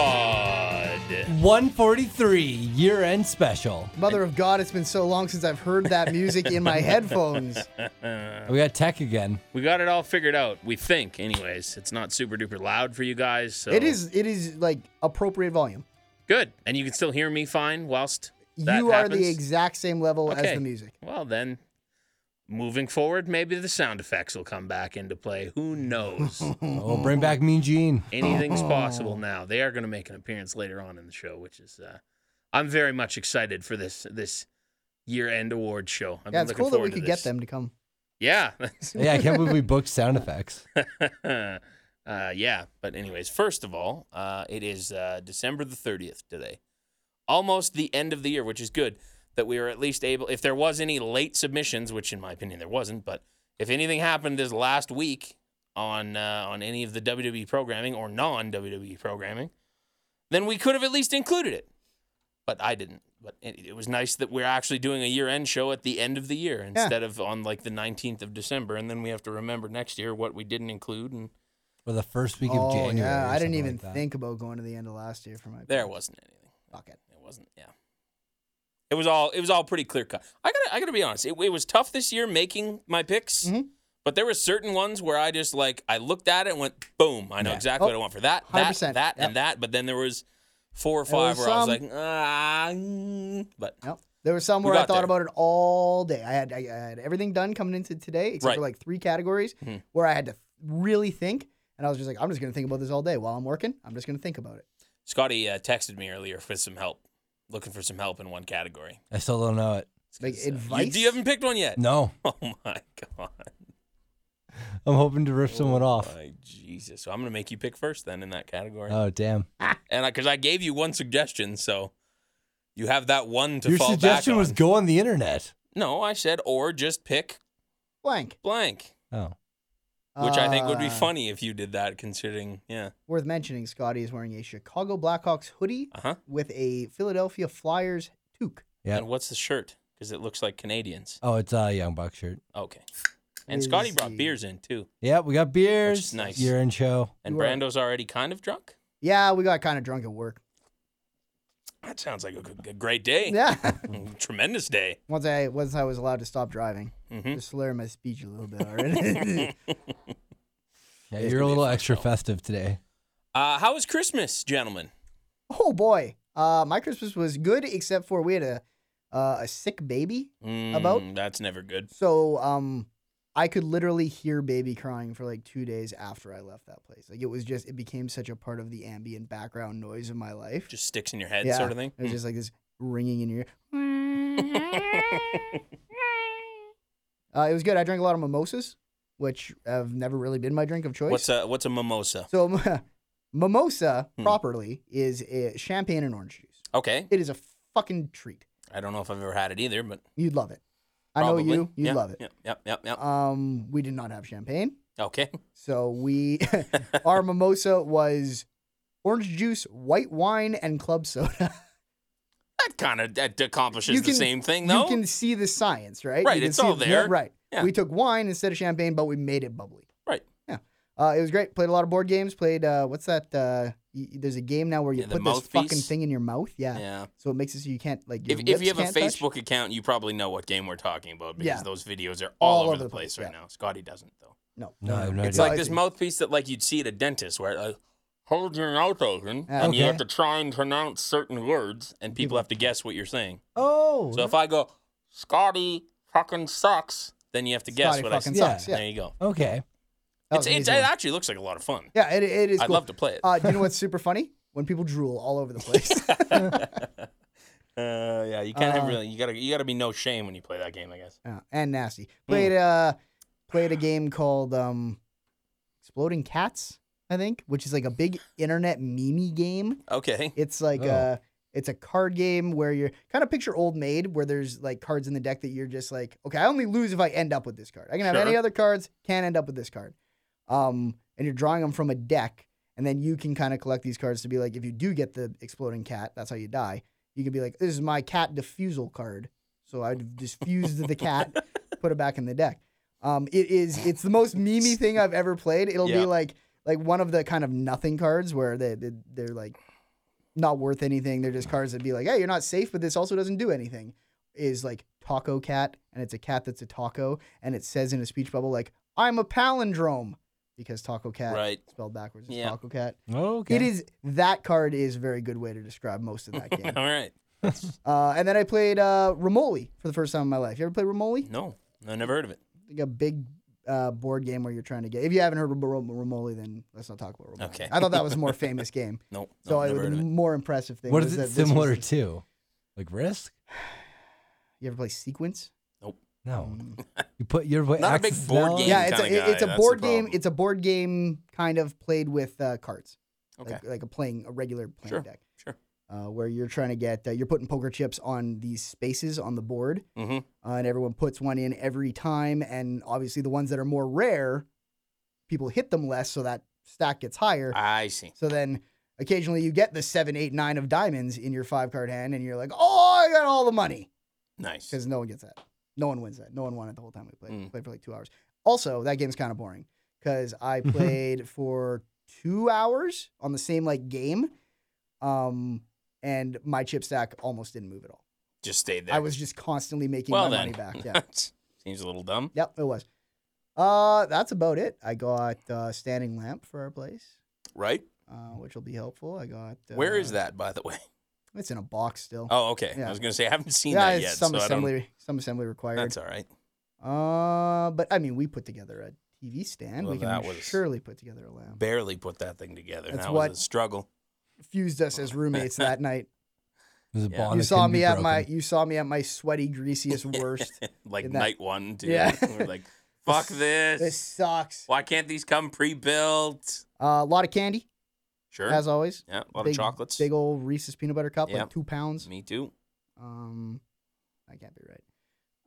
Satpod. 143 year end special. Mother of God, it's been so long since I've heard that music in my headphones. We got tech again. We got it all figured out. We think, anyways. It's not super duper loud for you guys. So It is it is like appropriate volume. good, and you can still hear me fine whilst that you are happens? the exact same level as Okay. the music. Well, then, moving forward, maybe the sound effects will come back into play. Who knows? Oh, bring back Mean Gene. Anything's possible now. They are going to make an appearance later on in the show, which is uh, I'm very much excited for this this year end award show. I've been yeah, it's looking cool that we forward to could get this. them to come. Yeah. Yeah, I can't believe we booked sound effects. uh, yeah. But anyways, first of all, uh, it is uh, December the thirtieth today, almost the end of the year, which is good that we were at least able. If there was any late submissions, which in my opinion there wasn't, but if anything happened this last week on uh, on any of the WWE programming or non WWE programming, then we could have at least included it. But I didn't. But it, it was nice that we're actually doing a year end show at the end of the year instead of on like the 19th of December. And then we have to remember next year what we didn't include. And For the first week oh of January. yeah, or I didn't something even like that. think about going to the end of last year for my there wasn't anything. bucket. It wasn't, yeah. It was all it was all pretty clear cut. I gotta I gotta be honest. It, it was tough this year making my picks, Mhm. but there were certain ones where I just like I looked at it and went boom. I know exactly what I Oh, want for that, that, 100%. that, Yep. and that. But then there was four or There was five where I was some- like ah, mm," but Yep. There was some We where I got thought there. about it all day. I had I, I had everything done coming into today, except Right. for like three categories Mhm. where I had to really think. And I was just like, I'm just gonna think about this all day while I'm working. I'm just gonna think about it. Scotty uh, texted me earlier for some help, looking for some help in one category. I still don't know it. Like It's, uh, you- advice? do you haven't picked one yet? No, Oh my god! Oh I'm hoping to rip someone off. My Jesus! So I'm gonna make you pick first then in that category, Oh, damn. and because I, gave you one suggestion, so you have that one to Your fall back suggestion was on. go on the internet. No, I said or just pick Blank. blank, Oh, which I think would be Uh, funny if you did that. Considering, yeah, Worth mentioning, Scotty is wearing a Chicago Blackhawks hoodie uh huh. with a Philadelphia Flyers toque. Yeah. And what's the shirt? Because it looks like Canadians. oh, it's a Young Buck shirt. Okay. And Scotty brought Izzy. beers in too, Yeah, we got beers. nice. Year end show. and You are- Brando's already kind of drunk. Yeah, we got kind of drunk at work. That sounds like a, g- g- great day. Yeah. Mm, Tremendous day. once I once I was allowed to stop driving, hmm just slurring my speech a little bit already. Yeah, It's gonna you're a be a little fun extra show. festive today. Uh, how was Christmas, gentlemen? oh boy, uh, my Christmas was good except for we had a uh, a sick baby, Mm, About? that's never good. so um I could literally hear baby crying for like two days after I left that place. Like it was just it became such a part of the ambient background noise of my life. Just sticks in your head, Yeah, sort of thing. It was just like this ringing in your ear. Uh, it was good. I drank a lot of mimosas, which have never really been my drink of choice. what's a what's a mimosa? So, mimosa Hmm. properly is uh champagne and orange juice. Okay, It is a fucking treat. I don't know if I've ever had it either, but You'd love it. I probably. know you. You'd Yeah, love it. Yep, yep, yep, yep. Um, we did not have champagne, Okay, so we our mimosa was orange juice, white wine, and club soda. that kind of that accomplishes You the can- same thing, though. You can see the science, right? You Right, can it's see all the- there. right. Yeah. We took wine instead of champagne, but we made it bubbly. Right. Yeah. Uh, it was great. Played a lot of board games. Played uh, what's that? Uh, y- y- there's a game now where you Yeah, the put this fucking mouthpiece. thing in your mouth. Yeah. yeah. So it makes it so you can't like. Your If, if lips you have a can't touch. Facebook account, you probably know what game we're talking about because Yeah. those videos are all, over, the place, right yeah. now. Scotty doesn't though. No. No, I have no It's idea. like this mouthpiece that like you'd see at a dentist where it like, hold your mouth open Yeah. and you Okay. have to try and pronounce certain words and people People- have to guess what you're saying. Oh, So if I go Scotty fucking sucks, then you have to guess Scotty what I fucking said. sucks, yeah. There you go. okay. That It's, was it's, it amazing. actually looks like a lot of fun. yeah, it, it is. I'd cool. love to play it. Uh, do you know what's super funny? When people drool all over the place. Uh, yeah, you can't have Uh, really. You gotta you gotta be no shame when you play that game, I guess. yeah, and nasty. Hmm. Played uh, played a game called um, Exploding Cats, I think, which is like a big internet meme game. Okay. It's like Oh. uh It's a card game where you're kind of picture Old Maid, where there's like cards in the deck that you're just like, okay, I only lose if I end up with this card. I can have any Sure. other cards, can't end up with this card. Um, and you're drawing them from a deck, and then you can kind of collect these cards to be like, if you do get the exploding cat, that's how you die. You can be like, this is my cat diffusal card. So I diffused the cat, put it back in the deck. Um, it is it's the most memey thing I've ever played. It'll Yeah. be like like one of the kind of nothing cards where they, they they're like not worth anything. They're just cards that be like, hey, you're not safe, but this also doesn't do anything. Is like taco cat, and it's a cat that's a taco, and it says in a speech bubble like, I'm a palindrome, because taco cat Right. spelled backwards is Yeah. taco cat. Okay. It is that card is a very good way to describe most of that game. All right. uh, and then I played uh, Romoli for the first time in my life. You ever play Romoli? No, I never heard of it. like a big uh, board game where you're trying to get. If you haven't heard of Ro- Romoli, then let's not talk about Romoli. Okay. I thought that was a more famous game. No, no So I, never the heard of it. more impressive thing. What was is it that this similar was just- to? Like Risk? You ever play Sequence? No. Mm. You put your way. Not a big board game. yeah, it's a kinda it- it's guy, a that's board the game. problem. It's a board game kind of played with uh, cards, Okay. like, like a playing a regular playing Sure, deck. sure. Uh, where you're trying to get uh, you're putting poker chips on these spaces on the board, mm-hmm. uh, and everyone puts one in every time. And obviously, the ones that are more rare, people hit them less, so that stack gets higher. I see. So then occasionally you get the seven, eight, nine of diamonds in your five card hand, and you're like, oh, I got all the money. Nice. Because no one gets that. No one wins that. No one won it the whole time we played. We Mm. played for like two hours. Also, that game's kind of boring because I played for two hours on the same like game. Um, and my chip stack almost didn't move at all. Just stayed there. I was just constantly making well my then. money back. Yeah. Seems a little dumb. yep, it was. Uh, that's about it. I got uh, standing lamp for our place, Right? uh, which will be helpful. I got. Uh, Mm. Where is that, by the way? It's in a box still. Oh, okay. I Yeah. was gonna say I haven't seen yeah, that it's yet. some so I assembly, some assembly don't, required. that's all right. Uh, but I mean, we put together a TV stand. Well, we can that was- surely put together a lamp. Barely put that thing together. That's that what- was a struggle. Fused us as roommates that night. There's a Yeah. bond You that saw couldn't be me at my, broken. you saw me at my sweaty, greasiest worst. like In that- night one, too. Yeah. We're like, fuck this. this sucks. Why can't these come pre-built? Uh, a lot of candy, Sure. as always. yeah, a lot big, of chocolates. Big old Reese's peanut butter cup, Yeah. like two pounds. Me too. Um, I can't be right.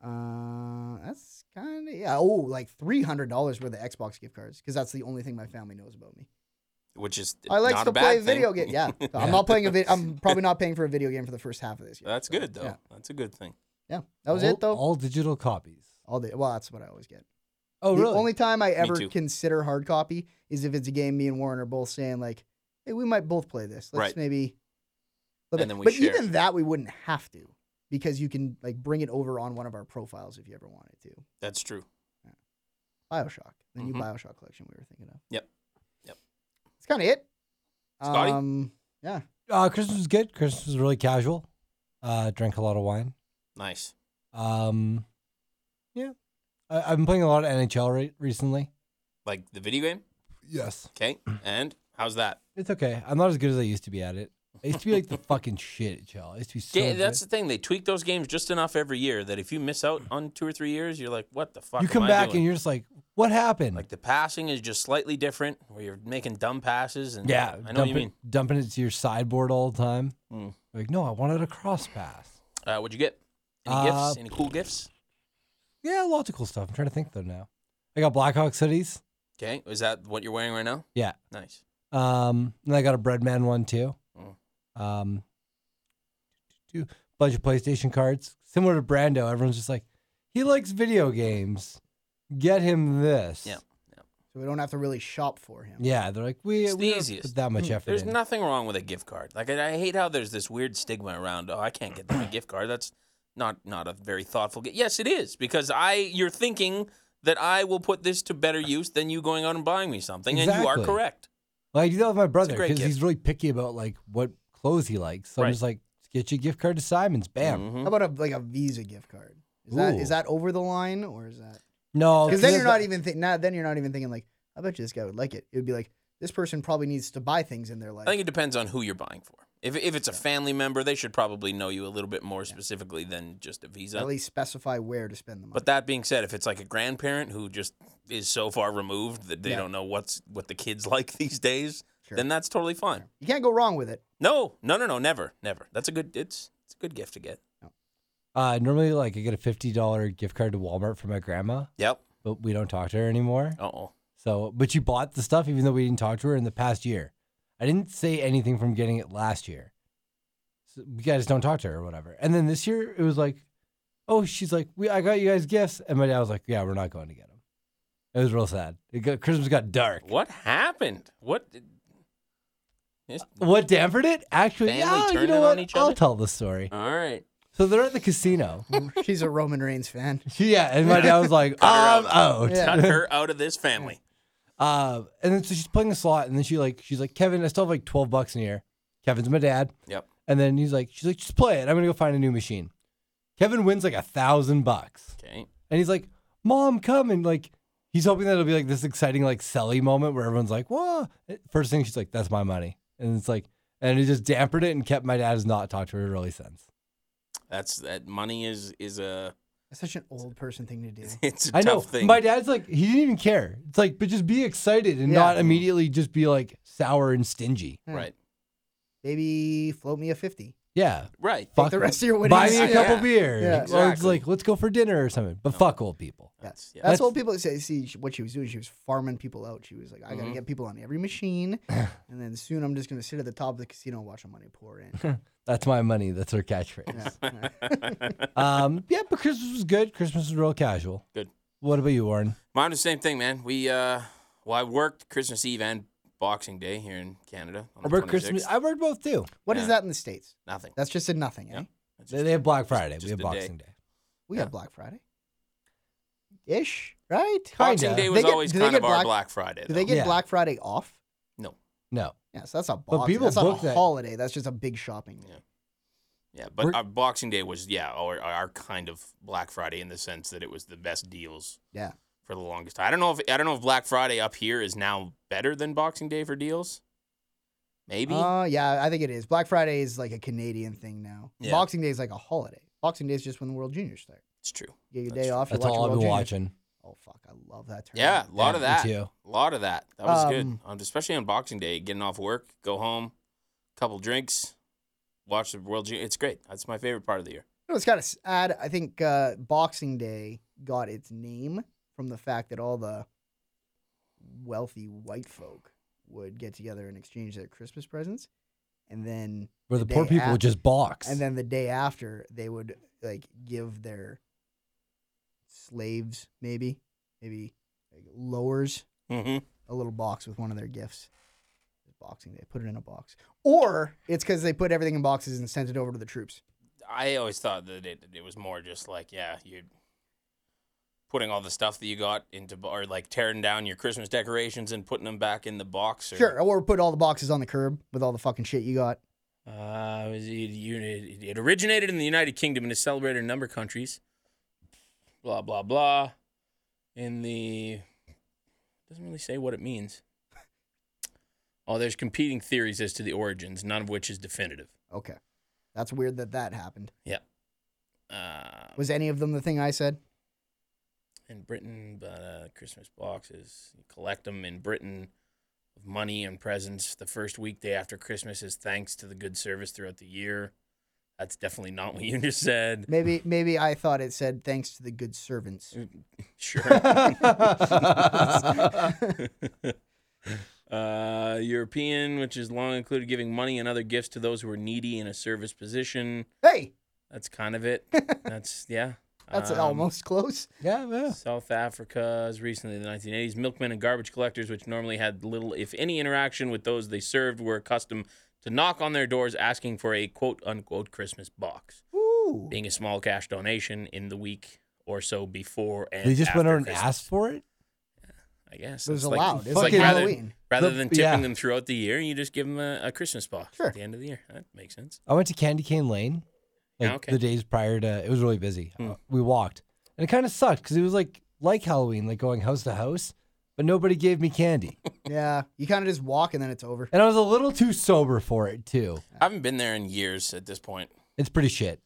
Uh, that's kind of yeah. Oh, like three hundred dollars worth of Xbox gift cards because that's the only thing my family knows about me. Which is I like not to a bad play thing. video game. Yeah, So I'm not playing a video. I'm probably not paying for a video game for the first half of this year. That's So, good though. Yeah, That's a good thing. yeah. that was all, it though. All, All digital copies. day. Well, that's what I always get. Oh, the really? only time I ever too. consider hard copy is if it's a game me and Warren are both saying like, "Hey, we might both play this. Let's Right. maybe." And flip it." then we but share. even that we wouldn't have to because you can like bring it over on one of our profiles if you ever wanted to. That's true. Bioshock, the new Mhm. Bioshock collection we were thinking of. Yep. Yep. That's kind of it. Scotty? Um, yeah. Uh, Christmas was good. Christmas was really casual. Uh, drank a lot of wine. Nice. Um, yeah, I, I've been playing a lot of NHL re- recently. Like the video game. Yes, Okay. And how's that? it's okay. I'm not as good as I used to be at it. I used to be like the fucking shit at y'all. I used to be so. Yeah, good. that's the thing. They tweak those games just enough every year that if you miss out on two or three years, you're like, what the fuck? you am come I back doing? and you're just like, what happened? like the passing is just slightly different, where you're making dumb passes and yeah, I know what dumping, you mean. dumping it to your sideboard all the time. Mm. Like, no, I wanted a cross pass. Uh, what'd you get? Any Uh, gifts? Any cool gifts? Yeah, lots of cool stuff. I'm trying to think though now. I got Blackhawk cities. Okay, is that what you're wearing right now? Yeah. Nice. Um, and I got a Breadman one too. Mm. Um, two bunch of PlayStation cards, similar to Brando. Everyone's just like, he likes video games. Get him this. Yeah. So we don't have to really shop for him. Yeah, they're like, we, It's we the don't easiest. Mm, put that much effort There's in. nothing wrong with a gift card. Like I, I hate how there's this weird stigma around. Oh, I can't get them a gift card. That's not not a very thoughtful gift. Yes, it is because I you're thinking that I will put this to better use than you going out and buying me something, and you Exactly. are correct. Well, I do that with my brother great because gift. he's really picky about like what clothes he likes. So Right. I'm just like, get you a gift card to Simon's. Bam. Mhm. How about a like a Visa gift card? Is that is Mm-hmm. Ooh. Oh, that over the line or is that? No, Because then that's you're not even thinking. Now then you're not even thinking like, I bet you this guy would like it. It would be like this person probably needs to buy things in their life. I think it depends on who you're buying for. If, if it's a family member, they should probably know you a little bit more specifically than just a At visa. least specify where to spend the money. But that being said, if it's like a grandparent who just is so far removed that they Yeah. don't know what's what the kids like these days, Sure. then that's totally fine. You can't go wrong with it. No, no, no, no, never, never. That's a good. It's it's a good gift to get. Uh, normally, like I get a fifty dollar gift card to Walmart for my grandma, Yep. but we don't talk to her anymore. Uh oh. So, but you bought the stuff even though we didn't talk to her in the past year. I didn't say anything from getting it last year. So you guys don't talk to her or whatever. And then this year it was like, oh, she's like, we, I got you guys gifts, and my dad was like, yeah, we're not going to get them. It was real sad. It got, Christmas got dark. What happened? What? Did... Yes- What dampened it? Actually, Family yeah, you turning know on what? each I'll other? tell the story. All right. So they're at the casino. Mm, She's a Roman Reigns fan. yeah, and my dad was like, "Um, oh, Cut I'm her out. Um, oh, Yeah. Cut her out of this family. Uh, and then so she's playing a slot, and then she like she's like, Kevin, I still have like twelve bucks in here. Kevin's my dad. Yep. And then he's like, she's like, just play it. I'm gonna go find a new machine. Kevin wins like a thousand bucks, Okay. and he's like, Mom, come and like, he's hoping that it'll be like this exciting like selly moment where everyone's like, Whoa! First thing she's like, That's my money, and it's like, and he just dampened it and kept my dad has not talked to her really since. That's that. Money is is a That's such an old person thing to do. it's a I tough know thing. my dad's like, he didn't even care. It's like, but just be excited and Yeah. not immediately just be like sour and stingy. Right. Baby, float me a 50. Yeah. Right. Take Fuck the it. rest of your winnings. buy me a Yeah. couple beers. Yeah. Or it's Exactly. like, let's go for dinner or something. But fuck old people. That's, yeah. That's- that's what people say. See sh- what she was doing. She was farming people out. She was like, I gotta Mm-hmm. Mhm. get people on every machine, and then soon I'm just gonna sit at the top of the casino and watch the money pour in. That's my money. That's her catchphrase. Yeah, yeah. um, yeah, but Christmas was good. Christmas was real casual. Good. What about you, Warren? Mine was the same thing, man. We uh, well, I worked Christmas Eve and Boxing Day here in Canada. On the I worked Christmas. 26th. I worked both too. What is Yeah. that in the states? Nothing. That's just a nothing. Eh? Yeah. That's They, just- they have Black Friday. just we have a day. Boxing Day. We Yeah. got Black Friday, ish, right? Boxing kinda. Day They was get- always do they kind get of our black- Black Friday. Do they though. get Yeah. Black Friday off? No. Yeah, so that's not But boxing. people that's not book a that- holiday. That's just a big shopping day. Yeah. Yeah, but We're- our Boxing Day was yeah, our, our kind of Black Friday in the sense that it was the best deals Yeah. for the longest time. I don't know if I don't know if Black Friday up here is now better than Boxing Day for deals. Maybe. Uh, yeah, I think it is. Black Friday is like a Canadian thing now. Yeah. Boxing Day is like a holiday. Boxing Day is just when the World Juniors start. it's true. You get your That's day true. off. You That's watch all World I've been Juniors. watching. Oh fuck, I love that term. Yeah, a lot of Yeah, that. me A too. lot of that. That was good. Um, Um, especially on Boxing Day, getting off work, go home, couple drinks, watch the World Junior. It's great. That's my favorite part of the year. You know, it's kind of sad. I think uh, Boxing Day got its name from the fact that all the wealthy white folk would get together and exchange their Christmas presents, and then Where the the poor day people after. just box. and then the day after they would like give their slaves maybe maybe like, lowers Mm-hmm. a little box with one of their gifts. Boxing Day, put it in a box, or it's because they put everything in boxes and sent it over to the troops. I always thought that it, it was more just like, yeah, you're putting all the stuff that you got into, bo- or like tearing down your Christmas decorations and putting them back in the box. Or, Sure, or put all the boxes on the curb with all the fucking shit you got. Uh, it, was- it, you- it- it originated in the United Kingdom and is celebrated in a number of countries. Blah, blah, blah. In the. Doesn't really say what it means. Oh, there's competing theories as to the origins, none of which is definitive. Okay, that's weird that that happened. Uh, Was any of them the thing I said? in Britain, but uh, Christmas boxes. You collect them in Britain with money and presents. The first weekday after Christmas is thanks to the good service throughout the year. That's definitely not what you just said. Maybe maybe I thought it said thanks to the good servants. Sure. uh, European, which has long included giving money and other gifts to those who are needy in a service position. Hey, That's kind of it. That's, yeah. that's Um, almost close. yeah, yeah. South Africa as recently the 1980s. Milkmen and garbage collectors, which normally had little, if any, interaction with those they served, were accustomed to knock on their doors asking for a quote unquote Christmas box, Ooh, being a small cash donation in the week or so before and They just went after out and Christmas, asked for it. I guess it was It's like- allowed. It's like like fucking rather- Halloween. Rather The- than tipping yeah. them throughout the year, you just give them a, a Christmas box Sure. at the end of the year. That makes sense. I went to Candy Cane Lane, Yeah, like Oh, okay. the days prior to. It was really busy. Hmm. Uh, we walked, and it kind of sucked because it was like like Halloween, like going house to house, but nobody gave me candy, Yeah, you kind of just walk and then it's over. and I was a little too sober for it too. I haven't been there in years at this point. It's pretty shit.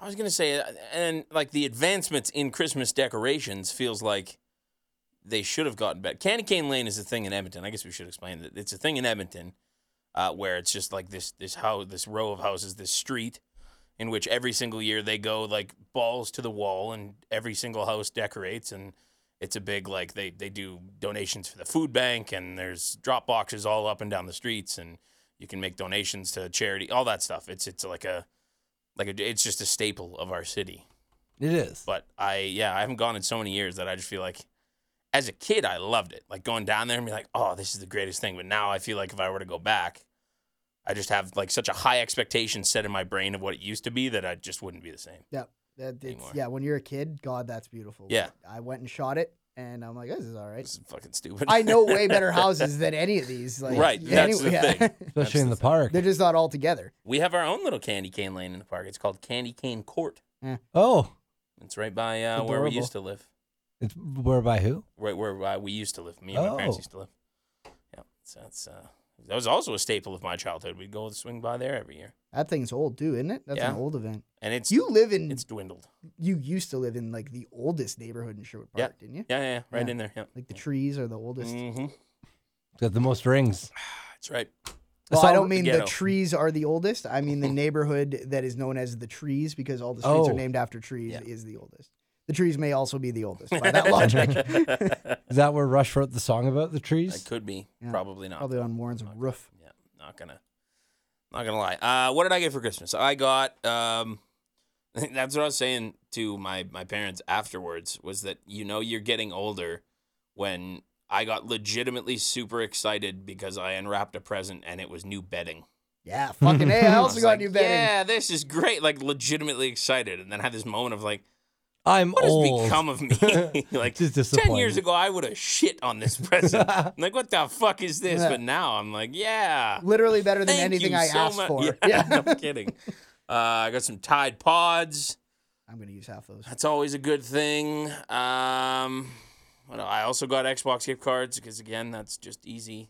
I was gonna say, uh, and like the advancements in Christmas decorations feels like they should have gotten better. Candy cane lane is a thing in Edmonton. I guess we should explain that it's a thing in Edmonton uh, where it's just like this this house, this row of houses, this street, in which every single year they go like balls to the wall, and every single house decorates, and it's a big like they they do donations for the food bank, and there's drop boxes all up and down the streets, and you can make donations to charity, all that stuff. It's it's like a like a, it's just a staple of our city. It is. But I, yeah, I haven't gone in so many years that I just feel like, as a kid, I loved it. Like going down there and be like, oh, this is the greatest thing. But now I feel like if I were to go back, I just have like such a high expectation set in my brain of what it used to be that I just wouldn't be the same. That it's, Anymore. yeah, when you're a kid, God, that's beautiful. Yeah. I went and shot it, and I'm like, this is all right. This is fucking stupid. I know way better houses than any of these. Like, Right, that's the thing. That's Especially in the the park. They're just not all together. we have our own little candy cane lane in the park. It's called Candy Cane Court. Oh, It's right by uh, where we Adorable. used to live. it's where by who? Right where uh, we used to live. Me and my parents Oh. used to live. Yeah, so that's uh, that was also a staple of my childhood. We'd go swing by there every year, That thing's old too, isn't it? That's Yeah. an old event. and it's You live in. it's dwindled. you used to live in like the oldest neighborhood in Sherwood Yeah. Park, didn't you? Yeah, yeah, yeah, right Yeah. in there. Yeah. Like the trees are the oldest. hmm It's got the most rings. That's right. Well, So I don't the mean the ghetto. trees are the oldest. I mean the neighborhood that is known as the trees because all the streets Oh. are named after trees Yeah. is the oldest. The trees may also be the oldest by that logic. Is that where Rush wrote the song about the That trees? could be. Yeah. Probably not. Probably on Warren's Not gonna- roof. Yeah, not gonna, not gonna lie. Uh, what did I get for Christmas? I got. Um, that's what I was saying to my my parents afterwards. Was that you know you're getting older when I got legitimately super excited because I unwrapped a present and it was new bedding. Yeah, fucking hey, I I I also was got like, new bedding. Yeah, this is great. Like legitimately excited, and then I had this moment of like, I'm what old. has become of me? like Just ten years disappointed. ago, I would have shit on this present. I'm like, what the fuck is this? Yeah. But now I'm like, yeah, Literally better than Thank anything you I so asked much. for. Yeah, no kidding. Uh, I got some Tide Pods. I'm gonna use half those. That's always a good thing. Um, what el- I also got Xbox gift cards because again, that's just easy.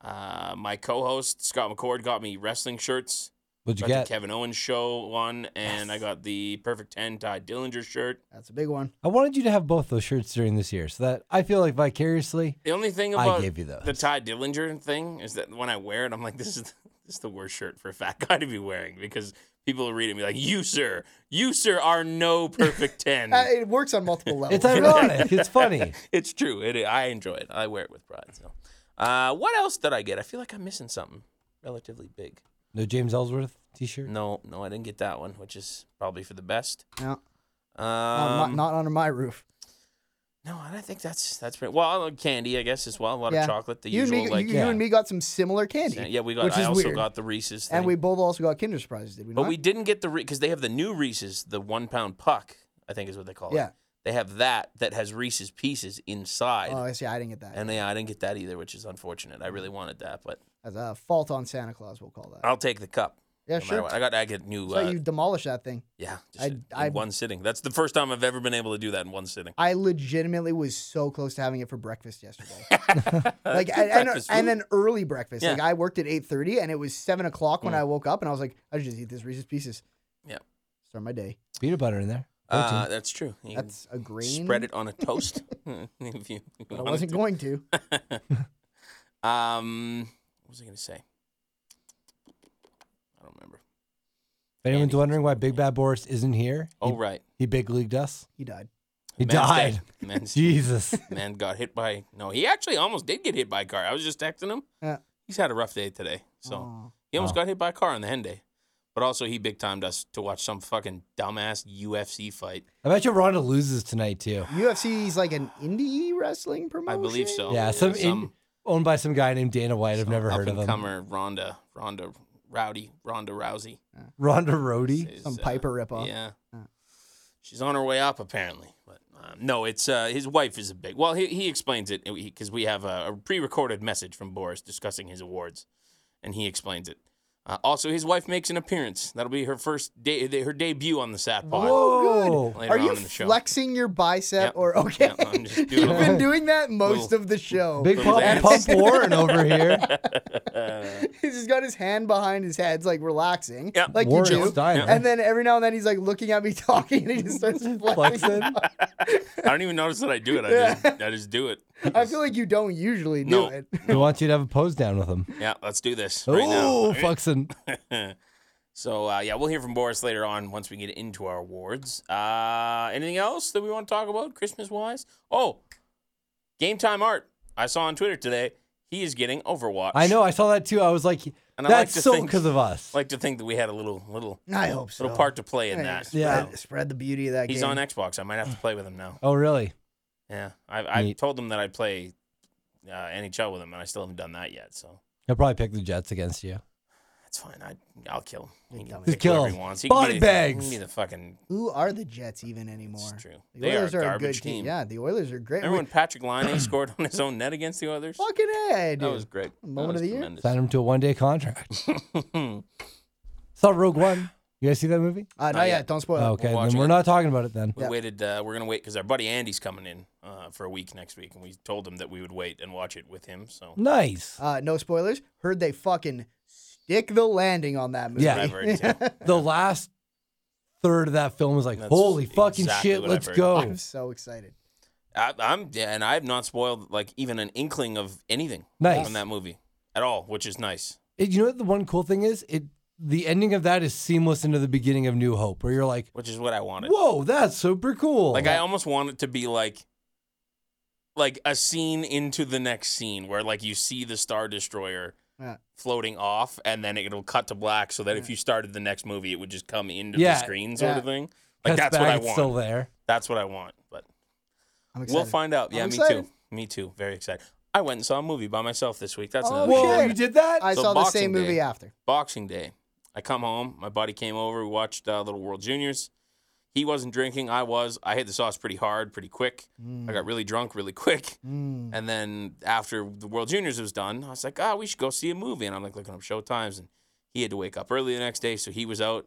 Uh, my co-host Scott McCord got me wrestling shirts. What'd you got get? the Kevin Owens show one, and I got the Perfect Ten Ty Dillinger shirt. That's a big one. I wanted you to have both those shirts during this year, so that I feel like vicariously The only thing I about gave you those. the Ty Dillinger thing is that when I wear it, I'm like, this is this is the worst shirt for a fat guy to be wearing because people will read it and be like, you sir, you sir are no perfect ten. Uh, it works on multiple it's levels. ironic. it's funny. it's true. It, I enjoy it. I wear it with pride. So, uh, what else did I get? I feel like I'm missing something relatively big. No James Ellsworth T-shirt. No, no, I didn't get that one, which is probably for the best. No, Um, not, not under my roof. no, I don't think that's that's pretty, well uh, candy, I guess as well. A lot Yeah. of chocolate, the you and usual me, like you, yeah. you and me got some similar candy. yeah, we got. which I is also weird. got the Reese's thing. and we both also got Kinder surprises, did we But not? we didn't get the because they have the new Reese's, the one pound puck, I think is what they call Yeah. it. They have that that has Reese's pieces inside, Oh, Mm. I see. I didn't get that. and yeah, I didn't get that either, which is unfortunate. I really wanted that, but That's a fault on Santa Claus, we'll call that. I'll take the cup. yeah, no matter sure. what. I got I get new. So uh, you demolish that thing. yeah, just I- in I- one sitting. That's the first time I've ever been able to do that in one sitting. I legitimately was so close to having it for breakfast yesterday. like like and, and, a- and an early breakfast. Yeah. Mm. Like I worked at eight thirty, and it was seven o'clock when I woke up, and I was like, I should just eat this Reese's Pieces. Yep. Start my day. Peanut butter in there. uh, that's true. You can That's a grain. spread it on a toast if you. if you But I wanted wasn't to. going to. um, what was I going to say? I don't remember. If anyone's Andy. wondering why Big Bad Boris isn't here, Oh he, right, he big leagued us. He died. He Man's died. dead. Man's Jesus. man got hit by no he actually almost did get hit by a car i was just texting him Yeah. he's had a rough day today so Aw. he almost Oh. got hit by a car on the henday but also he big timed us to watch some fucking dumbass ufc fight I bet you Ronda loses tonight too. UFC's like an indie wrestling promotion. i believe so yeah, some, in- owned by some guy named Dana White. I've never heard of him. comer ronda ronda rowdy ronda rousey Ronda Rousey. is, Some uh, Piper ripoff. yeah Yeah. she's on her way up apparently but um, no it's uh, his wife is a big well he, he explains it because we have a, a pre-recorded message from boris discussing his awards and he explains it uh, also his wife makes an appearance that'll be her first day her debut on the sat pod Whoa. later Are on you in the show flexing your bicep Yep. or okay? Yep, I'm just doing You've a been little- doing that most little- of the show. Big Little Pop dance. Pump Warren over here. he's just got his hand behind his head, it's like relaxing. Yeah. Like Warren you do. Steiner. And then every now and then he's like looking at me talking and he just starts flexing. Flexing. I don't even notice that I do it. I Yeah. just I just do it. I feel like you don't usually do No. it. He wants you to have a pose down with him. Yeah, let's do this right Oh, now. flexing. So uh, yeah, we'll hear from Boris later on once we get into our awards. Uh, anything else that we want to talk about Christmas wise? Oh, game time art. I saw on Twitter today he is getting Overwatch. I know. I saw that too. I was like, And I like that's to so think- because of us. Like to think that we had a little little I hope so. little part to play in Hey, that. Yeah. Spread, spread the beauty of that He's game. on Xbox. I might have to play with him now. oh, really? Yeah, I I Neat. told him that I'd play uh, NHL with him, and I still haven't done that yet. So He'll probably pick the Jets against you. that's fine. I I'll kill him. He can Just pick kill whoever him. he wants. He Body can be bags. The, he can be the fucking. Who are the Jets even anymore? It's true. The They are a Oilers a good garbage team. team. Yeah, the Oilers are great. Remember when Patrick Line scored on his own net against the others? We- fucking A, dude. That was great. Moment of the year. Sign him to a one day contract. year. Saw Rogue One. You guys see that movie? Uh, not Not yet. yet. Don't spoil. Oh, it. okay. Then watching we're it. not talking about it then. we Yeah. waited. Uh, we're gonna wait because our buddy Andy's coming in uh, for a week next week, and we told him that we would wait and watch it with him. So Nice. Uh, no spoilers. Heard they fucking stick the landing on that movie. Yeah. I've already told- The last third of that film was like, That's holy fucking exactly shit, what I've let's heard. go. I'm so excited. I, I'm yeah, and I have not spoiled like even an inkling of anything Nice. from that movie at all, which is nice. It- you know what the one cool thing is? It the ending of that is seamless into the beginning of New Hope, where you're like, Which is what I wanted. whoa, that's super cool. Like I almost want it to be like like a scene into the next scene where like you see the star destroyer Yeah. floating off and then it'll cut to black so that if Yeah. you started the next movie it would just come into Yeah, the screen sort of yeah. thing. Like Cuts that's what back, I it's Still want. there. That's what I want. But I'm excited. we'll find out. Yeah, I'm me excited. too. Me too. Very excited. I went and saw a movie by myself this week. That's Oh, another Whoa, thing. shit. you did that? I So saw the same Boxing Day. movie after. Boxing Day. I come home. My buddy came over. We watched uh, Little World Juniors. He wasn't drinking. I was. I hit the sauce pretty hard, pretty quick. I got really drunk really quick. Mm. And then after the World Juniors was done, I was like, ah, we should go see a movie. And I'm like looking up show times. And he had to wake up early the next day, so he was out.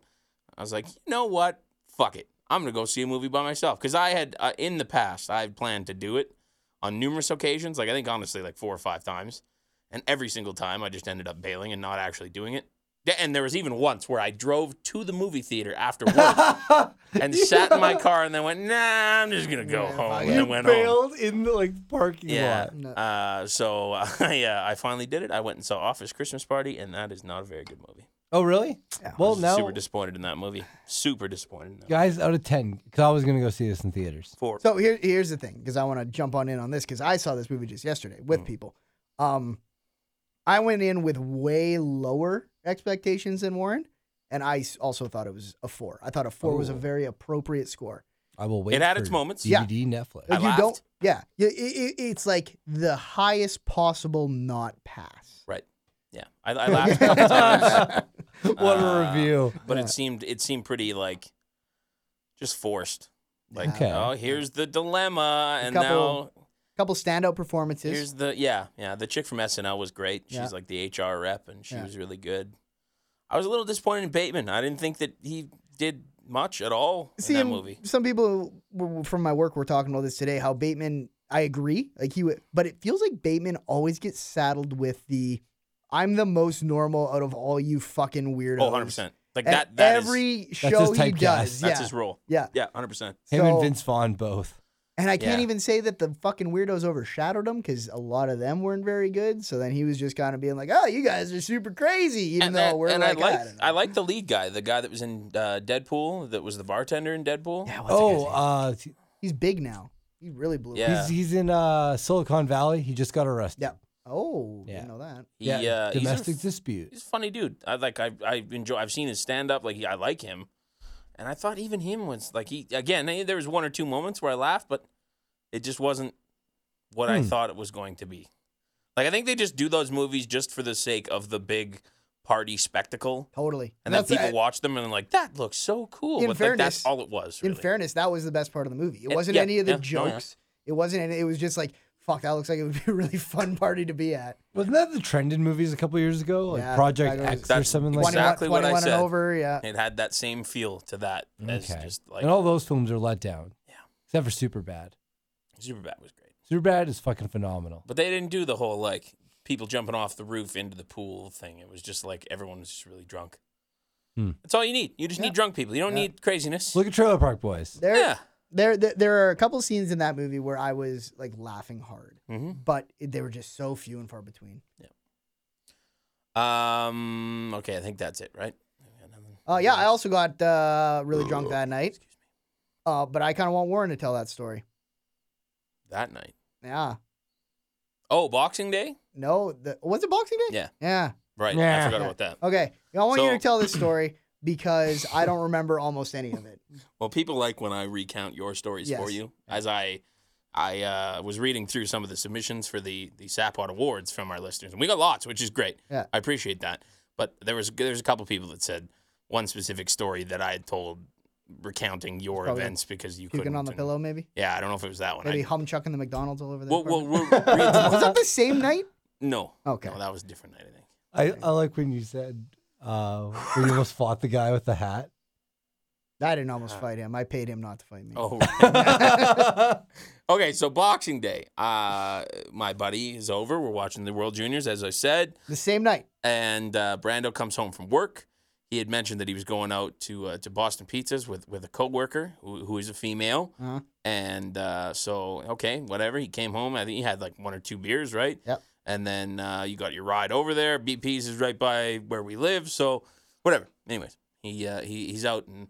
I was like, you know what? Fuck it. I'm gonna go see a movie by myself because I had uh, in the past I had planned to do it on numerous occasions. Like I think honestly, like four or five times, and every single time I just ended up bailing and not actually doing it. Th- And there was even once where I drove to the movie theater after work and sat in my car and then went, nah, I'm just gonna go Yeah, home. fuck And it. then You went home. bailed in the like parking Yeah. lot. No. Uh, so uh, I, uh, I finally did it. I went and saw Office Christmas Party, and that is not a very good movie. Oh, really? Yeah. I well, was now, super disappointed in that movie. Super disappointed. In that guys, out of 10, because I was going to go see this in theaters. Four. So here, here's the thing, because I want to jump on in on this, because I saw this movie just yesterday with Mm. people. Um, I went in with way lower expectations than Warren, and I s- also thought it was a four. I thought a four was a Ooh. very appropriate score. I will wait. It had for its moments. DVD Yeah. Netflix. I Like, you laughed. don't, yeah, Y- i- i- it's like the highest possible not pass. Right. Yeah. I, I laughed a couple times, what a Uh, review. but Yeah. it seemed it seemed pretty like just forced. Like, Okay. oh, here's the dilemma, A and couple- now couple standout performances. here's the yeah yeah. The chick from SNL was great. She's Yeah. like the HR rep, and she Yeah. was really good. I was a little disappointed in Bateman. I didn't think that he did much at all in that and movie. um, Some people w- w- from my work were talking about this today. How Bateman, I agree, like he, would, but it feels like Bateman always gets saddled with the "I'm the most normal out of all you fucking weirdos." Oh, 100%. Like At that, that is- every his show he typecast. does, that's yeah, his role. yeah. Yeah, 100%. Him so, and Vince Vaughn both. and I can't yeah. even say that the fucking weirdos overshadowed him because a lot of them weren't very good. So then he was just kind of being like, "Oh, you guys are super crazy," even though that- we're and like, I like don't know." I, like the lead guy, the guy that was in uh, Deadpool, that was the bartender in Deadpool. Yeah, what's his Oh, name? uh, he's big now. He really blew. up. Yeah. he's, he's in uh, Silicon Valley. He just got arrested. Yeah. Oh, Yeah. didn't know that. He, uh, he's a- domestic dispute. He's a funny dude. I like I I enjoy. I've seen his stand up. Like he- I like him, and I thought even him was like he again. eh, There was one or two moments where I laughed, but it just wasn't what I Hmm. thought it was going to be. Like I think they just do those movies just for the sake of the big party spectacle, Totally. and then That's- people watch them and they're like, "That looks so cool," In but like, fairness- that's all it was. in Really. fairness, that was the best part of the movie. It Yeah, wasn't yeah, any of the yeah, no, yeah. jokes. It wasn't any, it was just like, fuck, that looks like it would be a really fun party to be at. Wasn't that the trend in movies a couple years ago? Like Yeah, Project Chicago was- X or That's something like 21, that? Exactly what I 21 said. and over, yeah. it had that same feel to that as Okay. just like and all those films are let down. Yeah. Except for Superbad. Superbad was great. Superbad is fucking phenomenal. But they didn't do the whole like people jumping off the roof into the pool thing. It was just like everyone was just really drunk. Hmm. That's all you need. You just Yeah. need drunk people. You don't Yeah. need craziness. Look at Trailer Park Boys. There, yeah. there, there, there are a couple scenes in that movie where I was like laughing hard, hmm but it, they were just so few and far between. Um. Okay, I think that's it, right? I got nothing. Uh, yeah, I also got uh, really drunk that night, Excuse me. uh, but I kind of want Warren to tell that story. That night. Yeah. Oh, Boxing Day. No, the, was it Boxing Day? Yeah. Yeah. Right. I Yeah. forgot Yeah. about that. Okay. I want you So- to tell this story because I don't remember almost any of it. Well, people like when I recount your stories for Yes. you. As I, I uh, was reading through some of the submissions for the the Sapod Awards from our listeners, and we got lots, which is great. Yeah. I appreciate that. But there was there was a couple people that said one specific story that I had told, recounting your Probably events because you Puking couldn't. on the and- pillow, maybe. Yeah, I don't know if it was that one. Maybe I, hum chucking the McDonald's all over there. well, well, we'll read the- was that the same night? no, Okay. no, that was a different night. I think. I, I like when you said uh, when you almost fought the guy with the hat. I didn't almost Uh. fight him. I paid him not to fight me. Oh. right. okay, so Boxing Day. Uh, my buddy is over. We're watching the World Juniors, as I said. The same night. and uh, Brando comes home from work. He had mentioned that he was going out to uh, to Boston Pizzas with with a coworker who, who is a female, Uh-huh. and uh, so okay, whatever. He came home. I think he had like one or two beers, right? Yep. And then uh, you got your ride over there. BP's is right by where we live, so whatever. Anyways, he uh, he he's out and.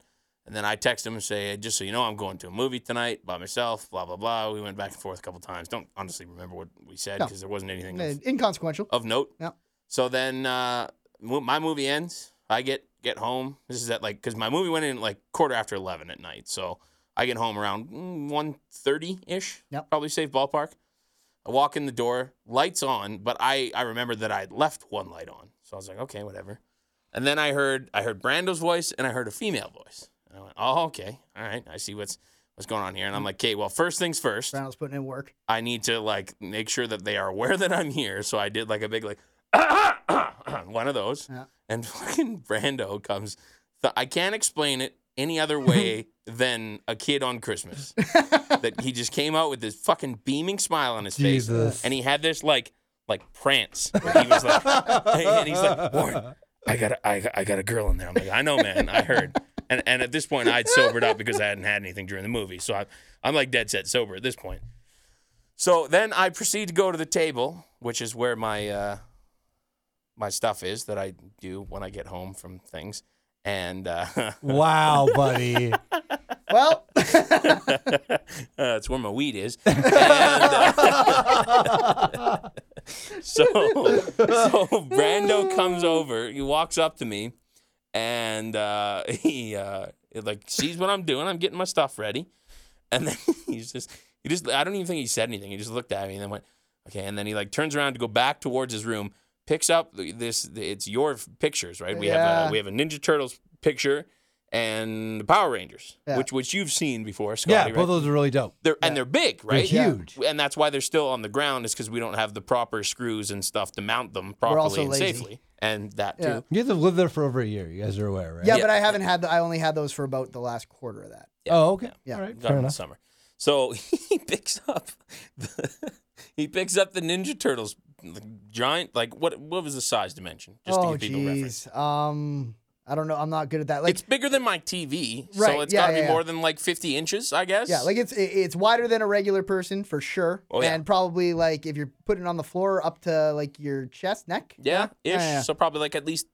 And then I text him and say, "Hey, just so you know, I'm going to a movie tonight by myself, blah, blah, blah. We went back and forth a couple times. Don't honestly remember what we said No. because there wasn't anything of Uh, Inconsequential. of note. Yep. So then uh, mo- my movie ends. I get get home. This is at like because my movie went in like quarter after eleven at night. So I get home around mm, one thirty ish. Yep. Probably safe ballpark. I walk in the door, lights on, but I I remembered that I had left one light on. So I was like, okay, whatever. And then I heard I heard Brando's voice and I heard a female voice. And I went, oh okay, all right, I see what's what's going on here. And I'm like, okay, well, first things first. Brownell's putting in work. I need to like make sure that they are aware that I'm here. So I did like a big like one of those, Yeah. and fucking Brando comes. Th- I can't explain it any other way than a kid on Christmas that he just came out with this fucking beaming smile on his face, Jesus. and he had this like like prance. Where he was like, and he's like, Warren, I got a, I, I got a girl in there. I'm like, I know, man. I heard. And, and at this point, I'd sobered up because I hadn't had anything during the movie. So I, I'm like dead set sober at this point. So then I proceed to go to the table, which is where my uh, my stuff is that I do when I get home from things. And uh, wow, buddy. Well, that's where my weed is. And, uh, so, so Brando comes over. He walks up to me, and uh, he uh, it, like sees what I'm doing. I'm getting my stuff ready, and then he's just he just I don't even think he said anything. He just looked at me and then went okay, and then he like turns around to go back towards his room, picks up th- this it's your f- pictures right. We have Yeah. a, we have a Ninja Turtles picture. And the Power Rangers, Yeah. which which you've seen before, Scotty, yeah, right? both those are really dope. They're and they're big, right? They're huge. And that's why they're still on the ground is because we don't have the proper screws and stuff to mount them properly also and lazy. safely. And that Yeah. too. You have to live there for over a year. You guys are aware, right? yeah, Yeah. but I haven't had. The, I only had those for about the last quarter of that. Oh, okay. Yeah. All right. Got Fair in the enough. summer. So he picks up the, he picks up the Ninja Turtles the giant like what what was the size dimension? Just oh, to give people reference. geez. Um, I don't know. I'm not good at that. Like, it's bigger than my TV, Right, so it's yeah, gotta yeah, be yeah. more than like fifty inches, I guess. yeah, like it's it- it's wider than a regular person for sure, Oh, yeah. and probably like if you're putting it on the floor up to like your chest, neck. yeah, ish. Yeah, yeah. So probably like at least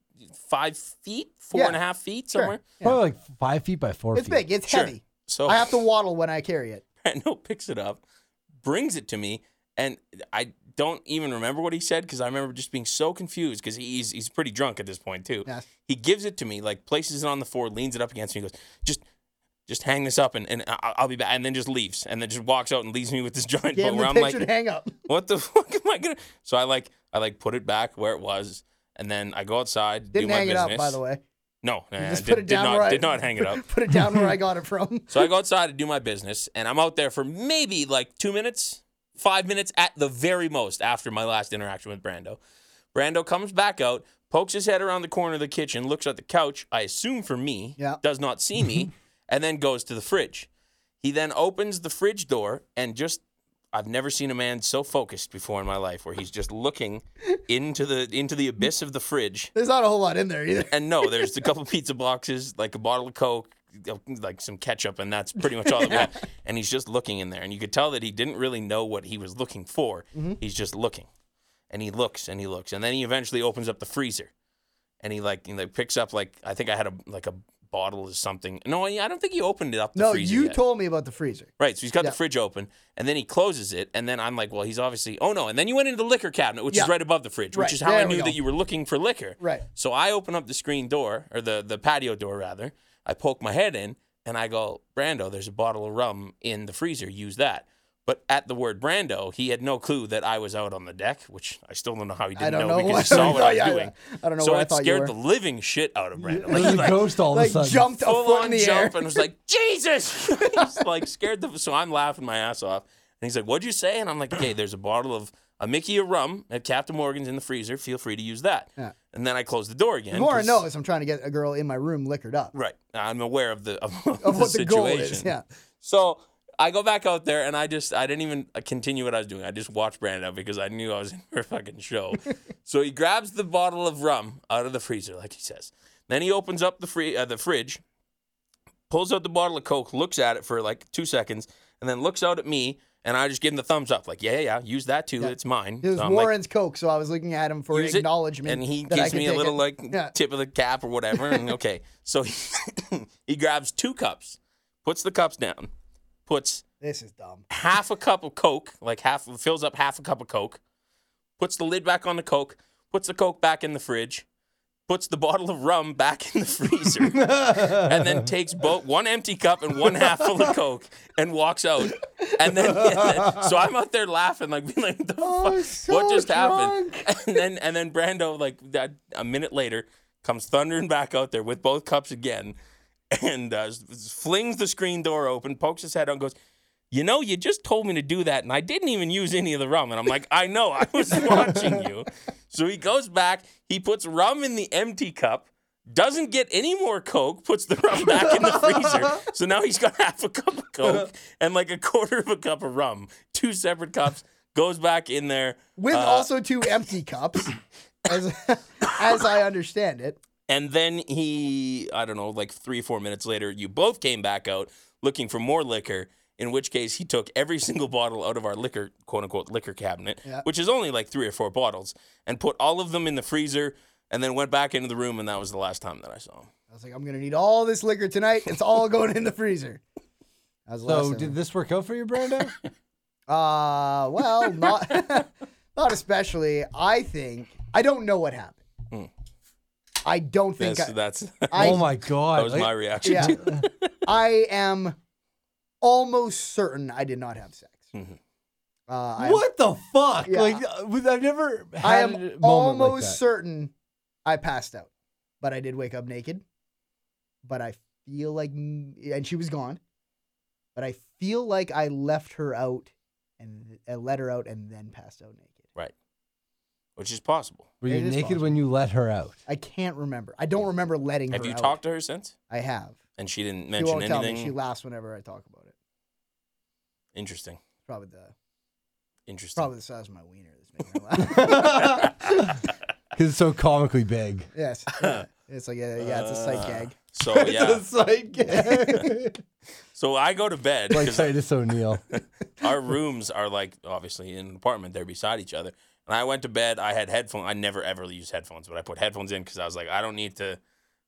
five feet, four Yeah. and a half feet Sure. somewhere. Yeah. Probably like five feet by four It's feet. big. It's Sure. heavy. So I have to waddle when I carry it. Brando picks it up, brings it to me, and I don't even remember what he said because I remember just being so confused because he's he's pretty drunk at this point too. Yes. He gives it to me, like places it on the floor, leans it up against me, and goes, "Just, just hang this up, and, and I- I'll be back," and then just leaves, and then just walks out and leaves me with this giant Give bow. him the Where I'm picture like, to hang up. "What the fuck am I gonna?" So I like I like put it back where it was, and then I go outside, do Didn't my hang it business. up, by the way. No, nah, just Uh, did, put it did down not where I- did not hang it up. Put it down where I got it from. So I go outside to do my business, and I'm out there for maybe like two minutes, five minutes at the very most after my last interaction with Brando. Brando comes back out, pokes his head around the corner of the kitchen, looks at the couch, I assume for me, Yeah. does not see me, and then goes to the fridge. He then opens the fridge door and just I've never seen a man so focused before in my life, where he's just looking into the into the abyss of the fridge. There's not a whole lot in there either. And no, there's a couple pizza boxes, like a bottle of Coke, like some ketchup, and that's pretty much all that we have. And he's just looking in there, and you could tell that he didn't really know what he was looking for. Mm-hmm. He's just looking, and he looks and he looks, and then he eventually opens up the freezer, and he like you know, picks up like I think I had a like a bottle or something. No, I I don't think he opened it up. The No, freezer you yet. told me about the freezer. Right, so he's got Yeah. the fridge open, and then he closes it, and then I'm like, well, he's obviously. Oh no! And then you went into the liquor cabinet, which Yeah. is right above the fridge, which Right, is how I there we knew go. that you were looking for liquor. Right. So I open up the screen door or the the patio door rather. I poke my head in, and I go, Brando, there's a bottle of rum in the freezer. Use that. But at the word Brando, he had no clue that I was out on the deck, which I still don't know how he I didn't don't know, know because what he saw what I was Yeah, doing. I don't know so what I it thought you scared were. the living shit out of Brando. Like, a ghost all Like of a sudden. jumped a full foot in on the jump air. and was like, Jesus! he's like scared the so I'm laughing my ass off. And he's like, What'd you say? And I'm like, Okay, there's a bottle of a Mickey of rum at Captain Morgan's in the freezer. Feel free to use that. Yeah. And then I close the door again. More 'cause- knows I'm trying to get a girl in my room liquored up. Right. I'm aware of the of, Of the what the situation. goal is. Yeah. So I go back out there and I just I didn't even uh, continue what I was doing. I just watched Brando because I knew I was in for a fucking show. so he grabs the bottle of rum out of the freezer, like he says. Then he opens up the free uh, the fridge, pulls out the bottle of Coke, looks at it for like two seconds, and then looks out at me. And I just give him the thumbs up, like, yeah, yeah, yeah, use that too. It's mine. It was So I'm like, Warren's Coke, so I was looking at him for Use it, acknowledgement. and he that I gives could me a take little it. like Yeah. tip of the cap or whatever and okay so he, he grabs two cups puts the cups down puts This is dumb. half a cup of coke like half fills up half a cup of coke puts the lid back on the coke puts the coke back in the fridge puts the bottle of rum back in the freezer and then takes both one empty cup and one half full of coke and walks out and then, so i'm out there laughing like being like "What the Oh, fuck? so what just happened drunk. and then and then Brando like that a minute later comes thundering back out there with both cups again, and uh, s- s- flings the screen door open, pokes his head out, and goes. You know, you just told me to do that, and I didn't even use any of the rum. And I'm like, I know, I was watching you. So he goes back, he puts rum in the empty cup, doesn't get any more Coke, puts the rum back in the freezer. So now he's got half a cup of Coke and like a quarter of a cup of rum, two separate cups, goes back in there. With Uh, also two empty cups, as, as I understand it. And then he, I don't know, like three, four minutes later, you both came back out looking for more liquor. In which case, he took every single bottle out of our liquor, quote unquote, liquor cabinet, Yeah. which is only like three or four bottles, and put all of them in the freezer, and then went back into the room, and that was the last time that I saw him. I was like, I'm going to need all this liquor tonight. It's all going in the freezer. That was the last So thing. did this work out for you, Brando? Uh, well, not not especially. I think I don't know what happened. Hmm. I don't think That's, I, that's I- oh my god! that was like- my reaction. yeah, too. I am almost certain I did not have sex. Mhm. Uh, I Mm-hmm. am- what the fuck? Yeah. Like uh, with- I've never had I a am moment almost like that. certain I passed out, but I did wake up naked. But I feel like, and she was gone. But I feel like I left her out and I let her out and then passed out naked. Right. Which is possible. Were you It is naked possible. when you let her out? I can't remember. I don't remember letting Have her you out. talked to her since? I have. And she didn't She mention won't tell anything. me. She laughs whenever I talk about it. Interesting. Probably the Interesting. probably the size of my wiener that's making her laugh. Because it's so comically big. yes. Yeah. It's like yeah, yeah, it's a sight Uh, gag. So yeah. it's like so I go to bed like 'cause Titus O'Neil. our rooms are like obviously in an apartment they're beside each other and i went to bed i had headphones i never ever use headphones but i put headphones in because i was like i don't need to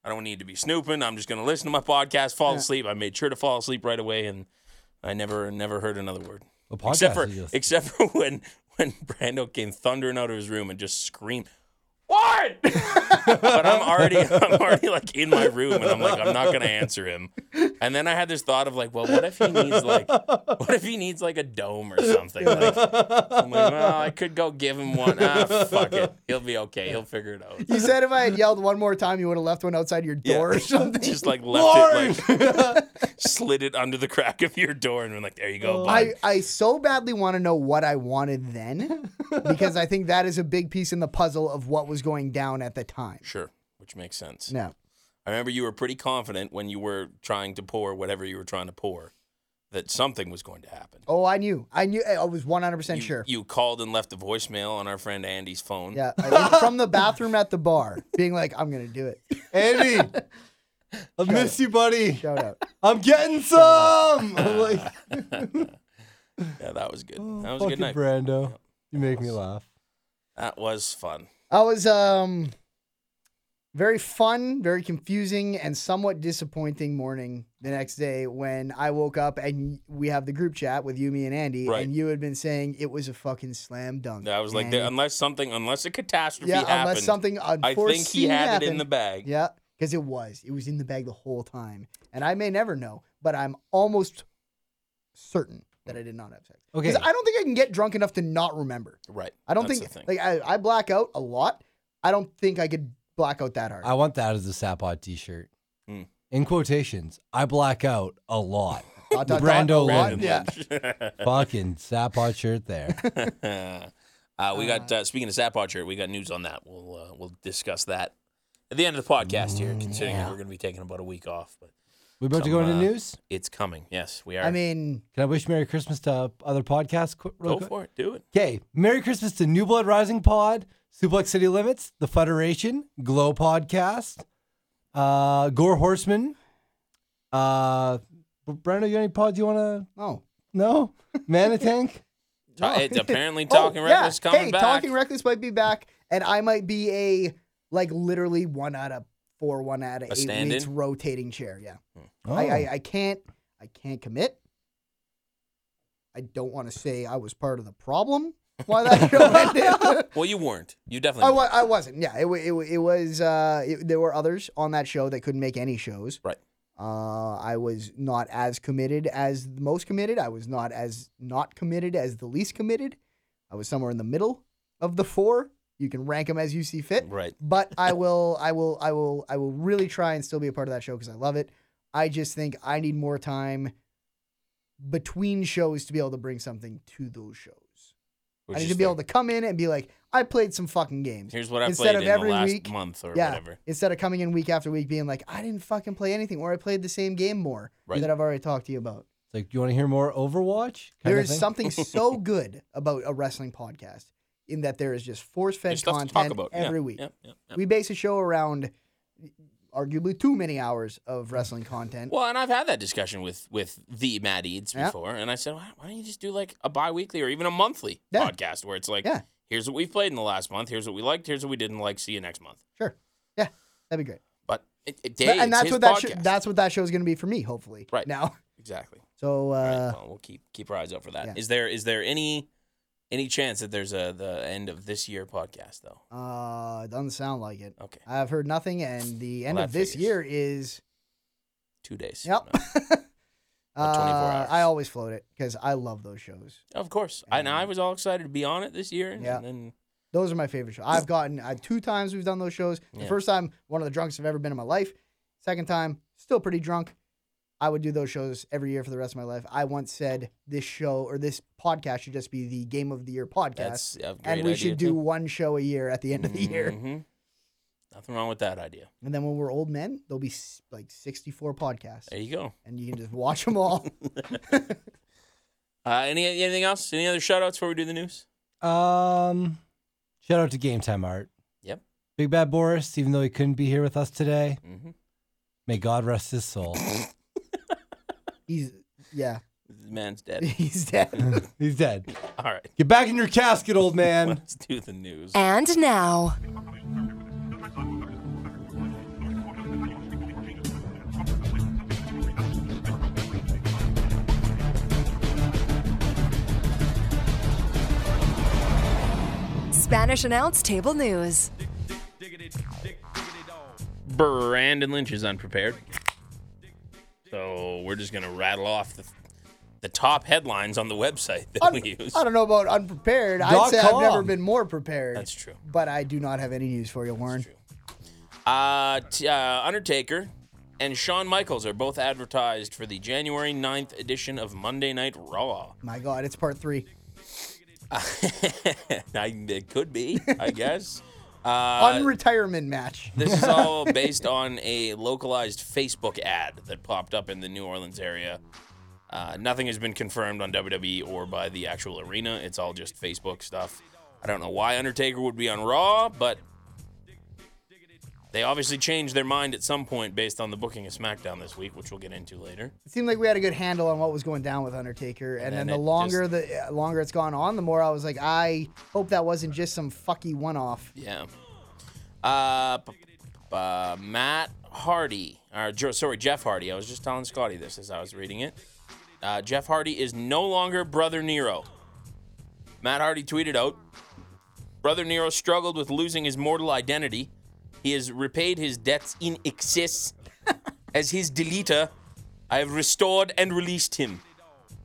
i don't need to be snooping i'm just going to listen to my podcast fall asleep i made sure to fall asleep right away and i never never heard another word The podcast except for is just- except for when when brando came thundering out of his room and just screamed Warren! but I'm already, I'm already like in my room, and I'm like, I'm not gonna answer him. And then I had this thought of like, well, what if he needs like, what if he needs like a dome or something? Like, I'm like, well, I could go give him one. Ah, fuck it, he'll be okay. He'll figure it out. You said if I had yelled one more time, you would have left one outside your Yeah. door or something. Just like Warren! left it, like slid it under the crack of your door, and been like, there you go. bud. Oh. I, I so badly want to know what I wanted then because I think that is a big piece in the puzzle of what was going down at the time. sure, which makes sense. No. I remember you were pretty confident when you were trying to pour whatever you were trying to pour, that something was going to happen. Oh, I knew. I knew. I was 100% you, sure. You called and left a voicemail on our friend Andy's phone. yeah. I was from the bathroom at the bar, being like, I'm going to do it. Andy, I miss you, buddy. Shout out. I'm getting some. I'm like, Yeah, that was good. oh, that was a good fucking night. Brando. You make me laugh. That was fun. I was um very fun, very confusing, and somewhat disappointing morning the next day when I woke up and we have the group chat with Yumi and Andy, Right. and you had been saying it was a fucking slam dunk. I was like, Andy. there, unless something, unless a catastrophe yeah, happened, unless something I unforeseen think he had happened. it in the bag. Yeah, because it was, it was in the bag the whole time, and I may never know, but I'm almost certain that I did not have sex. 'Cause Okay. I don't think I can get drunk enough to not remember. Right. I don't That's think the thing. like I, I black out a lot. I don't think I could black out that hard. I want that as a Sapod T-shirt. Hmm. In quotations, I black out a lot. Dot, dot, Brando dot, a lot. Lynn. Yeah. Fucking Sapod shirt there. Yeah. uh, we got uh, speaking of Zapod shirt, we got news on that. We'll uh, we'll discuss that at the end of the podcast here, Mm, considering that we're going to be taking about a week off, but We about to go Some, into uh, news. it's coming. Yes, we are. I mean, Can I wish Merry Christmas to other podcasts? qu- real go quick? for it. Do it. Okay, Merry Christmas to New Blood Rising Pod, Suplex City Limits, The Federation, Glow Podcast, uh, Gore Horseman. Uh, Brando, you got any pods you want to? oh, No, Manitank. Ta- No. It's apparently talking reckless Oh, yeah. coming hey, back. Talking Reckless might be back, and I might be a like literally one out of four, one out of A eight stand-in? weeks rotating chair. Yeah, oh, I, I I can't I can't commit. I don't want to say I was part of the problem. Why that show ended. well, you weren't. You definitely. I, weren't. Oh, wa- I wasn't. Yeah, it, wa- it, wa- it was. Uh, it, there were others on that show that couldn't make any shows. Right. Uh, I was not as committed as the most committed. I was not as not committed as the least committed. I was somewhere in the middle of the four. You can rank them as you see fit. Right. But I will, I will, I will, I will really try and still be a part of that show because I love it. I just think I need more time between shows to be able to bring something to those shows. Which I need is to be fair. able to come in and be like, I played some fucking games. Here's what I instead played of in every the last week- month or Yeah. whatever. instead of coming in week after week being like, I didn't fucking play anything, or I played the same game more Right. that I've already talked to you about. It's like, do you want to hear more Overwatch? Kind There of is thing? something so good about a wrestling podcast in that there is just force fed There's stuff content to talk about Yeah, every week. Yeah, yeah, yeah. We base a show around arguably too many hours of wrestling content. Well, and I've had that discussion with with the Matt Eads Yeah. before, and I said, why, why don't you just do like a bi-weekly or even a monthly Yeah. podcast where it's like, Yeah. here's what we've played in the last month, here's what we liked, here's what we didn't like. See you next month. That'd be great. But it, it, But- Dave, and it's that's his what that podcast. that's what that show is going to be for me, hopefully. Right. now. exactly. All So right, uh, well, we'll keep keep our eyes out for that. Is yeah. there is there any any chance that there's a the end of this year podcast though? uh, it doesn't sound like it. Okay, I've heard nothing, and the end Well, of that this figures. year is two days. Yep. No. Or 24 Uh, I hours. always float it because I love those shows. Of course, I, and I was all excited to be on it this year, Yeah. and then Those are my favorite shows. I've gotten uh, two times we've done those shows. The Yeah. first time, one of the drunkest I've ever been in my life. Second time, still pretty drunk. I would do those shows every year for the rest of my life. I once said this show or this podcast should just be the Game of the Year podcast, that's a great and we idea, should do one show a year at the end of the year. hmm Nothing wrong with that idea. And then when we're old men, there'll be s- like sixty-four podcasts, There you go. and you can just watch them all. Uh, any anything else? Any other shout outs before we do the news? Um, shout out to Game Time Art. Yep. Big Bad Boris, even though he couldn't be here with us today, Mm-hmm. may God rest his soul. He's yeah, Man's dead. he's dead. He's dead. all right, Get back in your casket, old man. let's do the news. And now, Spanish announce table news. Brandon Lynch is unprepared, so we're just gonna rattle off the the top headlines on the website that Un- we use. I don't know about unprepared. I'd Dot say I've com. never been more prepared. That's true. But I do not have any news for you, Warren. Uh, t- uh, Undertaker and Shawn Michaels are both advertised for the January 9th edition of Monday Night Raw. My God, it's part three. I, it could be, I guess. Uh, Unretirement match. this is all based on a localized Facebook ad that popped up in the New Orleans area Uh, nothing has been confirmed on WWE or by the actual arena. It's all just Facebook stuff. I don't know why Undertaker would be on Raw, but they obviously changed their mind at some point based on the booking of SmackDown this week, which we'll get into later. It seemed like we had a good handle on what was going down with Undertaker, and, then then, the it longer the uh, longer it's gone on, the more I was like, I hope that wasn't just some fucky one off. Yeah. Uh, b- b- uh, Matt Hardy, or Jo- sorry, Jeff Hardy. I was just telling Scotty this as I was reading it. Uh, Jeff Hardy is no longer Brother Nero. Matt Hardy tweeted out Brother Nero struggled with losing his mortal identity. He has repaid his debts in excess. as his deleter, I have restored and released him.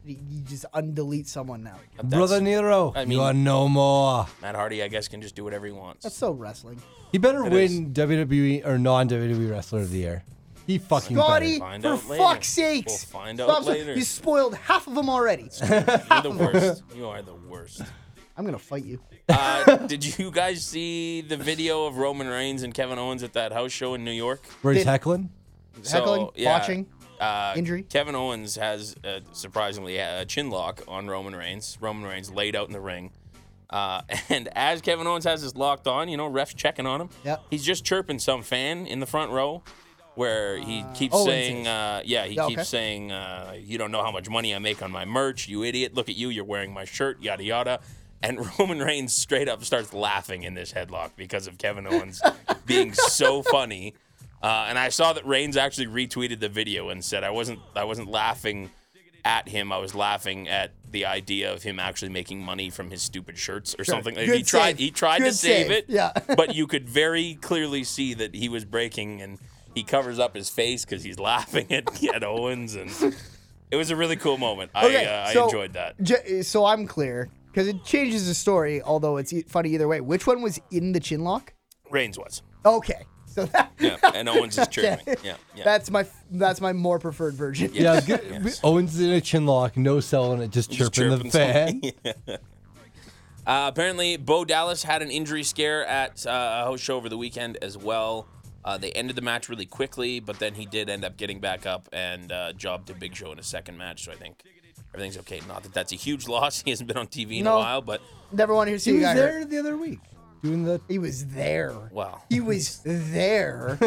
You you just undelete someone now. But that's- Brother Nero, I mean- you are no more. Matt Hardy, I guess, can just do whatever he wants. That's so wrestling. He better It win is. WWE or non WWE Wrestler of the Year. He fucking Scotty, better. Find for out fuck's later. sakes! We'll find out so- later. You spoiled half of them already. You're the worst. You are the worst. I'm gonna fight you. Uh, did you guys see the video of Roman Reigns and Kevin Owens at that house show in New York? Where he's Did- heckling? Heckling, botching, uh, injury. Kevin Owens has uh, surprisingly a chin lock on Roman Reigns. Roman Reigns laid out in the ring. Uh, and as Kevin Owens has his locked on, you know, refs checking on him. Yep. He's just chirping some fan in the front row where he keeps Owens saying, is. uh, yeah, he Oh, Yeah, keeps okay. saying, uh, you don't know how much money I make on my merch, you idiot. Look at you, you're wearing my shirt, yada, yada. And Roman Reigns straight up starts laughing in this headlock because of Kevin Owens being so funny. Uh, and I saw that Reigns actually retweeted the video and said, I wasn't, I wasn't laughing at him. I was laughing at the idea of him actually making money from his stupid shirts or something. Like, he Good tried, save. he tried to Good save, save. it, Yeah. but you could very clearly see that he was breaking, and he covers up his face because he's laughing at, at Owens, and it was a really cool moment. Okay, I, uh, I so- enjoyed that. J- so I'm clear because it changes the story, although it's e- funny either way. Which one was in the chin lock? Reigns was, Okay, so that yeah, and Owens is chirping. Yeah, yeah. that's my that's my more preferred version. Yes, Yeah, good. yes. Owens in a chin lock, no selling it, just chirping, Just the chirping fan. Uh, apparently, Bo Dallas had an injury scare at uh, a host show over the weekend as well. Uh, they ended the match really quickly, but then he did end up getting back up and uh, jobbed to Big Show in a second match. So I think everything's okay. Not that that's a huge loss. He hasn't been on TV in a No. while, but Never want to see He you was guy there hurt. the other week doing the He was there. wow. He was there.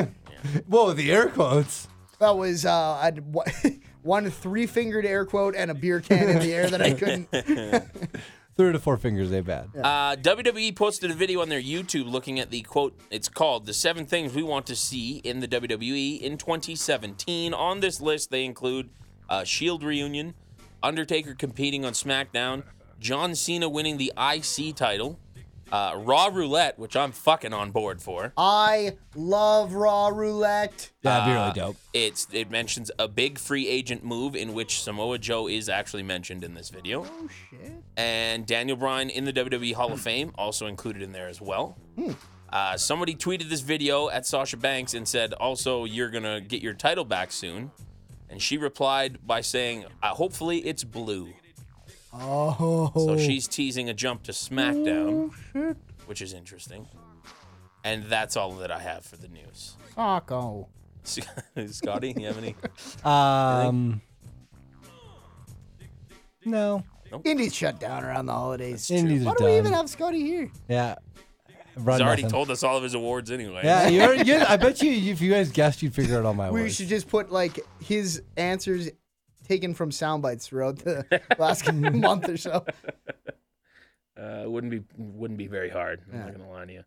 whoa the air quotes. that was uh, I'd, one three fingered air quote and a beer can in the air that I couldn't. Three to four fingers ain't bad. Uh, WWE posted a video on their YouTube looking at the quote, it's called The Seven Things We Want to See in the WWE in 2017. On this list, they include uh, Shield reunion, Undertaker competing on SmackDown, John Cena winning the IC title, uh, Raw Roulette, which I'm fucking on board for. I love raw roulette. That'd be Ah. really dope. It's It mentions a big free agent move in which Samoa Joe is actually mentioned in this video. Oh shit! and Daniel Bryan in the WWE Hall of Fame, also included in there as well. Hmm. Uh, somebody tweeted this video at Sasha Banks and said, also, you're going to get your title back soon. And she replied by saying, uh, hopefully it's blue. Oh, So she's teasing a jump to Oh, SmackDown, which is interesting. And that's all that I have for the news. Taco. Scotty, you have any? Um, no, Indies shut down around the holidays. That's Indies true. Why are do we done. even have Scotty here? yeah. He's Run already nothing. told us all of his awards anyway. Yeah, you're, you I bet you if you guys guessed, you'd figure out all my We words. should just put like his answers taken from sound bites throughout the last month or so. Uh, it wouldn't be wouldn't be very hard. I'm not gonna lie to you.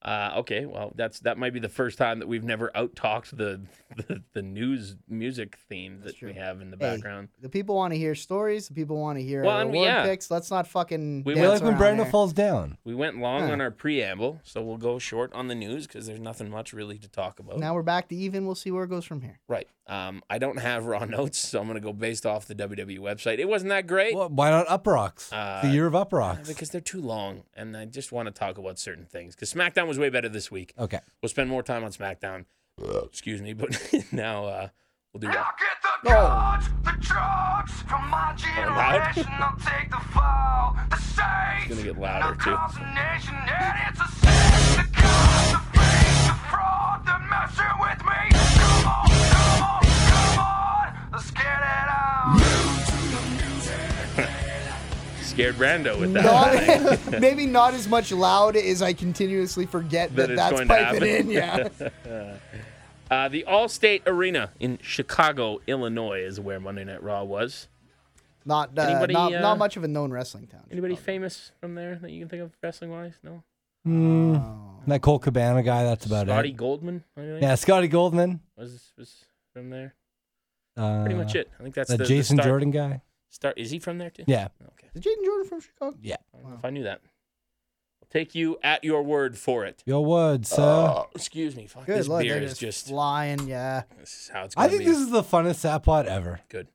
Uh, okay, well that's that might be the first time that we've never out talked the, the the news music theme that we have in the Hey, background. The people want to hear stories. The people want to hear Well, our and we- award yeah. picks. Let's not fucking. We yeah, went dance like when around Brenda there. falls down. We went long Huh. on our preamble, so we'll go short on the news because there's nothing much really to talk about. Now we're back to even. We'll see where it goes from here. Right. Um, I don't have raw notes, so I'm gonna go based off the WWE website. It wasn't that great Well, why not Up Rocks? the Uh, year of Up Rocks. because they're too long, and I just want to talk about certain things. Because SmackDown was way better this week. okay. We'll spend more time on SmackDown. Excuse me, but now uh, we'll do. Raw. I'll get the Oh. drugs, the drugs from my generation. I'll take the fall, the shame. gonna get louder, no too. consternation, and it's a sin. The cost, the fame, the fraud, the messing with me. Come on, come on, come on, let's get it on. scared Rando with that. Not- I think. maybe not as much loud as I continuously forget that, That it's that's going to piping happen. in. Yeah. Uh, the Allstate Arena in Chicago, Illinois, is where Monday Night Raw was. Not, uh, Anybody, not, uh, not much of a known wrestling town. Anybody famous from there that you can think of wrestling wise? No. That Cole Cabana guy, that's about Scotty it. Goldman. I think, Yeah, Scotty Goldman. was was from there. Uh, Pretty much it. I think that's That the, the Jason start- Jordan guy. Start. Is he from there too? Yeah. Okay. Is Jaden Jordan from Chicago? Yeah. I don't know if I knew that. I'll take you at your word for it. Yo, Woods. Uh, Oh, excuse me. Fuck, Good this lord, beer they're is just. flying. Yeah. This is how it's going I think this is the funnest sap pod ever. good.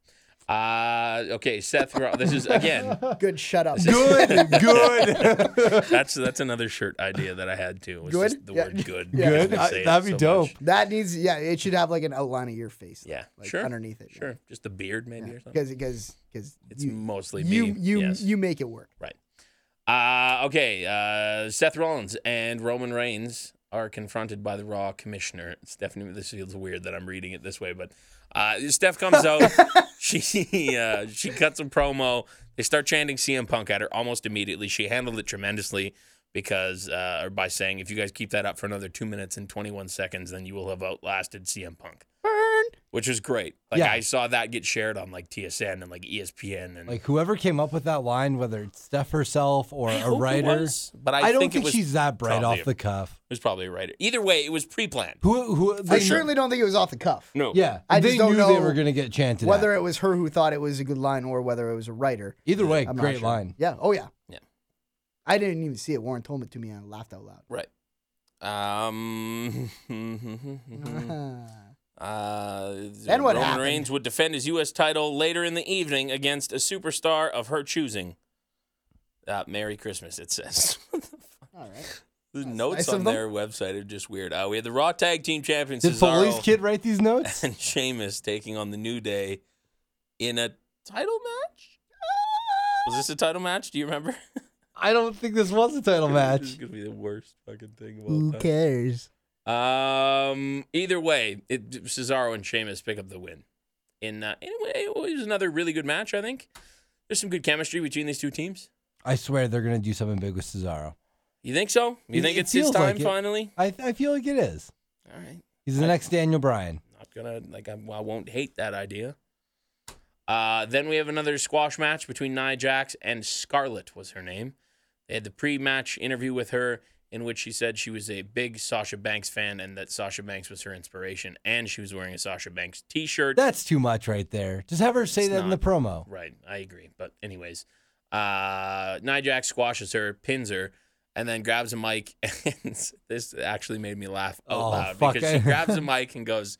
Uh, okay, Seth. Ro- This is again. Good shut up. Good, good, That's that's another shirt idea that I had too. Was Good? just the Yeah. word good. Yeah. because good. we I- say it that'd be so dope. much. That needs. Yeah, it should have like an outline of your face. like- Yeah, Like sure. Underneath it. Sure, just the beard maybe or something. Because because because It's you mostly you me. you, yes. you make it work. right. Uh, okay. Uh, Seth Rollins and Roman Reigns are confronted by the Raw Commissioner Stephanie. This feels weird that I'm reading it this way, but uh, Steph comes out. she uh, she cuts a promo. They start chanting CM Punk at her almost immediately. She handled it tremendously because uh, or by saying, "If you guys keep that up for another two minutes and 21 seconds, then you will have outlasted CM Punk." Burn. which was great. Like Yeah. I saw that get shared on like TSN and like E ESPN and Like whoever came up with that line, whether it's Steph herself or I a hope it writer, was, but I, I, don't think, think, it was she's that bright probably off a- the cuff. It was probably a writer. Either way, it was pre-planned. Who, who? I They, certainly don't think it was off the cuff. No, Yeah, I they just don't knew they know were gonna get chanted. Whether at. it was her who thought it was a good line or whether it was a writer. either way, I'm not great sure. line. Yeah. Oh yeah. Yeah. I didn't even see it. Warren told it to me and I laughed out loud. right. Um, Mm. uh, Then what Roman happened? Reigns would defend his U.S. title later in the evening against a superstar of her choosing. Uh, Merry Christmas, it says. All right. the notes nice on of them. their website are just weird. Uh, we had the Raw Tag Team Champions Did Foley's Cesaro kid write these notes? and Sheamus taking on the New Day in a title match. Was this a title match? Do you remember? I don't think this was a title This is match. Mm, gonna be the worst fucking thing of all Who time. cares? Um. Either way, it, Cesaro and Sheamus pick up the win. In uh, anyway, it was another really good match. I think there's some good chemistry between these two teams. I swear they're gonna do something big with Cesaro. You think so? You It- think it it's his feels time like it. finally? I, I feel like it is. All right. He's the next Daniel Bryan. Not gonna like. I, I won't hate that idea. Uh, then we have another squash match between Nia Jax and Scarlett was her name. They had the pre-match interview with her in which she said she was a big Sasha Banks fan and that Sasha Banks was her inspiration and she was wearing a Sasha Banks t-shirt. That's too much right there. Just have her say It's that in the not. promo. Right, I agree. But anyways, uh, Nia Jax squashes her, pins her, and then grabs a mic. And this actually made me laugh out Oh, loud fuck, because I- she grabs a mic and goes,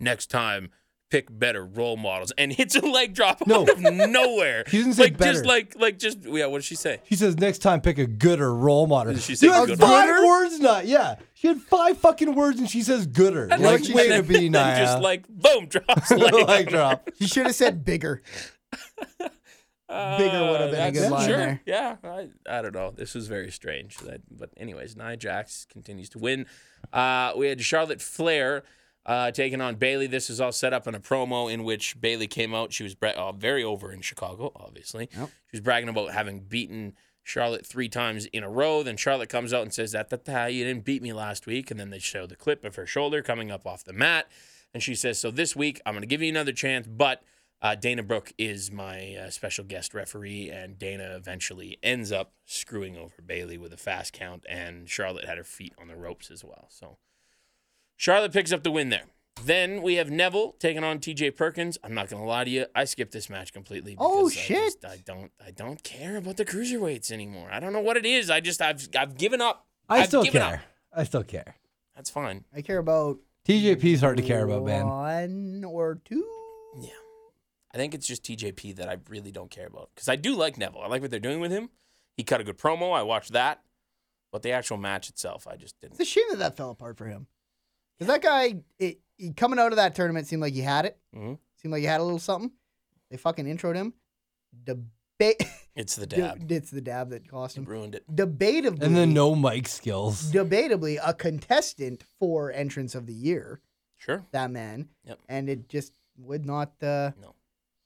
"Next time." Pick better role models and hits a leg drop No. out of nowhere. She doesn't say like just better. like like just yeah. What did she say? She says next time pick a gooder role model. Did she say you had gooder? five Gooder? words, not yeah. She had five fucking words, and she says gooder. And like then- way to and be then- then Nia. Just like boom drops leg. Leg drop. You should have said bigger. Bigger would have been a Uh, that's- good line sure. there. Yeah, I, I don't know. This was very strange. That, but anyways, Nia Jax continues to win. Uh, we had Charlotte Flair uh, taking on Bailey. This is all set up in a promo in which Bailey came out. She was bra- uh, very over in Chicago, obviously. She was bragging about having beaten Charlotte three times in a row. Then Charlotte comes out and says, "That that that you didn't beat me last week." And then they show the clip of her shoulder coming up off the mat, and she says, "So this week I'm going to give you another chance, but." Uh, Dana Brooke is my uh, special guest referee, and Dana eventually ends up screwing over Bailey with a fast count, and Charlotte had her feet on the ropes as well. So Charlotte picks up the win there. Then we have Neville taking on T.J. Perkins. I'm not gonna lie to you, I skipped this match completely. Oh, because I, shit. just- I don't, I don't care about the cruiserweights anymore. I don't know what it is. I just, I've, I've given up. I I've still given care. up. I still care. That's fine. I care about TJP's hard to care about, man. one or two. Yeah. I think it's just TJP that I really don't care about because I do like Neville. I like what they're doing with him. He cut a good promo. I watched that, but the actual match itself, I just It's a didn't. shame that that fell apart for him. Cause that guy, it, he, coming out of that tournament, seemed like he had it. Mm-hmm. Mhm. Seemed like he had a little something. They fucking introed him. Debate. It's the dab. it's the dab that cost It him. ruined it. Debatably, And then no mic skills. debatably a contestant for entrance of the year. Sure. That man. Yep. And it just would not. Uh, No.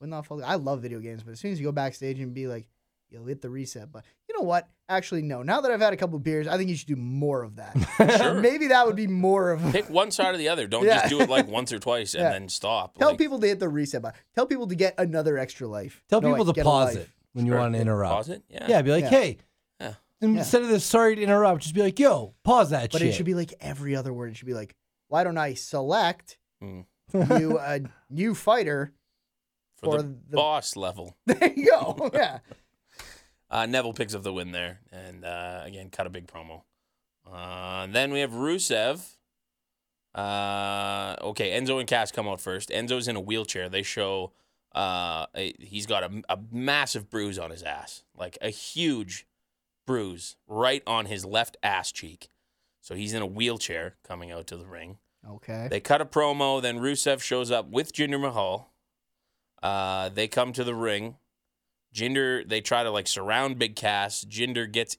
Would not fall. I love video games, but as soon as you go backstage and be like, You'll hit the reset button. You know what? Actually, no. Now that I've had a couple beers, I think you should do more of that. Sure. Maybe that would be more of. Pick one side or the other. Don't Yeah. just do it like once or twice and Yeah. then stop. Tell Like, people to hit the reset button. Tell people to get another extra life. Tell No, people wait, to get a pause life. it when you Sure. want to interrupt. Pause it. Yeah. Yeah, be like, Yeah. hey, Yeah. instead of this, sorry to interrupt, just be like, yo, pause that But shit. it should be like every other word. It should be like, why don't I select Mm. you a new fighter? For, for the, the- boss level. There you go. Yeah. Uh, Neville picks up the win there, and uh, again cut a big promo. Uh, then we have Rusev. Uh, okay, Enzo and Cass come out first. Enzo's in a wheelchair. They show uh, a, he's got a, a massive bruise on his ass, like a huge bruise right on his left ass cheek. So he's in a wheelchair coming out to the ring. Okay. They cut a promo. Then Rusev shows up with Jinder Mahal. Uh, they come to the ring. Jinder, they try to like surround Big Cass. Jinder gets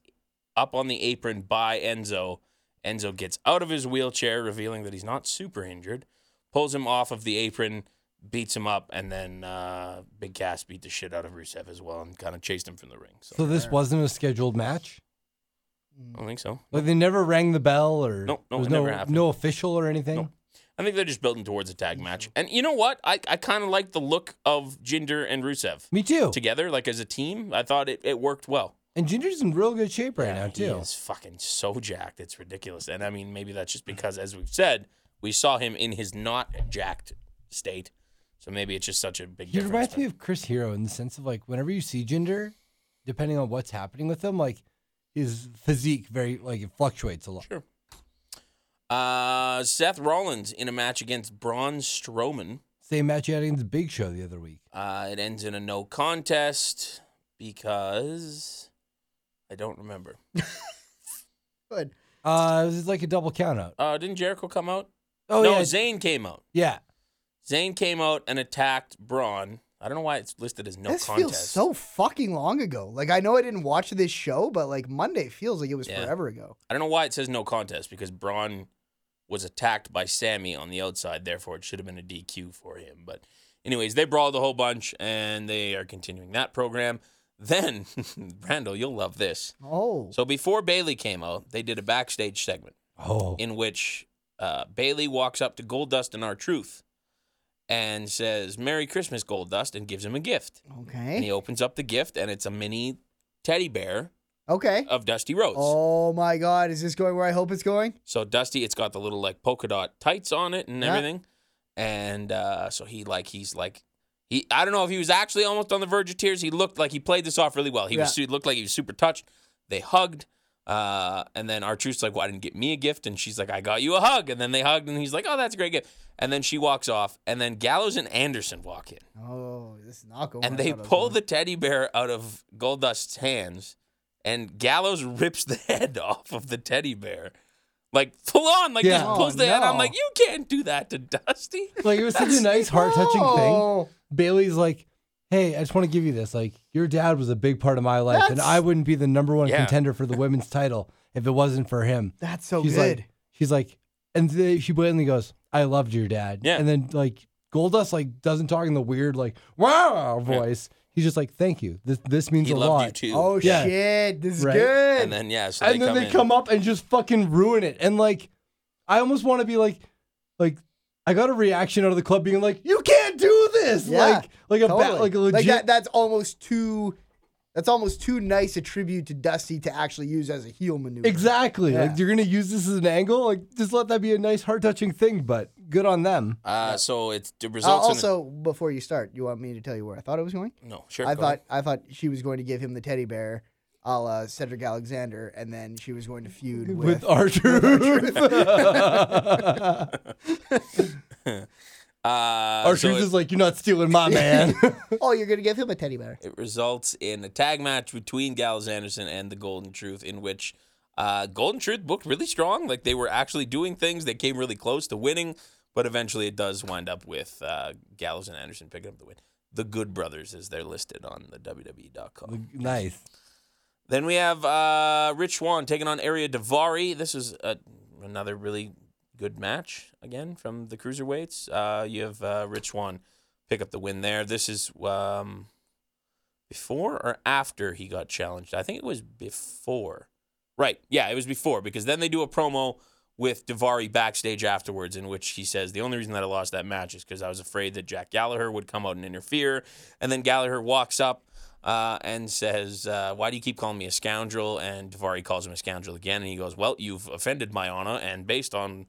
up on the apron by Enzo. Enzo gets out of his wheelchair, revealing that he's not super injured. Pulls him off of the apron, beats him up, and then uh, Big Cass beat the shit out of Rusev as well and kind of chased him from the ring. So so this wasn't a scheduled match? I don't think so. Like they never rang the bell or No, no, there was it no, never happened. no official or anything? No. I think they're just building towards a tag match. And you know what? I, I kind of like the look of Jinder and Rusev. Me too. together, like as a team. I thought it, it worked well. And Ginger's in real good shape right now, He too. is fucking so jacked. It's ridiculous. And I mean, maybe that's just because, as we've said, we saw him in his not jacked state. So maybe it's just such a big He difference. reminds me but- of Chris Hero in the sense of like whenever you see Ginger, depending on what's happening with him, like his physique very like it fluctuates a lot. Sure. uh, Seth Rollins in a match against Braun Strowman. Same match you had against Big Show the other week. Uh, it ends in a no contest because I don't remember. Good. Uh, it was like a double count out. Uh, didn't Jericho come out? Oh no, yeah, Zayn came out. yeah. Zayn came out and attacked Braun. I don't know why it's listed as no this contest. feels so fucking long ago. Like I know I didn't watch this show, but like Monday feels like it was Yeah. forever ago. I don't know why it says no contest because Braun was attacked by Sammy on the outside. Therefore, it should have been a DQ for him. But, anyways, they brawled a whole bunch and they are continuing that program. Then, Randall, you'll love this. Oh. So, before Bailey came out, they did a backstage segment Oh, in which uh, Bailey walks up to Goldust and Our Truth and says, Merry Christmas, Goldust, and gives him a gift. And he okay. opens up the gift and it's a mini teddy bear Okay. of Dusty Rhodes. Oh my god, is this going where I hope it's going? So Dusty, it's got the little like polka dot tights on it and Yeah. everything. And uh, so he like he's like he I don't know if he was actually almost on the verge of tears. He looked like he played this off really well. He was su- looked like he was super touched. They hugged. Uh, and then our truth's like, "Well, I didn't get me a gift," and she's like, "I got you a hug." And then they hugged, and he's like, "Oh, that's a great gift." And then she walks off, and then Gallows and Anderson walk in, Oh, this is not going. and where they I thought it was pull going. the teddy bear out of Goldust's hands, and Gallows rips the head off of the teddy bear, like full on, like Yeah. just pulls Oh, the head. I'm no. like, you can't do that to Dusty. like it was such a nice, heart touching thing. Oh, Bailey's like, hey, I just want to give you this. Like your dad was a big part of my life, and That's- I wouldn't be the number one Yeah. contender for the women's title if it wasn't for him. That's so she's good. like, she's like, and they, she blatantly goes, "I loved your dad." Yeah. And then like Goldust like doesn't talk in the weird like wow voice. He's just like, "Thank you. This this means he a loved lot." you too. oh Yeah. shit, this is Right? good. and then yeah, so and they then come they in. come up and just fucking ruin it. And like, I almost want to be like, like. I got a reaction out of the club being like, "You can't do this!" Yeah, like, like a ba- Totally. like a legit. that, that's almost too. That's almost too nice a tribute to Dusty to actually use as a heel maneuver. exactly. Yeah. Like you're gonna use this as an angle. Like just let that be a nice, heart touching thing. But good on them. Uh, so it's it Uh, results. also, before you start, you want me to tell you where I thought it was going? in no, sure. I go ahead. thought I thought she was going to give him the teddy bear, a la Cedric Alexander, and then she was going to feud with. with our truth. Uh, Our so truth it- is like, you're not stealing my man. oh, you're going to give him a teddy bear. It results in a tag match between Gallows Anderson and the Golden Truth, in which uh, Golden Truth booked really strong. Like they were actually doing things. They came really close to winning, but eventually it does wind up with uh, Gallows and Anderson picking up the win. The Good Brothers, as they're listed on the E WWE.com. nice. Then we have uh, Rich Swan taking on Area Davari. This is uh another really good match again from the cruiserweights. Uh, you have uh, Rich Swan pick up the win there. This is um, before or after he got challenged? I think it was before. Right. Yeah, it was before because then they do a promo with Davari backstage afterwards in which he says the only reason that I lost that match is because I was afraid that Jack Gallagher would come out and interfere. And then Gallagher walks up uh, and says, uh, Why do you keep calling me a scoundrel? And Davari calls him a scoundrel again. And he goes, Well, you've offended my honor. And based on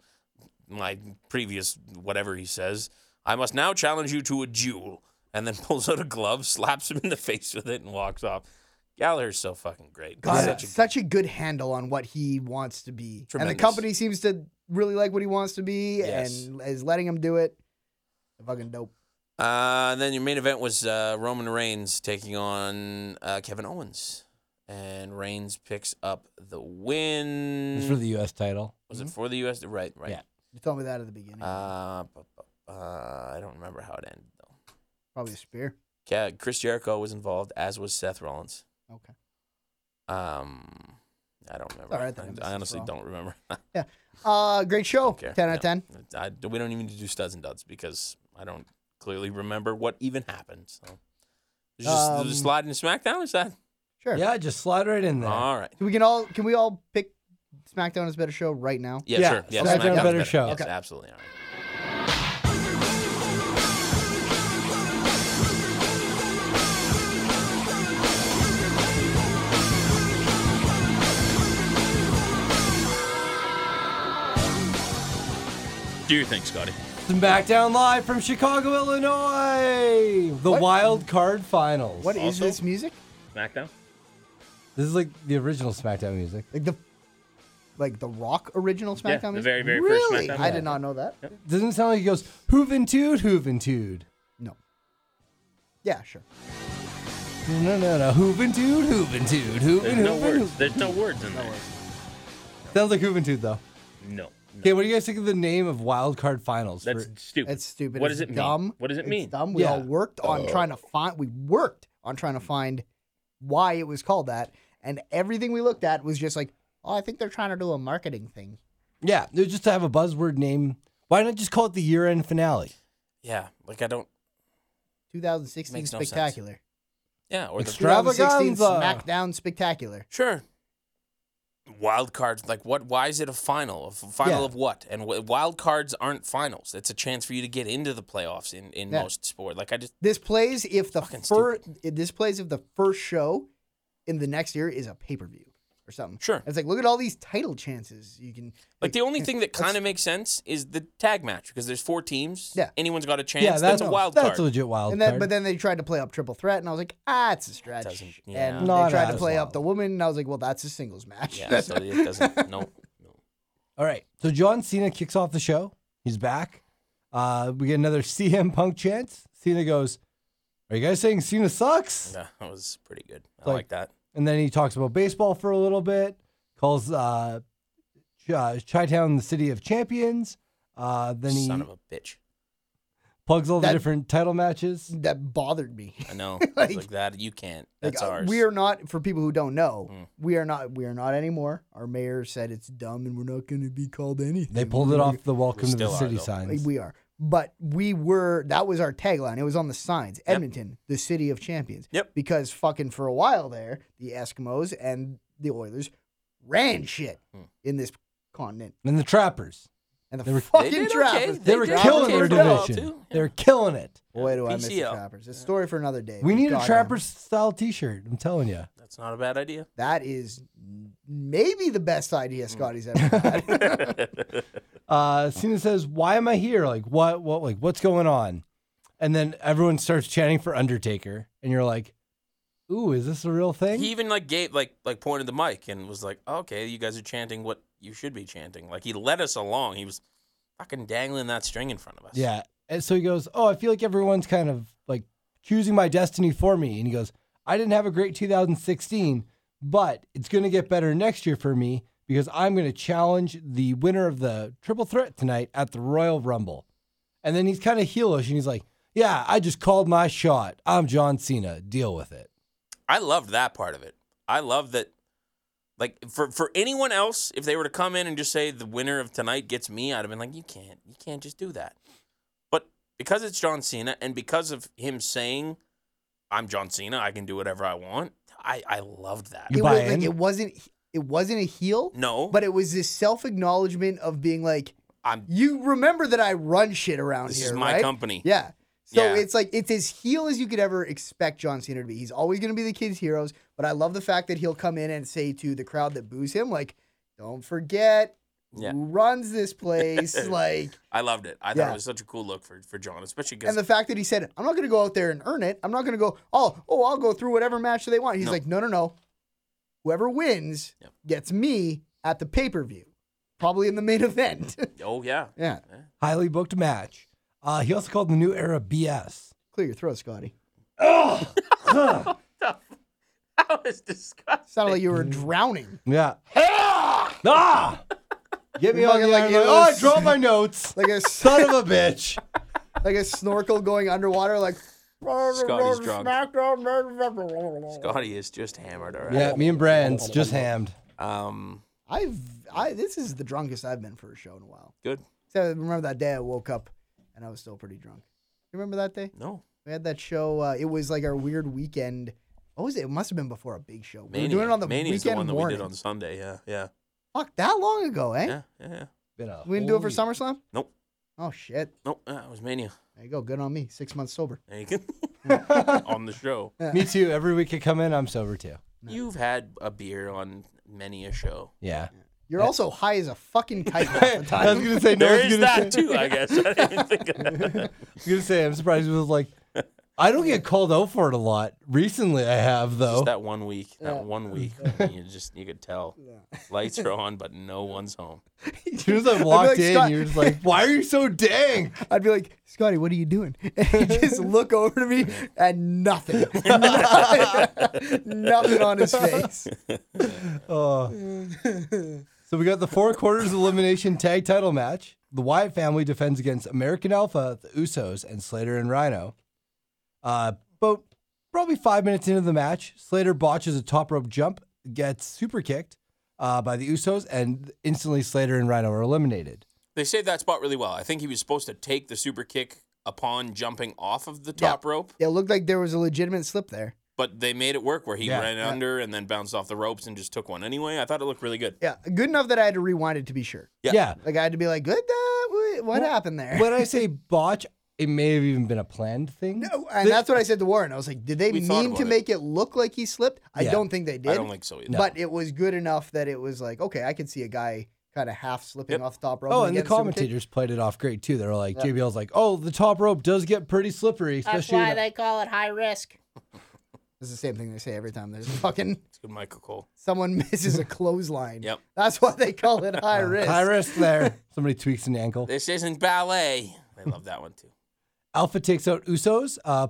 my previous whatever he says, I must now challenge you to a duel. And then pulls out a glove, slaps him in the face with it, and walks off. Gallagher's so fucking great. God, Such such, a- a, good handle on what he wants to be. And Tremendous. the company seems to really like what he wants to be Yes. and is letting him do it. Fucking dope. Uh, and then your main event was uh, Roman Reigns taking on uh, Kevin Owens, and Reigns picks up the win. It's for the U.S. title. was it for the U.S.? Right, right. Yeah. You told me that at the beginning. Uh, bu- bu- uh, I don't remember how it ended though. Probably a spear. Ca- Chris Jericho was involved, as was Seth Rollins. Okay. Um, I don't remember. all right, then I I- missed I, this honestly wrong. don't remember. Uh, great show. Don't care. 10 out No. of 10. I, we don't even need to do studs and duds because I don't clearly remember what even happened. So, There's just, there's a Um, slide into SmackDown. Is that Sure. Yeah, just slide right in there. all right? Can we can all can we all pick SmackDown is better show right now? Yeah, Yeah, sure. Yeah, SmackDown's SmackDown's better show. Yes, Okay. absolutely. All right. Do you think, Scotty? SmackDown Live from Chicago, Illinois. The What? wild card finals. What is Also- this music? SmackDown? This is like the original SmackDown music. Like the like the Rock original SmackDown the music? very, very first really? SmackDown. I did not know that. Doesn't it sound like he goes hooventude, hooventude. No. Yeah, sure. No, no, no, hooventude, hooventude, hooven, There's no hooven, words. There's no words in there. hoo- Sounds like hooventude though. No. no. Okay, what do you guys think of the name of wild card finals? That's for- stupid. It's stupid. What it's does it dumb. mean? What does it It's mean? dumb. We all Yeah. Uh. worked on trying to find. We worked on trying to find why it was called that, and everything we looked at was just like, oh, I think they're trying to do a marketing thing. yeah, no, just to have a buzzword name. Why not just call it the year-end finale? yeah, like I don't. 2016 Makes no sense. spectacular. Yeah, or the um, Extra- 2016 Extravaganza. SmackDown spectacular. Sure. Wild cards, like what? Why is it a final? A f- final Yeah. of what? And w- wild cards aren't finals. It's a chance for you to get into the playoffs in, in Yeah. most sport. Like I just This plays if the Fucking first. This plays if the first show in the next year is a pay per view or something. Sure. It's like look at all these title chances you can. like the only thing that let's- kind of makes sense is the tag match because there's four teams. Yeah. anyone's got a chance. yeah, that's, a wild that's card. a legit wild And then, card. but then they tried to play up triple threat, and I was like, ah, it's a stretch. Doesn't- yeah. And Not they tried to as play well. up the woman, and I was like, well, that's a singles match. yeah, so it doesn't. No, no. All right, so John Cena kicks off the show. He's back. Uh, we get another CM Punk chance. Cena goes, "Are you guys saying Cena sucks?" Yeah, that was pretty good. I Like- like that. And then he talks about baseball for a little bit, calls uh, Ch- uh, Chi-town the city of champions. Uh, then he Son of a bitch. plugs all the That- different title matches. that bothered me. I know. Like- like, like that, you can't. Like, That's uh, ours. We are not, for people who don't know, Mm. we are not, we are not anymore. Our mayor said it's dumb, and we're not going to be called anything. They pulled it We're- off the welcome to the still are, city though. signs. We are, but we were. That was our tagline. It was on the signs. Edmonton, the city of champions. Yep. Because fucking for a while there, the Eskimos and the Oilers ran shit in this continent. and the trappers, And the Hmm. They were- They fucking did okay. Trappers. They they were did killing okay their for football, division. too. They were killing it. Boy, do I miss the PCL. Trappers. It's a story for another day. We but need a goddamn, trapper style T-shirt. I'm telling you. That's not a bad idea. That is maybe the best Hmm. idea Scotty's ever had. Uh, Cena says, "Why am I here? Like what? What? Like what's going on?" And then everyone starts chanting for Undertaker, and you're like, "Ooh, is this a real thing?" He even like gave like like pointed the mic and was like, "Okay, you guys are chanting what you should be chanting." Like he led us along. He was fucking dangling that string in front of us. Yeah. And so he goes, Oh, I feel like everyone's kind of like choosing my destiny for me. And he goes, I didn't have a great 2016, but it's going to get better next year for me because I'm going to challenge the winner of the triple threat tonight at the Royal Rumble. And then he's kind of heelish and he's like, Yeah, I just called my shot. I'm John Cena. Deal with it. I loved that part of it. I love that. Like for for anyone else, if they were to come in and just say the winner of tonight gets me, I'd have been like, "You can't, you can't just do that." But because it's John Cena and because of him saying I'm John Cena. I can do whatever I want. I, I loved that. You it, buy was, like, in? it wasn't it wasn't a heel, No, but it was this self acknowledgement of being like, I'm. you remember that I run shit around This here. is my right? company. Yeah. So Yeah. it's like it's as heel as you could ever expect John Cena to be. He's always going to be the kids' heroes, but I love the fact that he'll come in and say to the crowd that boos him, like, "Don't forget Yeah. who runs this place." like, I loved it. I thought Yeah. it was such a cool look for, for John, especially because and the fact that he said, "I'm not going to go out there and earn it. I'm not going to go. Oh, oh, I'll go through whatever match they want." He's No. like, "No, no, no. Whoever wins Yep. gets me at the pay per view, probably in the main event." oh yeah, yeah, Highly booked match. Uh, he also called the new era BS. clear your throat, Scotty. that was disgusting. Sounded like you were drowning. Yeah. ah! Get me on the Fucking like like, it oh, I was- dropped my notes. Like a s- Son of a bitch. like a snorkel going underwater, like Scotty's drunk. Scotty is just hammered. All right. Yeah, me and Brands just hammed. Um. I've I this is the drunkest I've been for a show in a while. Good. Except I remember that day I woke up and I was still pretty drunk. You remember that day? No. We had that show, uh, it was like our weird weekend. What was it? It must have been before a big show. Mania. We were doing it on the Mania's the weekend one that morning. we did on Sunday. Yeah. Yeah. Fuck that long ago, eh? Yeah. Yeah. yeah. Been a We didn't do it for whole SummerSlam? Nope. Oh shit. Nope. Yeah, it was Mania. There you go. Good on me. Six months sober. There you go. on the show. year. Me too. Every week I come in, I'm sober too. You've had a beer on many a show. Yeah. You're also high as a fucking kite half the I was time. gonna say no. There I is was gonna that say, too, I guess. I didn't even think of that. I was gonna say I'm surprised it was like I don't get called out for it a lot. Recently I have though. Just that one week. That one week. you just you could tell. Lights are on, but no one's home. As soon as I walked like, in, "Scott- you're just like, why are you so dank? I'd be like, Scotty, what are you doing? And he'd just look over to me and nothing. nothing on his face. Oh. so we got the four quarters elimination tag title match. The Wyatt family defends against American Alpha, the Usos, and Slater and Rhino. Uh, but probably five minutes into the match, Slater botches a top rope jump, gets super kicked uh, by the Usos, and instantly Slater and Rhino are eliminated. They saved that spot really well. I think he was supposed to take the super kick upon jumping off of the top rope, It looked like there was a legitimate slip there. but they made it work where he Yeah. ran under and then bounced off the ropes and just took one anyway. I thought it looked really good. Yeah, good enough that I had to rewind it to be sure. Yeah. Like I had to be like, good, uh, wha- what happened there? when I say botch, it may have even been a planned thing. No, and that's what I said to Warren. I was like, did they We thought mean to about it. make it look like he slipped? I Yeah. don't think they did. I don't think so either. But it was good enough that it was like, okay, I could see a guy kind of half slipping Yep. off the top rope. Oh, and the getting super kicked. commentators played it off great too. They were like, JBL's like, oh, the top rope does get pretty slippery, That's especially. why in- they call it high risk. It's the same thing they say every time. There's a fucking It's good Michael Cole. someone misses a clothesline. Yep. Uh, That's why they call it high risk. High risk there. Somebody tweaks an ankle. This isn't ballet. I love that one too. Alpha takes out Usos. Uh,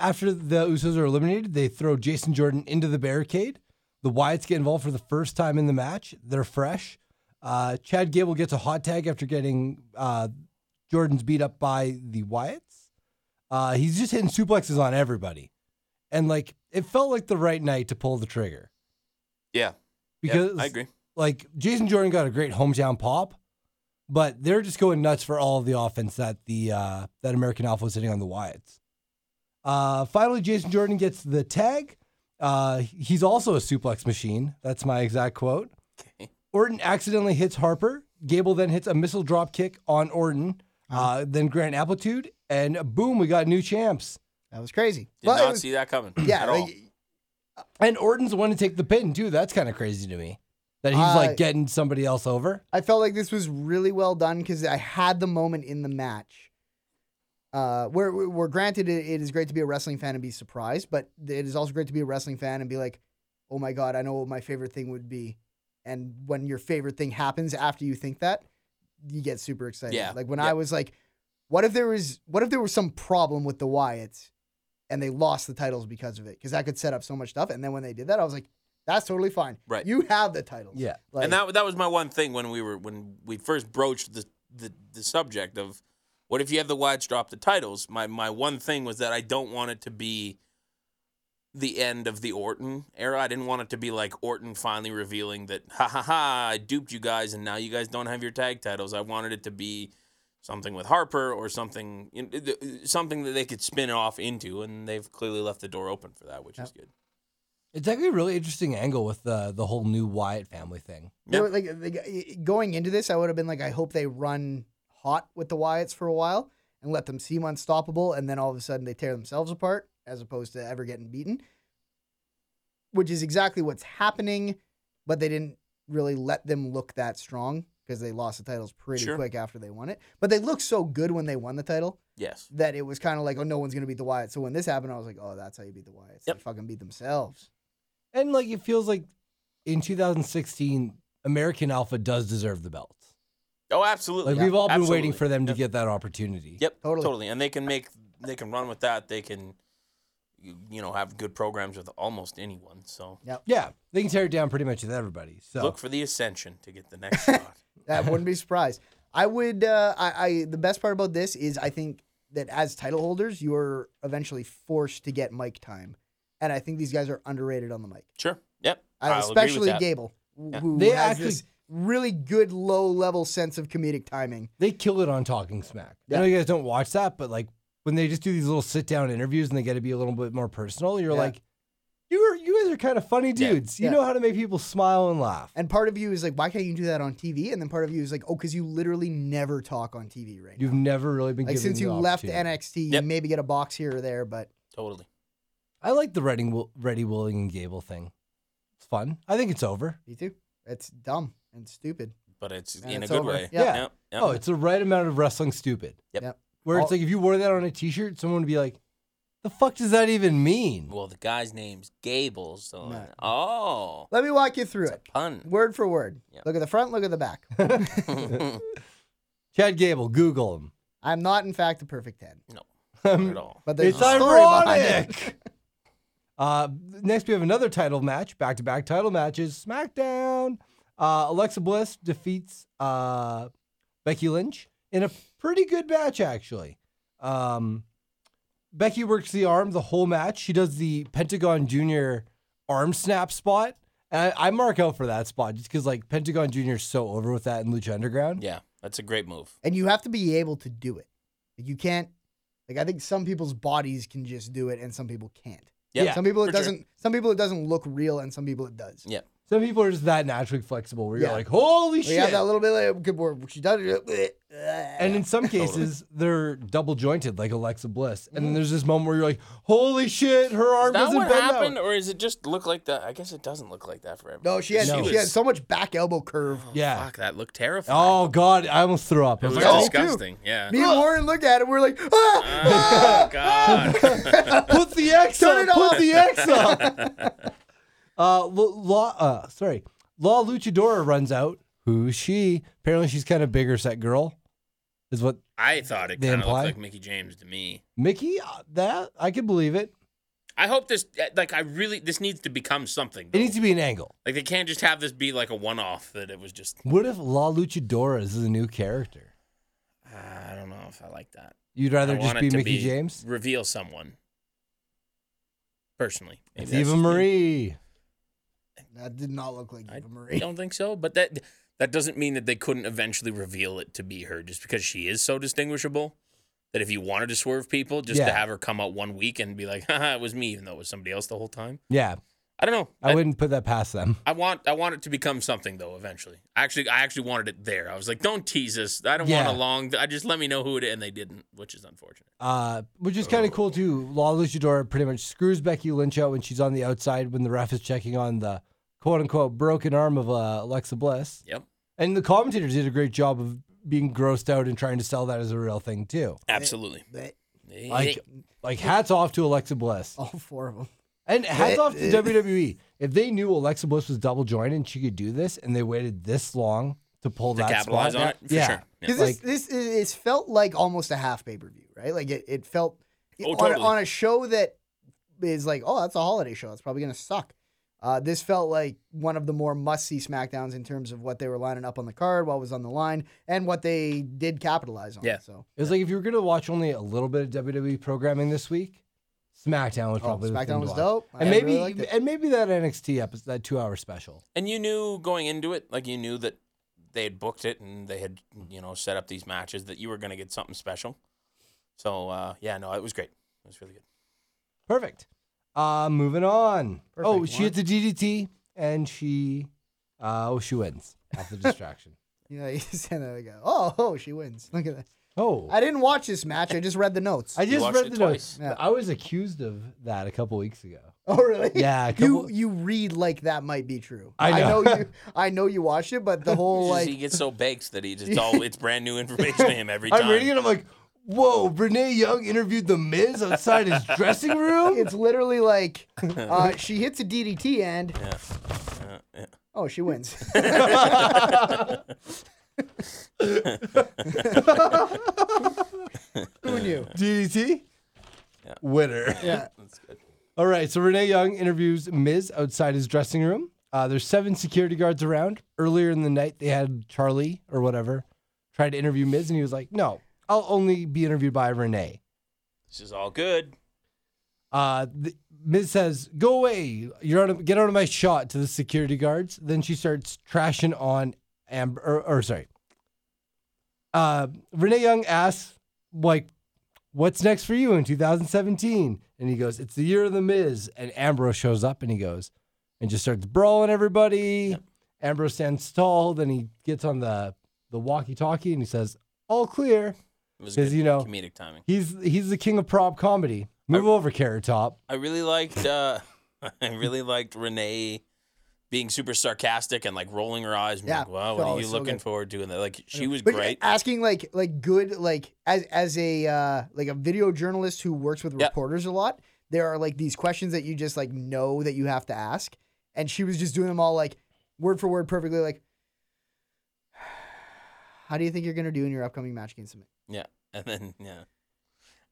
after the Usos are eliminated, they throw Jason Jordan into the barricade. The Wyatts get involved for the first time in the match. They're fresh. Uh, Chad Gable gets a hot tag after getting uh, Jordan's beat up by the Wyatts. Uh, he's just hitting suplexes on everybody. And like, it felt like the right night to pull the trigger. Yeah. Yeah, Because I agree. like Jason Jordan got a great hometown pop, but they're just going nuts for all of the offense that the uh, that American Alpha was hitting on the Wyatts. Uh, finally, Jason Jordan gets the tag. Uh, he's also a suplex machine. That's my exact quote. Orton accidentally hits Harper. Gable then hits a missile drop kick on Orton. Uh, then Grant Amplitude, and boom, we got new champs. That was crazy. Did Well, it not was- see that coming. yeah, at all. like, And Orton's the one to take the pin too. That's kind of crazy to me that he's Uh, like getting somebody else over. I felt like this was really well done because I had the moment in the match. Uh, where, where granted, it, it is great to be a wrestling fan and be surprised, but it is also great to be a wrestling fan and be like, oh my God, I know what my favorite thing would be. And when your favorite thing happens after you think that, you get super excited. Yeah, Like when yeah. I was like, what if there was what if there was some problem with the Wyatts and they lost the titles because of it? Because that could set up so much stuff. And then when they did that, I was like, that's totally fine. Right. You have the titles. Yeah. Like, and that that was my one thing when we were when we first broached the the, the subject of what if you have the Wyatts drop the titles. My my one thing was that I don't want it to be the end of the Orton era. I didn't want it to be like Orton finally revealing that ha ha ha I duped you guys and now you guys don't have your tag titles. I wanted it to be something with Harper or something you know, th- th- something that they could spin off into, and they've clearly left the door open for that, which is good. It's actually a really interesting angle with the the whole new Wyatt family thing. Yeah. There were, like the g- going into this, I would have been like, I hope they run hot with the Wyatts for a while and let them seem unstoppable, and then all of a sudden they tear themselves apart as opposed to ever getting beaten, which is exactly what's happening. But they didn't really let them look that strong because they lost the titles pretty Sure. quick after they won it. But they looked so good when they won the title Yes. that it was kind of like, oh, no one's gonna beat the Wyatts. So when this happened, I was like, oh, that's how you beat the Wyatts. Yep. They fucking beat themselves. And like it feels like in 2016, American Alpha does deserve the belt. Oh, absolutely. Like we've all been Absolutely. waiting for them to Yep. get that opportunity. Yep, Totally. totally. And they can make they can run with that. They can you, you know have good programs with almost anyone. So Yeah, they can tear it down pretty much with everybody. So look for the ascension to get the next shot. I wouldn't be surprised. I would. Uh, I, I. The best part about this is I think that as title holders, you are eventually forced to get mic time, and I think these guys are underrated on the mic, Sure. Yep. I- I'll agree with especially that. Gable, wh- who They has actually- this really good low level sense of comedic timing. they kill it on Talking Smack. Yeah. I know you guys don't watch that, but like when they just do these little sit down interviews and they get to be a little bit more personal, you're Yeah. like, you are you guys are kind of funny Yeah. dudes. You Yeah. know how to make people smile and laugh. And part of you is like, why can't you do that on TV? And then part of you is like, oh, because you literally never talk on TV right now. You've never really been Like given since the you left opportunity. NXT, Yep. you maybe get a box here or there, but Totally. I like the Ready, Wil- Ready Willing, and Gable thing. It's fun. I think it's over. me too. It's dumb and stupid. But it's And in it's a good over. way. Yeah. Yep. Yep. Oh, it's the right amount of wrestling stupid. Yep. Yep. Where it's All- like if you wore that on a T-shirt, someone would be like, "The fuck does that even mean?" well, the guy's name's Gable. So No. oh, Let me walk you through it's a it, pun. word for word. Yeah. Look at the front. Look at the back. Chad Gable, Google him. I'm not, in fact, the perfect head, Not at all. but there's It's a story behind it. ironic. uh, next, we have another title match, back-to-back title matches. SmackDown. Uh, Alexa Bliss defeats uh, Becky Lynch in a pretty good match, actually. Um, Becky works the arm the whole match. She does the Pentagon Junior arm snap spot. And I, I mark out for that spot just because like Pentagon Junior is so over with that in Lucha Underground. Yeah, that's a great move. And you have to be able to do it. Like, You can't. Like I think some people's bodies can just do it, and some people can't. Yep, Yeah. Some people for it sure. doesn't. Some people it doesn't look real, and some people it does. Yep. Some people are just that naturally flexible where you're Yeah. like, holy We shit. have that little bit like good word. She does it. and in some cases, they're double jointed, like Alexa Bliss. Mm-hmm. And then there's this moment where you're like, "Holy shit, her arm Is that doesn't what bend that way. happened, or is it just look like that? I guess it doesn't look like that for everyone. no, she had No. she had so much back elbow curve. Yeah. Fuck, that looked terrifying. Oh god, I almost threw up. I it was was like, "Oh, dude. disgusting. Yeah. Me and Warren looked at it. We are like, ah, Oh God. "Oh, put the X Turn up. it Put off." the X up. uh, L- law. Uh, sorry, Law Luchadora runs out. Who's she? Apparently, she's kind of bigger set girl. Is what I thought it They kind of imply? looked like Mickey James to me. Mickey? uh, That I could believe it. I hope this, uh, like, I really, this needs to become something. It though. needs to be an angle. like, they can't just have this be like a one off that it was just, What if La Luchadora is the new character? I don't know if I like that. You'd I rather want just it be to Mickey James? Reveal someone. Personally. Maybe It's that's Eva just me. Marie. that did not look like I Eva Marie. don't think so, but that that doesn't mean that they couldn't eventually reveal it to be her just because she is so distinguishable that if you wanted to swerve people, just Yeah. to have her come out one week and be like, Haha, it was me, even though it was somebody else the whole time. Yeah, I don't know. I wouldn't put that past them. I want I want it to become something though eventually. Actually, I actually wanted it there. I was like, don't tease us. I don't Yeah. want a long. I just let me know who it is, and they didn't, which is unfortunate. Uh, which is kind of cool too. Law Luchadora pretty much screws Becky Lynch out when she's on the outside when the ref is checking on the quote unquote broken arm of uh, Alexa Bliss. Yep, And the commentators did a great job of being grossed out and trying to sell that as a real thing too. absolutely. But Like, like hats off to Alexa Bliss all four of them. and hats off to WWE. If they knew Alexa Bliss was double jointed and she could do this, and they waited this long to pull to that capitalize spot, on it, for yeah, sure. Yeah. Because Like- this, this is, it's felt like almost a half pay per view, right? Like it, it felt Oh, on, totally. on a show that is like, oh, that's a holiday show. It's probably going to suck. Uh, this felt like one of the more must see SmackDowns in terms of what they were lining up on the card, what was on the line, and what they did capitalize on. Yeah. So It was like if you were gonna watch only a little bit of WWE programming this week, SmackDown was oh, probably the thing SmackDown to was watch. dope. I and maybe really liked it. and maybe that NXT episode, that two hour special. And you knew going into it, like you knew that they had booked it and they had you know set up these matches that you were going to get something special. So uh, yeah, no, it was great. It was really good. Perfect. Uh, moving on. Oh, Perfect. she hit the DDT and she, uh, oh, she wins after distraction. You know, you said that. I go, oh, oh, she wins. Look at that. Oh, I didn't watch this match. I just read the notes. I just watched read it the notes. twice. Yeah. I was accused of that a couple weeks ago. oh, really? Yeah, a You couple- you read like that might be true. I know. you. I know you watched it, but the whole Just he like gets so baked that he just all it's brand new information to him every time. I'm reading it. I'm like, whoa, Brene Young interviewed The Miz outside his dressing room? it's literally like uh, she hits a DDT and Uh, yeah. oh, she wins. Who knew? DDT? Winner. Yeah. That's good. All right, so Renee Young interviews Miz outside his dressing room. Uh, there's seven security guards around. Earlier in the night, they had Charlie or whatever try to interview Miz, and he was like, no, I'll only be interviewed by Renee. This is all good. Uh, the, Miz says, "Go away! You're out of, get out of my shot!" To the security guards. Then she starts trashing on Amber, or, or sorry. Uh, Renee Young asks, "Like, what's next for you in 2017?" And he goes, "It's the year of the Miz." And Ambrose shows up, and he goes, and just starts brawling everybody. Ambrose stands tall. Then he gets on the the walkie-talkie, and he says, "All clear." It was 'Cause, good you know- comedic timing. He's he's the king of prop comedy. Move over, Carrot Top. I really liked uh I really liked Renee being super sarcastic and like rolling her eyes and Yeah. like, wow, what Oh, are you so looking good. forward to? And that like she was But great. asking like like good like as as a uh, like a video journalist who works with Yeah. reporters a lot, there are like these questions that you just like know that you have to ask, and she was just doing them all like word for word perfectly. Like, how do you think you're gonna do in your upcoming match against him? Yeah. And then yeah.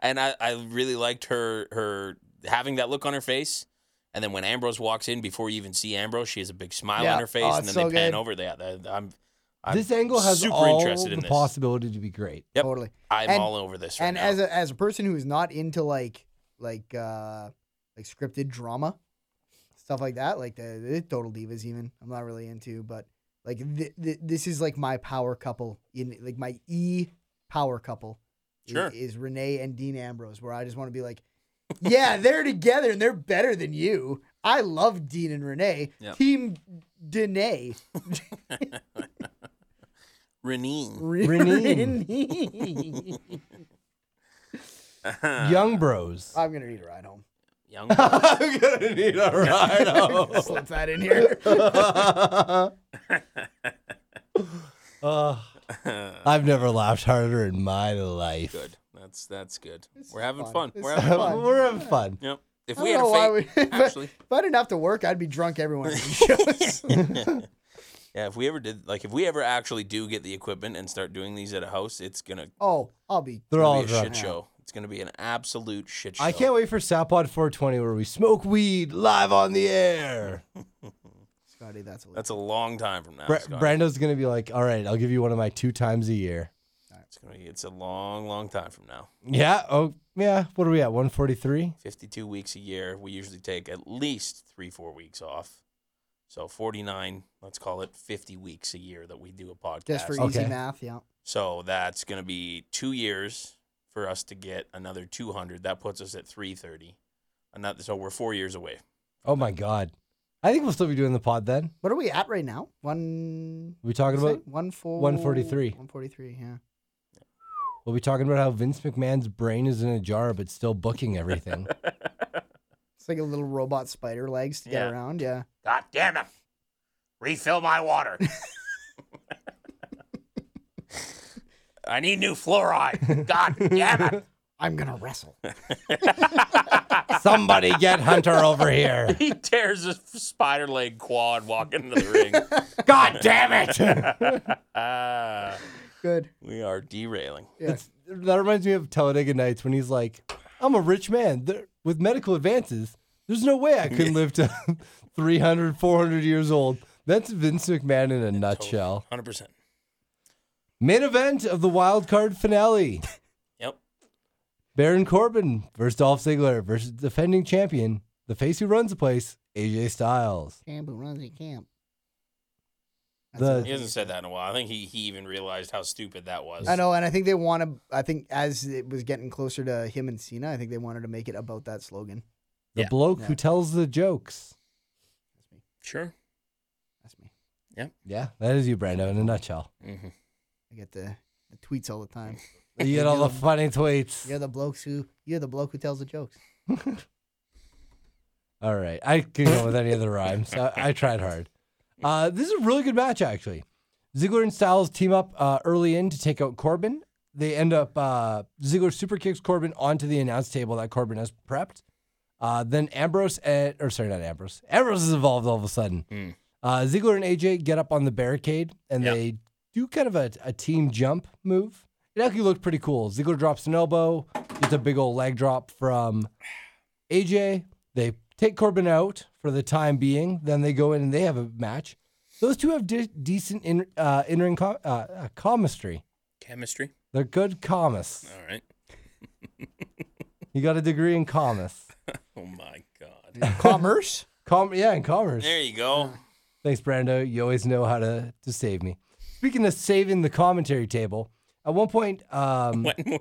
And I, I really liked her her having that look on her face. And then when Ambrose walks in, before you even see Ambrose, she has a big smile Yeah. on her face, Oh, and it's then so they pan good. over that. that- I'm, I'm this angle has super all interested in the this. possibility to be great. Yep. Totally. I'm and- all over this. Right and now. as a as a person who is not into like like uh like scripted drama stuff like that like the, the total divas even i'm not really into but like th- th- this is like my power couple in like my e power couple i- Sure. is, renee and dean ambrose where i just want to be like yeah they're together and they're better than you i love dean and renee Yep. team Dene. Renee. Renee. Renee. Uh. Young Bros. i'm gonna need a ride home Young I'm gonna need a ride Oh. home. slip that in here Uh, I've never laughed harder in my life. good. That's that's good. We're having fun. fun. This We're is having fun. fun. We're having fun. Yep. If I we don't had know why a we- fake, but- actually, If I didn't have to work, I'd be drunk every one of these shows. yeah. If we ever did, like, if we ever actually do get the equipment and start doing these at a house, it's gonna oh, I'll be. They're gonna all be a shit drunk. show. It's gonna be an absolute shit show. I can't wait for Sapod 420 where we smoke weed live on the air. Scotty, that's a little. That's a long time from now. Bra- Scott. Brando's gonna be like, "All right, I'll give you one of my two times a year." It's gonna be. It's a long, long time from now. Yeah. Oh, yeah. What are we at? 143. Fifty-two weeks a year. We usually take at least three, four weeks off. So forty-nine. Let's call it fifty weeks a year that we do a podcast. just for Okay. easy math, yeah. So that's going to be two years for us to get another 200. That puts us at 330. Another, so we're four years away. Oh my God. I think we'll still be doing the pod then. What are we at right now? One. We talking about? one four. 143. One forty-three. Yeah. We'll be talking about how Vince McMahon's brain is in a jar, but still booking everything. It's like a little robot spider legs to Yeah. get around. Yeah. God damn it. Refill my water. I need new fluoride. God damn it. I'm gonna wrestle. Somebody get Hunter over here. He tears his spider leg quad walking into the ring. God damn it. Ah, Good. we are derailing. Yeah. that reminds me of Talladega Nights when he's like, I'm a rich man. There, with medical advances, there's no way I could live to 300, 400 years old. That's Vince McMahon in a nutshell. 100%. Main event of the wild card finale. Yep. Baron Corbin versus Dolph Ziggler versus defending champion, the face who runs the place, AJ Styles. Camp who runs in camp. The He hasn't said that in a while. I think he, he even realized how stupid that was. I know, and I think they want to. I think as it was getting closer to him and Cena, I think they wanted to make it about that slogan. the Yeah. bloke Yeah. who tells the jokes. Sure. That's me. Yeah, that is you, Brando, in a nutshell. hmm I get the, the tweets all the time. You get all the funny tweets. You're the blokes who you're the bloke who tells the jokes. All right. I can go with any of the rhymes. I, I tried hard. Uh, this is a really good match, actually. Ziggler and Styles team up uh, early in to take out Corbin. They end up, uh, Ziggler super kicks Corbin onto the announce table that Corbin has prepped. Uh, then Ambrose, and, or sorry, not Ambrose. Ambrose is involved all of a sudden. Mm. Uh, Ziggler and AJ get up on the barricade and Yeah. they do kind of a, a team jump move. It actually looked pretty cool. Ziggler drops an elbow, gets a big old leg drop from AJ. They take Corbin out for the time being. Then they go in and they have a match. Those two have de- decent in, uh, in-ring co- uh, uh, chemistry. Chemistry. They're good commas. All right. You got a degree in commas. Oh my god. Commerce. Com- yeah, in commerce. There you go. Thanks, Brando. You always know how to, to save me. Speaking of saving the commentary table, at one point, um, What more?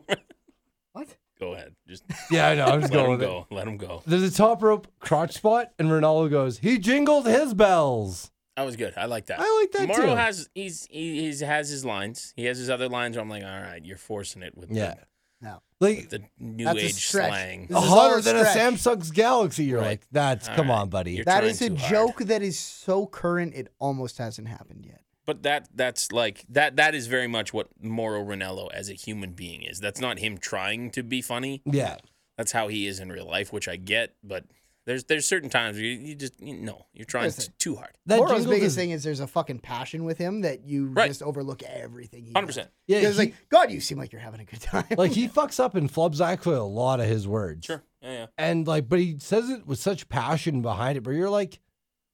What? Go ahead. Just yeah, I know, I'm just let going him with it. go. Let him go. There's a top rope crotch spot, and Ronaldo goes, he jingled his bells. That was good. I like that. I like that Morrow too. has he's he he's, has his lines. He has his other lines. Where I'm like, all right, you're forcing it with Yeah. No. Like, the, the new That's a age stretch. slang. This is all hotter a than Uh-huh, a stretch. Samsung's Galaxy. You're Right. like, that's All come right. on, buddy. You're That trying is a too hard. joke that is so current it almost hasn't happened yet. But that that's like that that is very much what Moro Ranello as a human being is. That's not him trying to be funny. yeah, That's how he is in real life, which I get. But there's there's certain times where you, you just you, no, you're trying t- Listen. too hard. that Moro's jingle biggest does- thing is there's a fucking passion with him that you Right. just overlook everything. Hundred percent. Yeah, It's he- like God, you seem like you're having a good time. like he fucks up and flubs actually a lot of his words. Sure. Yeah, yeah. And like, but he says it with such passion behind it. But you're like,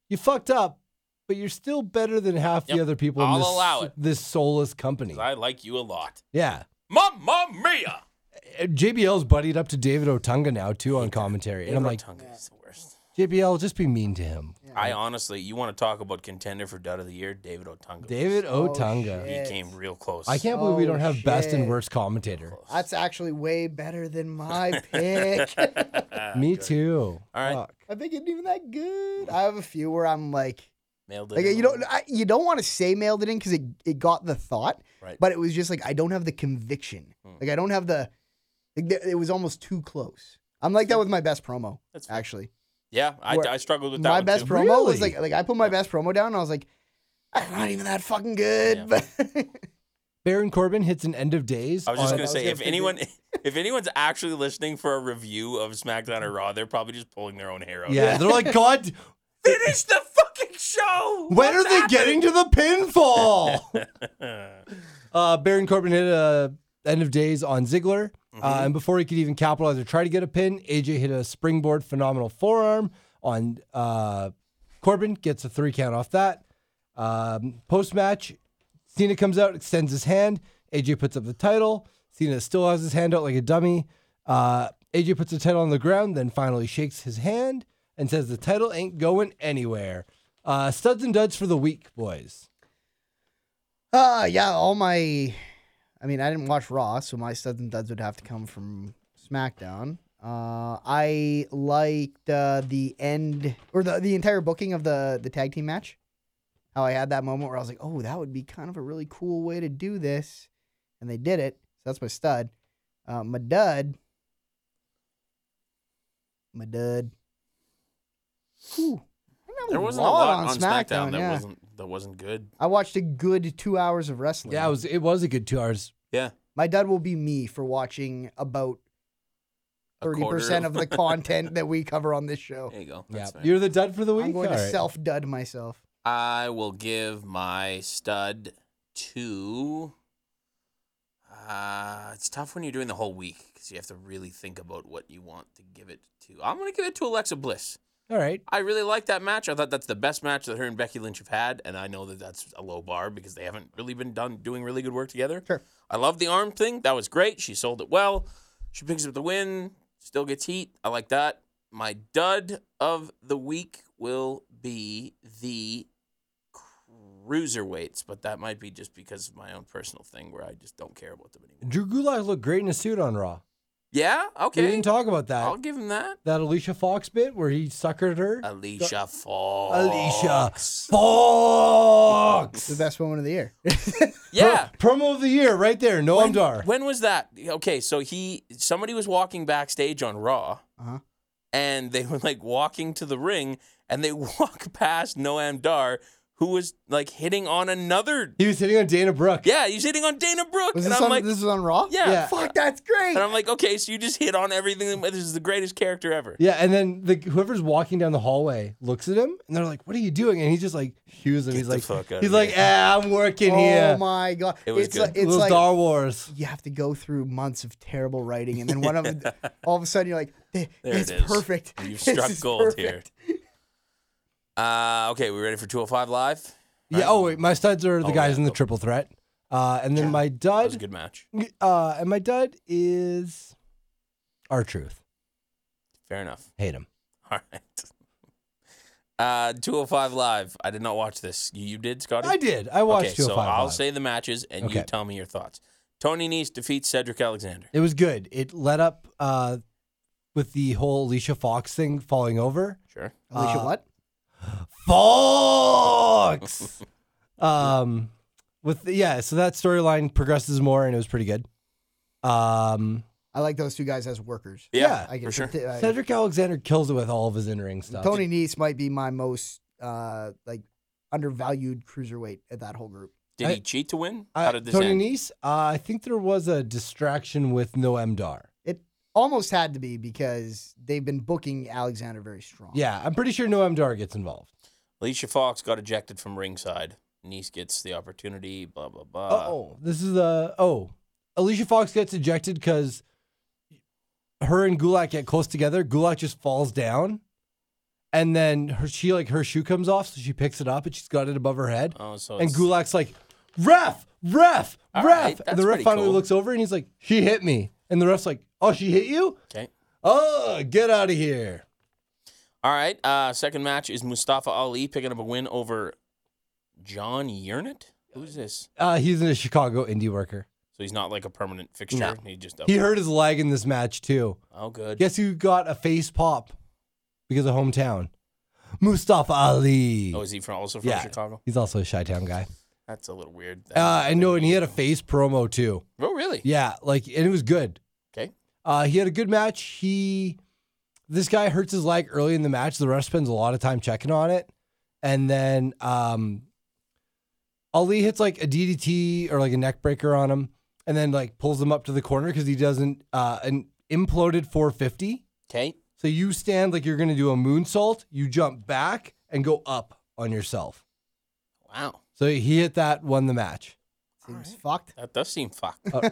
you fucked up, but you're still better than half Yep. the other people I'll in this, allow it. this soulless company. 'Cause I like you a lot. yeah. Mamma mia. Uh, JBL's buddied up to David Otunga now too on commentary. And I'm like, tongue is the worst. JBL, just be mean to him. I honestly, you want to talk about contender for dud of the year, David Otunga. David Oh, Otunga. he shit. came real close. I can't believe we Oh, don't have best and shit. worst commentator. That's actually way better than my pick. Ah, Me too. All right. Fuck. I think it's even that good. I have a few where I'm like, Nailed it. like you don't, I, you don't want to say mailed it in because it, it got the thought, Right. Hmm. but it was just like I don't have the conviction. Like I don't have the, like, th- it was almost too close. I'm like that with my best promo. That's fair. actually Yeah, I, Where- I struggled with that. my one best too. promo was Really? like, like I put my best promo down and I was like, I'm not even that fucking good. Yeah. But Baron Corbin hits an end of days. I was just on- gonna Oh, was say gonna if say- anyone if anyone's actually listening for a review of SmackDown or Raw, they're probably just pulling their own hair out. Yeah, they're like, God, finish the fucking show. when are they getting to the pinfall? uh, Baron Corbin hit a end of days on Ziggler, Mm-hmm. uh, and before he could even capitalize or try to get a pin, AJ hit a springboard phenomenal forearm on uh, Corbin, gets a three count off that. Um, Post match, Cena comes out, extends his hand. AJ puts up the title. Cena still has his hand out like a dummy. Uh, AJ puts the title on the ground, then finally shakes his hand and says the title ain't going anywhere. Uh, studs and duds for the week, boys. uh, yeah, all my, I mean, I didn't watch Raw, so my studs and duds would have to come from SmackDown. Uh, I liked uh, the end or the, the entire booking of the the tag team match. How I had that moment where I was like, oh, that would be kind of a really cool way to do this, and they did it. So that's my stud. Uh, my dud. My dud. Whew. That There was wasn't a lot lot on SmackDown, that yeah. wasn't that wasn't good. I watched a good two hours of wrestling. Yeah, it was it was a good two hours. Yeah, My dud will be me for watching about a thirty quarter percent of the content that we cover on this show. There you go. Yeah, That's fair. you're the dud for the week. I'm going to All right. self dud myself. I will give my stud to. Uh, it's tough when you're doing the whole week because you have to really think about what you want to give it to. I'm going to give it to Alexa Bliss. All right. I really like that match. I thought that's the best match that her and Becky Lynch have had, and I know that that's a low bar because they haven't really been done doing really good work together. Sure. I love the arm thing. That was great. She sold it well. She picks up the win. Still gets heat. I like that. My dud of the week will be the cruiserweights, but that might be just because of my own personal thing where I just don't care about them anymore. Drew Gulak looked great in a suit on Raw. Yeah, We okay. didn't talk about that. I'll give him that. that Alicia Fox bit where he suckered her. Alicia Fox. Alicia Fox. The best woman of the year. Yeah. Promo of the year right there. Noam Dar. When was that? Okay, so he somebody was walking backstage on Raw, Uh-huh. and they were like walking to the ring, and they walk past Noam Dar, who was like hitting on another. He was hitting on Dana Brooke. Yeah, he's hitting on Dana Brooke, Was and this I'm on like, this is on Raw? yeah, Yeah. Fuck, that's great. And I'm like, okay, so you just hit on everything. This is the greatest character ever. Yeah, and then the whoever's walking down the hallway looks at him and they're like, "What are you doing?" And he's just like, "He's Get he's the like, fuck outta he's like, here. ah, I'm working Oh here. my god. It was it's good. like it's Little like Star Wars. you have to go through months of terrible writing and then one of all of a sudden you're like, "Eh, There it it's is. perfect. You've This struck is gold here. perfect. Uh, okay, we ready for 205 Live? Yeah. Oh wait, my studs are the Oh, guys yeah. in the triple threat, uh, and then my That was a dud, good match. uh, and my dud is our truth. Fair enough. Hate him. All right. Uh, 205 Live. I did not watch this. You, you did, Scotty? I did. I watched okay, 205 so I'll Live. say the matches and you Okay. tell me your thoughts. Tony Nese defeats Cedric Alexander. It was good. It led up uh, with the whole Alicia Fox thing falling over. Sure. Alicia Uh, what? Fox. um, with yeah, so that storyline progresses more, and it was pretty good. Um, I like those two guys as workers. Yeah, I get for sure. the- I- Cedric Alexander kills it with all of his in ring stuff. Tony Nese might be my most uh like undervalued cruiserweight at that whole group. Did I- he cheat to win? How uh, did this Tony end? Nese. Uh, I think there was a distraction with Noam Dar. It almost had to be because they've been booking Alexander very strong. Yeah, I'm pretty sure Noam Dar gets involved. Alicia Fox got ejected from ringside. Nese gets the opportunity, blah, blah, blah. oh, this is a oh. Alicia Fox gets ejected because her and Gulak get close together. Gulak just falls down, and then her she like her shoe comes off, so she picks it up and she's got it above her head. Oh, so and it's- Gulak's like, "Ref, ref, All ref!" right, and that's the ref pretty finally cool. looks over and he's like, "She hit me." And the ref's like, "Oh, she hit you? Okay. Oh, get out of here!" All right. Uh, second match is Mustafa Ali picking up a win over John Yernit. Who's this? Uh, he's a Chicago indie worker. So he's not like a permanent fixture. No. He just He hurt his leg in this match too. oh good. Guess who got a face pop because of hometown? Mustafa Ali. Oh, is he from also from Yeah. Chicago? He's also a Chi Town guy. That's a little weird. Uh, I know, and he had a face promo too. Oh really? Yeah, like, and it was good. Okay. Uh, he had a good match. He, this guy hurts his leg early in the match. The ref spends a lot of time checking on it, and then um, Ali hits like a DDT or like a neck breaker on him, and then like pulls him up to the corner because he doesn't uh, an imploded 450. Okay. So you stand like you're going to do a moonsault, you jump back and go up on yourself. Wow. So he hit that, won the match. Seems fucked. That does seem fucked. Uh,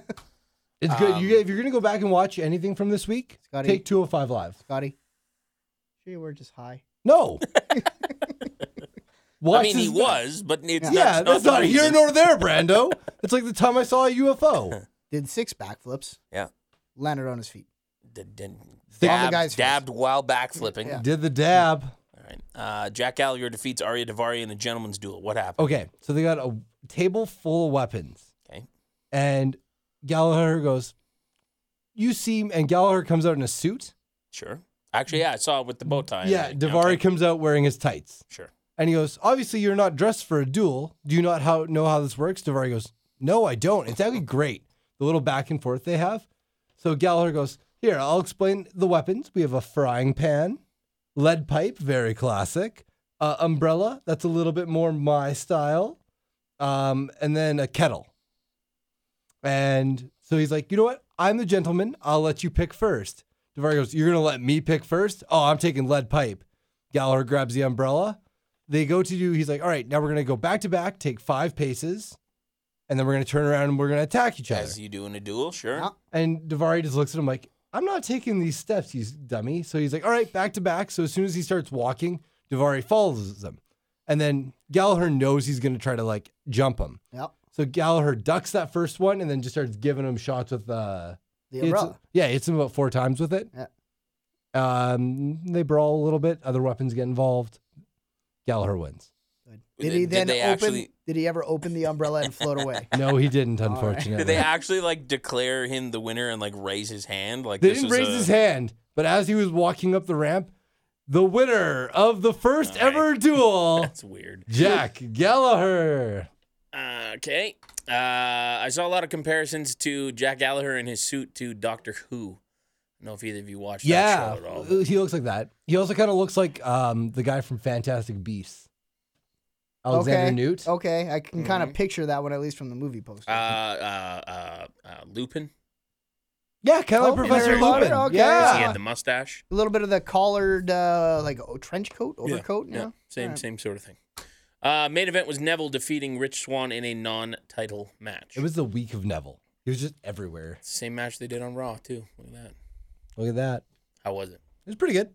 It's good. you, Um, if you're going to go back and watch anything from this week, Scotty. take 205 Live. Scotty. Sure you were just high. No. I Watch mean, he this- was, but it's Yeah, that's the not here reason. nor there, Brando. it's like the time I saw a UFO. Did six backflips. Yeah. Landed on his feet. D- d- the dabbed, guy's face. dabbed while backflipping. Yeah. Did the dab. All right. Uh, Jack Gallagher defeats Arya Davari in the gentleman's duel. What happened? Okay, so they got a table full of weapons. Okay. And Gallagher goes, You seem, and Gallagher comes out in a suit. Sure. Actually, yeah, I saw it with the bow tie. and Yeah, everything. Davari Okay. comes out wearing his tights. Sure. And he goes, Obviously, you're not dressed for a duel. Do you not how, know how this works? Davari goes, No, I don't. It's actually great. The little back and forth they have. So Gallagher goes, Here, I'll explain the weapons. We have a frying pan, lead pipe, very classic, uh, umbrella, that's a little bit more my style, um, and then a kettle. And so he's like, You know what? I'm the gentleman. I'll let you pick first. Davari goes, You're going to let me pick first? Oh, I'm taking lead pipe. Gallagher grabs the umbrella. They go to do, he's like, all right, now we're going to go back to back, take five paces, and then we're going to turn around and we're going to attack each other. As you do in a duel, sure. Yeah. And Davari just looks at him like, I'm not taking these steps, you dummy. So he's like, all right, back to back. So as soon as he starts walking, Davari follows him. And then Gallagher knows he's going to try to like jump him. Yep. So Gallagher ducks that first one and then just starts giving him shots with uh, The it's- umbrella. yeah, hits him about four times with it. Yeah. Um, they brawl a little bit. Other weapons get involved. Gallagher wins. Good. Did he then they open? actually Did he ever open the umbrella and float away? No, he didn't, right. unfortunately. did they actually like declare him the winner and like raise his hand? Like They this didn't was raise a- his hand, but as he was walking up the ramp, the winner of the first All right. ever duel, That's weird. Jack Gallagher. Okay. Uh, I saw a lot of comparisons to Jack Gallagher in his suit to Doctor Who. I don't know if either of you watched Yeah, that show at all. he looks like that. He also kind of looks like um, the guy from Fantastic Beasts, Alexander okay. Oh. Newt. Okay, I can kind of Mhm. picture that one at least from the movie poster. Uh, uh, uh, uh, Lupin. Yeah, kind of Oh, like Professor Harry Potter, Lupin. okay. He Yeah, had the mustache. a little bit of the collared, uh, like oh, trench coat, overcoat. Yeah. Yeah. Same, Alright. same sort of thing. Uh, main event was Neville defeating Rich Swan in a non-title match. it was the week of Neville. He was just everywhere. same match they did on Raw too. Look at that. Look at that. How was it? It was pretty good.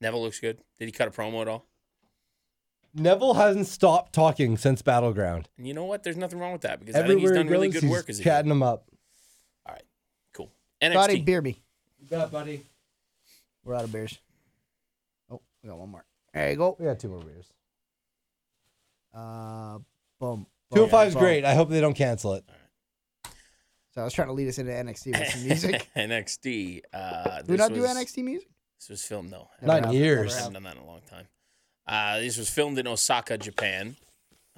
Neville looks good. Did he cut a promo at all? Neville hasn't stopped talking since Battleground. And you know what? There's nothing wrong with that because I think Everywhere he's he done goes, really good he's work as a chatting him up. Cool. NXT. Scotty Beerby. You got, buddy. We're out of beers. Oh, we got one more. There you go. We got two more beers. Uh, boom. Two boom, hundred five is boom. great. I hope they don't cancel it. So I was trying to lead us into NXT with some music. NXT. Uh, Do we this not do was- NXT music? This was filmed, no. Never Nine happened, years. I never haven't happened. done that in a long time. Uh, this was filmed in Osaka, Japan.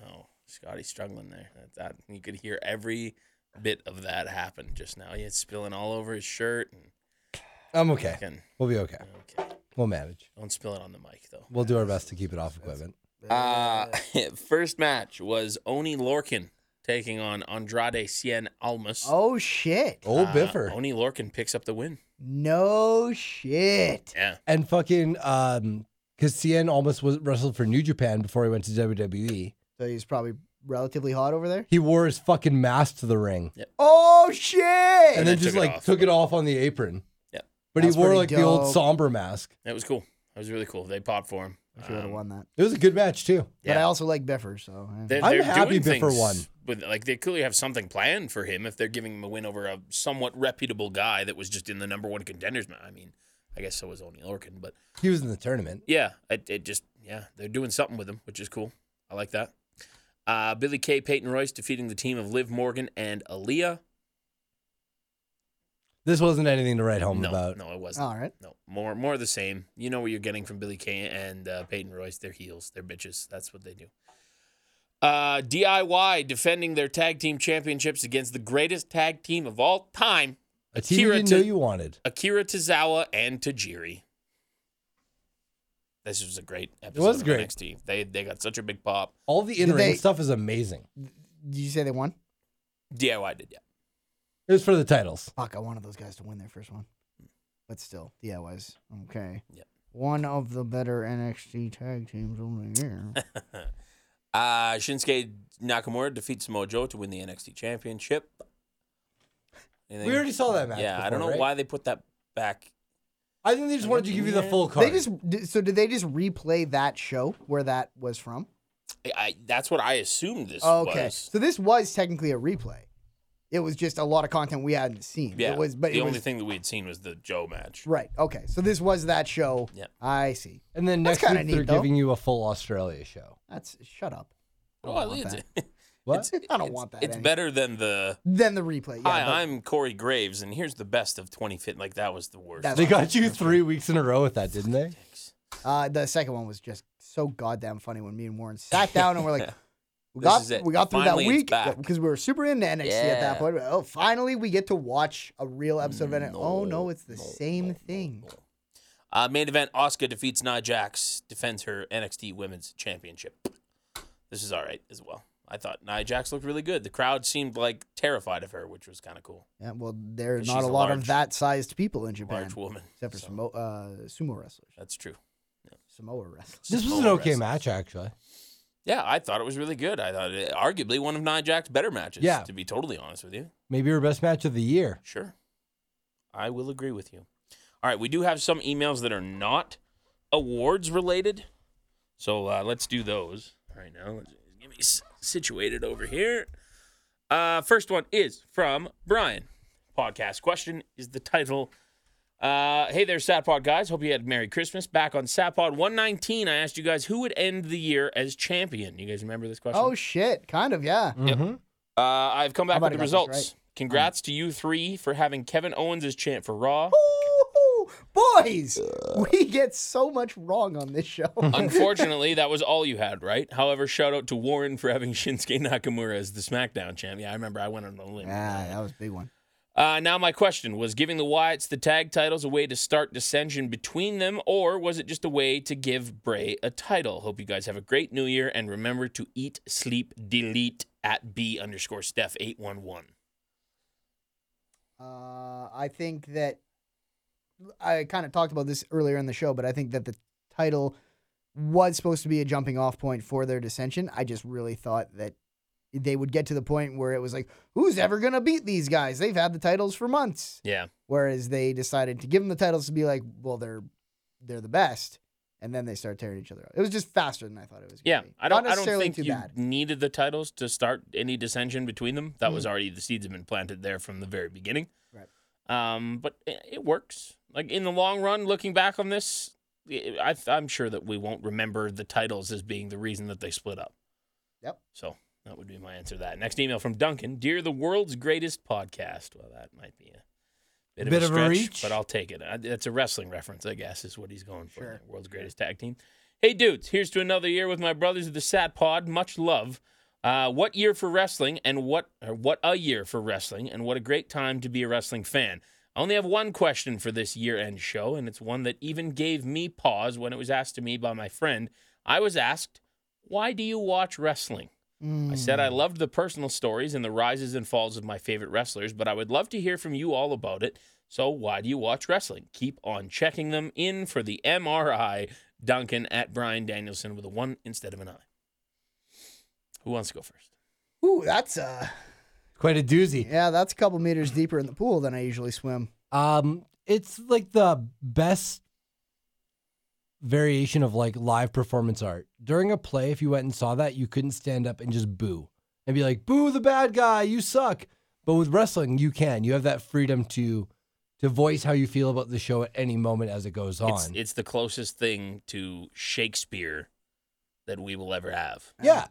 Oh, Scotty's struggling there. That, that, you could hear every bit of that happen just now. He had spilling all over his shirt. And, I'm okay. fucking- We'll be okay. okay. We'll manage. Don't spill it on the mic, though. We'll do our best to keep it off equipment. Uh, first match was Oni Lorkin taking on Andrade Cien Almas. Oh shit! Old Uh, Biffer Oni Lorkin picks up the win. No shit! Yeah. and fucking um, because Cien almost was wrestled for New Japan before he went to WWE. So he's probably relatively hot over there. He wore his fucking mask to the ring Oh and, shit! then, just like off. took it off on the apron. Yep. But he That's wore pretty like the old dope. somber mask. That was cool. That was really cool. They popped for him. Wish he would have Um, won that. It was a good match too. But I yeah. also like Beffer, so eh. They're, I'm they're happy doing Biffer things won. With, like they clearly have something planned for him if they're giving him a win over a somewhat reputable guy that was just in the number one contenders. ma- I mean, I guess so was Oni Lorkin, but He was in the tournament. yeah, it, it just yeah they're doing something with him, which is cool. I like that. Uh, Billy Kay, Peyton Royce defeating the team of Liv Morgan and Aaliyah. This wasn't anything to write home no, about. no, it wasn't. all right. No, more more of the same. You know what you're getting from Billy Kay and uh, Peyton Royce. They're heels. They're bitches. That's what they do. Uh, DIY defending their tag team championships against the greatest tag team of all time, A team you Akira didn't to- know you wanted. Akira Tozawa and Tajiri. This was a great episode. was of great. NXT. They they got such a big pop. All the Did in ring they- stuff is amazing. Did you say they won? DIY did yeah. It was for the titles. Fuck! I wanted those guys to win their first one, but still, yeah, it was okay. Yep. One of the better NXT tag teams over here. Uh, Shinsuke Nakamura defeats Mojo to win the NXT championship. Anything- We already saw that match Yeah, I don't before, know right? why they put that back I think they just wanted to give you the full card. they just di- so did they just replay that show where that was from? I- I, that's what I assumed this Oh, Okay, was. so this was technically a replay. It was just a lot of content we hadn't seen. Yeah, it was, but the it only was, thing that we had seen was the Joe match. Right. Okay. So this was that show. Yep. I see. and then That's next week kinda neat, they're though. giving you a full Australia show. That's shut up. Oh, I don't want it's, that. What? it's- I don't it's- want that It's any- better than the. Then the replay. Yeah, Hi, but- I'm Corey Graves, and here's the best of 2015. Like that was the worst. That's- They got you three weeks in a row with that, didn't they? Uh, the second one was just so goddamn funny when me and Warren sat down and we're like, we This got is it. we got through Finally, it's that back. week because we were super into NXT at Yeah. that point. Oh, finally we get to watch a real episode of NXT. oh no, it's the no, same no, no, thing. no. Uh, main event: Oscar defeats Nia Jax, defends her NXT Women's Championship. This is all right as well. I thought Nia Jax looked really good. The crowd seemed like terrified of her, which was kind of cool. Yeah, well, there's Because not she's a a lot large- of that sized people in Japan, Large woman, except for so Samo- uh, sumo wrestlers, That's true. Samoa wrestlers. This was an Samoa okay wrestling. match, actually. Yeah, I thought it was really good. I thought it, arguably one of Nia Jack's better matches. Yeah. To be totally honest with you. Maybe her best match of the year. Sure. I will agree with you. All right, we do have some emails that are not awards related. So uh, let's do those right now. Let's get me s- situated over here. Uh, first one is from Brian. Podcast question is the title Uh, hey there, Satpod guys. Hope you had a Merry Christmas. Back on Satpod 119, I asked you guys who would end the year as champion. You guys remember this question? Oh shit, kind of yeah. Mhm. uh, I've come back I with the might have got this results. right. Congrats to you three for having Kevin Owens as champ for Raw. Ooh, boys, we get so much wrong on this show. Unfortunately, that was all you had, right? However, shout out to Warren for having Shinsuke Nakamura as the SmackDown champ. Yeah, I remember I went on a limb. ah, that was a big one. Uh, now, my question was giving the Wyatts the tag titles a way to start dissension between them, or was it just a way to give Bray a title? Hope you guys have a great new year and remember to eat, sleep, delete at B underscore Steph 811. Uh, I think that I kind of talked about this earlier in the show, but I think that the title was supposed to be a jumping off point for their dissension. I just really thought that they would get to the point where it was like, who's ever going to beat these guys? They've had the titles for months. Yeah. Whereas they decided to give them the titles to be like, well, they're they're the best, and then they start tearing each other up. It was just faster than I thought it was. gonna Yeah. be. I don't, Not I don't necessarily think too you bad. needed the titles to start any dissension between them. That was already, the seeds have been planted there from the very beginning. Mm-hmm. Right. Um, but it, it works. Like in the long run, looking back on this, I, I'm sure that we won't remember the titles as being the reason that they split up. Yep. So that would be my answer to that. Next email from Duncan. Dear the world's greatest podcast. Well, that might be a bit, of, a stretch, reach. but I'll take it. I- That's a wrestling reference, I guess, is what he's going for. Sure. there. World's greatest tag team. Hey, dudes, here's to another year with my brothers of the Sat Pod. Much love. Uh, what year for wrestling and what or what a year for wrestling and what a great time to be a wrestling fan. I only have one question for this year end show, and it's one that even gave me pause when it was asked to me by my friend. I was asked, Why do you watch wrestling? I said I loved the personal stories and the rises and falls of my favorite wrestlers, but I would love to hear from you all about it. So why do you watch wrestling? Keep on checking them in for the MRI. Duncan at Brian Danielson with a one instead of an I. Who wants to go first? Ooh, that's uh Quite a doozy. yeah, that's a couple meters deeper in the pool than I usually swim. Um, it's like the best variation of like live performance art. During a play, if you went and saw that, you couldn't stand up and just boo and be like, "Boo the bad guy, you suck." But with wrestling, you can. You have that freedom to to voice how you feel about the show at any moment as it goes on. It's, it's the closest thing to Shakespeare that we will ever have, yeah.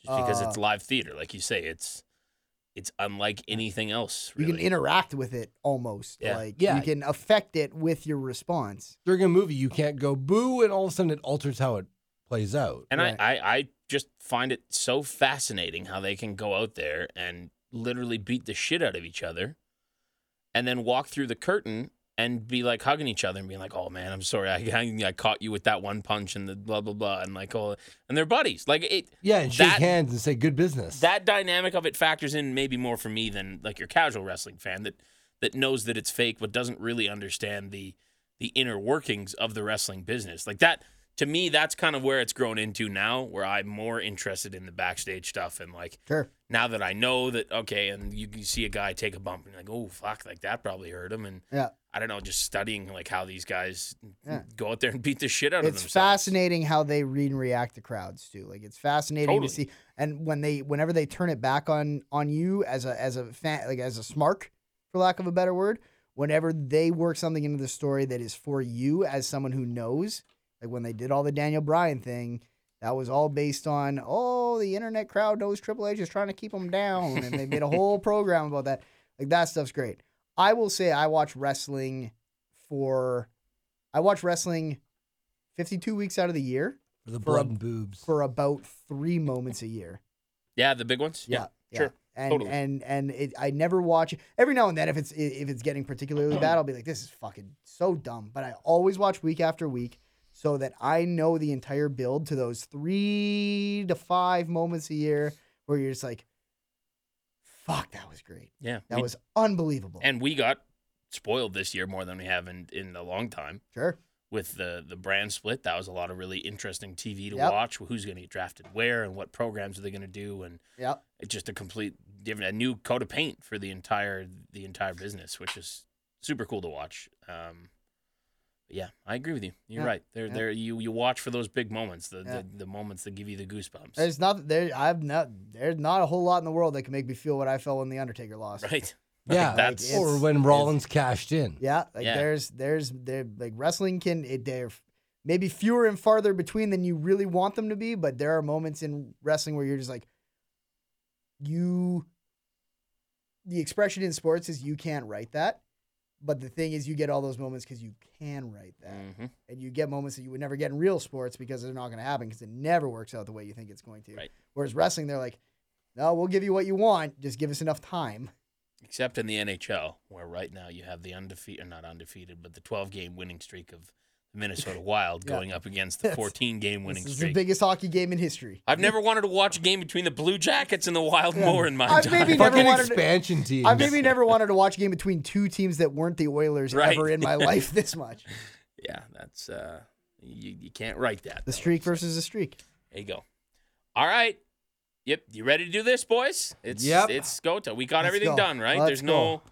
just because it's Uh, live theater, like you say. It's it's unlike anything else. You Really. can interact with it almost. Yeah. Like Yeah. you can affect it with your response. During a movie, you can't go boo and all of a sudden it alters how it plays out. And Right. I, I, I just find it so fascinating how they can go out there and literally beat the shit out of each other and then walk through the curtain and be like hugging each other and being like, oh man, I'm sorry. I, I, I caught you with that one punch and the blah, blah, blah. And like, oh, and they're buddies. Like, it, Yeah, and shake That- hands and say good business. that dynamic of it factors in maybe more for me than like your casual wrestling fan that that knows that it's fake but doesn't really understand the the inner workings of the wrestling business like that to me that's kind of where it's grown into now where i'm more interested in the backstage stuff and like Sure. now that i know that okay and you, you see a guy take a bump and you're like oh fuck like that probably hurt him and Yeah. i don't know just studying like how these guys Yeah. go out there and beat the shit out of It's themselves fascinating how they read and react to crowds too. Like it's fascinating Totally. to see and when they whenever they turn it back on on you as a as a fan like as a smark, for lack of a better word, whenever they work something into the story that is for you as someone who knows, like when they did all the Daniel Bryan thing, that was all based on oh the internet crowd knows Triple H is trying to keep them down, and they made a whole program about that. Like that stuff's great. I will say I watch wrestling for, I watch wrestling, fifty-two weeks out of the year for the for a- blood and boobs. for about three moments a year. yeah the big ones Yeah, yeah. sure, And, totally. and and it, I never watch every now and then if it's if it's getting particularly bad I'll be like this is fucking so dumb but I always watch week after week so that I know the entire build to those three to five moments a year where you're just like fuck that was great yeah that We- was unbelievable and we got spoiled this year more than we have in in a long time sure with the the brand split. That was a lot of really interesting TV to Yep. watch. Who's going to get drafted where and what programs are they going to do and yep it's just a complete different a new coat of paint for the entire the entire business, which is super cool to watch. Um, yeah, I agree with you. You're Yeah, right. There, yeah. there, you you watch for those big moments, the, Yeah. the the moments that give you the goosebumps. there's not there I've not there's not a whole lot in the world that can make me feel what I felt when the Undertaker lost right. Yeah, Like, that's- or it's- when it's- Rollins cashed in. Yeah, like Yeah. there's there's there like wrestling can it they're f- maybe fewer and farther between than you really want them to be, but there are moments in wrestling where you're just like you the expression in sports is you can't write that. But the thing is you get all those moments because you can write that. Mhm. And you get moments that you would never get in real sports because they're not gonna happen because it never works out the way you think it's going to. Right. Whereas wrestling, they're like, No, we'll give you what you want, just give us enough time. Except in the NHL, where right now you have the undefeated, not undefeated, but the 12 game winning streak of the Minnesota Wild Yeah. going up against the That's- 14 game winning this is streak. the biggest hockey game in history. I've never wanted to watch a game between the Blue Jackets and the Wild Yeah. more in my I've time. maybe never Fucking wanted to- expansion team. I maybe never wanted to watch a game between two teams that weren't the Oilers Right. ever in my life this much. Yeah, that's uh, you, you can't write that. though. The streak versus the streak. There you go. All right. Yep. You ready to do this, boys? It's Yep. it's go time. We got Let's everything go. done, right? Let's There's no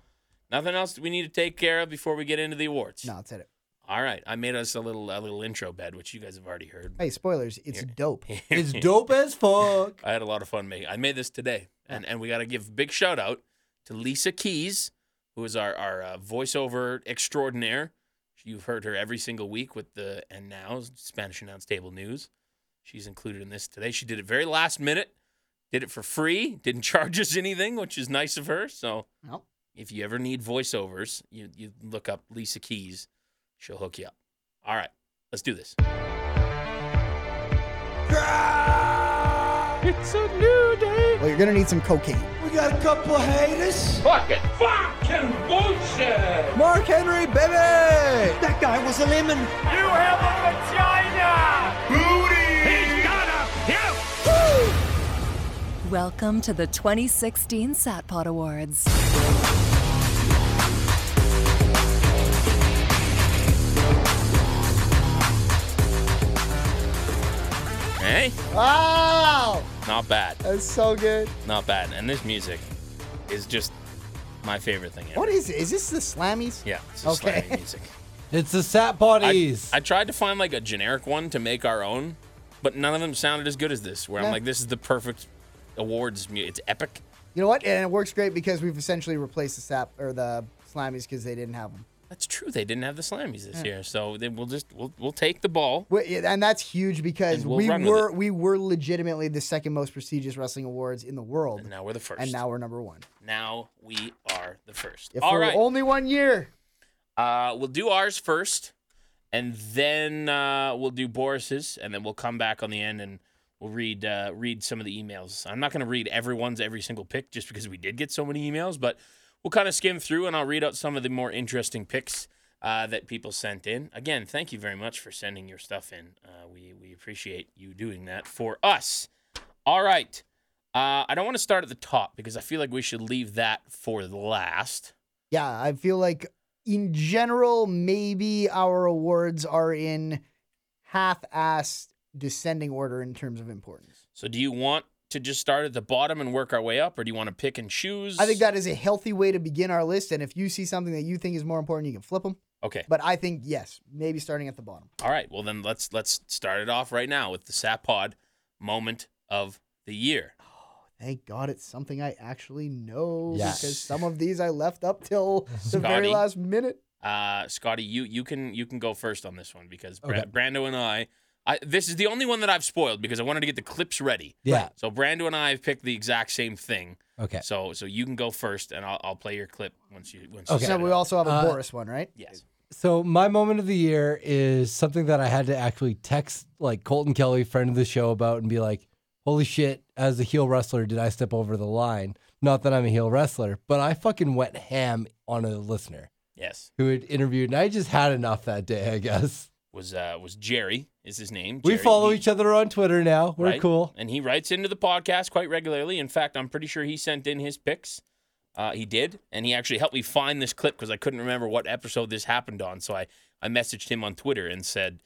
nothing else we need to take care of before we get into the awards. No, that's it. All right. I made us a little a little intro bed, which you guys have already heard. Hey, spoilers. It's dope. It's dope as fuck. I had a lot of fun making. I made this today, and and we got to give a big shout out to Lisa Keys, who is our our uh, voiceover extraordinaire. You've heard her every single week with the and now Spanish announced table news. She's included in this today. She did it very last minute, did it for free, didn't charge us anything, which is nice of her. So No. if you ever need voiceovers, you you look up Lisa Keys, she'll hook you up. All right, let's do this. It's a new day. Well, you're gonna need some cocaine. We got a couple haters. Fuck it. Fucking bullshit. Mark Henry, baby. That guy was a lemon. You have a vagina. Booty. He's got a hip. Welcome to the 2016 SatPod Awards. Hey, Wow, not bad. that's so good. Not bad. And this music is just my favorite thing ever. What is it? Is this the Slammies? Yeah, it's just Okay. slamming music. It's the Sat I, Bodies. I tried to find like a generic one to make our own, but none of them sounded as good as this. Where Yeah. I'm like, this is the perfect awards. mu- It's epic. You know what? And it works great because we've essentially replaced the Sap or the Slammies because they didn't have them. That's true. They didn't have the slammies this year, so they, we'll just we'll, we'll take the ball. And that's huge because And we'll we run with were we were legitimately the second most prestigious wrestling awards in the world, And now we're the first. and now we're number one. now we are the first. If All for right. only one year. Uh, we'll do ours first, and then uh, we'll do Boris's, and then we'll come back on the end and we'll read uh, read some of the emails. I'm not going to read everyone's every single pick just because we did get so many emails, but we'll kind of skim through and I'll read out some of the more interesting picks uh, that people sent in. Again, thank you very much for sending your stuff in. Uh, we we appreciate you doing that for us. All right. Uh, I don't want to start at the top because I feel like we should leave that for last. Yeah, I feel like in general, maybe our awards are in half-assed descending order in terms of importance. So do you want to just start at the bottom and work our way up, or do you want to pick and choose? I think that is a healthy way to begin our list, and if you see something that you think is more important, you can flip them. Okay. But I think yes, maybe starting at the bottom. All right. Well, then let's let's start it off right now with the Sapod moment of the year. Thank God it's something I actually know Yes. because some of these I left up till the Scotty. very last minute. Uh, Scotty, you you can you can go first on this one because Bra- Okay. Brando and I, I this is the only one that I've spoiled because I wanted to get the clips ready. yeah. So Brando and I have picked the exact same thing. Okay. So so you can go first, and I'll, I'll play your clip once you once. Okay. You So set we it up. also have a Uh, Boris one, right? yes. So my moment of the year is something that I had to actually text like Colton Kelly, friend of the show, about and be like, "Holy shit! As a heel wrestler, did I step over the line? Not that I'm a heel wrestler, but I fucking went ham on a listener Yes. who had interviewed, and I just had enough that day. I guess Was uh was Jerry is his name? we Jerry, follow he- each other on Twitter now. We're right? cool. And he writes into the podcast quite regularly. In fact, I'm pretty sure he sent in his picks. Uh, he did, and he actually helped me find this clip because I couldn't remember what episode this happened on. So I, I messaged him on Twitter and said,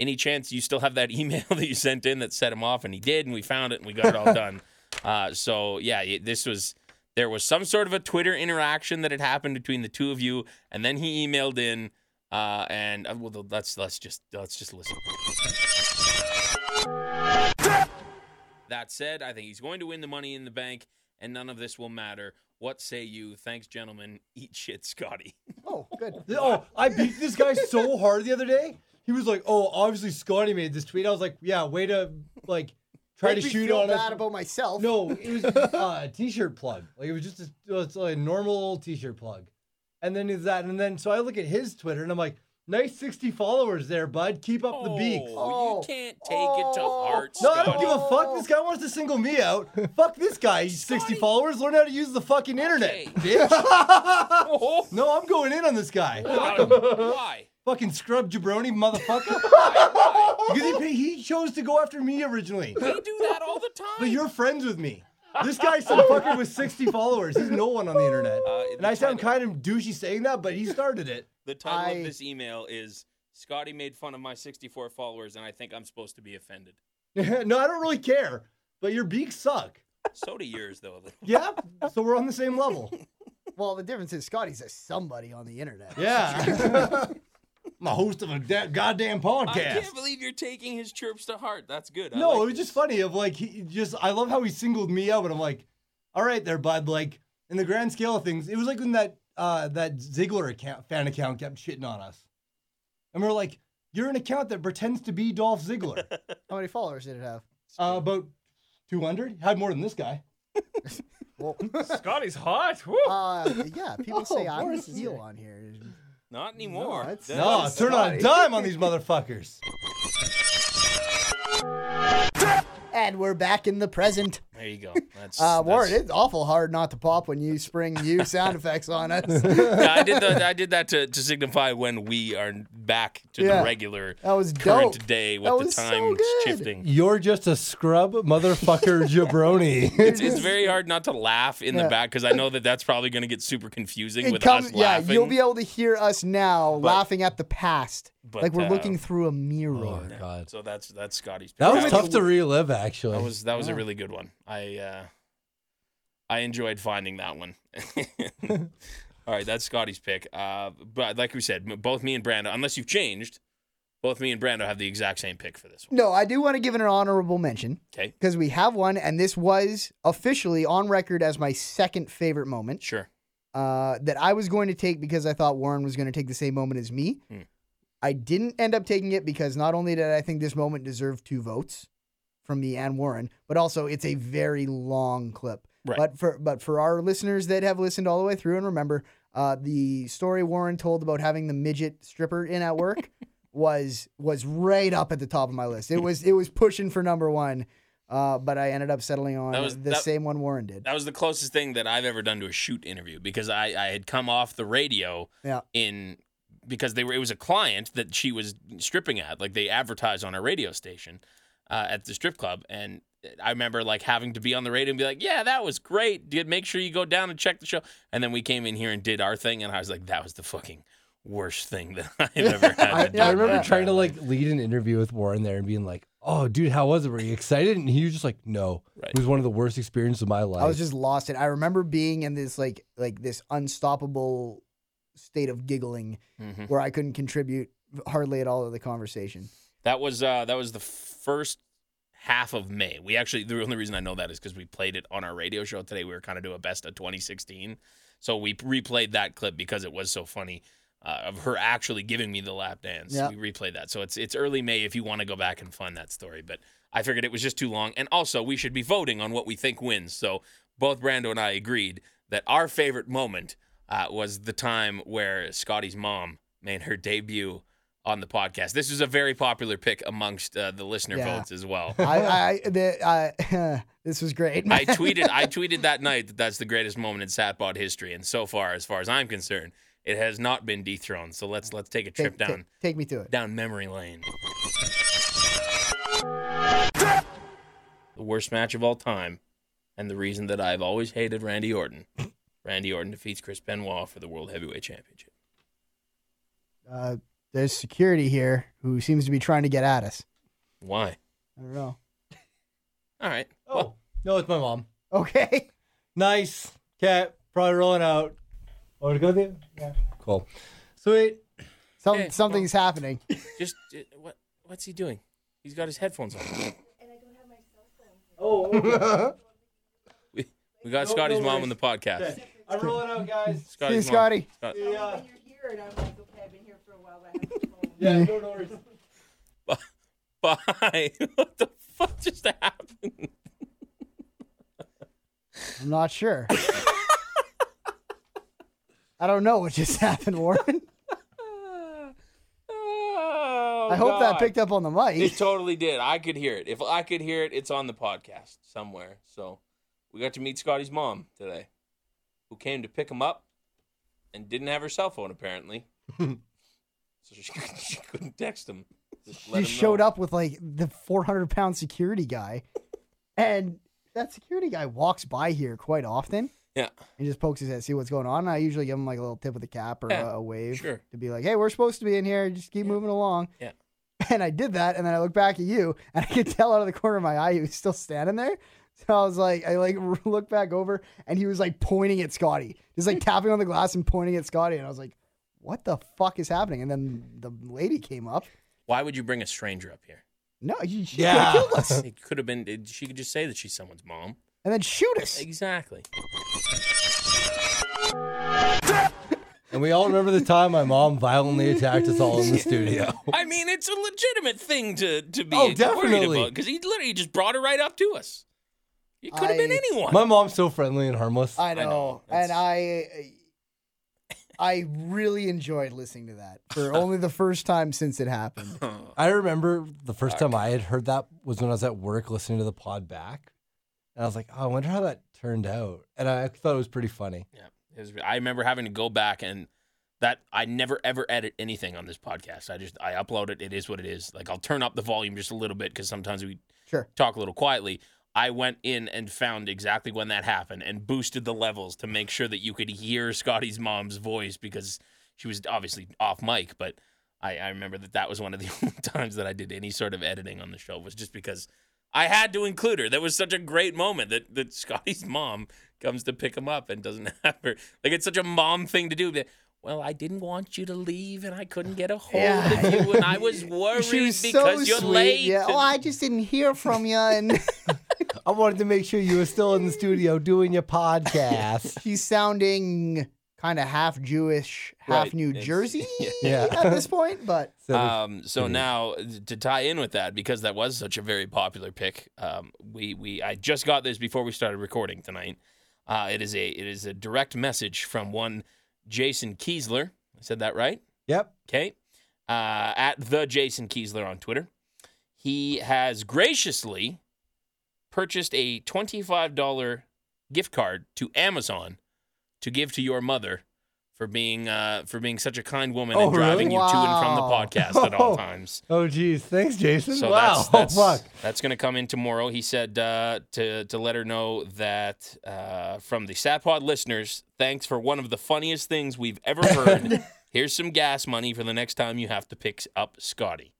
"Any chance you still have that email that you sent in that set him off?" And he did, and we found it, and we got it all done. Uh, so yeah, it- this was there was some sort of a Twitter interaction that had happened between the two of you, and then he emailed in, uh, and uh, well, let's let's just let's just listen. That said, I think he's going to win the Money in the Bank, and none of this will matter. What say you? Thanks, gentlemen. Eat shit, Scotty. Oh, good. Oh, I beat this guy so hard the other day. He was like, "Oh, obviously Scotty made this tweet." I was like, "Yeah, way to like try Make to me shoot feel on bad us." about myself. no, it was uh, a t-shirt plug. Like it was just a, it was a normal old t-shirt plug. And then is that, and then so I look at his Twitter and I'm like, "Nice 60 followers there, bud. Keep up the beats." Oh, Oh. you can't take it to Oh. heart, No, Scotty. I don't give a fuck. This guy wants to single me out. fuck this guy. He's 60 followers. Learn how to use the fucking internet, bitch. Oh, no, I'm going in on this guy. Scotty, Why? Fucking scrub jabroni motherfucker. because he, he chose to go after me originally. They do that all the time. But you're friends with me. This guy's some fucker with 60 followers. He's no one on the internet. Uh, and I sound kind of douchey saying that, but he started it. The title I- of this email is Scotty made fun of my 64 followers, and I think I'm supposed to be offended. no, I don't really care. But your beaks suck. So do yours, though. a little. Yeah, so we're on the same level. Well, the difference is Scotty's a somebody on the internet. Yeah. I'm a host of a da- goddamn podcast. I can't believe you're taking his chirps to heart. That's good. I no, like it was this. just funny. Of like, he just I love how he singled me out, and I'm like, all right, there, bud. Like in the grand scale of things, it was like when that uh that Ziggler account fan account kept shitting on us, and we are like, you're an account that pretends to be Dolph Ziggler. uh, How many followers did it have? about 200 had more than this guy. Well, Scotty's hot. Woo. uh, yeah, people say Oh, I'm a Boris is heel here. on here. Not anymore. No, it's- That- No, that's- turn on a dime on these motherfuckers. And we're back in the present. There you go. That's, Uh, Warren, that's- it's awful hard not to pop when you spring new sound effects on us. that Yeah, I did the, I did that to, to signify when we are back to Yeah. the regular was current dope. day with That the was so time good. shifting. You're just a scrub motherfucker jabroni. It's, it's very hard not to laugh in the Yeah. back because I know that that's probably going to get super confusing It with comes, us yeah, laughing. you'll be able to hear us now laughing at the past, but, like we're uh, oh, looking through a mirror. Oh, God. so that's that's Scotty's. That pick. was tough to relive, actually. That was that was a really good one. I uh, I enjoyed finding that one. All right, that's Scotty's pick. Uh, but like we said, m- both me and Brando, unless you've changed, both me and Brando have the exact same pick for this one. No, I do want to give it an honorable mention Okay, because we have one, and this was officially on record as my second favorite moment. sure. uh, that I was going to take because I thought Warren was going to take the same moment as me. Hmm. I didn't end up taking it because not only did I think this moment deserved two votes from me and Warren, but also it's a very long clip. Right. But for but for our listeners that have listened all the way through and remember, uh, the story Warren told about having the midget stripper in at work was was right up at the top of my list. Hmm. It was it was pushing for number one, uh, but I ended up settling on That was- the that- same one Warren did. That was the closest thing that I've ever done to a shoot interview because I, I had come off the radio Yeah. in because they were it was a client that she was stripping at like they advertise on a radio station uh, at the strip club and I remember like having to be on the radio and be like yeah that was great did make sure you go down and check the show and then we came in here and did our thing and I was like that was the fucking worst thing that I've ever I- had. to do yeah, I in my remember entire trying to life. like lead an interview with Warren there and being like, "Oh, dude, how was it? Were you excited?" And he was just like, "No, Right. it was one of the worst experiences of my life." I was just lost. It. I remember being in this like like this unstoppable state of giggling Mhm. where I couldn't contribute hardly at all to the conversation. That was uh, that was the first half of May. We actually the only reason I know that is because we played it on our radio show today. We were kind of doing a best of 2016, so we replayed that clip because it was so funny uh, of her actually giving me the lap dance. Yeah. We replayed that, so it's it's early May if you want to go back and find that story. But I figured it was just too long, and also we should be voting on what we think wins. So both Brando and I agreed that our favorite moment uh, was the time where Scotty's mom made her debut on the podcast. This was a very popular pick amongst uh, the listener Yeah. votes as well. I, I the I, this was great. I tweeted I tweeted that night that that's the greatest moment in Satbot history, and so far, as far as I'm concerned, it has not been dethroned. So let's let's take a take, trip down Take, take me to it. down memory lane. The worst match of all time, and the reason that I've always hated Randy Orton. Randy Orton defeats Chris Benoit for the World Heavyweight Championship. Uh, there's security here who seems to be trying to get at us. Why? I don't know. All right. "Oh, no, it's my mom." Okay. Nice cat, probably rolling out. Want to go there? Yeah. Cool. Sweet. Some Hey, well- something's happening. Just uh, what what's he doing? He's got his headphones on. Oh. We, We got No- Scotty's no mom worries. on the podcast. I'm rolling out, guys. Scotty's See mom. you, Scotty. Scott- Yeah, You're here, and I'm like, okay, I've been here for a while, but I haven't been home. yeah, no worries. Bye. what the fuck just happened? I'm not sure. I don't know what just happened, Warren. Oh, I hope that picked up on the It mic. totally did. I could hear it. If I could hear it, it's on the podcast somewhere. So we got to meet Scotty's mom today, who came to pick him up and didn't have her cell phone apparently, so she, she couldn't text him. Just let You him showed know. up with like the 400 pound security guy, and that security guy walks by here quite often Yeah. and just pokes his head, see what's going on. I usually give him like a little tip of the cap or Yeah, a, a wave sure. to be like, "Hey, we're supposed to be in here. Just keep moving along." Yeah. And I did that, and then I looked back at you, and I could tell out of the corner of my eye he was still standing there. So I was like, I like looked back over, and he was like pointing at Scotty, just like tapping on the glass and pointing at Scotty, and I was like, "What the fuck is happening?" And then the lady came up. Why would you bring a stranger up here? No, she, she Yeah. killed us, It could have been. She could just say that she's someone's mom. and then shoot us. Exactly. And we all remember the time my mom violently attacked us all in the studio. I mean, it's a legitimate thing to to be Oh, worried definitely. about because he literally just brought her right up to us. It could have been I- anyone. My mom's so friendly and harmless. I know. know, That's- and I, I really enjoyed listening to that for only the first time since it happened. I remember the first time I had heard that was when I was at work listening to the pod back. And I was like, oh, I wonder how that turned out. And I thought it was pretty funny. Yeah, it was, I remember having to go back and that I never ever edit anything on this podcast. I just I upload it. It is what it is. Like I'll turn up the volume just a little bit because sometimes we Sure. talk a little quietly. I went in and found exactly when that happened and boosted the levels to make sure that you could hear Scotty's mom's voice because she was obviously off mic. But I, I remember that that was one of the only times that I did any sort of editing on the show was just because I had to include her. That was such a great moment that, that Scotty's mom comes to pick him up and doesn't have her. Like it's such a mom thing to do. That, well, I didn't want you to leave and I couldn't get a hold of you and I was worried She was because so you're sweet. late. Yeah. and- Oh, I just didn't hear from you, and I wanted to make sure you were still in the studio doing your podcast. she's sounding kind of half Jewish, half Right. New It's- Jersey Yeah. at this point. But So Um, so Mhm. now to tie in with that, because that was such a very popular pick, um, we we I just got this before we started recording tonight. Uh, it is a it is a direct message from one Jason Kiesler. I said that right? yep. Okay. Uh, at the Jason Kiesler on Twitter. He has graciously purchased a $25 gift card to Amazon to give to your mother for being uh, for being such a kind woman Oh, and driving you really? to and from the Wow. podcast at all Oh. times. Oh, geez. Thanks, Jason. So wow. that's that's, oh, fuck. that's going to come in tomorrow. He said uh, to to let her know that uh, from the Satpod listeners, thanks for one of the funniest things we've ever heard. Here's some gas money for the next time you have to pick up Scotty.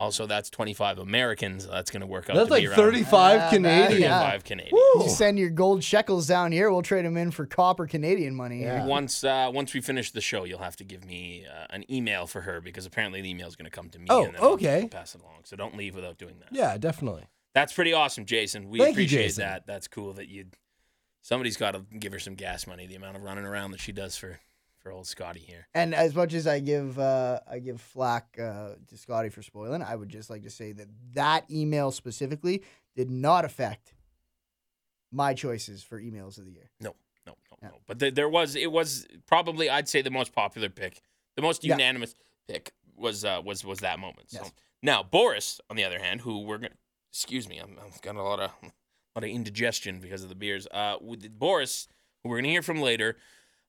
Also, that's 25 Americans. That's going to work out. That's to like be around 35 Yeah, Canadian. yeah. 35 Canadian. Woo. you send your gold shekels down here, we'll trade them in for copper Canadian money. Yeah. Once uh, once we finish the show, you'll have to give me uh, an email for her because apparently the email's going to come to me. Oh, and then I'll okay. pass it along. So don't leave without doing that. Yeah, definitely. That's pretty awesome, Jason. We Thank you, appreciate Jason. that. That's cool that you. Somebody's got to give her some gas money. The amount of running around that she does for for old Scotty here. And as much as I give uh, I give flack uh, to Scotty for spoiling, I would just like to say that that email specifically did not affect my choices for emails of the year. No, no, no, Yeah. no. But there, there was it was probably I'd say the most popular pick, the most Yeah. unanimous pick was uh, was was that moment. So Yes. now Boris, on the other hand, who we're gonna excuse me, I'm, I've got a lot of a lot of indigestion because of the beers. Uh, with Boris, who we're gonna hear from later,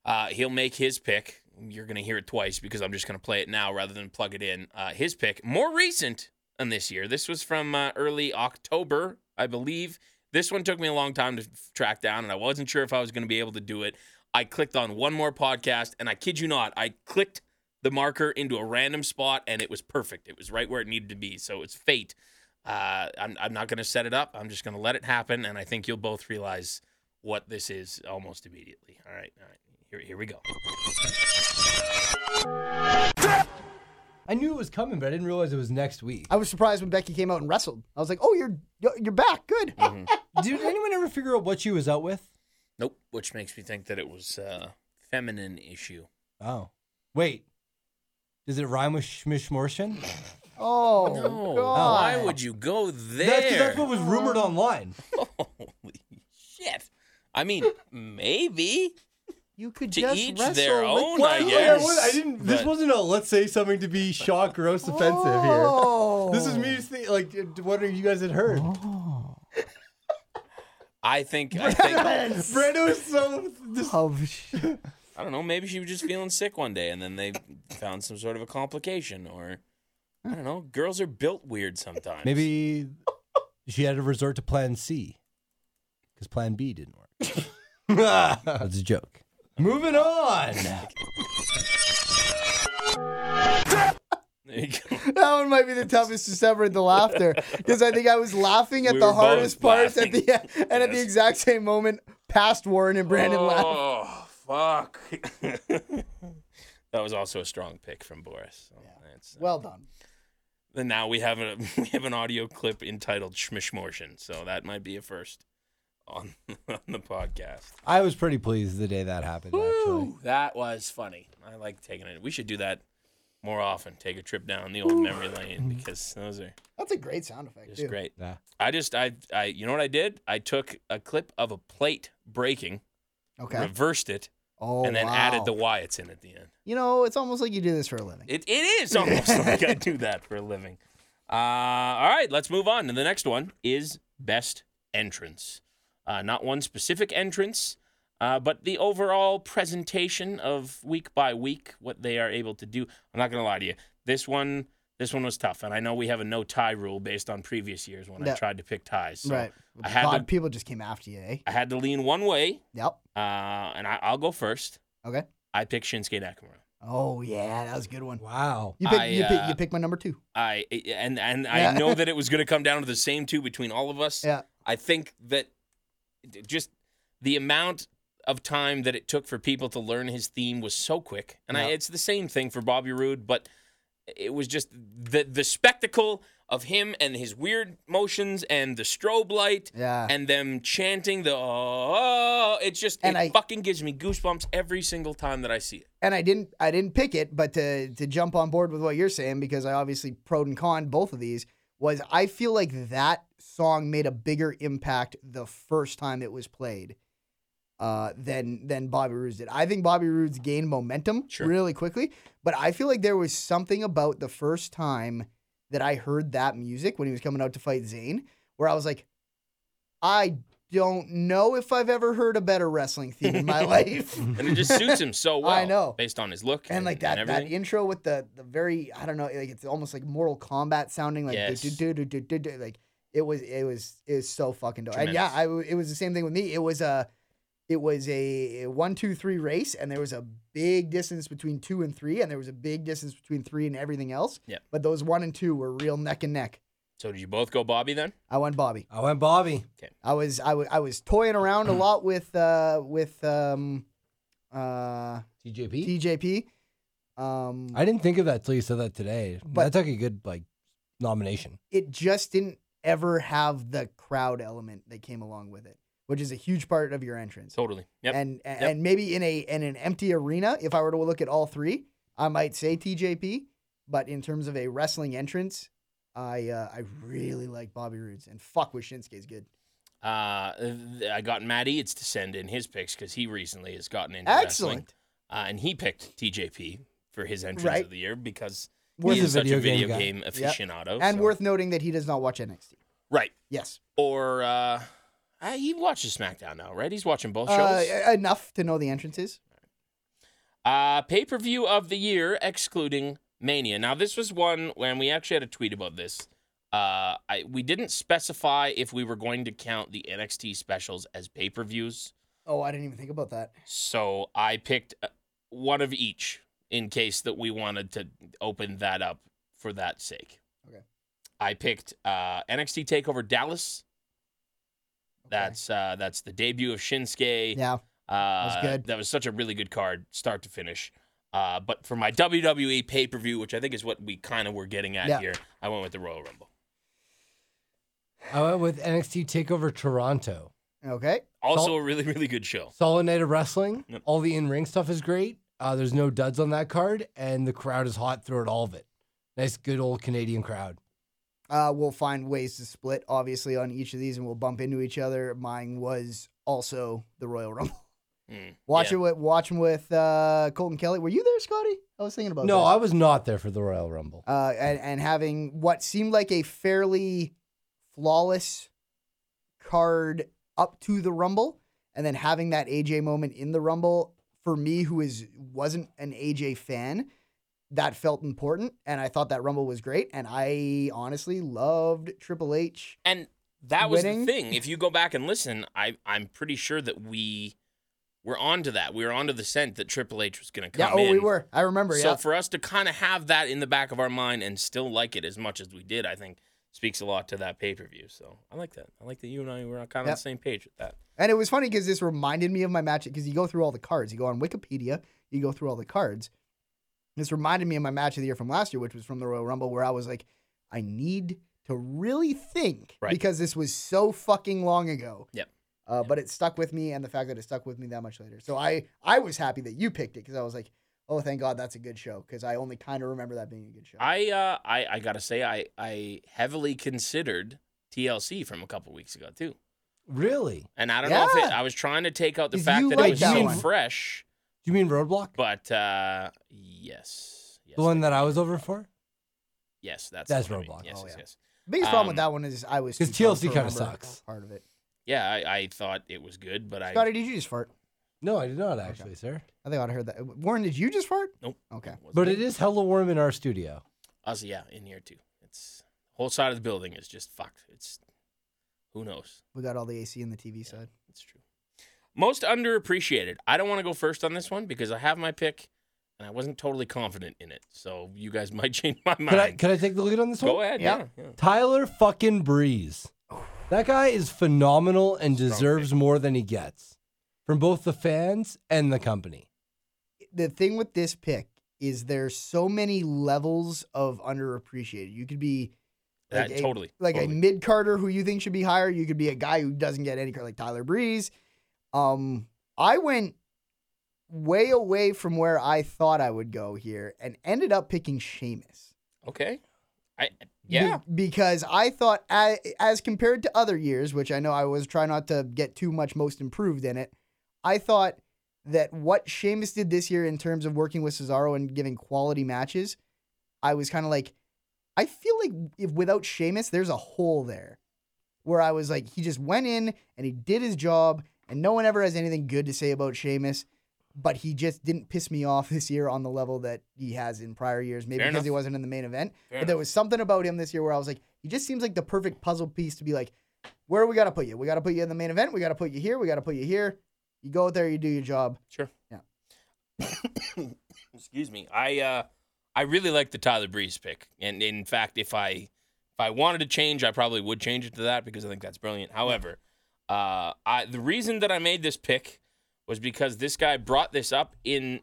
Uh, he'll make his pick. You're going to hear it twice because I'm just going to play it now rather than plug it in. Uh, his pick, more recent than this year. This was from uh, early October, I believe. This one took me a long time to f- track down, and I wasn't sure if I was going to be able to do it. I clicked on one more podcast, and I kid you not, I clicked the marker into a random spot, and it was perfect. It was right where it needed to be. So it's fate. Uh, I'm, I'm not going to set it up. I'm just going to let it happen, and I think you'll both realize what this is almost immediately. All right, all right. Here, here we go. I knew it was coming, but I didn't realize it was next week. I was surprised when Becky came Mm-hmm. out and wrestled. I was like, "Oh, you're you're back, good." Did anyone ever figure out what she was out with? Nope. Which makes me think that it was uh, feminine issue. Oh, wait. Does it rhyme with Schmishmorschen? Oh, No. God. Why would you go there? That's, 'cause that's what was rumored online. Holy shit. I mean, maybe. you could To just each wrestle their with own, the- I Oh guess. I didn't. This but- wasn't a let's say something to be shock, gross, offensive here. Oh. This is me just think, like uh, what are you guys had heard. I think. I think. I Brando is so. This, Oh, sh- don't know. Maybe she was just feeling sick one day, and then they found some sort of a complication, or I don't know. Girls are built weird sometimes. maybe she had to resort to Plan C because Plan B didn't work. That's a joke. Moving on. There you go. that one might be the toughest to separate the laughter because I think I was laughing at We the were both hardest parts at laughing. the end, and at the Yes. exact same moment, past Warren and Brandon laughed. Oh fuck! that was also a strong pick from Boris. So that's- Well done. and now we have a we have an audio clip entitled "Schmishmortion," so that might be a first on on the podcast. I was pretty pleased the day that happened. Actually, that was funny. I like taking it. We should do that more often. Take a trip down the old memory lane because those are That's a great sound effect. just too. great. yeah. I just I I you know what I did? I took a clip of a plate breaking, Okay. reversed it, Oh, and then wow. added the Wyatts in at the end. You know, it's almost like you do this for a living. It, it is almost like I do that for a living. Uh, all right, let's move on. And the next one is best entrance. Uh, not one specific entrance, uh, but the overall presentation of week by week what they are able to do. I'm not gonna lie to you. This one, this one was tough, and I know we have a no tie rule based on previous years when I Yeah. tried to pick ties. So right. I had God, to- people just came after you, eh? I had to lean one way, Yep. uh, and I, I'll go first. Okay. I picked Shinsuke Nakamura. Oh yeah, that was a good one. Wow. You pick, I, you pick, uh, you pick my number two. I eh, and and Yeah. I know that it was going to come down to the same two between all of us. Yeah. I think that d- just the amount of time that it took for people to learn his theme was so quick, and I, Yeah. it's the same thing for Bobby Roode, but it was just the the spectacle of him and his weird motions and the strobe light Yeah. and them chanting the oh, it's just And it I- fucking gives me goosebumps every single time that I see it. and I didn't I didn't pick it, but to to jump on board with what you're saying because I obviously pro and con both of these was I feel like that song made a bigger impact the first time it was played uh, than than Bobby Roode's did. I think Bobby Roode's gained momentum Sure. really quickly, but I feel like there was something about the first time that I heard that music when he was coming out to fight Zayn where I was like, I don't know if I've ever heard a better wrestling theme in my life. And it just suits him so well. I know. Based on his look. and like that that everything. intro with the the very I don't know like it's almost like Mortal Kombat sounding like Yes. do, do, do, do, do, do, like it was it was it was so fucking dope and yeah Tremendous. I w it was the same thing with me it was a it was a one two three race and there was a big distance between two and three and there was a big distance between three and everything else Yep. but those one and two were real neck and neck So did you both go Bobby then? I won Bobby I went Bobby. I was I wa- I was toying around a lot with uh with um uh TJP. DJP um I didn't think of that till you said that today. But- That's like a good like nomination. it just didn't ever have the crowd element that came along with it, which is a huge part of your entrance. Totally. Yep. And and, Yep. maybe in a in an empty arena, if I were to look at all three, I might say TJP, but in terms of a wrestling entrance, I uh, I really like Bobby Roode's and fuck with Shinsuke's good. Uh, th- I got Matt Eads to send in his picks because he recently has gotten into wrestling. Excellent. Uh, and he picked TJP for his entrance Right. of the year because Worth he a is such a video video game guy. game, aficionado. And so- worth noting that he does not watch NXT. right Yes. or uh, uh, he watches SmackDown now, right? He's watching both shows. Uh, enough to know the entrances. Uh, pay per view of the year, excluding Mania. Now, this was one when we actually had a tweet about this. Uh, I, we didn't specify if we were going to count the NXT specials as pay per views. Oh, I didn't even think about that. So I picked uh, one of each in case that we wanted to open that up for that sake. Okay. I picked uh, NXT Takeover Dallas. That's uh, that's the debut of Shinsuke. Yeah. Uh, was good. That was such a really good card, start to finish. Uh, but for my WWE pay per view, which I think is what we kind of were getting at Yeah. here, I went with the Royal Rumble. I went with NXT Takeover Toronto. Okay. Also, Salt- a really, really good show. Solid night of wrestling. Yep. All the in ring stuff is great. Uh, there's no duds on that card, and the crowd is hot throughout all of it. Nice, good old Canadian crowd. Uh, we'll find ways to split, obviously, on each of these, and we'll bump into each other. Mine was also the Royal Rumble. Mm, Watch yeah. it with watching with uh, Colton Kelly. Were you there, Scotty? I was thinking about No, this. I was not there for the Royal Rumble. uh, and, and having what seemed like a fairly flawless card up to the Rumble, and then having that AJ moment in the Rumble for me, who is wasn't an AJ fan, that felt important, and I thought that Rumble was great, and I honestly loved Triple H. And that was Winning. the thing. If you go back and listen, I, I'm pretty sure that we were onto that. We were onto the scent that Triple H was going to yeah, come oh, in. we were. I remember. So yeah, for us to kind of have that in the back of our mind and still like it as much as we did, I think speaks a lot to that pay per view. So I like that. I like that you and I were kind of on the Yep. same page with that. and it was funny because this reminded me of my match. Because you go through all the cards, you go on Wikipedia, you go through all the cards. This reminded me of my match of the year from last year, which was from the Royal Rumble, where I was like, I need to really think Right. because this was so fucking long ago. Yep. Uh, But it stuck with me, and the fact that it stuck with me that much later. So I I was happy that you picked it because I was like, oh, thank God that's a good show because I only kind of remember that being a good show. I uh, I, I gotta say I I heavily considered TLC from a couple weeks ago too, Really? and I don't know if it, Yeah. I was trying to take out the 'Cause fact you that it like was that so one. fresh, Do you mean Roadblock? but uh, yes, yes, the one that I was over for? yes, that's That's the one I mean. Roblox. Yes, Oh, yes, yeah. yes. biggest problem um, with that one is I was 'cause too drunk TLC to kinda remember sucks. Part of it. Yeah, I, I thought it was good, but I Scotty, did you just fart? No, I did not actually, sir. I think I'd heard that. Warren, did you just fart? Nope. Okay. wasn't But it is hella warm in our studio. Us, yeah, in here too. It's whole side of the building is just fucked. It's who knows. We got all the AC and the TV side. It's true. Most underappreciated. I don't want to go first on this one because I have my pick, and I wasn't totally confident in it. So you guys might change my mind. Could I, could I take the lead on this one? go ahead. Yeah. Yeah. yeah. Tyler fucking Breeze. That guy is phenomenal and deserves more than he gets from both the fans and the company. The thing with this pick is there's so many levels of underappreciated. You could be like That- a, totally. like totally. a mid Carter who you think should be higher. You could be a guy who doesn't get any credit, like Tyler Breeze. Um, I went way away from where I thought I would go here and ended up picking Sheamus. okay. I Be- yeah. because I thought, as, as compared to other years, which I know I was trying not to get too much most improved in it, I thought that what Sheamus did this year in terms of working with Cesaro and giving quality matches, I was kind of like, I feel like if without Sheamus, there's a hole there where I was like, he just went in and he did his job, and no one ever has anything good to say about Sheamus. But he just didn't piss me off this year on the level that he has in prior years. Maybe Fair because he enough. wasn't in the main event, Fair but there enough. was something about him this year where I was like, he just seems like the perfect puzzle piece to be like, where we got to put you? We got to put you in the main event. We got to put you here. We got to put you here. You go out there, you do your job. Sure. Yeah. Excuse me. I uh I really like the Tyler Breeze pick. And in fact, if I if I wanted to change, I probably would change it to that because I think that's brilliant. However, uh I the reason that I made this pick was because this guy brought this up in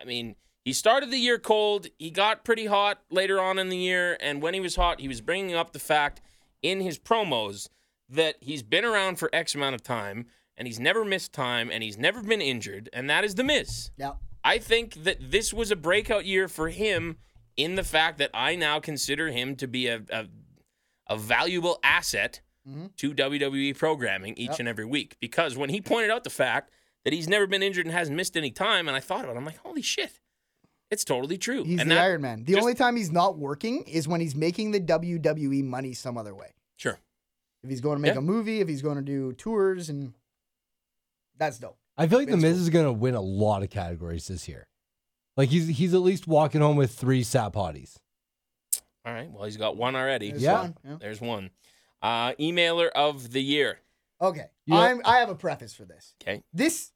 I mean, he started the year cold, he got pretty hot later on in the year, and when he was hot, he was bringing up the fact in his promos that he's been around for X amount of time and he's never missed time and he's never been injured, and that is The Miz. Yeah. I think that this was a breakout year for him in the fact that I now consider him to be a, a, a valuable asset Mm-hmm. to WWE programming each and every week. Because when he pointed out the fact that he's never been injured and hasn't missed any time, and I thought about it, I'm like, holy shit, it's totally true. He's and the that- Iron Man. The just- only time he's not working is when he's making the WWE money some other way. Sure. If he's going to make Yeah. a movie, if he's going to do tours, and that's dope. I feel like the It's Miz is gonna win a lot of categories this year. Like he's he's at least walking home with three sap hotties. All right. Well, he's got one already. There's Yeah. one, There's one. Uh, emailer of the year. Okay. You know- I'm, I have a preface for this. Okay. This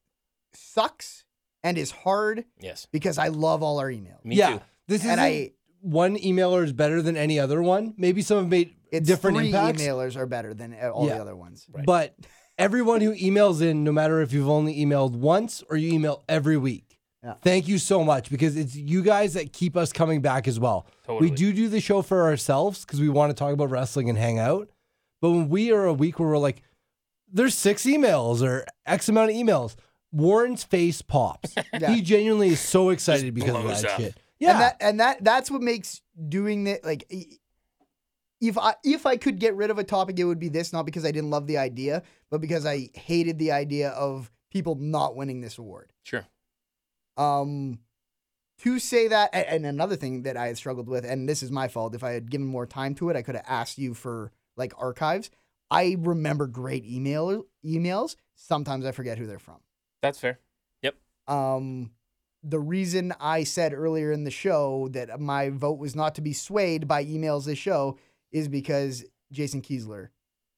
sucks and is hard Yes. because I love all our emails. Me yeah, too. this is and I one emailer is better than any other one. Maybe some have made it's different three impacts, emailers are better than uh, all Yeah. the other ones. Right. but everyone who emails in, no matter if you've only emailed once or you email every week, Yeah. thank you so much because it's you guys that keep us coming back as well. Totally. We do do the show for ourselves because we want to talk about wrestling and hang out. But when we are a week where we're like, there's six emails or X amount of emails. Warren's face pops. Yeah. He genuinely is so excited because of blows that up. shit. Yeah. And that and that that's what makes doing that like e- if I if I could get rid of a topic it would be this not because I didn't love the idea but because I hated the idea of people not winning this award. Sure. Um to say that a- and another thing that I had struggled with and this is my fault if I had given more time to it I could have asked you for like archives. I remember great email emails. Sometimes I forget who they're from. That's fair. Um, the reason I said earlier in the show that my vote was not to be swayed by emails this show is because Jason Kiesler,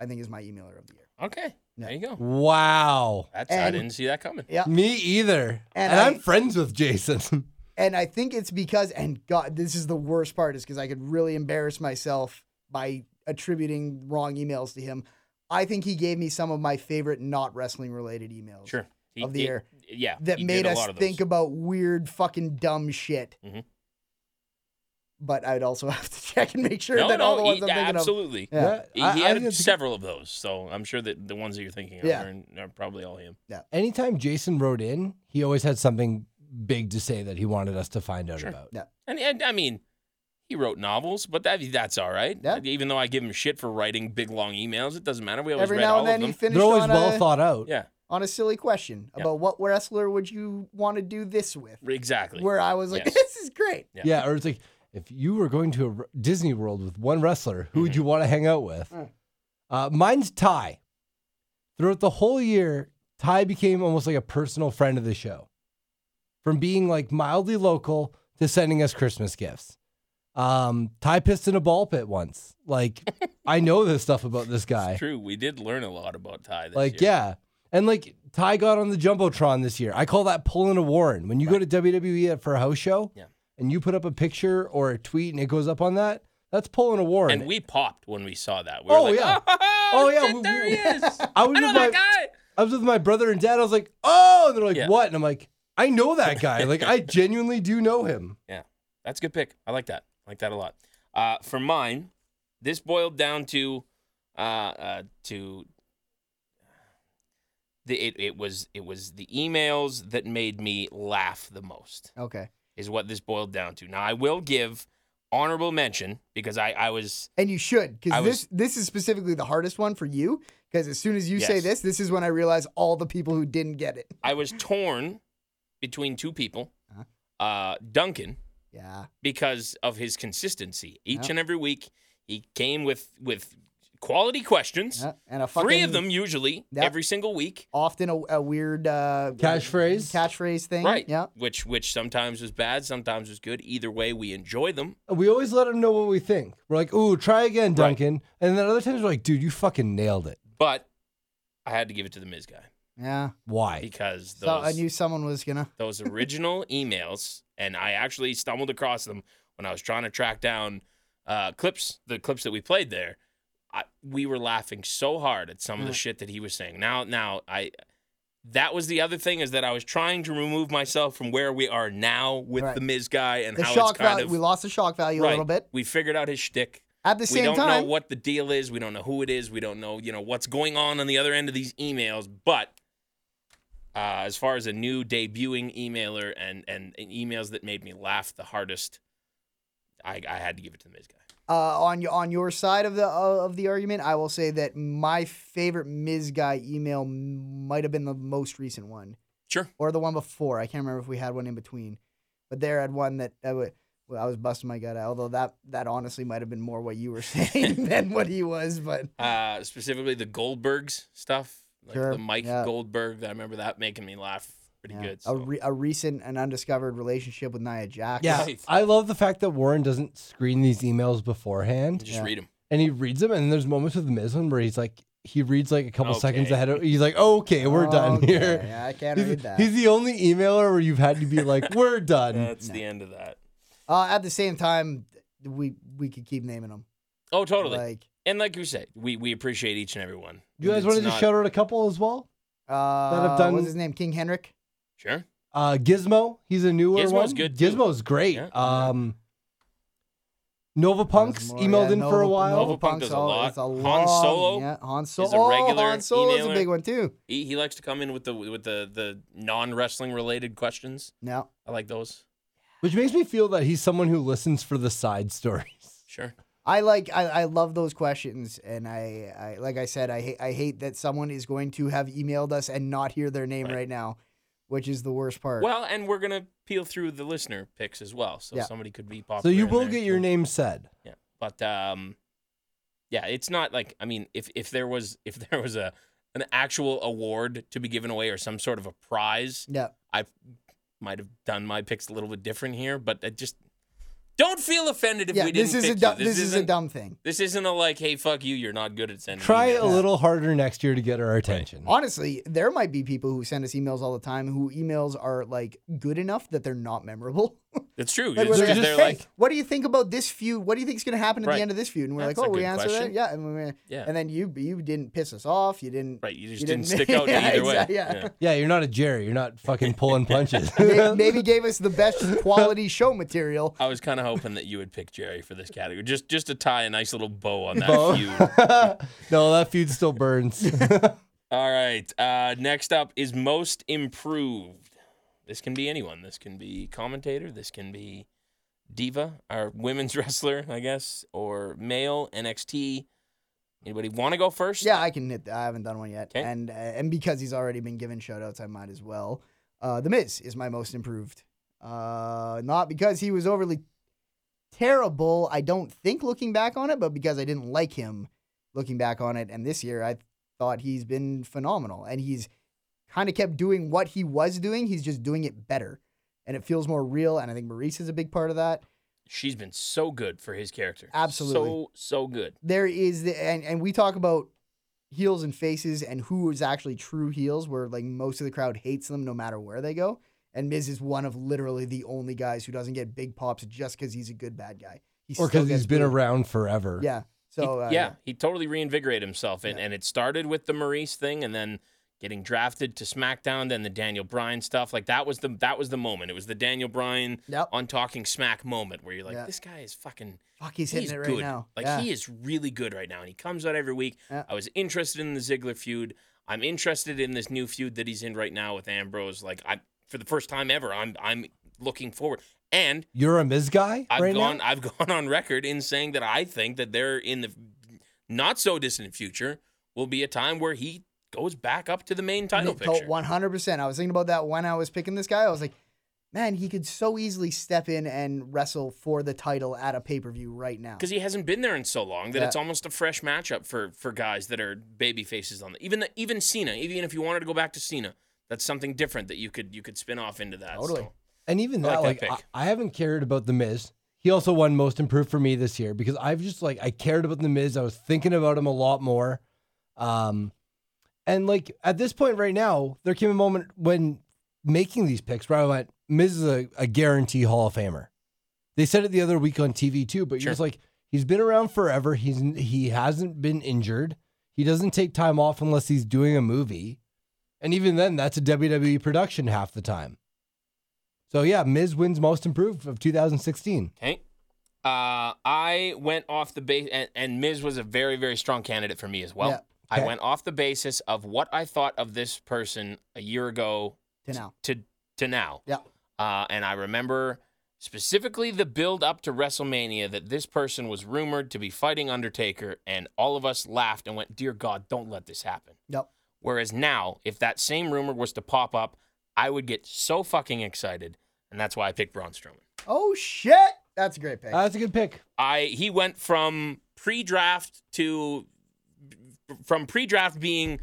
I think, is my emailer of the year. Okay. There you go. wow. That's I And- didn't see that coming. Yeah. Me either. And, And I- I'm friends with Jason. And I think it's because, and God, this is the worst part, is because I could really embarrass myself by attributing wrong emails to him. I think he gave me some of my favorite not wrestling related emails. Sure. He- Of the he- year. Yeah. that he made did a us lot of those. think about weird fucking dumb shit. Mhm. But I'd also have to check and make sure no, that no, all the ones he- I'm thinking absolutely. of. Yeah. He, I- he I had think it's- several of those, so I'm sure that the ones that you're thinking of Yeah. are, in- are probably all him. Anytime Jason wrote in, he always had something big to say that he wanted us to find out Sure. about. Yeah. And, and I mean, he wrote novels, but that that's all right. Yeah. Even though I give him shit for writing big long emails, it doesn't matter. We always Every read now all and then of them. he finished They're always on, well a, thought out. yeah, on a silly question Yeah. about what wrestler would you want to do this with? exactly. Where I was like, Yes. this is great. Yeah. Yeah, or it's like if you were going to a r- Disney World with one wrestler, who Mm-hmm. would you want to hang out with? Mm. Uh, mine's Ty. Throughout the whole year, Ty became almost like a personal friend of the show, from being like mildly local to sending us Christmas gifts. Um, Ty pissed in a ball pit once. Like I know this stuff about this guy. True, we did learn a lot about Ty. This Like year. yeah. And like Ty got on the jumbotron this year. I call that pulling a Warren. When you go to WWE for a house show, Yeah. and you put up a picture or a tweet and it goes up on that, that's pulling a Warren. and we popped when we saw that. We were Oh, like, yeah. oh, Oh, yeah, shit, we- there we- he is. I was I know that with my- guy. I was with my brother and dad. I was like, oh, and they're like, Yeah. what? And I'm like, I know that guy. like I genuinely do know him. That's a good pick. I like that. I like that a lot. Uh, for mine, this boiled down to uh, uh, to the it, it was it was the emails that made me laugh the most Okay. is what this boiled down to. Now I will give honorable mention because I I was And you should, I because was- this this is specifically the hardest one for you. Because as soon as you say Yes. this, this is when I realize all the people who didn't get it. I was torn between two people. Uh-huh. Uh, Duncan Yeah. because of his consistency. Each Yeah. and every week he came with with quality questions. yeah. And a fucking Three of them usually Yeah. every single week. often a, a weird uh, Catchphrase. catchphrase thing. Right. Yeah. Which which sometimes was bad, sometimes was good. Either way, we enjoy them. We always let him know what we think. We're like, ooh, try again, Duncan. And then other times we're like, dude, you fucking nailed it. But I had to give it to the Miz guy Yeah. Why? because So I those knew someone was gonna. those original emails, and I actually stumbled across them when I was trying to track down uh, clips, the clips that we played there. I, we were laughing so hard at some of the Mm. shit that he was saying. Now, now I. That was the other thing is that I was trying to remove myself from where we are now with Right. the Miz guy and The how shock it's kind value. of We lost the shock value a Right. little bit. We figured out his shtick. At the we same don't time, know what the deal is. We don't know who it is. We don't know, you know, what's going on on the other end of these emails. But uh, as far as a new debuting emailer and, and and emails that made me laugh the hardest, I, I had to give it to the Miz guy. uh, on your on your side of the uh, of the argument, I will say that my favorite Ms. Guy email m- might have been the most recent one, Sure. or the one before. I can't remember if we had one in between, but there I had one that I, wa- well, I was busting my gut out. Although that that honestly might have been more what you were saying than what he was. But Uh, specifically the Goldbergs stuff, like Sure, the Mike yeah. Goldberg. I remember that making me laugh pretty yeah. good. a so. re- a recent and undiscovered relationship with Nia Jax. Yeah. Right. I love the fact that Warren doesn't screen these emails beforehand. Just Yeah. read them. and he reads them, and there's moments with Miz one where he's like, he reads like a couple seconds Okay. ahead. Of, he's like, okay, we're done Okay, here. Yeah, I can't He's, read that. he's the only emailer where you've had to be like, we're done. Mm, That's the end of that. Uh, at the same time, we we could keep naming them. Oh, totally. Like, and like you said, we, we appreciate each and every one. you guys It's wanted to not- shout out a couple as well? uh, done- what was his name? King Henrik. Sure. Uh, Gizmo, he's a newer Gizmo's one. good, too. Gizmo's great. Yeah. Um, Nova Punks There's more, emailed yeah, in for a Nova- while. Nova- Punk does a all- lot. It's a Han long- Solo yeah, Han Solo is a regular Oh, Han Solo is a emailer. big one too. He, he likes to come in with the with the the non wrestling related questions. No, I like those. Which makes me feel that he's someone who listens for the side stories. Sure. I like I, I love those questions, and I, I like I said I hate I hate that someone is going to have emailed us and not hear their name right, Right. now, which is the worst part. Well, and we're gonna peel through the listener picks as well, so Yeah. somebody could be popular. So you in will there, get so- your name said. Yeah, but um, yeah, it's not like I mean, if if there was if there was a an actual award to be given away or some sort of a prize, yeah, I might have done my picks a little bit different here, but I just don't feel offended if yeah. we didn't. This is a pick you. dumb, this, is a isn't- dumb thing. This isn't a like, hey, fuck you, you're not good at sending. Try emails. a little harder next year to get our attention. Honestly, there might be people who send us emails all the time who emails are like good enough that they're not memorable. It's true. Like, it's we're just- like, they're "Hey, like, what do you think about this feud? What do you think's going to happen at Right. the end of this feud? And we're That's like, a oh, we good answer question. that, yeah. And, we, Yeah. and then you you didn't piss us off. You didn't. right, you just you didn't, didn't- stick out Yeah, either exa- way. yeah. Yeah, you're not a Jerry. You're not fucking pulling punches. May- maybe gave us the best quality show material. I was kind of hoping that you would pick Jerry for this category, just just to tie a nice little bow on that Bow. feud. Oh. no, that feud still burns. All right. Uh, next up is most improved. This can be anyone. This can be commentator. This can be diva or women's wrestler, I guess, or male NXT. Anybody want to go first? Yeah, I can hit. That. I haven't done one yet, 'Kay. and uh, and because he's already been given shout outs, I might as well. Uh, the Miz is my most improved. Uh, not because he was overly terrible. I don't think looking back on it, but because I didn't like him looking back on it. And this year, I thought he's been phenomenal, and he's kind of kept doing what he was doing. He's just doing it better, and it feels more real. And I think Maurice is a big part of that. She's been so good for his character. Absolutely. So, so good. there is the and, and we talk about heels and faces and who is actually true heels where like most of the crowd hates them no matter where they go and Miz is one of literally the only guys who doesn't get big pops just because he's a good bad guy he or still because he's gets been booed. around forever. yeah so He- uh, yeah, he totally reinvigorated himself. And, Yeah. and it started with the Maurice thing and then getting drafted to SmackDown, then the Daniel Bryan stuff. Like that was the that was the moment. It was the Daniel Bryan Yep. on talking smack moment where you're like, Yeah. this guy is fucking fuck he's hitting it right good. now Like yeah. he is really good right now, and he comes out every week. Yeah. I was interested in the Ziggler feud. I'm interested in this new feud that he's in right now with Ambrose. Like I, for the first time ever, I'm I'm looking forward. And You're a Miz guy I've right gone now. I've gone on record in saying that I think that there in the not so distant future will be a time where he goes back up to the main title Tol- picture. 100% I was thinking about that when I was picking this guy I was like man he could so easily step in and wrestle for the title at a pay-per-view right now because he hasn't been there in so long that Yeah. it's almost a fresh matchup for for guys that are baby faces on the even the, even Cena even if you wanted to go back to Cena that's something different that you could you could spin off into that Totally. so. And even I that, like like, that I, pick. I haven't cared about the Miz. He also won Most Improved for me this year because I've just like I cared about the Miz. I was thinking about him a lot more. Um, and like at this point right now, there came a moment when making these picks where I went, Miz is a, a guarantee Hall of Famer. They said it the other week on TV too, but Sure. you're just like, he's been around forever. He's he hasn't been injured. He doesn't take time off unless he's doing a movie. And even then, that's a WWE production half the time. So yeah, Miz wins most improved of 2016. okay uh, I went off the base and, and Miz was a very very strong candidate for me as well Yeah. I Okay. went off the basis of what I thought of this person a year ago to now to to now yeah Uh, and I remember specifically the build up to WrestleMania that this person was rumored to be fighting Undertaker, and all of us laughed and went, Dear God, don't let this happen. yep Whereas now, if that same rumor was to pop up, I would get so fucking excited. And that's why I picked Braun Strowman. oh shit that's a great pick Uh, that's a good pick. I he went from pre-draft to from pre-draft being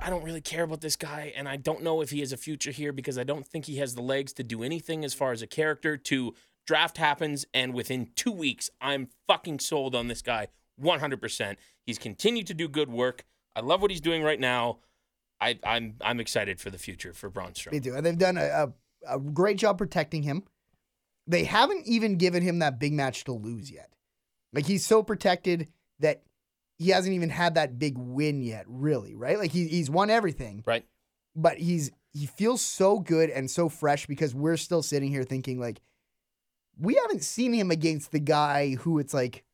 I don't really care about this guy and I don't know if he has a future here because I don't think he has the legs to do anything as far as a character to draft happens and within 2 weeks I'm fucking sold on this guy 100%. He's continued to do good work. I love what he's doing right now. I, I'm I'm excited for the future for Braun They Strowman. do. And they've done a, a, a great job protecting him. They haven't even given him that big match to lose yet. Like he's so protected that he hasn't even had that big win yet, really, right? Like he, he's won everything, Right? but he's he feels so good and so fresh because we're still sitting here thinking like we haven't seen him against the guy who it's like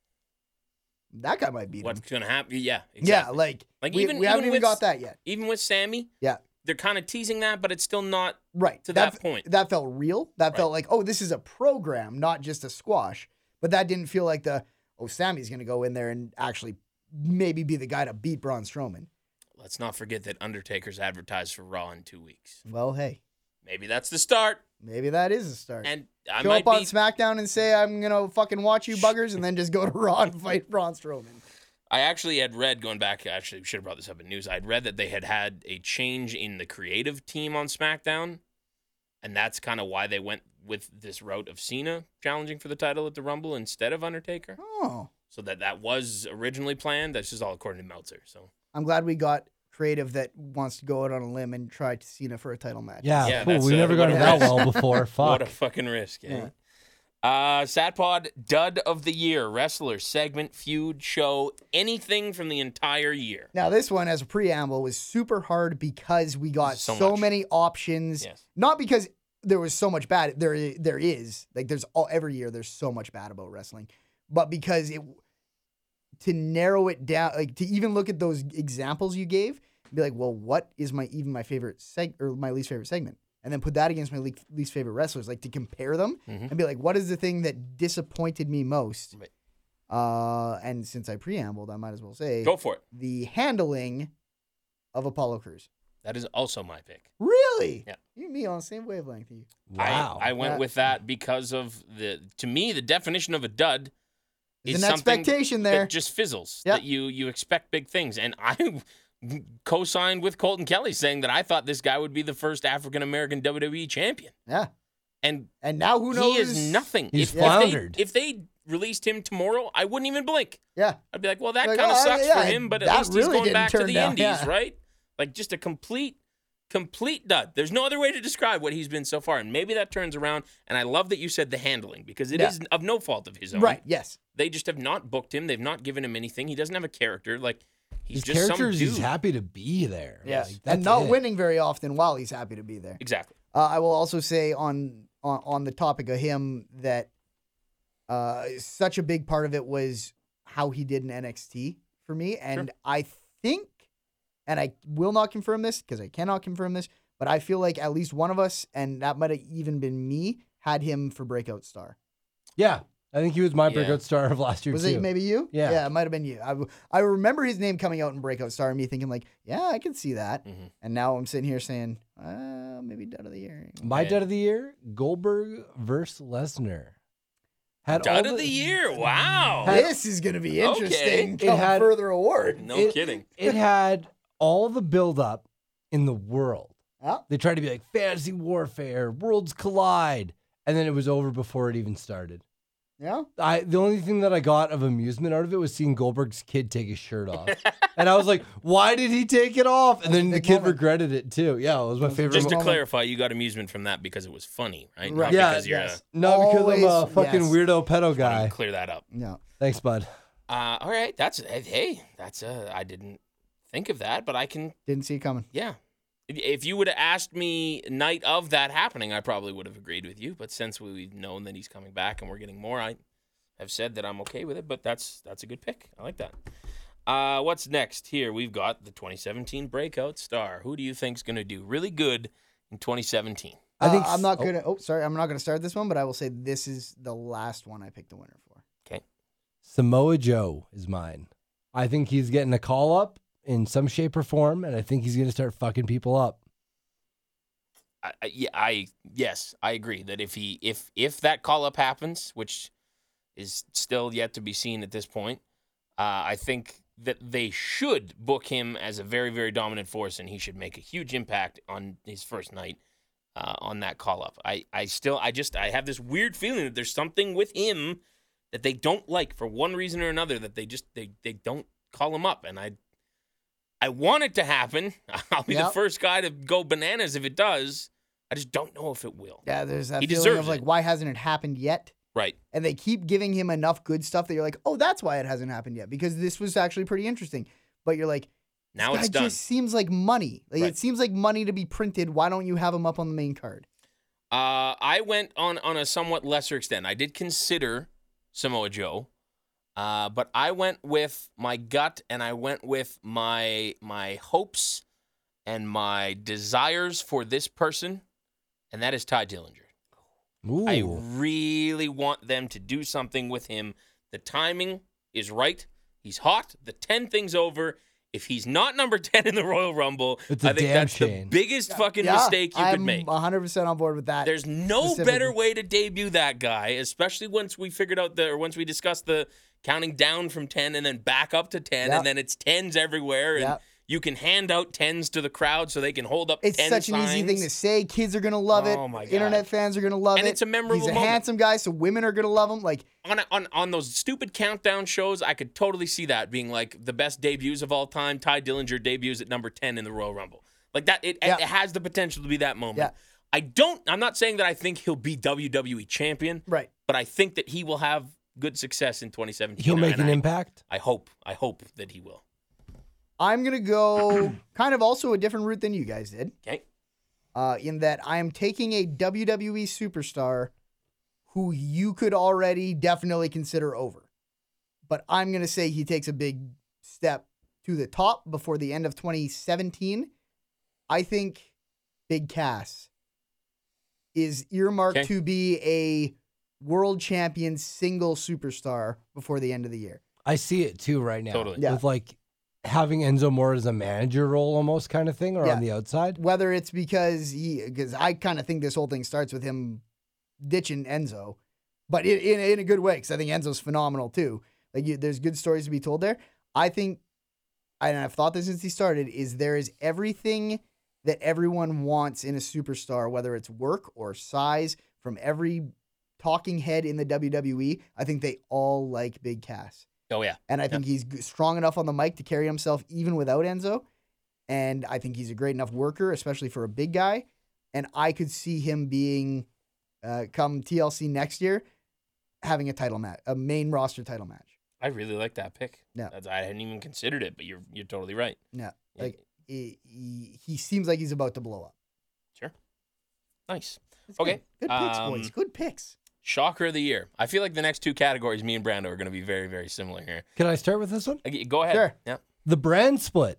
that guy might beat What's him. gonna happen? Yeah, Yeah, exactly. like, Like, we, even- we haven't even even with got s- that yet. Even with Sammy, Yeah, they're kind of teasing that, but it's still not right. to that point. that felt real. That felt like oh, this is a program, not just a squash. But that didn't feel like the oh, Sammy's gonna go in there and actually maybe be the guy to beat Braun Strowman. Let's not forget that Undertaker's advertised for Raw in two weeks. Well, hey, Maybe that's the start. maybe that is a start. And I Show might up on be. SmackDown and say I'm gonna fucking watch you buggers, and then just go to Raw and fight Braun Strowman. I actually had read going back. Actually, we should have brought this up in news. I'd read that they had had a change in the creative team on SmackDown, and that's kind of why they went with this route of Cena challenging for the title at the Rumble instead of Undertaker. Oh, So that that was originally planned. That's just all according to Meltzer. So I'm glad we got creative that wants to go out on a limb and try Cena for a title match. Yeah, Yeah, cool. that's, we uh, never what got a it that risk. well before. what Fuck. a fucking risk. Eh? Uh, Satpod Dud of the Year wrestler segment feud show anything from the entire year. Now this one, as a preamble, was super hard because we got so, So much. many options. Yes. Not because there was so much bad. There, i- there is like there's all every year. There's so much bad about wrestling, but because it to narrow it down, like to even look at those examples you gave, be like, well, what is my even my favorite seg or my least favorite segment, and then put that against my le- least favorite wrestlers, like to compare them and be like, what is the thing that disappointed me most? Mm-hmm. Right. Uh, and since I preambled, I might as well say Go for it. the handling of Apollo Crews. That is also my pick. Really? Yeah. You and me on the same wavelength. You. wow. I, I went That- with that because of the to me the definition of a dud There's is an something expectation there. that just fizzles. Yeah. That you you expect big things, and I co-signed with Colton Kelly saying that I thought this guy would be the first African American WWE E champion, yeah. and And now who knows? he is nothing. He's if, floundered. If they, if they released him tomorrow, I wouldn't even blink. Yeah. I'd be like, well, that Like, kind oh, of sucks yeah, for him, but that at least really he's going didn't back to turn the down, Indies, yeah. right? Like just a complete, complete dud. There's no other way to describe what he's been so far, and maybe that turns around. And I love that you said the handling because it Yeah. is of no fault of his own. Right. Yes. They just have not booked him. They've not given him anything. He doesn't have a character. Like he's His just some character dude. is he's happy to be there. Yes. Like, that's and not it. winning very often while he's happy to be there. Exactly. Uh, I will also say on, on on the topic of him that uh, such a big part of it was how he did in NXT for me, and I think, and I will not confirm this because I cannot confirm this, but I feel like at least one of us, and that might have even been me, had him for breakout star. Yeah. I think he was my Yeah. breakout star of last year. Was too. it maybe you? Yeah. yeah, it might have been you. I, w- I remember his name coming out in breakout star, and me thinking like, yeah, I can see that, Mm-hmm. Mhm. and now I'm sitting here saying, uh, maybe dud of the year. My Yeah. dud of the year, Goldberg versus Lesnar. Had all Dud of the year. Wow. Had- This is going to be Okay. interesting. It Come had- further award. no it- kidding. It had all the buildup in the world. Yeah. They tried to be like fantasy warfare, worlds collide, and then it was over before it even started. Yeah. I the only thing that I got of amusement out of it was seeing Goldberg's kid take his shirt off, and I was like, "Why did he take it off?" And then the Big kid moment. regretted it too. Yeah, it was my favorite. Just to mo- moment. clarify, you got amusement from that because it was funny, right? Not Right. Yeah, because you're yes. Not because I'm a Always- fucking yes. weirdo pedo a, guy. clear that up. No. Thanks, bud. Uh, all right, that's hey, that's uh, I didn't think of that, but I can, Didn't see it coming. yeah. If- If you would have asked me night of that happening, I probably would have agreed with you. But since we- we've known that he's coming back and we're getting more, I have said that I'm okay with it. But that's that's a good pick. I like that. Uh, what's next here? We've got the 2017 breakout star. Who do you think's going to do really good in 2017? I Uh, think I'm not oh, going to. Oh, sorry. I'm not going to start this one, but I will say this is the last one I picked the winner for. Samoa Joe is mine. I think he's getting a call up in some shape or form, and I think he's gonna start fucking people up. I, I- yeah, I yes, I agree that if he if if that call up happens, which is still yet to be seen at this point, uh, I think that they should book him as a very very dominant force, and he should make a huge impact on his first night uh, on that call up. I I still I just I have this weird feeling that there's something with him that they don't like for one reason or another that they just they they don't call him up, and I. I want it to happen. I'll be the Yep. first guy to go bananas if it does. I just don't know if it will. Yeah. There's that He feeling deserves of like, it. why hasn't it happened yet? Right. And they keep giving him enough good stuff that you're like, oh, that's why it hasn't happened yet because this was actually pretty interesting. But you're like, Now this it's guy done. just seems like money. Like Right. it seems like money to be printed. Why don't you have him up on the main card? Uh, I went on on a somewhat lesser extent. I did consider Samoa Joe, uh, but I went with my gut and I went with my my hopes and my desires for this person, and that is Ty Dillinger. Ooh. I really want them to do something with him. The timing is right. He's hot. The 10 thing's over. If he's not number 10 in the Royal Rumble, I It's a think damn that's shame. the biggest fucking Yeah, mistake you I'm uh, could make. 100% on board with that. There's no specifically. better way to debut that guy, especially once we figured out the or once we discussed the counting down from 10 and then back up to 10 Yeah. and then it's 10s everywhere and Yeah. you can hand out 10s to the crowd so they can hold up It's 10 such an easy thing signs. to say. Kids are gonna love it. Oh my God. Internet fans are gonna love And it. it's a memorable He's a moment. handsome guy, so women are gonna love him. Like on on on those stupid countdown shows, I could totally see that being like the best debuts of all time. Ty Dillinger debuts at number ten in the Royal Rumble. Like that, it, Yeah. it has the potential to be that moment. Yeah. I don't. I'm not saying that I think he'll be WWE champion, right. but I think that he will have good success in 2017. He'll make and an I- impact. I hope. I hope that he will. I'm gonna go kind of also a different route than you guys did. Okay. Uh, in that I am taking a WWE superstar who you could already definitely consider over. But I'm gonna say he takes a big step to the top before the end of 2017. I think Big Cass is earmarked Okay. to be a world champion single superstar before the end of the year. I see it too right now. Totally. Yeah. With like having Enzo Moore as a manager role almost kind of thing or Yeah. on the outside. whether it's because he because I kind of think this whole thing starts with him ditching Enzo, but in in, in a good way because I think Enzo's phenomenal too. Like you, there's good stories to be told there. I think, and I've thought this since he started, is there is everything that everyone wants in a superstar, whether it's work or size, from every talking head in the WWE. I think they all like Big Cass. Oh yeah. And I think he's g- strong enough on the mic to carry himself even without Enzo. And I think he's a great enough worker, especially for a big guy. And I could see him being, uh, come TLC next year, having a title match, a main roster title match. I really like that pick. Yeah. That's, I hadn't even considered it, but you're you're totally right. No, Yeah. like he, he, he seems like he's about to blow up. Nice. That's Okay. Good, Good picks, boys. Um, Good picks. Shocker of the year. I feel like the next two categories, me and Brando, are going to be very very similar here. Can I start with this one? Okay, Go ahead. Sure. Yeah. The brand split.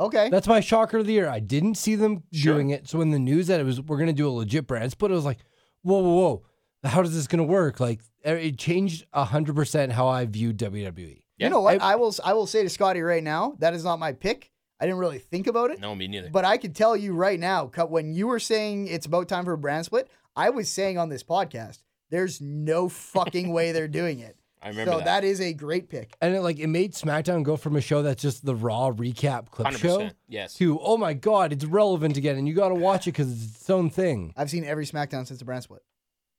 Okay. That's my shocker of the year. I didn't see them Sure. doing it. So when the news that it was we're gonna do a legit brand split, I was like, whoa, whoa, whoa, how is this gonna work? Like e, it changed hundred percent how I viewed E. WWE. yeah, you know what? I- I, will s- I will say to Scotty right now, that is not my pick. I didn't really think about it. No, me neither. But I could tell you right now, Cut, when you were saying it's about time for a brand split, I was saying on this podcast, there's no fucking way they're doing it. I remember so that. that is a great pick. And it like it made SmackDown go from a show that's just the raw recap clip show 100%. Yes. to oh my god, it's relevant again, and you got to watch it because it's its own thing. I've seen every SmackDown since the brand split.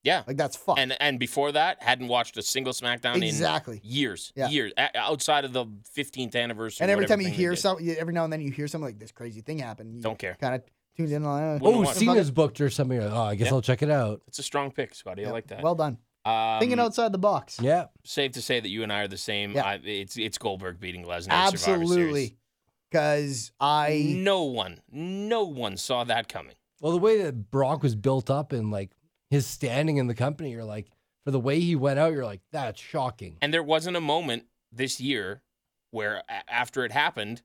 Yeah. Like that's fucked. And and before that, hadn't watched a single SmackDown exactly. in years, Yeah. years o- outside of the 15th anniversary. And every whatever time you thing they hear did. something, every now and then you hear something like this crazy thing happened. You Don't care. Kind of tuned in on. uh, Wouldn't oh, watch it. Cena's booked or something. You're like, oh, I guess Yeah. I'll check it out. it's a strong pick, Scotty. I like that. Well done. um, Thinking outside the box. Yeah, safe to say that you and I are the same. Yeah. I, it's it's Goldberg beating Lesnar. at Survivor Series. Mm. Absolutely. Because I No one, no one saw that coming. well, the way that Brock was built up and like his standing in the company, you're like, for the way he went out, you're like, that's shocking. And there wasn't a moment this year where a- after it happened,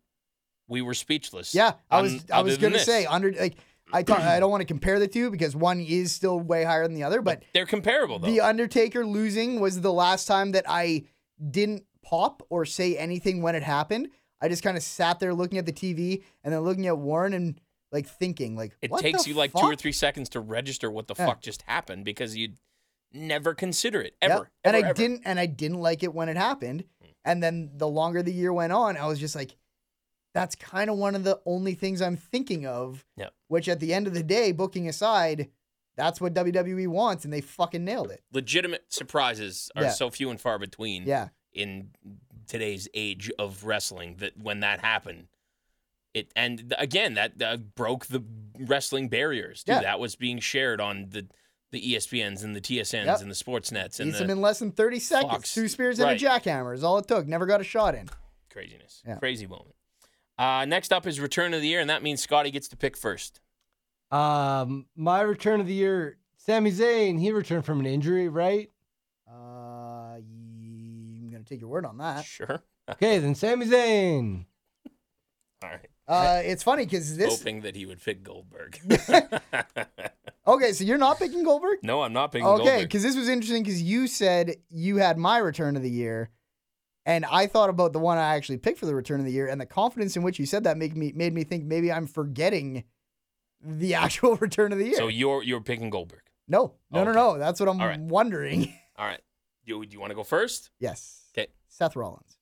we were speechless. Yeah, I Un- was I other was than gonna this. say under like I talk, I don't want to compare the two because one is still way higher than the other, but they're comparable though. the Undertaker losing was the last time that I didn't pop or say anything when it happened. I just kind of sat there looking at the TV and then looking at Warren and like thinking like It "What takes the you like two fuck?" or three seconds to register what the Yeah. fuck just happened because you never consider it Yep. ever. And ever, Hmm. I ever. didn't and I didn't like it when it happened. And then the longer the year went on, I was just like, that's kind of one of the only things I'm thinking of. Yep. Which at the end of the day, booking aside, that's what WWE wants, and they fucking nailed it. Legitimate surprises are Yeah. so few and far between Yeah. in today's age of wrestling that when that happened, it and th- again that uh, broke the wrestling barriers. Dude, Yeah. that was being shared on the the E ESPNs and the TSNs Yep. and the Sportsnets and Beats the them in less than 30 seconds. Fox. Two spears and Right. a jackhammer is all it took. Never got a shot in. craziness. Yeah. Crazy moment. Uh, next up is return of the year, and that means Scotty gets to pick first. Um, my return of the year, Sami Zayn. He returned from an injury, right? Uh, ye- I'm gonna take your word on that. Sure. Okay, then Sami Zayn. All right. Uh, it's funny because this. Hoping that he would pick Goldberg. Okay, so you're not picking Goldberg. no, I'm not picking Okay, Goldberg. because this was interesting because you said you had my return of the year, and I thought about the one I actually picked for the return of the year, and the confidence in which you said that made me made me think maybe I'm forgetting the actual return of the year. So you're you're picking Goldberg. no, no, Okay. no, no. That's what I'm All right. wondering. All right. Do, do you want to go first? yes. 'Kay. Seth Rollins.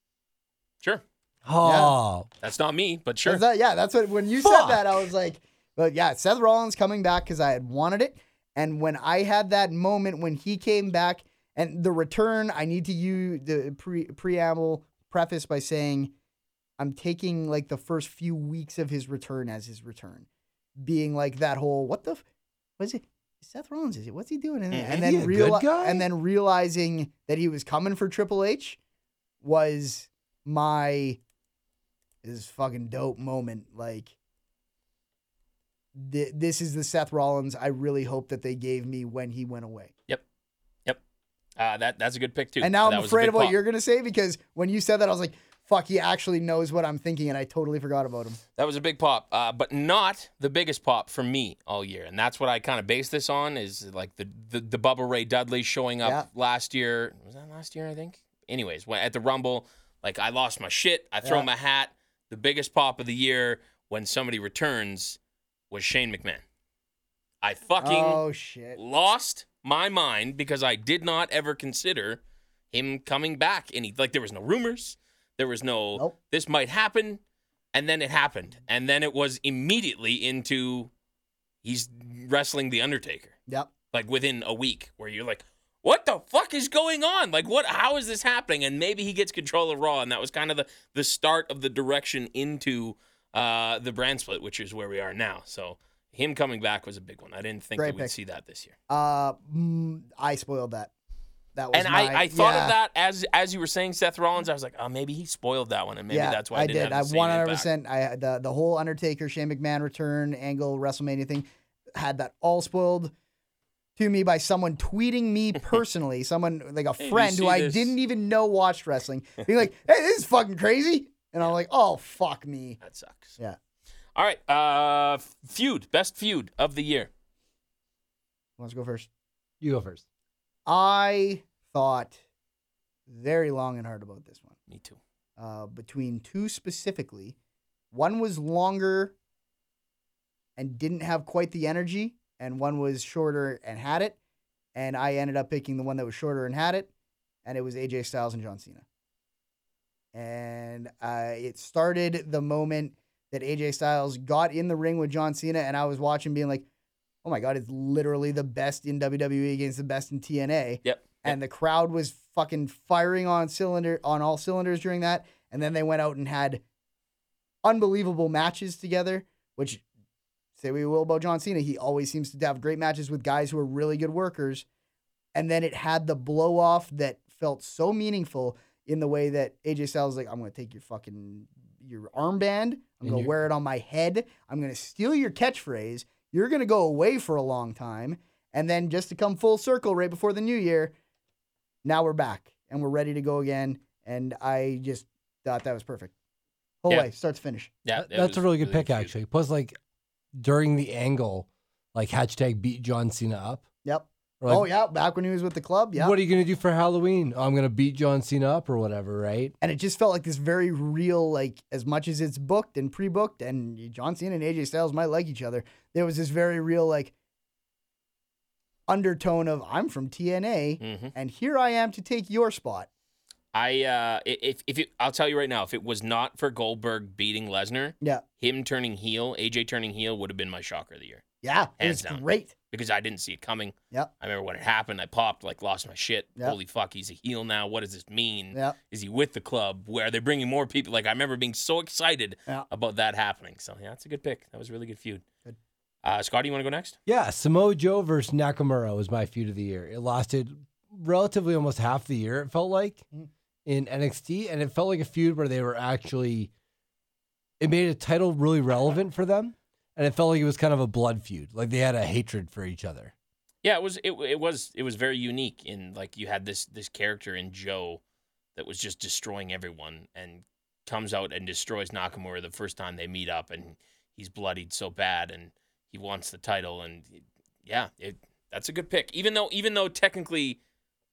Sure. Oh, That's not me, but sure. Is that- yeah, that's what when you said that I was like, but yeah, Seth Rollins coming back because I had wanted it, and when I had that moment when he came back and the return, I need to use the pre- preamble preface by saying, I'm taking like the first few weeks of his return as his return, being like that whole what the, f- what is it? Seth Rollins is it? What's he doing? in there?" And Isn't then he a good reali- guy? and then realizing that he was coming for Triple H was my this is fucking dope moment. Like, th- this is the Seth Rollins I really hope that they gave me when he went away. uh, that that's a good pick too. And now That I'm was a afraid big of what pop. you're gonna say because when you said that, I was like, "Fuck, he actually knows what I'm thinking," and I totally forgot about him. That was a big pop, uh, but not the biggest pop for me all year, and that's what I kind of base this on is like the the, the Bubba Ray Dudley showing up Yeah. last year. Was that last year? I think. Anyways, when, at the Rumble, like I lost my shit. I throw Yeah. my hat. The biggest pop of the year when somebody returns was Shane McMahon. I fucking Oh shit! lost my mind because I did not ever consider him coming back. Any like there was no rumors, there was no Nope. this might happen, and then it happened, and then it was immediately into he's wrestling the Undertaker Yep. like within a week, where you're like, what the fuck is going on? Like what? How is this happening? And maybe he gets control of Raw, and that was kind of the the start of the direction into uh the brand split, which is where we are now. So. Him coming back was a big one. I didn't think Great that we'd pick. see that this year. Uh, mm, I spoiled that. That was And my- I, I thought yeah. of that as as you were saying Seth Rollins. I was like, oh, maybe he spoiled that one, and maybe that's why I, didn't I Have the same one hundred impact. percent. I had the the whole Undertaker Shane McMahon return angle WrestleMania thing had that all spoiled to me by someone tweeting me personally, someone like a Hey, did you friend who see I this? didn't even know watched wrestling, being like, "Hey, this is fucking crazy," and I'm like, "Oh fuck me." That sucks. Yeah. All right. Uh, feud, best feud of the year. Who wants to go first? you go first. I thought very long and hard about this one. Me too. uh, between two specifically. One was longer and didn't have quite the energy, and one was shorter and had it. And I ended up picking the one that was shorter and had it, and it was AJ Styles and John Cena. And uh, it started the moment that AJ Styles got in the ring with John Cena, and I was watching, being like, "Oh my God, it's literally the best in WWE against the best in TNA." Yep. and the crowd was fucking firing on cylinder on all cylinders during that and then they went out and had unbelievable matches together which say we will about John Cena he always seems to have great matches with guys who are really good workers and then it had the blow off that felt so meaningful in the way that AJ Styles was like I'm going to take your fucking your armband I'm And going to your- wear it on my head I'm going to steal your catchphrase you're going to go away for a long time and then just to come full circle right before the new year now we're back and we're ready to go again. And I just thought that was perfect. Whole Yeah. way, start to finish. Yeah, That- it that's was a really good pick, feud. actually. Plus, like during the angle, like hashtag beat John Cena up. Yep. Or, like, oh yeah, back when he was with the club. Yeah. What are you gonna do for Halloween? Oh, I'm gonna beat John Cena up or whatever, right? and it just felt like this very real, like as much as it's booked and pre-booked, and John Cena and AJ Styles might like each other. There was this very real, like undertone of I'm from TNA, Mhm. and here I am to take your spot. I uh, i- if if it, I'll tell you right now, if it was not for Goldberg beating Lesnar, Yeah. him turning heel, AJ turning heel would have been my shocker of the year Yeah. It Hands was down. great. because I didn't see it coming. Yep. I remember when it happened, I popped, like lost my shit. Yep. Holy fuck, he's a heel now. What does this mean? Yep. Is he with the club? Where are they bringing more people? Like I remember being so excited Yeah. about that happening. So yeah, that's a good pick. That was a really good feud. Good. Uh, Scotty, you want to go next? Yeah, Samoa Joe versus Nakamura was my feud of the year. It lasted relatively almost half the year. It felt like Mm. in NXT, and it felt like a feud where they were actually. It made a title really relevant for them, and it felt like it was kind of a blood feud. Like they had a hatred for each other. Yeah, it was it, it was it was very unique in like you had this this character in Joe that was just destroying everyone and comes out and destroys Nakamura the first time they meet up and he's bloodied so bad and he wants the title and yeah, it that's a good pick. Even though even though technically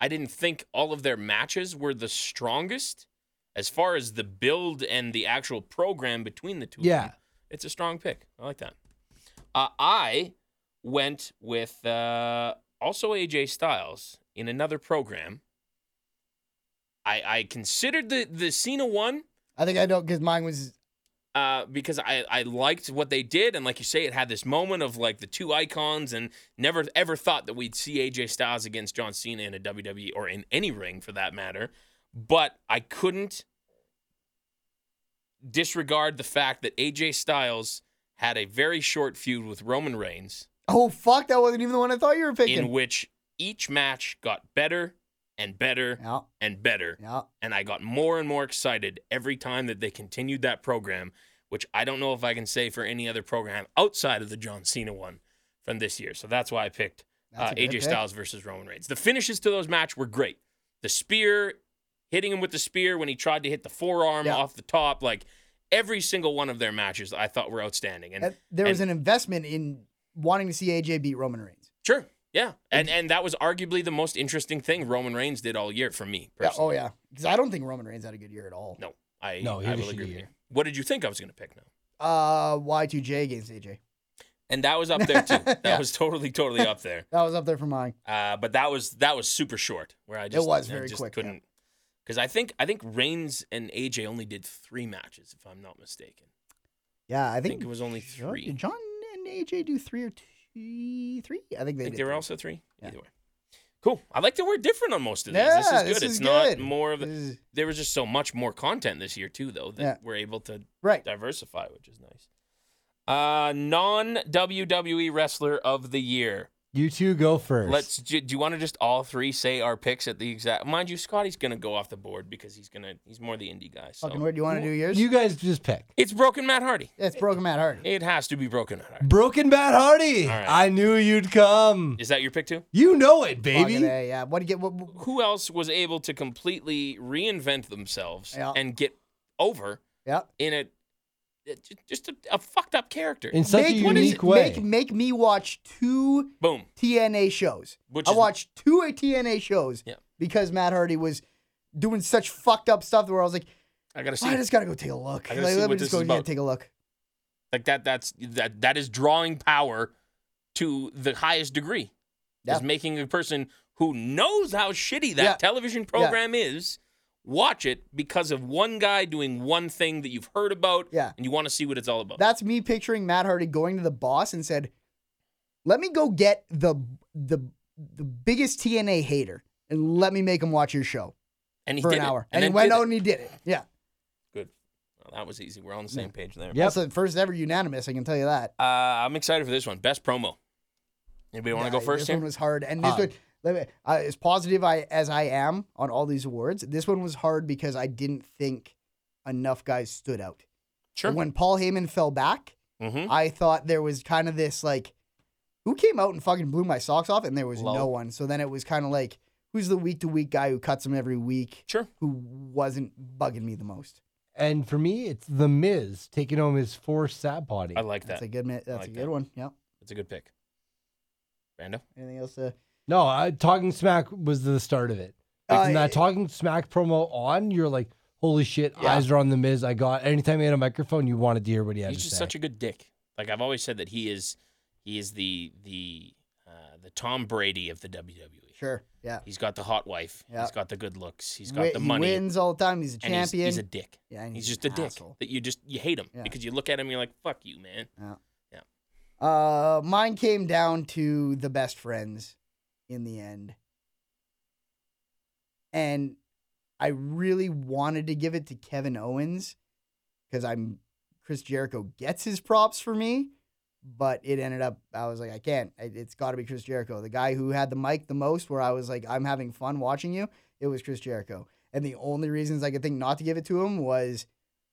I didn't think all of their matches were the strongest as far as the build and the actual program between the two. of them, Yeah. it's a strong pick. I like that. Uh, I went with uh, also AJ Styles in another program. I I considered the the Cena one I think I don't because mine was uh, because I, I liked what they did and like you say it had this moment of like the two icons and never ever thought that we'd see AJ Styles against John Cena in a WWE or in any ring for that matter but I couldn't disregard the fact that AJ Styles had a very short feud with Roman Reigns oh fuck that wasn't even the one I thought you were picking. in which each match got better and better yeah, and better yeah. and I got more and more excited every time that they continued that program, which I don't know if I can say for any other program outside of the John Cena one from this year. So that's why I picked That's uh, a good AJ pick. Styles versus Roman Reigns. The finishes to those match were great. The spear, hitting him with the spear when he tried to hit the forearm Yeah. off the top, like every single one of their matches I thought were outstanding. And That- there was and- an investment in wanting to see AJ beat Roman Reigns. sure, yeah, and and that was arguably the most interesting thing Roman Reigns did all year for me Yeah, personally. oh yeah, because I don't think Roman Reigns had a good year at all. oh, No, I No, he I had a will shitty agree. With you. year. What did you think I was going to pick now? Uh, Y2J against AJ. and that was up there too. That Yeah. was totally, totally up there. That was up there for mine. Uh, but that was that was super short. Where I just was I very just quick, yeah. Couldn't because I think I think Reigns and AJ only did three matches, if I'm not mistaken. Yeah, I think, think it was only John- three. Did John and AJ do three or two, three? I I think they think did. they were three. also three. Yeah. Either way, cool. I like that we're different on most of these. Yeah, this is good. it's not good. more of This the, is- there was just so much more content this year too, though that Yeah. we're able to right. diversify, which is nice. Uh, non WWE wrestler of the year. You two go 1st Let's. Do, do you want to just all three say our picks at the exact? Mind you, Scotty's gonna go off the board because he's gonna. He's more the indie guy. Fucking So weird. Do you want to do yours? You guys just pick. it's broken Matt Hardy. Yeah, it's broken Matt Hardy. It has to be broken Matt Hardy. Broken Matt Hardy. All right. I knew you'd come. Is that your pick too? You know it, baby. Fucking A, yeah. What do you get? What, what- Who else was able to completely reinvent themselves Yeah. and get over yeah. in a it- ju- just a, a fucked up character? In such a make, what is unique it? way. Make, make me watch two Boom. TNA shows. Which I is- watched two TNA shows Yeah. because Matt Hardy was doing such fucked up stuff where I was like, I gotta see. I just gotta go take a look. I Like, gotta see let me what this just go is yeah, about. take a look. like that. That's that. That is drawing power to the highest degree. Yeah. is making a person who knows how shitty that Yeah. television program is watch it because of one guy doing one thing that you've heard about Yeah. and you want to see what it's all about. That's me picturing Matt Hardy going to the boss and said, "Let me go get the the the biggest TNA hater and let me make him watch your show and he for did an it. hour." And, And, he then went did out it. and he did it. Yeah, Good. Well, that was easy. We're on the same page there. Yep. that's the first ever unanimous. I can tell you that. Uh, I'm excited for this one. Best promo. Anybody want to Yeah, go first This here? one was hard, and this Hard. one. Let me, I as positive I, as I am on all these awards, this one was hard because I didn't think enough guys stood out. sure. When Paul Heyman fell back, hmm I thought there was kind of this like, who came out and fucking blew my socks off? And there was no Lol. one. So then it was kind of like, who's the week to week guy who cuts him every week, Sure. who wasn't bugging me the most? And for me, it's The Miz taking home his fourth sap body. I like That's that. a good. mi- That's like a that. good one. Yep. That's a good pick. Brando? Anything else? To, No, I, talking smack was the start of it. Like, Uh, from that it- talking smack promo on, you're like, holy shit, Yeah. eyes are on the Miz. I got anytime he had a microphone, you wanted to hear what he had He's to just say. such a good dick. Like I've always said that he is he is the the uh, the Tom Brady of the WWE. sure. Yeah. He's got the hot wife. Yeah. He's got the good looks. He's got Wi- the he money. wins all the time. He's a and he's, champion. he's a dick. yeah, and He's, he's just a an dick asshole. that you just you hate him Yeah. because you look at him and you're like, "Fuck you, man." Uh, mine came down to the best friends in the end. And I really wanted to give it to Kevin Owens because I'm Chris Jericho gets his props for me, but it ended up I was like I can't. It, it's got to be Chris Jericho, the guy who had the mic the most. Where I was like I'm having fun watching you. It was Chris Jericho, and the only reasons I could think not to give it to him was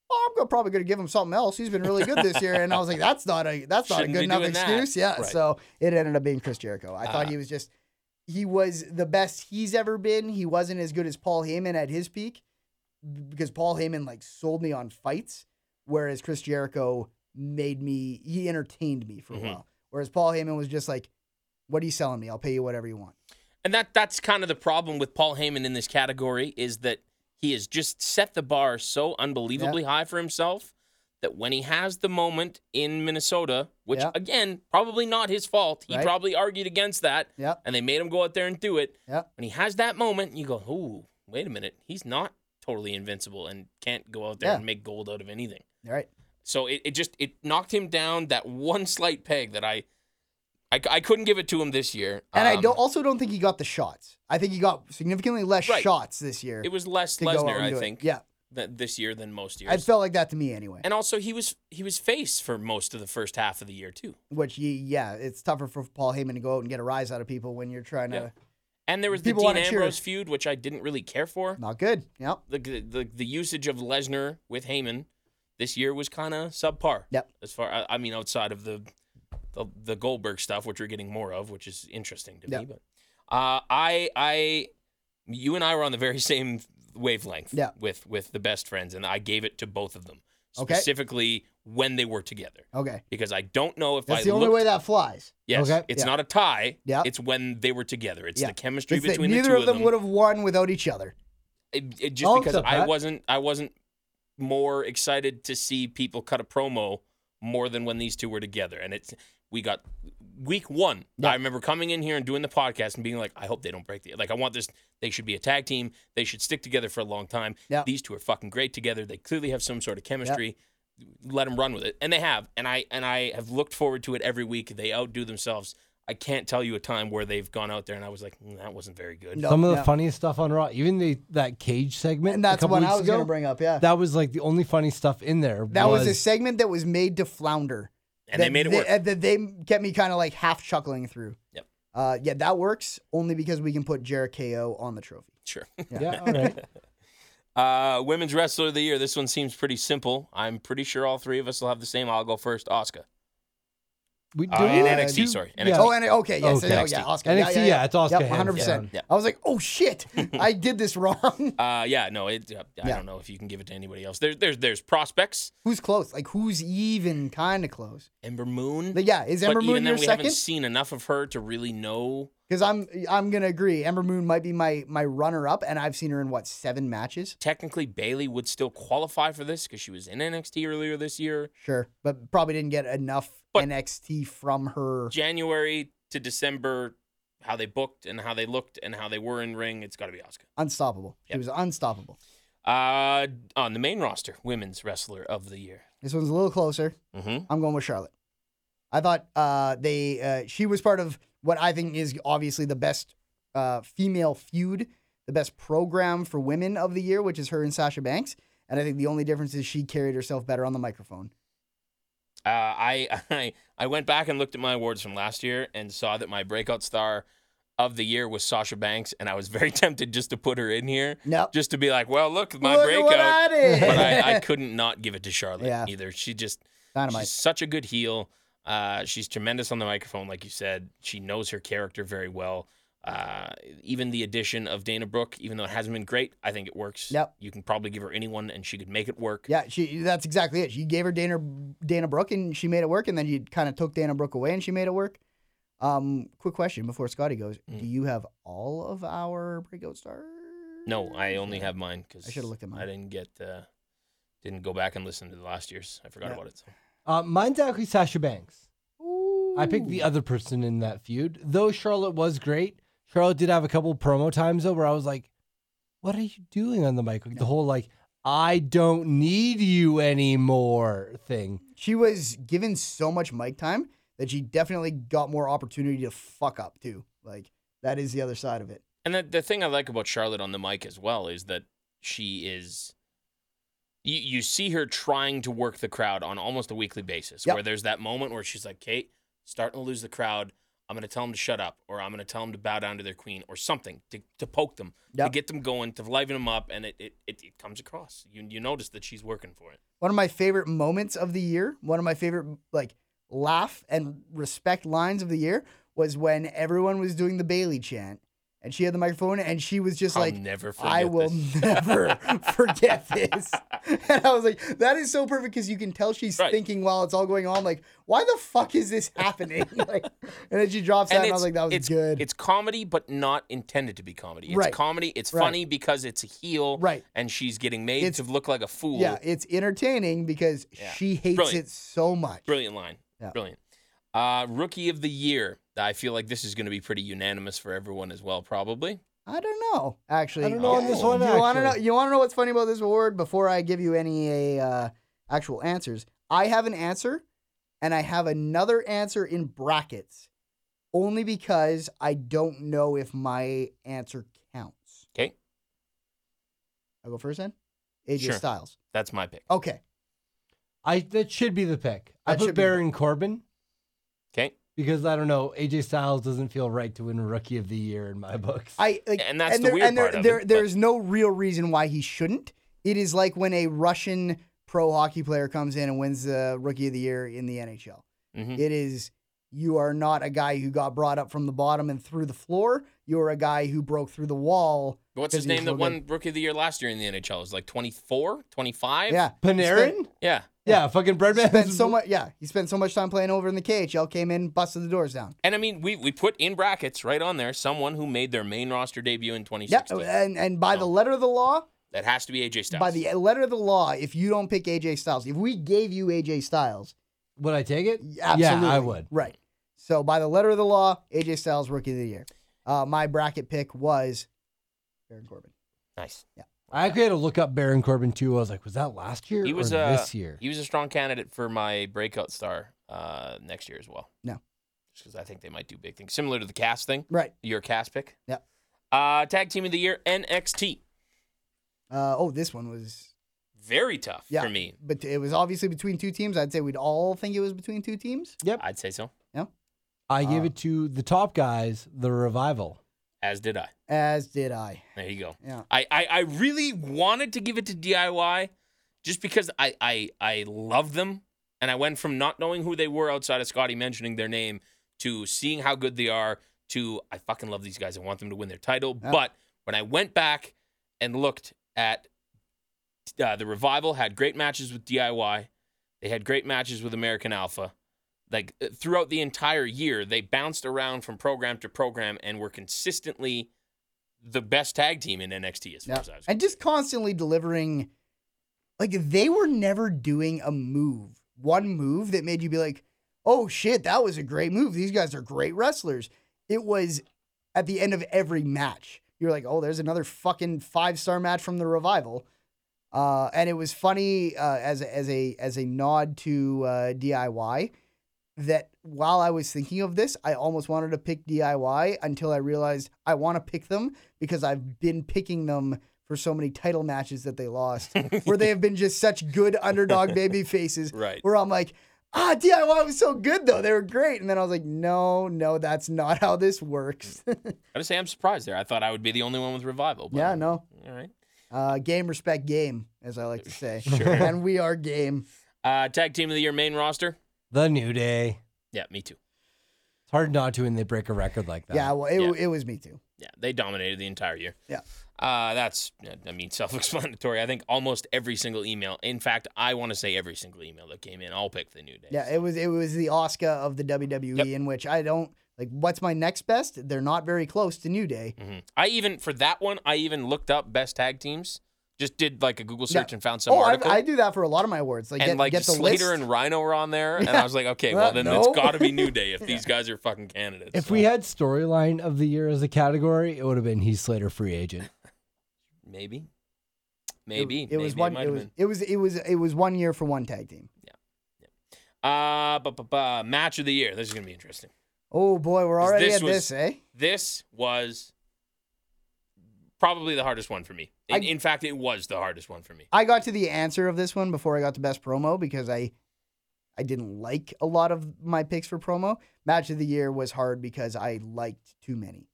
well, I'm go- probably going to give him something else. He's been really good this year, and I was like, that's not a that's not Shouldn't a good be enough doing that. excuse. Yeah, Right. so it ended up being Chris Jericho. I thought Ah. he was just he was the best he's ever been. He wasn't as good as Paul Heyman at his peak b- because Paul Heyman like sold me on fights, whereas Chris Jericho made me he entertained me for Mhm. a while. Whereas Paul Heyman was just like, "What are you selling me? I'll pay you whatever you want." And that that's kind of the problem with Paul Heyman in this category is that he has just set the bar so unbelievably high for himself that when he has the moment in Minnesota, which Yeah. again, probably not his fault. He Right. probably argued against that Yep. and they made him go out there and do it. Yep. When he has that moment, you go, "Ooh, wait a minute. He's not totally invincible and can't go out there Yeah. and make gold out of anything." All right. So it, it just it knocked him down that one slight peg that I I, I couldn't give it to him this year. And I Um, don't also don't think he got the shots. I think he got significantly less Right. shots this year. It was less to go out Lesnar, and I do it. think. Yeah, th- this year than most years. it felt like that to me anyway. and also he was he was face for most of the first half of the year too. Which ye- yeah, it's tougher for Paul Heyman to go out and get a rise out of people when you're trying to And there was People the Dean wanna cheer. Ambrose feud, which I didn't really care for. not good. Yep. The the, the, the usage of Lesnar with Heyman this year was kind of subpar. Yep. As far I, I mean, outside of the, the the Goldberg stuff, which we're getting more of, which is interesting to me. Yep. But uh, I I you and I were on the very same wavelength. Yeah. With with the best friends, and I gave it to both of them Okay. specifically when they were together. Okay. because I don't know if That's I the only looked- way that flies. Yes, Okay. it's Yeah. not a tie. Yeah. it's when they were together. It's Yeah. the chemistry It's that between the neither two of them would have won without each other. It, it- just I'll because accept I that. wasn't, I wasn't more excited to see people cut a promo more than when these two were together. And it's we got week one. Yeah. I remember coming in here and doing the podcast and being like, I hope they don't break the like. I want this. They should be a tag team. They should stick together for a long time. Yeah. These two are fucking great together. They clearly have some sort of chemistry. let them run with it and they have and i and i have looked forward to it every week they outdo themselves i can't tell you a time where they've gone out there and i was like "Mm, that wasn't very good No, Some of the no. funniest stuff on Raw, even the that cage segment. And a that's couple what weeks I was ago, going to bring up. Yeah. That, That was like the only funny stuff in there. was, a segment that was made to flounder. and they that made it work uh, That they kept me kind of like half chuckling through. Yep. Uh, yeah, that works only because we can put Jericho on the trophy. sure yeah. All right. uh women's wrestler of the year this one seems pretty simple i'm pretty sure all three of us will have the same i'll go first oscar We Uh, do in it? NXT, Do- sorry, yeah. NXT. Oh, and okay, yes, Okay. oh, yeah, Oscar, NXT, yeah, yeah, it's Oscar Yep, hands 100%. down. Yeah. I was like, oh shit, I did this wrong. uh yeah no it uh, i Yeah. don't know if you can give it to anybody else there's there's there's prospects who's close? Like, who's even kind of close? ember moon Like, yeah, is Ember but even Moon then your we second? haven't seen enough of her to really know Because I'm, I'm gonna agree. Ember Moon might be my my runner up, and I've seen her in what seven matches. technically bailey would still qualify for this because she was in nxt earlier this year Sure, but probably didn't get enough But- NXT from her. January to December, how they booked and how they looked and how they were in ring, it's got to be Oscar. Unstoppable. She Yep. was unstoppable. Uh, on the main roster, women's wrestler of the year. This one's a little closer. Mm-hmm. I'm going with Charlotte. I thought uh, they uh, she was part of what I think is obviously the best uh, female feud, the best program for women of the year, which is her and Sasha Banks. And I think the only difference is she carried herself better on the microphone. Uh, I, I I went back and looked at my awards from last year and saw that my breakout star of the year was Sasha Banks, and I was very tempted just to put her in here, Yep. just to be like, well, look at my Look at breakout. what I did. but I, I couldn't not give it to Charlotte Yeah. either. She just Dynamite. She's such a good heel. Uh, she's tremendous on the microphone, like you said. She knows her character very well. Uh, even the addition of Dana Brooke, even though it hasn't been great, I think it works. Yep. You can probably give her anyone, and she could make it work. Yeah, she. That's exactly it. She gave her Dana Dana Brooke, and she made it work. And then she kind of took Dana Brooke away, and she made it work. Um, quick question before Scotty goes: Mm. Do you have all of our breakout stars? No, I only have mine because I should've looked at mine. I didn't get, uh, didn't go back and listen to the last year's. I forgot Yeah. about it. So. Uh, mine's actually Sasha Banks. I picked Ooh. the other person in that feud. Though Charlotte was great, Charlotte did have a couple promo times though where I was like, "What are you doing on the mic?" Like, The whole like, "I don't need you anymore" thing. She was given so much mic time that she definitely got more opportunity to fuck up too. Like that is the other side of it. And the, the thing I like about Charlotte on the mic as well is that she is. You, you see her trying to work the crowd on almost a weekly basis, Yep. where there's that moment where she's like, Kate, starting to lose the crowd. I'm going to tell them to shut up, or I'm going to tell them to bow down to their queen, or something to, to poke them, to Yep. get them going, to liven them up, and it, it, it, it comes across. You you notice that she's working for it. one of my favorite moments of the year, one of my favorite like laugh and respect lines of the year was when everyone was doing the Bailey chant and she had the microphone and she was just I'll like never forget I will this." never forget this. And I was like, that is so perfect because you can tell she's Right. thinking while it's all going on, like, why the fuck is this happening? like, and then she drops that and, I was like, that was it's, good. It's comedy, but not intended to be comedy. It's Right. comedy. It's Right. funny because it's a heel, Right. And she's getting made It's- to look like a fool. yeah, it's entertaining because Yeah. she hates Brilliant. it so much. Brilliant line. Yeah. Brilliant. Uh, rookie of the year. I feel like this is going to be pretty unanimous for everyone as well, probably. I don't know. Actually, I don't know on this one, You want to know? actually. You want to know what's funny about this award? Before I give you any uh, actual answers, I have an answer, and I have another answer in brackets, only because I don't know if my answer counts. 'Kay. I'll go first then. AJ Sure. Styles. That's my pick. Okay. I that should be the pick. I That put should be the Baron Corbin Okay. because I don't know. AJ Styles doesn't feel right to win Rookie of the Year in my books. I like, And that's the weird and there, part of there, it, but- There's no real reason why he shouldn't. It is like when a Russian pro hockey player comes in and wins the Rookie of the Year in the NHL. Mhm. It is you are not a guy who got brought up from the bottom and through the floor. You're a guy who broke through the wall. What's his Because he's name that so won Rookie of the Year last year in the NHL? It was like 24, 25? Yeah, Panarin. Spent, Yeah. yeah, fucking Breadman. spent so much. Yeah, he spent so much time playing over in the KHL. Came in, busted the doors down. And I mean, we, we put in brackets right on there someone who made their main roster debut in Yeah, 2016. and and by the letter of the law, That has to be AJ Styles. by the letter of the law, if you don't pick AJ Styles, if we gave you AJ Styles, Would I take it? Absolutely. Yeah, I would. Right. So by the letter of the law, AJ Styles rookie of the year. Uh, my bracket pick was Baron Corbin. nice. I actually had to look up Baron Corbin too. I was like, was that last year He was or uh, this year? He was a strong candidate for my breakout star uh, next year as well. No. Just because I think they might do big things, similar to the cast thing. Right. Your cast pick. Yep. Uh, tag team of the year NXT. Uh, oh, this one was Very tough yeah for me. but it was obviously between two teams. I'd say we'd all think it was between two teams. I'd say so. I gave uh, it to the top guys, the revival. As did I. As did I. There you go. Yeah. I, I, I really wanted to give it to DIY just because I, I I love them. And I went from not knowing who they were outside of Scotty mentioning their name to seeing how good they are to I fucking love these guys. I want them to win their title. Yeah. But when I went back and looked at uh, the revival had great matches with DIY. They had great matches with American Alpha. Like uh, throughout the entire year, they bounced around from program to program and were consistently the best tag team in NXT as far Yeah. as I was And just constantly delivering. Like they were never doing a move, one move that made you be like, "Oh shit, that was a great move. These guys are great wrestlers." It was at the end of every match. You're like, "Oh, there's another fucking five star match from the revival," uh, and it was funny uh, as a, as a as a nod to uh, DIY. That while I was thinking of this, I almost wanted to pick DIY until I realized I want to pick them because I've been picking them for so many title matches that they lost, where they have been just such good underdog baby faces. Right. Where I'm like, ah, DIY was so good though. They were great. And then I was like, no, no, that's not how this works. I just say I'm surprised there. I thought I would be the only one with revival. But yeah, no. All right. Uh, game respect game, as I like to say. And we are game. Uh, tag team of the year main roster. The New Day. Yeah, me too. It's hard not to when they break a record like that. Yeah, well, it, Yeah. it was me too. Yeah, they dominated the entire year. Yeah. Uh, that's, I mean, self explanatory. I think almost every single email, in fact, I want to say every single email that came in, I'll pick the new day. Yeah, it was it was the Oscar of the WWE Yep. in which I don't like what's my next best? They're not very close to New Day. Mhm. I even, for that one, I even looked up best tag teams, just did like a Google Yeah. search and found some oh, I've- article. I, do that for a lot of my awards. Like and get, like get the Slater list. and Rhino were on there, and I was like, okay, well Well, then no. it's got to be New Day if these guys are fucking candidates. If we had storyline of the year as a category, it would have been Heath Slater free agent. maybe, It- maybe it, maybe was one. might It have was, been. it was it was it was one year for one tag team. Uh, bu- bu- bu- match of the year. This is gonna be interesting. Oh boy, we're 'Cause already this at was- this, eh? This was probably the hardest one for me. In, I- in fact, it was the hardest one for me. I got to the answer of this one before I got to best promo because I I didn't like a lot of my picks for promo. Match of the year was hard because I liked too many.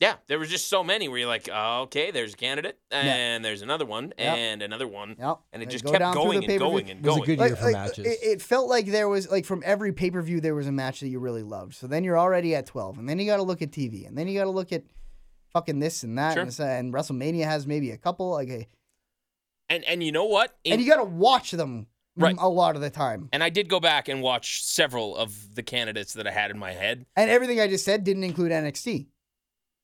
Yeah, there was just so many where you're like, oh, okay, there's a candidate, and there's another one, Yep. and another one, Yep. and it Like, just go kept down through going the and pay-per-view. going and It was a going. good year for matches. It, it felt like there was like from every pay per view there was a match that you really loved. So then you're already at twelve, and then you got to look at TV, and then you got to look at fucking this and that, Sure. and, this- and WrestleMania has maybe a couple. Like, a, and and you know what? In- and you got to watch them Right. a lot of the time. and I did go back and watch several of the candidates that I had in my head. And everything I just said didn't include NXT,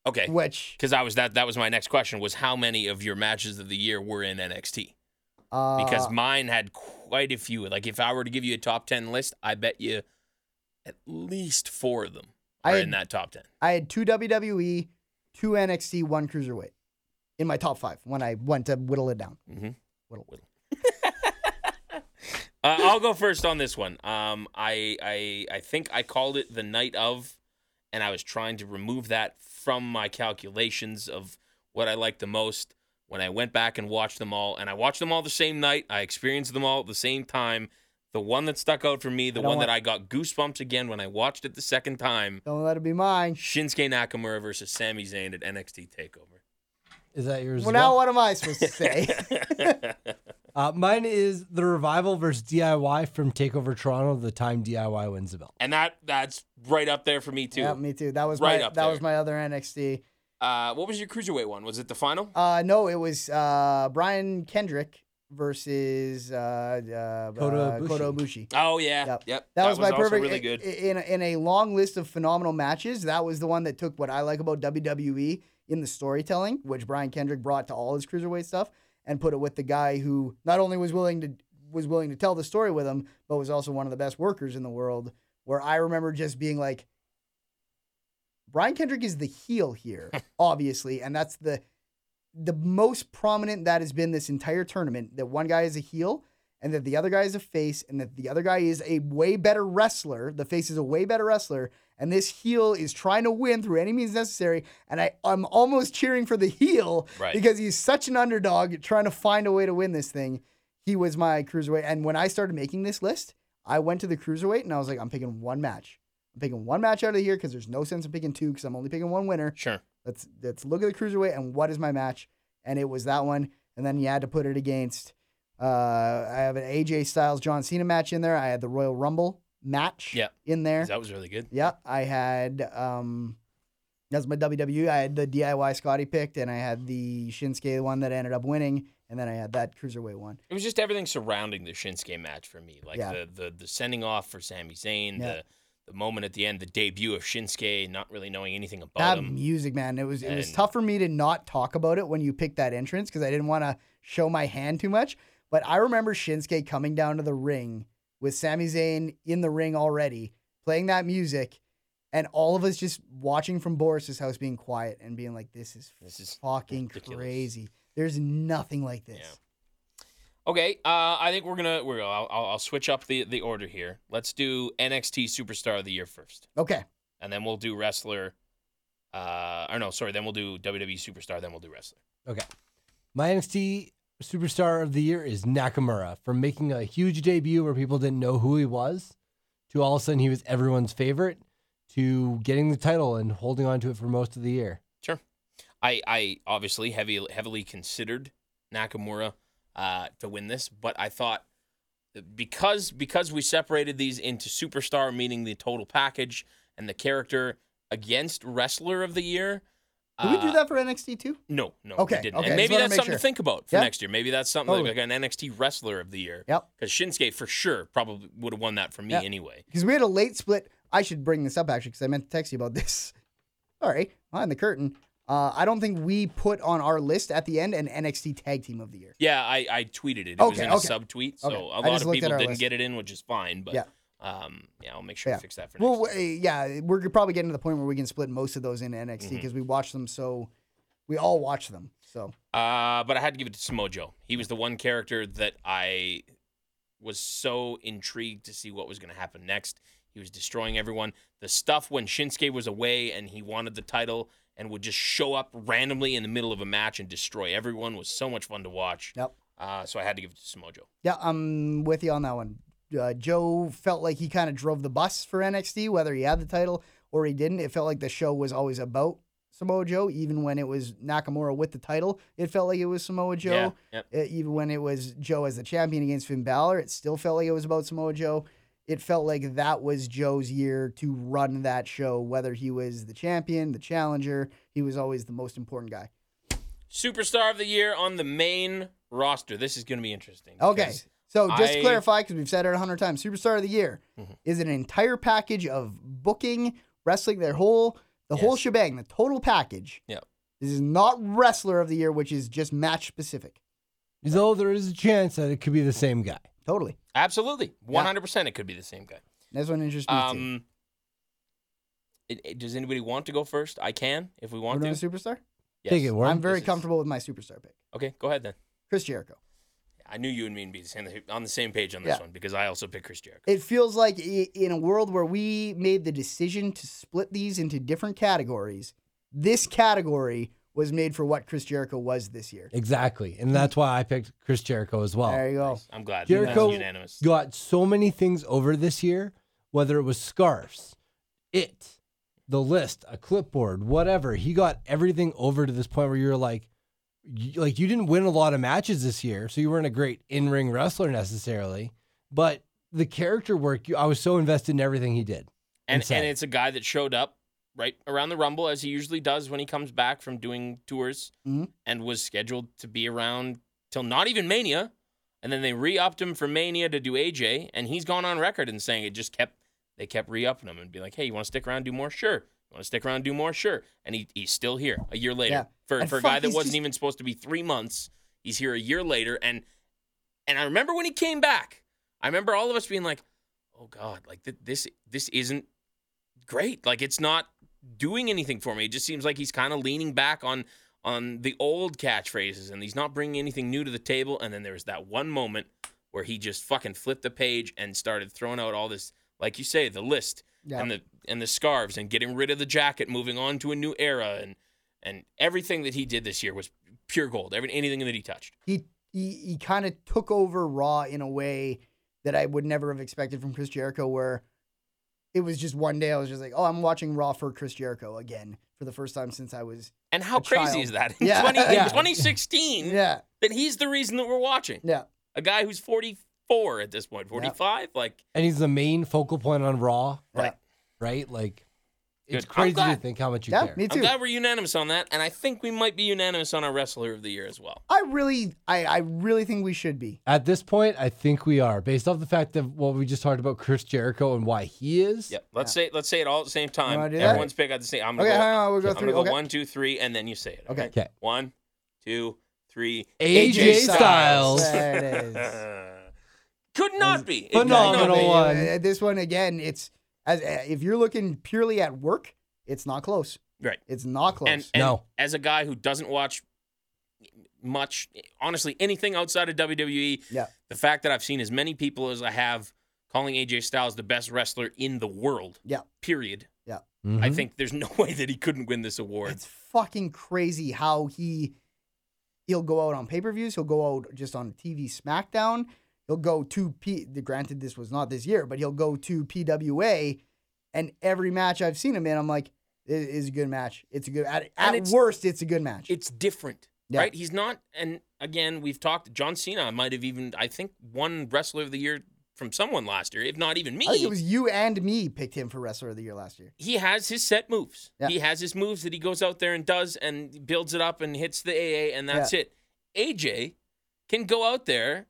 Okay, which because I was that that was my next question was how many of your matches of the year were in NXT? uh, Because mine had quite a few. Like if I were to give you a top ten list, I bet you at least four of them I are had- in that top ten. I had two WWE, two NXT, one cruiserweight in my top five when I went to whittle it down. Mm-hmm. Whittle. Uh, I'll go first on this one. Um, I, I I think I called it the night of, and I was trying to remove that from my calculations of what I liked the most. When I went back and watched them all, and I watched them all the same night, I experienced them all at the same time. The one that stuck out for me, the I don't one that want- I got goosebumps again when I watched it the second time, Don't let it be mine. Shinsuke Nakamura versus Sami Zayn at NXT Takeover. Is that yours? Well, as now well? what am I supposed to say? Uh, mine is the revival versus DIY from Takeover Toronto. The time DIY wins the belt. And that that's right up there for me too. yeah, me too. That was Right my up that there. was my other NXT. Uh, what was your cruiserweight one? Was it the final? Uh, no, it was uh, Brian Kendrick versus uh, uh, Kota uh, Ibushi. Kota Ibushi. Oh yeah, yep. Yep. That, was, my also perfect. Really i- good. i- In a, in a long list of phenomenal matches, that was the one that took what I like about WWE in the storytelling, which Brian Kendrick brought to all his cruiserweight stuff, and put it with the guy who not only was willing to was willing to tell the story with him, but was also one of the best workers in the world. Where I remember just being like, Brian Kendrick is the heel here, obviously, and that's the the most prominent that has been this entire tournament. That one guy is a heel, and that the other guy is a face, and that the other guy is a way better wrestler. The face is a way better wrestler, and this heel is trying to win through any means necessary. And I, I'm almost cheering for the heel Right. because he's such an underdog trying to find a way to win this thing. He was my cruiserweight, and when I started making this list, I went to the cruiserweight and I was like, I'm picking one match. I'm picking one match out of here because there's no sense in picking two because I'm only picking one winner. Sure. Let's let's look at the cruiserweight and what is my match, and it was that one. And then you had to put it against. Uh, I have an AJ Styles John Cena match in there. I had the Royal Rumble match Yeah. in there. That was really good. yeah, I had um, that's my WWE. I had the DIY Scotty picked, and I had the Shinsuke one that ended up winning, and then I had that cruiserweight one. It was just everything surrounding the Shinsuke match for me, like Yeah. the, the the sending off for Sami Zayn, Yeah. the the moment at the end, the debut of Shinsuke, not really knowing anything about That him. music, man, it was it was And- tough for me to not talk about it when you picked that entrance because I didn't want to show my hand too much. But I remember Shinsuke coming down to the ring with Sami Zayn in the ring already, playing that music, and all of us just watching from Boris's house, being quiet and being like, "This is This is fucking ridiculous." crazy. There's nothing like this." Yeah. Okay, uh, I think we're gonna we're I'll, I'll I'll switch up the the order here. Let's do NXT Superstar of the Year first, Okay, and then we'll do wrestler. Uh, or no, sorry, then we'll do WWE Superstar, then we'll do wrestler. Okay. My NXT superstar of the year is Nakamura from making a huge debut where people didn't know who he was to all of a sudden he was everyone's favorite to getting the title and holding on to it for most of the year. Sure. I, I obviously heavy, heavily considered Nakamura uh, to win this, but I thought because because we separated these into superstar, meaning the total package and the character against wrestler of the year. did we do uh, that for NXT too? No, no, Okay, we didn't. okay, and I just maybe wanna that's make something to sure. think about for Yeah. next year. Maybe that's something Totally. like an NXT wrestler of the year. Yep. Because Shinsuke for sure probably would have won that for me Yeah. anyway. Because we had a late split. I should bring this up actually, because I meant to text you about this. Sorry, behind the curtain. Uh, I don't think we put on our list at the end an NXT Tag Team of the Year. Yeah, I, I tweeted it. It was Okay, in okay. a subtweet, so Okay. a I lot just of looked at people our didn't list. get it in, which is fine. But Yeah. um, yeah, I'll make sure Yeah. to fix that for next. Well, time. uh, yeah, we're probably getting to the point where we can split most of those in NXT Mm-hmm. because we watch them so we all watch them. So Uh, but I had to give it to Samojo. He was the one character that I was so intrigued to see what was going to happen next. He was destroying everyone. The stuff when Shinsuke was away and he wanted the title and would just show up randomly in the middle of a match and destroy everyone was so much fun to watch. Yep. Uh, so I had to give it to Samojo. yeah, I'm with you on that one. uh, Joe felt like he kind of drove the bus for NXT, whether he had the title or he didn't. It felt like the show was always about Samoa Joe, even when it was Nakamura with the title. It felt like it was Samoa Joe. Yeah, yep. Uh, even when it was Joe as the champion against Finn Balor, it still felt like it was about Samoa Joe. It felt like that was Joe's year to run that show, whether he was the champion, the challenger. He was always the most important guy. Superstar of the year on the main roster. This is going to be interesting. Okay. because So just to I- Mm-hmm. clarify, because we've said it a hundred times, Superstar of the Year is an entire package of booking, wrestling, their whole the whole Yes. shebang, the total package. Yeah. This is not Wrestler of the Year, which is just match specific. Though there is a chance that it could be the same guy. Totally. Absolutely. 100% it could be the same guy. That's one interesting too. Um, it- it- does anybody want to go first? I can if we We're want doing to. a superstar. Yes. Take it, Warren. I'm very This is- comfortable with my superstar pick, Okay, go ahead then. Chris Jericho. I knew you and me would be the same, on the same page on this Yeah. one because I also picked Chris Jericho. It feels like i- in a world where we made the decision to split these into different categories, this category was made for what Chris Jericho was this year. Exactly. And that's why I picked Chris Jericho as well. There you go. I'm glad Jericho that's unanimous. got so many things over this year, whether it was scarves, it, the list, a clipboard, whatever. He got everything over to this point where you're like, you, like you didn't win a lot of matches this year, so you weren't a great in-ring wrestler necessarily, but the character work, you, I was so invested in everything he did. and inside. and it's a guy that showed up right around the Rumble as he usually does when he comes back from doing tours, Mhm. and was scheduled to be around till not even Mania, and then they re-upped him for Mania to do AJ, and he's gone on record and saying it just kept they kept re-upping him and be like, hey, you want to stick around, do more, sure. You want to stick around, do more, sure. And he, he's still here a year later Yeah. for And for a fuck, guy that he's wasn't just- even supposed to be three months. He's here a year later, and and I remember when he came back. I remember all of us being like, "Oh God, like th- this this isn't great. Like it's not doing anything for me. It just seems like he's kind of leaning back on on the old catchphrases, and he's not bringing anything new to the table." And then there was that one moment where he just fucking flipped the page and started throwing out all this, like you say, the list Yeah. and the and the scarves and getting rid of the jacket, moving on to a new era, and and everything that he did this year was pure gold. Every, anything that he touched. he he, he kind of took over Raw in a way that I would never have expected from Chris Jericho, where it was just one day I was just like, oh, I'm watching Raw for Chris Jericho again for the first time since I was And how a crazy child. is that? In, Yeah. 20, in Yeah. 2016, yeah that he's the reason that we're watching. yeah A guy who's 44 at this point, 45. Like, And he's the main focal point on Raw, right. right? Like, it's Good. I'm crazy to glad. think how much you yeah care. me I'm too. glad we're unanimous on that. And I think we might be unanimous on our wrestler of the year as well. I really I I really think we should be At this point, I think we are based off the fact of what we just talked about Chris Jericho and why he is. Yep. Let's say let's say it all at the same time. wanna do that? Everyone's pick at the same. I'm gonna okay. go, hang on, we'll go I'm through. gonna go Okay. one, two, three, and then you say it. Okay. Okay. One, two, three. AJ Styles. There it is. Could not be. It could not Phenomenal be. one. Uh, This one again, it's as uh, if you're looking purely at work, it's not close. Right. It's not close. And, and No. as a guy who doesn't watch much, honestly, anything outside of WWE, Yeah. the fact that I've seen as many people as I have calling AJ Styles the best wrestler in the world, yeah. period, I Mhm. think there's no way that he couldn't win this award. It's fucking crazy how he he'll go out on pay per views. He'll go out just on TV SmackDown. He'll go to P. Granted, this was not this year, but he'll go to PWA, and every match I've seen him in, I'm like, it is a good match. It's a good at, at it's- worst, it's a good match. it's different, Yeah. right? He's not, and again, we've talked, John Cena might have even, I think, won Wrestler of the Year from someone last year, if not even me. I think it was you and me picked him for Wrestler of the Year last year. he has his set moves. Yeah. He has his moves that he goes out there and does and builds it up and hits the AA and that's it. AJ can go out there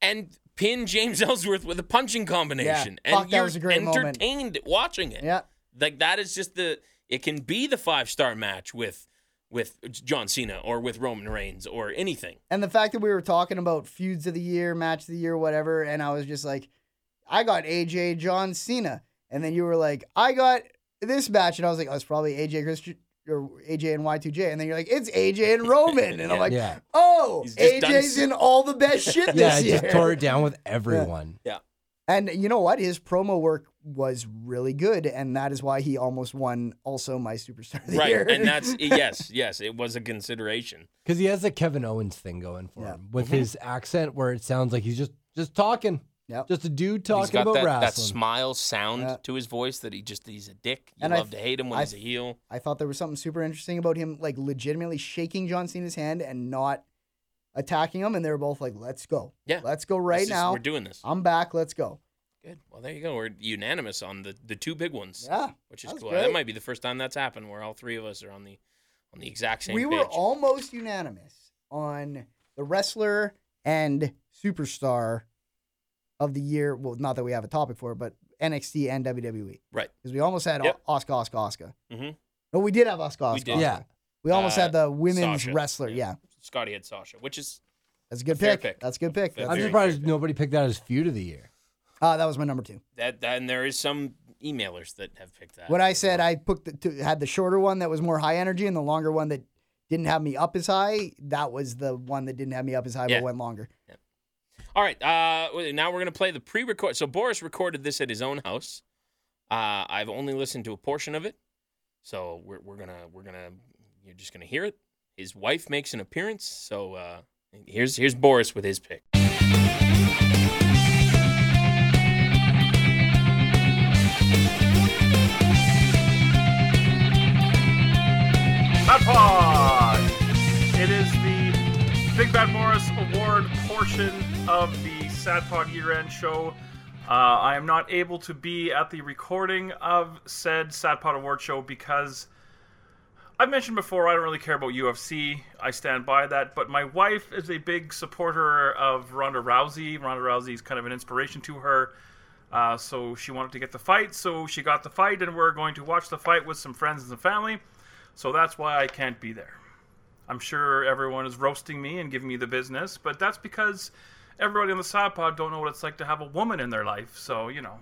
and pin James Ellsworth with a punching combination. Yeah. Fuck, and that you're was a great moment. entertained watching it. Yeah, Like that is just the it can be the five star match with with John Cena or with Roman Reigns or anything. and the fact that we were talking about feuds of the year, match of the year, whatever, and I was just like, I got AJ John Cena, and then you were like, I got this match, and I was like, oh, it's probably AJ Christian or AJ and Y2J, and then you're like, it's AJ and Roman, and I'm like, Yeah. oh, He's just done AJ's so- in all the best shit Yeah, I this year. just tore it down with everyone. and you know what? His promo work was really good, and that is why he almost won also my superstar of the Right. year. And that's yes, yes, it was a consideration. Because he has the Kevin Owens thing going for Yeah. Mm-hmm. him with his accent where it sounds like he's just just talking. Yep. Just a dude he's talking got about that, that wrestling. smile sound Yeah. to his voice that he just he's a dick. You And I love to hate him when I- he's a heel. I thought there was something super interesting about him, like legitimately shaking John Cena's hand and not attacking him. And they were both like, "Let's go, Yeah. let's go This right is- now. we're doing this. I'm back. Let's go." Good. Well, there you go. We're unanimous on the the two big ones, Yeah, which that is was cool. great. That might be the first time that's happened where all three of us are on the on the exact same. we page. were almost unanimous on the wrestler and superstar of the year. Well, not that we have a topic for it, but NXT and WWE. Right. Because we almost had Yep. Oscar, Oscar, Oscar. Mhm. No, we did have Oscar, We Oscar. did. Yeah. We almost Uh, had the women's Sasha. wrestler. Yeah. Scotty had Sasha, which is That's a good Fair pick. pick. That's a good pick. Fair That's I'm Very good. surprised interesting. nobody picked that as feud of the year. Uh, that was my number two. that, that. And there is some emailers that have picked that. What I as said, well. I put the, two had the shorter one that was more high energy and the longer one that didn't have me up as high. That was the one that didn't have me up as high Yeah. but went longer. All right. Uh, w- now we're gonna play the pre-record. So Boris recorded this at his own house. Uh, I've only listened to a portion of it, so we're, we're gonna we're gonna you're just gonna hear it. His wife makes an appearance. So uh, here's here's Boris with his pick. Bad Pod! It is the Big Bad Morris Award portion of the Sad Pod year end show. Uh, I am not able to be at the recording of said Sad Pod Award show because I've mentioned before I don't really care about UFC. I stand by that. But my wife is a big supporter of Ronda Rousey. Ronda Rousey is kind of an inspiration to her. Uh, so she wanted to get the fight, so she got the fight, and we're going to watch the fight with some friends and some family. So that's why I can't be there. I'm sure everyone is roasting me and giving me the business, but that's because everybody on the side pod don't know what it's like to have a woman in their life. So, you know,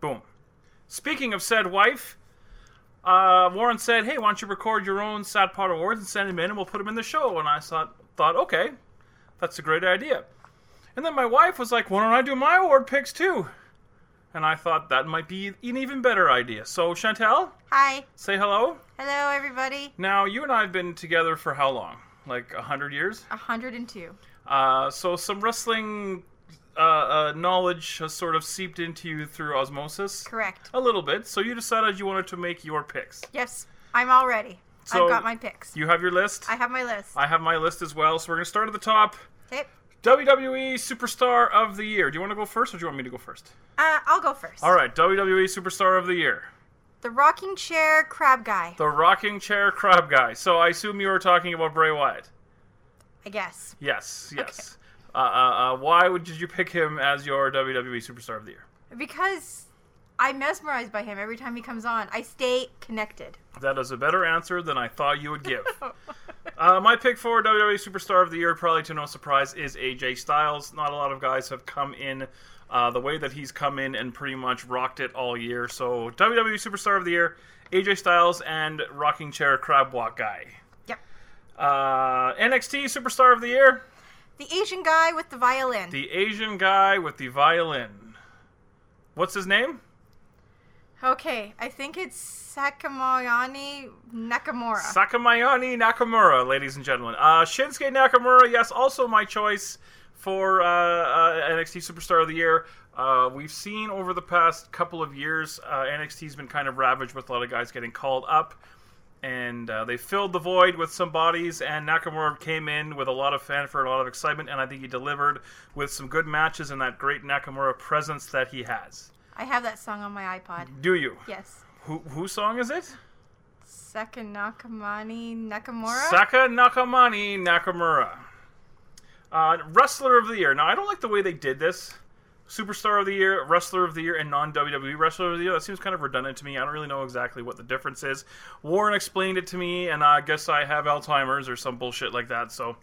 boom. Speaking of said wife, uh, Warren said, "Hey, why don't you record your own Sad Pod Awards and send them in, and we'll put them in the show." And I thought, thought, okay, that's a great idea. And then my wife was like, "Why don't I do my award picks too?" And I thought that might be an even better idea. So, Chantel, Hi. say hello. Hello, everybody. Now, you and I have been together for how long? Like a hundred years. Uh-huh. 102. Uh, so some wrestling uh, uh, knowledge has sort of seeped into you through osmosis. Correct. A little bit. So you decided you wanted to make your picks. Yes, I'm all ready. So- I've got my picks. You have your list. I have my list. I have my list as well. So we're gonna start at the top. Okay. WWE Superstar of the Year. Do you want to go first, or do you want me to go first? Uh, I'll go first. All right. WWE Superstar of the Year. The rocking chair crab guy, The rocking chair crab guy. So I assume you were talking about Bray Wyatt. I guess. Yes, yes. Uh, uh, uh, why would, did you pick him as your WWE Superstar of the Year? Because I'm mesmerized by him every time he comes on. I stay connected. That is a better answer than I thought you would give. uh, my pick for WWE Superstar of the Year, probably to no surprise, is AJ Styles. Not a lot of guys have come in uh, the way that he's come in and pretty much rocked it all year. So WWE Superstar of the Year, AJ Styles and Rocking Chair Crab Walk guy. Yep. Uh, NXT Superstar of the Year, The Asian guy with the violin. the Asian guy with the violin. What's his name? okay, I think it's Sakamoyani Nakamura. Sakamayani Nakamura, ladies and gentlemen. Uh, Shinsuke Nakamura, yes, also my choice for uh, uh, NXT Superstar of the Year. Uh, we've seen over the past couple of years, uh, NXT's been kind of ravaged with a lot of guys getting called up, and uh, they filled the void with some bodies. And Nakamura came in with a lot of fanfare, and a lot of excitement, and I think he delivered with some good matches and that great Nakamura presence that he has. I have that song on my iPod. Do you? Yes. Who whose song is it? Saka Nakamani Nakamura? Saka Nakamani Nakamura. Uh, wrestler of the year. Now, I don't like the way they did this. Superstar of the year, wrestler of the year, and non WWE wrestler of the year. That seems kind of redundant to me. I don't really know exactly what the difference is. Warren explained it to me, and I guess I have Alzheimer's or some bullshit like that. So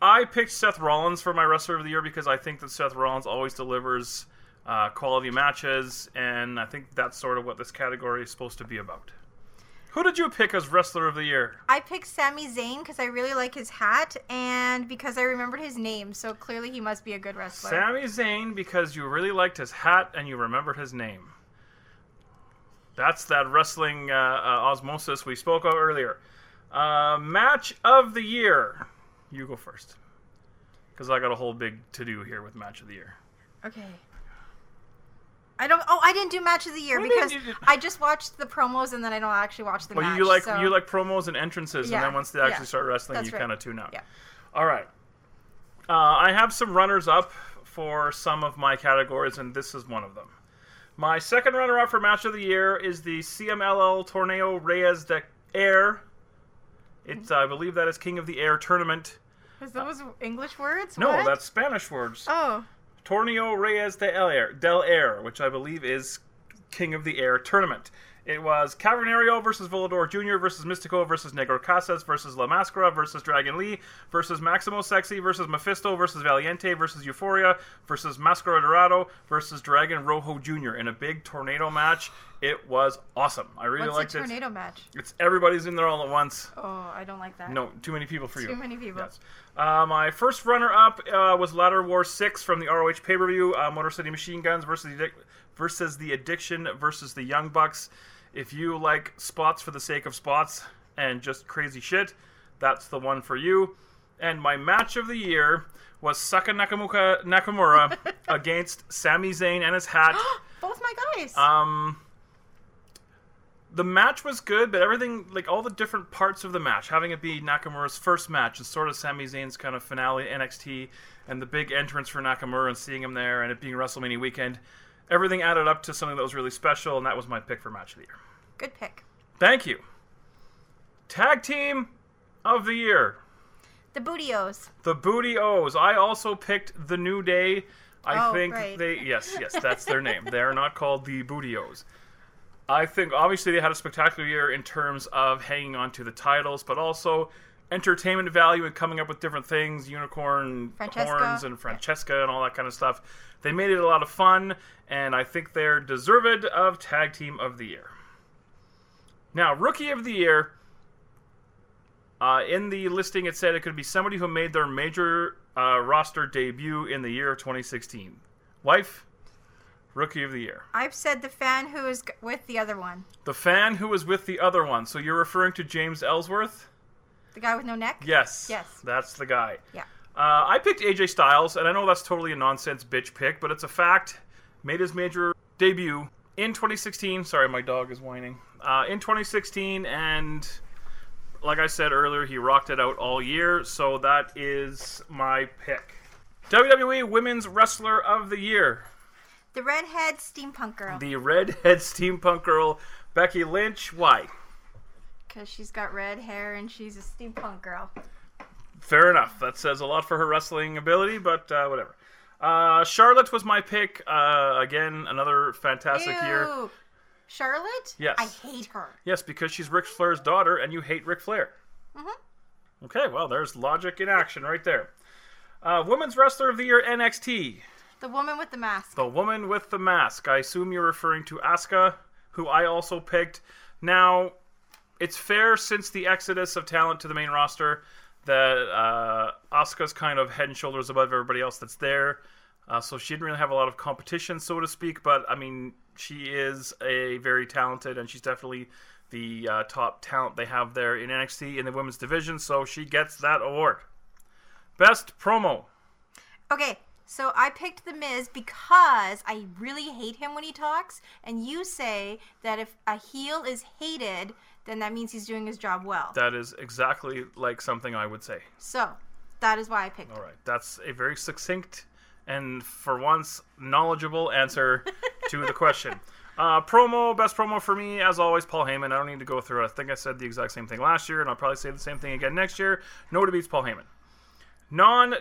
I picked Seth Rollins for my wrestler of the year because I think that Seth Rollins always delivers uh, quality matches, and I think that's sort of what this category is supposed to be about. Who did you pick as wrestler of the year? I picked Sami Zayn because I really like his hat and because I remembered his name, so clearly he must be a good wrestler. Sami Zayn because you really liked his hat and you remembered his name. That's that wrestling uh, uh, osmosis we spoke of earlier. Uh, match of the year. You go first. Because I got a whole big to do here with match of the year. okay. I don't. Oh, I didn't do match of the year What do you mean because you did- I just watched the promos and then I don't actually watch the Well, match. you like so- you like promos and entrances, Yeah, and then once they actually yeah, start wrestling, that's you right. kind of tune out. Yeah. All right. Uh, I have some runners up for some of my categories, and this is one of them. My second runner up for match of the year is the CMLL Torneo Reyes de Air. It's I believe that is King of the Air tournament. Is those English words? No, What? that's Spanish words. Oh, Torneo Reyes de El Air, del Air, which I believe is King of the Air tournament. It was Cavernario versus Volador Jr. versus Mystico versus Negro Casas versus La Mascara versus Dragon Lee versus Maximo Sexy versus Mephisto versus Valiente versus Euphoria versus Masqueradorado versus Dragon Rojo Jr. in a big tornado match. It was awesome. I really what's liked a it. tornado match? It's everybody's in there all at once. Oh, I don't like that. No, too many people for you. Too many people. Yes. Uh, my first runner-up uh, was Ladder War Six from the ROH pay-per-view. Uh, Motor City Machine Guns versus the, Addic- versus the Addiction versus the Young Bucks. If you like spots for the sake of spots and just crazy shit, that's the one for you. And my match of the year was Saka Nakamuka, Nakamura against Sami Zayn and his hat. Both my guys. Um, the match was good, but everything, like all the different parts of the match, having it be Nakamura's first match and sort of Sami Zayn's kind of finale at NXT and the big entrance for Nakamura and seeing him there and it being WrestleMania weekend, everything added up to something that was really special, and that was my pick for match of the year. Good pick. Thank you. Tag team of the year. The Bootios. The Booty O's. I also picked the New Day. I Oh, think right. they yes, yes, that's their name. they are not called the Booty O's. I think obviously they had a spectacular year in terms of hanging on to the titles, but also entertainment value and coming up with different things, unicorn Francesca. horns and Francesca and all that kind of stuff. They made it a lot of fun, and I think they're deserved of tag team of the year. Now, rookie of the year. Uh, in the listing, it said it could be somebody who made their major uh, roster debut in the year of 2016. Wife, rookie of the year. I've said the fan who is g- with the other one, The fan who was with the other one. So you're referring to James Ellsworth? the guy with no neck. Yes. Yes. That's the guy. Yeah. Uh, I picked AJ Styles, and I know that's totally a nonsense bitch pick, but it's a fact. Made his major debut in 2016. Sorry, my dog is whining. Uh, in 2016, and like I said earlier, he rocked it out all year, so that is my pick. WWE Women's Wrestler of the Year. The redhead steampunk girl. The redhead steampunk girl, Becky Lynch. Why? Because she's got red hair and she's a steampunk girl. Fair enough. That says a lot for her wrestling ability, but uh, whatever. Uh, Charlotte was my pick. Uh, again, another fantastic year. Ew. Charlotte? Yes. I hate her. Yes, because she's Ric Flair's daughter, and you hate Ric Flair. Mm-hmm. Okay, well, there's logic in action right there. Uh, Women's Wrestler of the Year NXT. The woman with the mask. The woman with the mask. I assume you're referring to Asuka, who I also picked. Now, it's fair since the exodus of talent to the main roster that uh, Asuka's kind of head and shoulders above everybody else that's there. Uh, so she didn't really have a lot of competition, so to speak. But I mean, she is a very talented, and she's definitely the uh, top talent they have there in NXT in the women's division. So she gets that award. Best promo. Okay, so I picked The Miz because I really hate him when he talks, and you say that if a heel is hated, then that means he's doing his job well. That is exactly like something I would say. so that is why I picked All him. right, that's a very succinct and for once knowledgeable answer to the question. Uh, promo, best promo for me, as always, Paul Heyman. I don't need to go through it. I think I said the exact same thing last year, and I'll probably say the same thing again next year. Nobody beats Paul Heyman. Non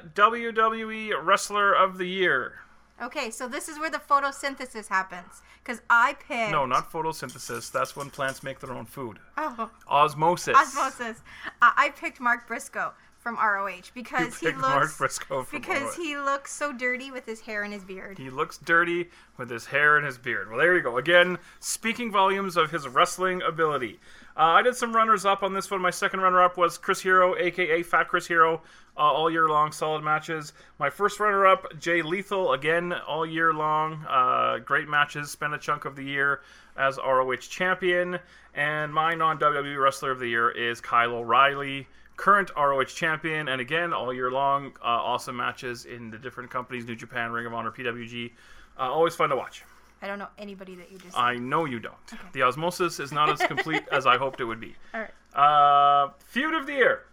WWE Wrestler of the Year. Okay, so this is where the photosynthesis happens because I picked. No, not photosynthesis. That's when plants make their own food. Oh, Osmosis. osmosis. Uh, I picked Mark Briscoe from ROH because he picked looks Mark Briscoe from because ROH. he looks so dirty with his hair and his beard. He looks dirty with his hair and his beard. Well, there you go. Again, speaking volumes of his wrestling ability. Uh, I did some runners up on this one. My second runner up was Chris Hero, aka Fat Chris Hero, uh, all year long, solid matches. My first runner up, Jay Lethal, again, all year long, uh, great matches, spent a chunk of the year as ROH champion. And my non WWE E wrestler of the year is Kyle O'Reilly current ROH champion, and again all year long, uh, awesome matches in the different companies: New Japan, Ring of Honor, PWG. Uh, always fun to watch. I don't know anybody that you just. I know you don't. The osmosis is not as complete as I hoped it would be. All right. Uh, feud of the year.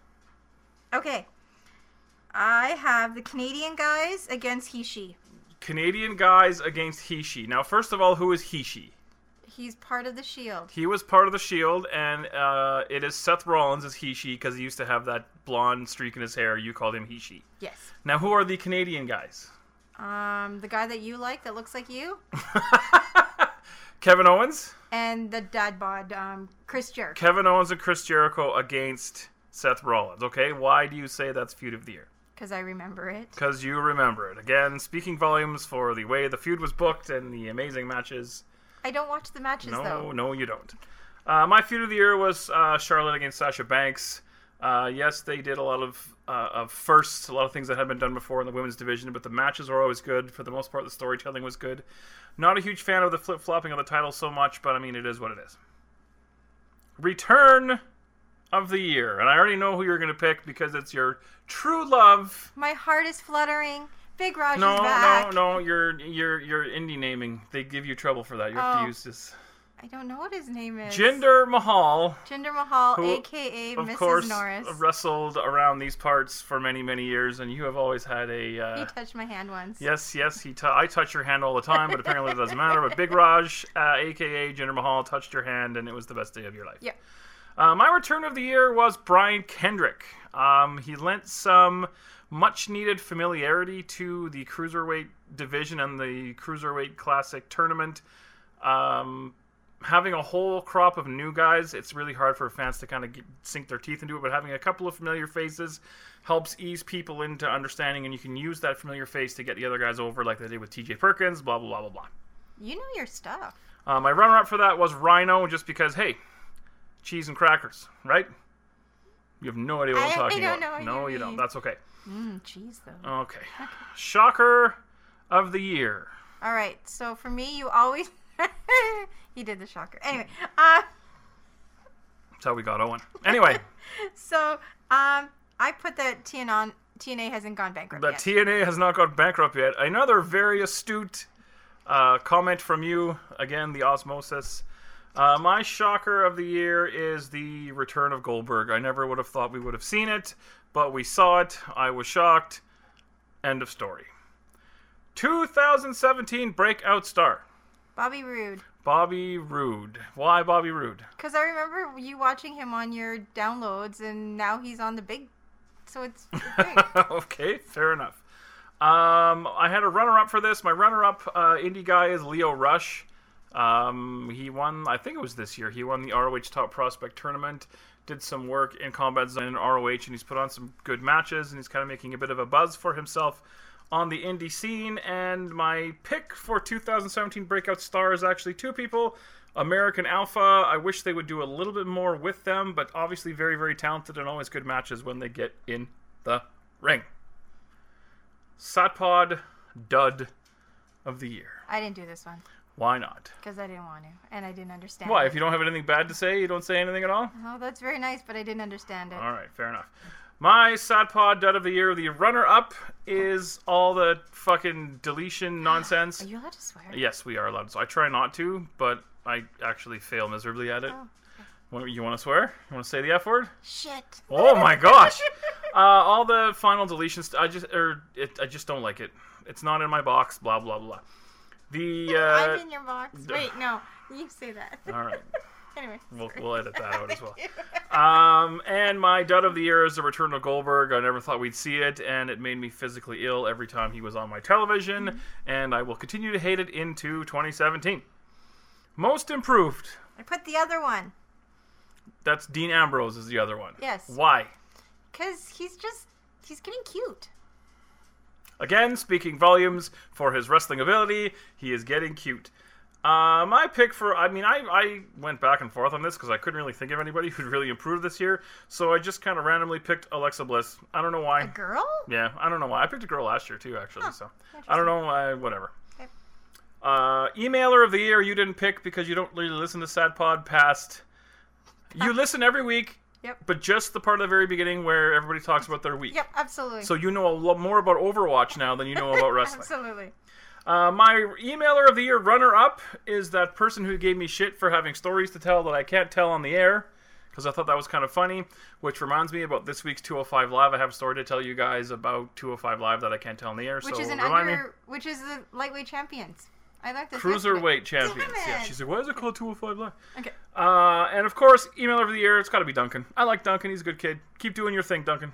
Okay. I have the Canadian guys against He-She. Canadian guys against Heishi. Now, first of all, who is Heishi? He's part of the Shield. He was part of the Shield, and uh, it is Seth Rollins as Heishi because he used to have that blonde streak in his hair. You called him Heishi. Yes. Now, who are the Canadian guys? Um, the guy that you like that looks like you, Kevin Owens. and the dad bod, um, Chris Jericho. Kevin Owens and Chris Jericho against Seth Rollins. Okay, why do you say that's feud of the year? Because I remember it. Because you remember it. Again, speaking volumes for the way the feud was booked and the amazing matches. I don't watch the matches No, though. no, you don't. Uh, my feud of the year was uh, Charlotte against Sasha Banks. Uh, yes, they did a lot of uh, of firsts, a lot of things that had been done before in the women's division, but the matches were always good. For the most part, the storytelling was good. Not a huge fan of the flip flopping of the title so much, but I mean, it is what it is. Return of the year, and I already know who you're going to pick because it's your true love. My heart is fluttering. Big Raj No, is back. no, no, you're you're you're indie naming. They give you trouble for that. You have Oh. to use this. I don't know what his name is. Jinder Mahal. Jinder Mahal, who, aka of Mrs. course, Norris. wrestled around these parts for many, many years, and you have always had a. He Uh, touched my hand once. yes, yes, he. T- I touch your hand all the time, but apparently it doesn't matter. But Big Raj, uh, aka Jinder Mahal, touched your hand, and it was the best day of your life. Yeah. Uh, my return of the year was Brian Kendrick. Um, he lent some much needed familiarity to the cruiserweight division and the cruiserweight classic tournament. Um, having a whole crop of new guys, it's really hard for fans to kind of sink their teeth into it, but having a couple of familiar faces helps ease people into understanding, and you can use that familiar face to get the other guys over, like they did with TJ Perkins, blah, blah, blah, blah, blah. You know your stuff. Uh, my runner up for that was Rhino, just because, hey, cheese and crackers, right? You have no idea what I'm I talking don't about. know what no, you you don't. mean. That's okay. Mm, jeez, though. Okay. Shocker of the year. All right. So for me, you always. he did the shocker. Anyway. Uh, That's how we got Owen. Anyway, so um, I put that TNA, TNA hasn't gone bankrupt the yet. TNA has not gone bankrupt yet. Another very astute uh, comment from you. Again, the osmosis. Uh, my shocker of the year is the return of Goldberg. I never would have thought we would have seen it, but we saw it. I was shocked. End of story. 2017 breakout star, Bobby Roode. Bobby Roode. Why Bobby Roode? Because I remember you watching him on your downloads, and now he's on the big. So it's. it's great. okay, fair enough. Um, I had a runner-up for this. My runner-up uh, indie guy is Leo Rush. Um, he won, I think it was this year. He won the ROH Top Prospect Tournament. Did some work in Combat Zone and ROH, and he's put on some good matches, and he's kind of making a bit of a buzz for himself on the indie scene. And my pick for 2017 Breakout Star is actually two people. American Alpha. I wish they would do a little bit more with them, but obviously very, very talented and always good matches when they get in the ring. Satpod Dud of the year. I didn't do this one Why not? because I didn't want to, and I didn't understand. Why? it. If you don't have anything bad to say, you don't say anything at all? Oh, that's very nice, but I didn't understand it. All right, fair enough. My Satpod Dud of the year, the runner up is all the fucking deletion nonsense. Are you allowed to swear? Yes, we are allowed. So I try not to, but I actually fail miserably at it. Oh, What, you want to swear? You want to say the F word? Shit. Oh my gosh! Uh, all the final deletions. I just or it, I just don't like it. It's not in my box. Blah blah blah. The I'm in uh, your box. Wait, no. You say that. all right. anyway. We'll, sorry. we'll edit that out as well. Um, and my dud of the year is the return of Goldberg. I never thought we'd see it, and it made me physically ill every time he was on my television. And I will continue to hate it into 2017. Most improved. I put the other one That's Dean Ambrose is the other one. Yes. Why? because he's just he's getting cute. Again, speaking volumes for his wrestling ability, he is getting cute. Uh, my pick for, I mean, I, I went back and forth on this because I couldn't really think of anybody who'd really improved this year, so I just kind of randomly picked Alexa Bliss. I don't know why. A girl? Yeah, I don't know why. I picked a girl last year too, actually. so I don't know why. Whatever. Okay. Uh, emailer of the year you didn't pick because you don't really listen to Sad Pod past. You listen every week, Yep. but just the part of the very beginning where everybody talks about their week. Yep. Absolutely. So you know a lot more about Overwatch now than you know about wrestling. absolutely. Uh, my emailer of the year runner up is that person who gave me shit for having stories to tell that I can't tell on the air because I thought that was kind of funny. Which reminds me about this week's 205 Live. I have a story to tell you guys about 205 Live that I can't tell on the air. Which so is an remind under, me. which is the lightweight champions. I like this. Cruiserweight Damn champions. Yeah, it. she's like, why is it called 205 Live? Okay. Uh, and of course, emailer of the year, it's got to be Duncan. I like Duncan. He's a good kid. Keep doing your thing, Duncan.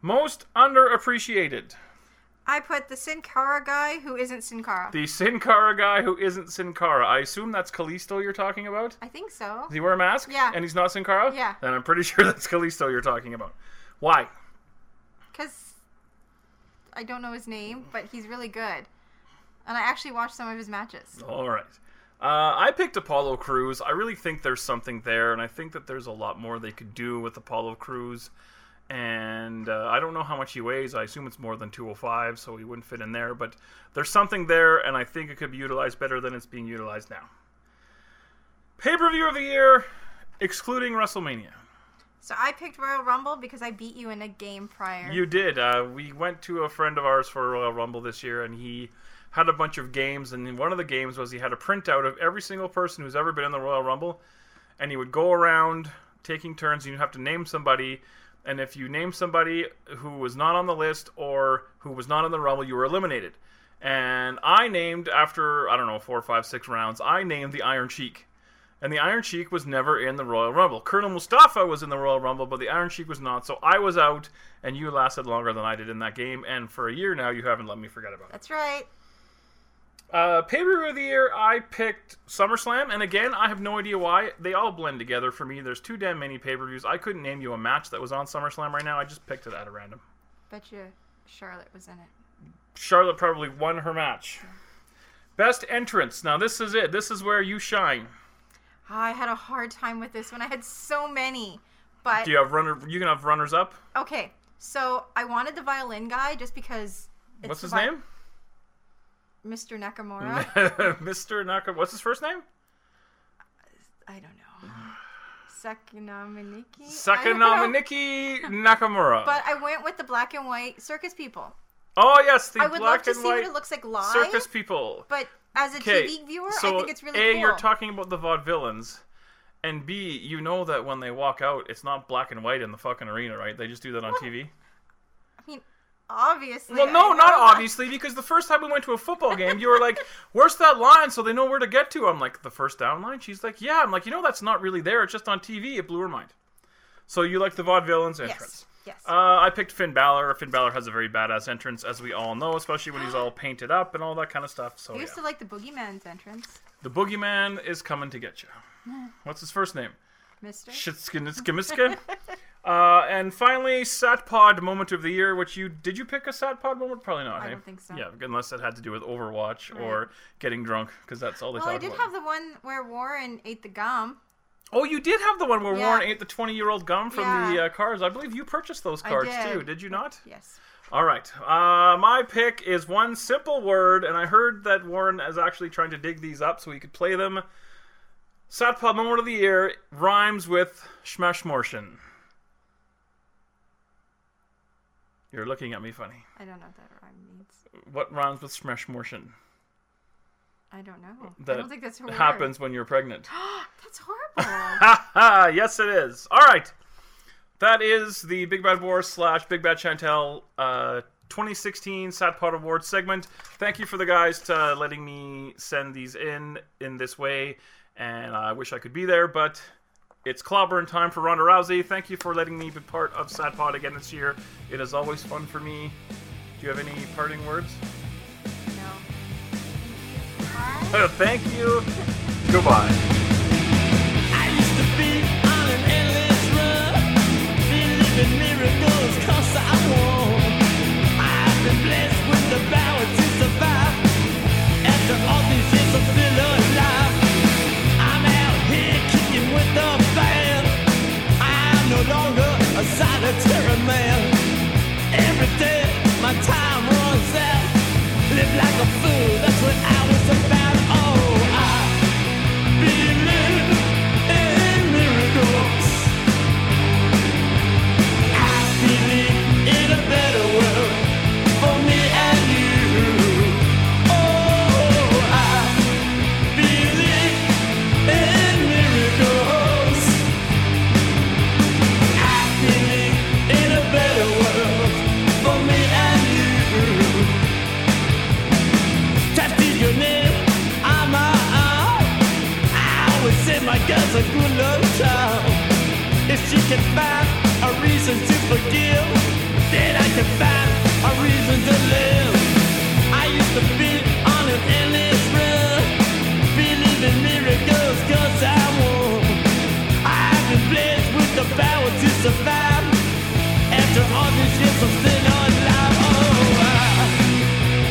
Most underappreciated. I put the Sin Cara guy who isn't Sin Cara. The Sin Cara guy who isn't Sin Cara. I assume that's Kalisto you're talking about? I think so. Does he wear a mask? Yeah. And he's not Sin Cara? Yeah. Then I'm pretty sure that's Kalisto you're talking about. Why? Because I don't know his name, but he's really good. And I actually watched some of his matches. All right. Uh, I picked Apollo Crews. I really think there's something there, and I think that there's a lot more they could do with Apollo Crews. And uh, I don't know how much he weighs. I assume it's more than 205, so he wouldn't fit in there. But there's something there, and I think it could be utilized better than it's being utilized now. Pay per view of the year, excluding WrestleMania. So I picked Royal Rumble because I beat you in a game prior. You did. Uh, we went to a friend of ours for Royal Rumble this year, and he had a bunch of games. And one of the games was he had a printout of every single person who's ever been in the Royal Rumble, and he would go around taking turns. And you have to name somebody, and if you name somebody who was not on the list or who was not in the Rumble, you were eliminated. And I named after I don't know four, five, six rounds. I named the Iron Cheek. And the Iron Sheik was never in the Royal Rumble. Colonel Mustafa was in the Royal Rumble, but the Iron Sheik was not. So I was out, and you lasted longer than I did in that game. And for a year now, you haven't let me forget about it. That's right. Uh, pay per view of the year, I picked SummerSlam, and again, I have no idea why. They all blend together for me. There's too damn many pay per views. I couldn't name you a match that was on SummerSlam right now. I just picked it out of random. Bet you Charlotte was in it. Charlotte probably won her match. Best entrance. Now this is it. This is where you shine. Ah, I had a hard time with this one. I had so many. But Do you have runner? You can have runners up. okay, so I wanted the violin guy just because. It's What's the his vi- name? Mr. Nakamura. Mr. Naka, what's his first name? I don't know. Sakinaminiki. I don't know. Sakanamaniki Nakamura. But I went with the black and white circus people. oh yes, the I would love black to and see white what it looks like live. circus people. But as a 'Kay, TV viewer, so I think it's really a cool. you're talking about the vaudevillains, and b you know that when they walk out, it's not black and white in the fucking arena, right? They just do that on TV. I mean, obviously. Well, no, I not know. obviously, because the first time we went to a football game, you were like, "Where's that line?" So they know where to get to. I'm like, "The first down line." She's like, "Yeah." I'm like, "You know, that's not really there. It's just on TV." It blew her mind. So you like the vaudevillains entrance? Yes. Yes. Uh, I picked Finn Balor. Finn Balor has a very badass entrance, as we all know, especially when he's all painted up and all that kind of stuff. So I used yeah. to like the boogeyman's entrance, the boogeyman is coming to get you. What's his first name? Mister. Shitskinitskimiska. uh, and finally, Satpod moment of the year, which you did you pick a Satpod moment? Probably not. I hey? don't think so. Yeah, unless it had to do with Overwatch or getting drunk, because that's all they well, talk I did about. have the one where Warren ate the gum. Oh, you did have the one where Yeah. Warren ate the twenty-year-old gum from the Yeah. uh, cards. I believe you purchased those I cards did. too. Did you not? Yes. All right. Uh, my pick is one simple word, and I heard that Warren is actually trying to dig these up so he could play them. Satpod moment of the year rhymes with Schmashmortion. You're looking at me funny. I don't know what that rhyme means. What rhymes with Schmashmortion? I don't know. That I don't think that's her word. happens when you're pregnant. That's horrible. Ha ha! Yes, it is. All right. That is the Big Bad War slash Big Bad Chantel uh, 2016 Satpod Award segment. Thank you for the guys to letting me send these in in this way, and I wish I could be there, but it's clobbering time for Ronda Rousey. Thank you for letting me be part of Satpod again this year. It is always fun for me. Do you have any parting words? no. Thank you. Goodbye. Solitary man. Every day my time runs out. Live like a fool, that's what I was about. Oh, I believe in miracles. reason to forgive. Then I can find a reason to live. I used to be on an endless run, believe in miracles 'cause I won. I've been blessed with the power to survive. After all these years, I'm still alive. Oh, I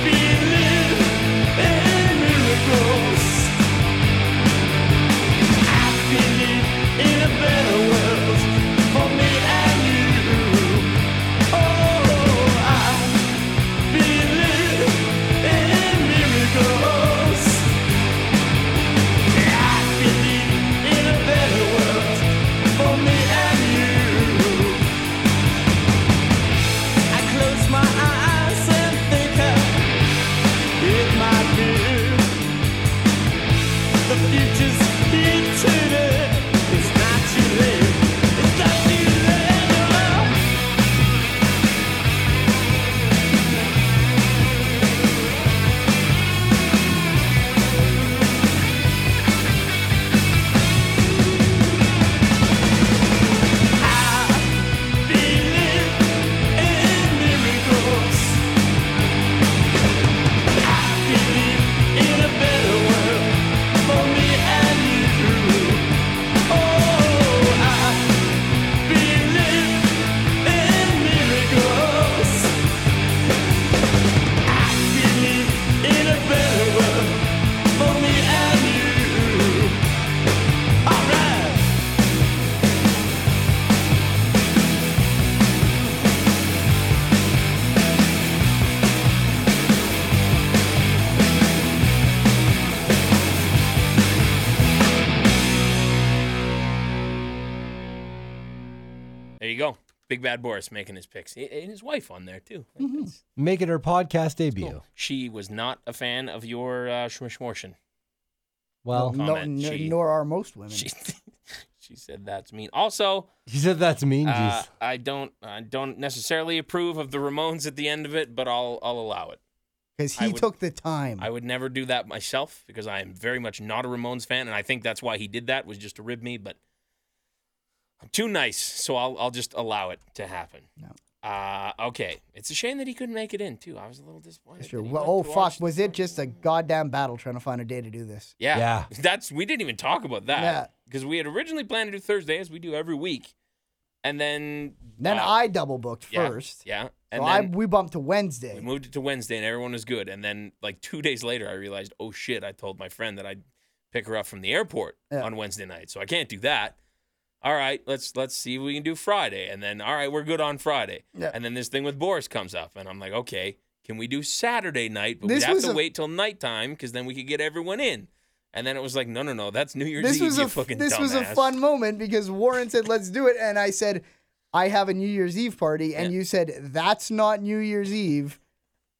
believe in miracles. Oh, Might be the future's here today. It's not too late. It's not too late. No. I believe in miracles. I believe in a better world. For me and you. Oh, I believe in miracles. I believe in a better world. For me and you. All right. There you go. Big Bad Boris making his picks. He- And his wife on there, too. That's Making her podcast debut. cool. She was not a fan of your uh, Schmishmortion. Well, no, comment, no- she- nor are most women. She, she said that's mean. Also, he said that's mean. uh, Jeez. I don't I don't necessarily approve of the Ramones at the end of it, but I'll I'll allow it. Because I he would- took the time. I would never do that myself because I am very much not a Ramones fan, and I think that's why he did that was just to rib me. But I'm too nice, so I'll I'll just allow it to happen. No. Uh, okay. It's a shame that he couldn't make it in too. I was a little disappointed. That's true. that he Well, oh went to fuck! Washington. Was it just a goddamn battle trying to find a day to do this? Yeah. Yeah. That's we didn't even talk about that. Yeah. Because we had originally planned to do Thursday as we do every week. And then Then uh, I double booked yeah, first. Yeah. And so I then we bumped to we Wednesday. moved it to Wednesday and everyone was good. And then like two days later I realized, oh shit, I told my friend that I'd pick her up from the airport Yeah. on Wednesday night. So I can't do that. All right, let's let's see what we can do Friday. And then all right, we're good on Friday. Yeah. And then this thing with Boris comes up and I'm like, okay, can we do Saturday night? But This we'd have was to a- wait till nighttime because then we could get everyone in. And then it was like, no, no, no, that's New Year's This Eve. was you a f- fucking this was a dumbass." fun moment because Warren said let's do it, and I said I have a New Year's Eve party, and Yeah. you said that's not New Year's Eve.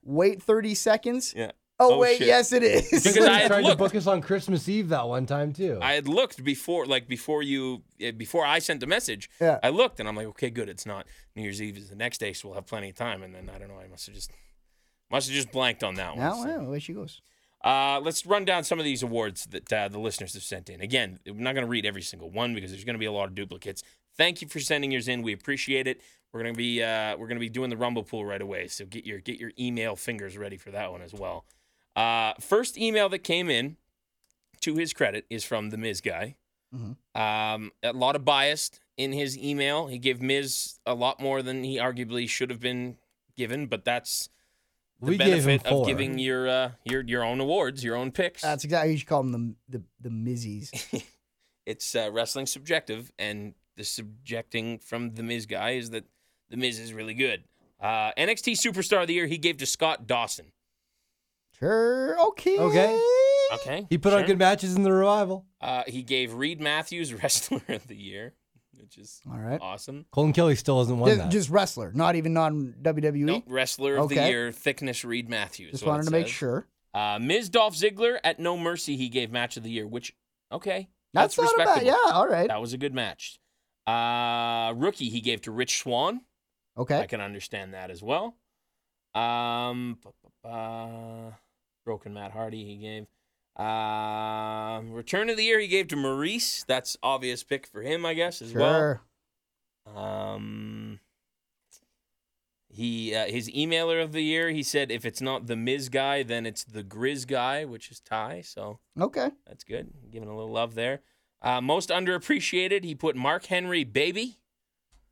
Wait thirty seconds. Yeah. Oh, Oh, wait, shit. yes it is. Because I He had tried to looked. book us on Christmas Eve that one time too. I had looked before, like before you, eh, before I sent the message. Yeah. I looked and I'm like, okay, good. It's not New Year's Eve. Is the next day, so we'll have plenty of time. And then I don't know. I must have just, must have just blanked on that one. now, so. well, away she goes. Uh, let's run down some of these awards that uh, the listeners have sent in. Again, we're not going to read every single one because there's going to be a lot of duplicates. Thank you for sending yours in. We appreciate it. We're going to be uh, we're going to be doing the Rumble pool right away. So get your get your email fingers ready for that one as well. Uh, first email that came in, to his credit, is from the Miz guy. Mhm. Um, a lot of biased in his email. He gave Miz a lot more than he arguably should have been given, but that's the we gave him benefit four. of giving your uh, your your own awards, your own picks. That's exactly you should call them the the, the Mizzies. it's uh, wrestling subjective, and the subjecting from the Miz guy is that the Miz is really good. Uh, NXT Superstar of the Year he gave to Scott Dawson. Sure. Okay. Okay. Okay, he put on sure. good matches in the revival. Uh, he gave Reed Matthews Wrestler of the Year, which is All right. awesome. Colin Kelly still hasn't won Just, that. just wrestler, not even non WWE. No, Wrestler of the Okay. Year, thickness Reed Matthews. Just is what E. wanted it to make says. sure. Uh, Ms. Dolph Ziggler at No Mercy he gave Match of the Year, which okay, That's, not a bad. respectable. Yeah. All right. That was a good match. Uh, rookie he gave to Rich Swan. I Okay. can understand that as well. Um, bu- bu- bu- broken Matt Hardy he gave. Um, Return of the Year he gave to Maurice. That's obvious pick for him, I guess as Sure. well. Um, He uh, his emailer of the year. He said if it's not the Miz guy, then it's the Grizz guy, which is Ty. So Okay. that's good. Giving a little love there. Uh, most underappreciated. He put Mark Henry, baby,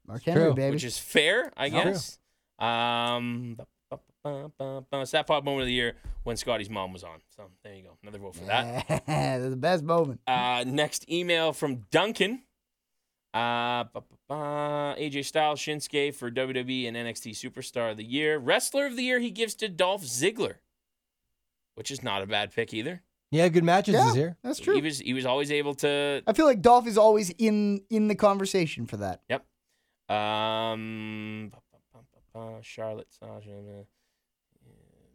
Mark Henry, true. baby. which is fair, I True. guess. Um, bu- bu- bu- bu- bu- Sat Pod moment of the year when Scotty's mom was on. So there you go. Another vote for that. the best moment. Uh, next email from Duncan. Uh, ba- ba- ba. AJ Styles, Shinsuke for WWE and NXT Superstar of the Year. Wrestler of the Year he gives to Dolph Ziggler, which is not a bad pick either. Yeah, good matches Yeah, this year. that's true. He was he was always able to. I feel like Dolph is always in in the conversation for that. Um, ba- ba- ba- ba- ba. Charlotte, Sasha, uh,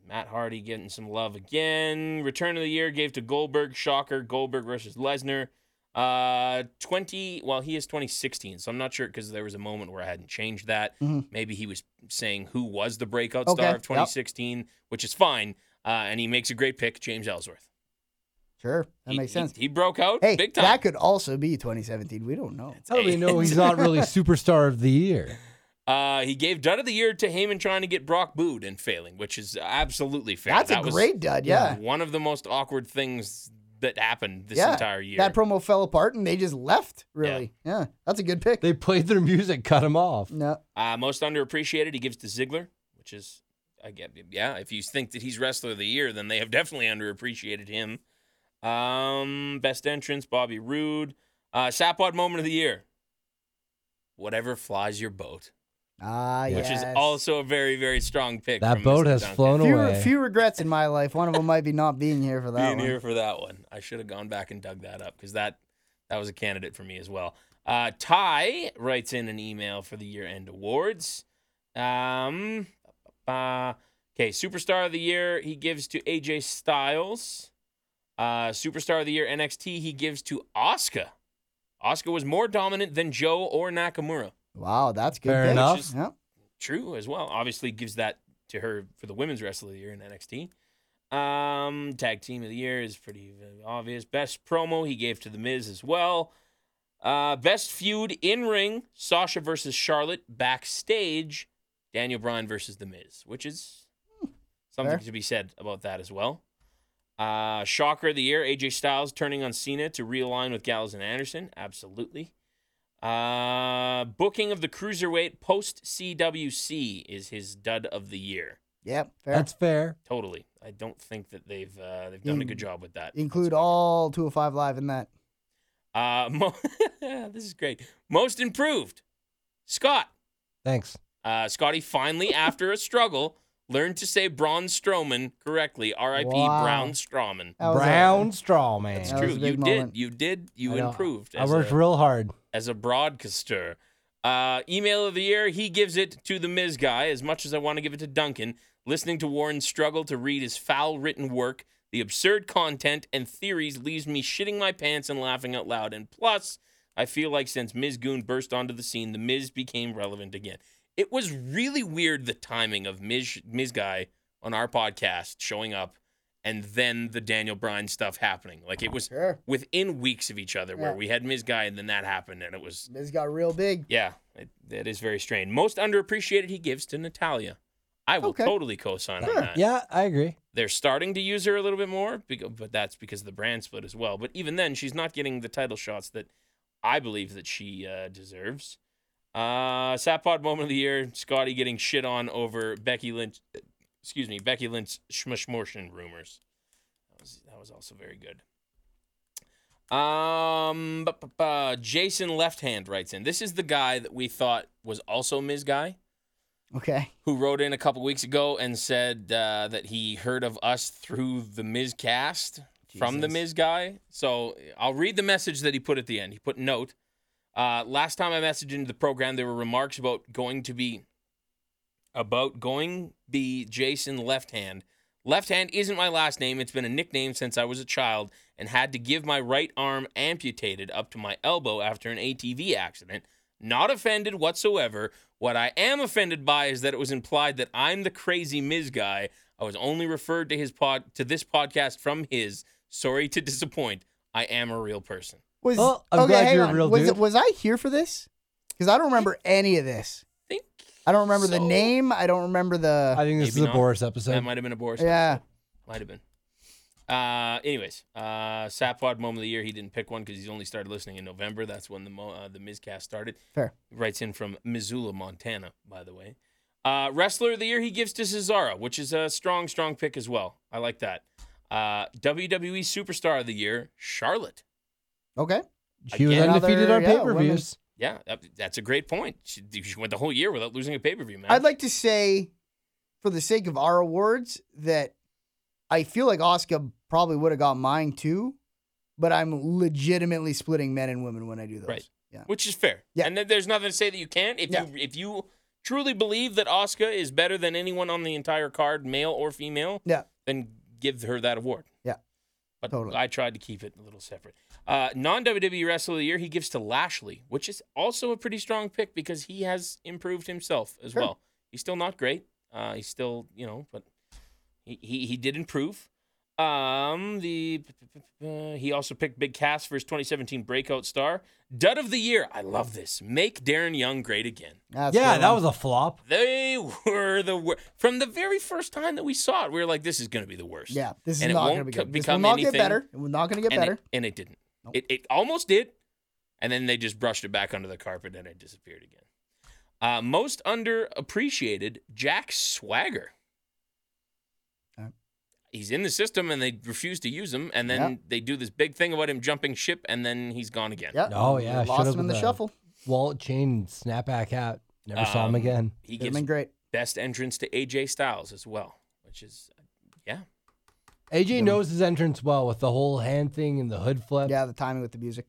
Matt Hardy getting some love again. Return of the Year gave to Goldberg. Shocker, Goldberg versus Lesnar. Uh, 20. Well, he is 2016, so I'm not sure because there was a moment where I hadn't changed that. Mhm. Maybe he was saying who was the breakout Okay, star of yep. 2016, which is fine. Uh, and he makes a great pick, James Ellsworth. Sure, that He- makes he- sense. He, broke out hey, big time. that could also be 2017. We don't know. How do we Hey. know he's not really superstar of the year? Uh, he gave Dud of the Year to Heyman trying to get Brock booed and failing, which is absolutely fair. That's That a was great dud. Yeah. One of the most awkward things that happened this yeah. entire year. That promo fell apart and they just left. Really. Yeah. That's a good pick. They played their music, cut him off. no. uh, most underappreciated, he gives to Ziggler, which is, I get, yeah. If you think that he's Wrestler of the Year, then they have definitely underappreciated him. Um, best entrance, Bobby Roode. Uh, Sapod moment of the year. Whatever flies your boat, Ah, which is also a very, very strong pick. That from boat Mr. has Duncan. flown few, away. few regrets in my life. One of them might be not being here for that being one. here for that one. I should have gone back and dug that up because that that was a candidate for me as well. Uh, Ty writes in an email for the year end awards. Um, uh, okay, superstar of the year he gives to AJ Styles. Uh, superstar of the year NXT he gives to Oscar. Oscar was more dominant than Joe or Nakamura. Wow, that's good. Fair pick. enough. Just- Yeah. True as well. Obviously gives that to her for the women's wrestler of the year in NXT. Um, tag team of the year is pretty obvious. Best promo he gave to the Miz as well. Uh, best feud in ring: Sasha versus Charlotte. Backstage, Daniel Bryan versus the Miz, which is something Fair. to be said about that as well. Uh, shocker of the year: AJ Styles turning on Cena to realign with Gallows and Anderson. Absolutely. Uh, booking of the cruiserweight post CWC is his dud of the year. Yep. Fair. That's fair. Totally. I don't think that they've uh, they've done a good In- job with that. Include That's- all 205 Live in that. Uh, mo- this is great. Most improved, Scott. Thanks. Uh, Scotty finally, after a struggle, learned to say Braun Strowman correctly. R.I.P. Wow. Braun Strowman. That was a- Brown straw man. It's that true. was a big You moment. did. You did. You I know. improved. I as worked a- real hard. as a broadcaster. Uh, email of the year, he gives it to the Miz guy. As much as I want to give it to Duncan, listening to Warren struggle to read his foul written work, the absurd content and theories leaves me shitting my pants and laughing out loud. And plus, I feel like since Miz Goon burst onto the scene, the Miz became relevant again. It was really weird the timing of Miz Miz guy on our podcast showing up, and then the Daniel Bryan stuff happening. Like it was Sure. within weeks of each other where Yeah. we had Miz Guy and then that happened and it was Miz got real big. yeah, it, that is very strange. Most underappreciated he gives to Natalia. I will Okay. totally co-sign Sure. on that. Yeah, I agree. They're starting to use her a little bit more, becau- but that's because of the brand split as well. But even then, she's not getting the title shots that I believe that she uh, deserves. Uh, Sapod moment of the year: Scotty getting shit on over Becky Lynch. Excuse me, Becky Lynch schmushmorshin rumors. That was that was also very good. Um, bu- bu- bu- Jason Left Hand writes in. This is the guy that we thought was also Ms. Guy Okay. who wrote in a couple weeks ago and said uh, that he heard of us through the Mizcast from the Miz Jesus. guy. So I'll read the message that he put at the end. He put note. Uh, last time I messaged into the program, there were remarks about going to be about going be Jason Left Hand. Left Hand isn't my last name. It's been a nickname since I was a child and had to give my right arm amputated up to my elbow after an ATV accident. Not offended whatsoever. What I am offended by is that it was implied that I'm the crazy Miz guy. I was only referred to his pod to this podcast from his. Sorry to disappoint. I am a real person. Was Well, Oh, I'm okay, glad hang you're a on. real was, dude. was I here for this? Because I don't remember any of this. think I don't remember the So- name. I don't remember the. I think this Maybe is a not. Boris episode. That might have been a Boris. yeah. Might have been. Uh, anyways, uh, Sapwad moment of the year. He didn't pick one because he's only started listening in November. That's when the mo- uh, the Mizcast started. Fair. He writes in from Missoula, Montana, by the way. Uh, wrestler of the year he gives to Cesaro, which is a strong, strong pick as well. I like that. Uh, WWE Superstar of the Year, Charlotte. Okay. she was Again, undefeated on another- yeah, pay per views. Yeah, that, that's a great point. She, she went the whole year without losing a pay per view match. I'd like to say, for the sake of our awards, that I feel like Oscar probably would have got mine too, but I'm legitimately splitting men and women when I do those. Right. Yeah. which is fair. Yeah. and then there's nothing to say that you can't. If Yeah. you if you truly believe that Oscar is better than anyone on the entire card, male or female, Yeah. then give her that award. Yeah. But Totally. I tried to keep it a little separate. Uh, non WWE Wrestler of the Year he gives to Lashley, which is also a pretty strong pick because he has improved himself as Sure. well. He's still not great. Uh, he's still you know, but he he, he did improve. Um, the uh, he also picked Big Cass for his 2017 breakout star. Dud of the year. I love this. Make Darren Young great again. That's Yeah, good that one. was a flop. They were the worst. From the very first time that we saw it, we were like, this is going to be the worst. Yeah, this is And it not won't going to be co- good. This will become not anything. get better. It was not going to get And better. it, and it didn't. Nope. It, it almost did. And then they just brushed it back under the carpet and it disappeared again. Uh, most underappreciated, Jack Swagger. Alright. He's in the system and they refuse to use him. And then Yeah. they do this big thing about him jumping ship and then he's gone again. yeah. Oh, yeah, We should've Lost him in been the the- shuffle. Wallet chain, snapback hat. Never saw him Um, again. He It'd gives been great. best entrance to AJ Styles as well, which is, yeah. AJ knows his entrance well with the whole hand thing and the hood flip. Yeah, the timing with the music.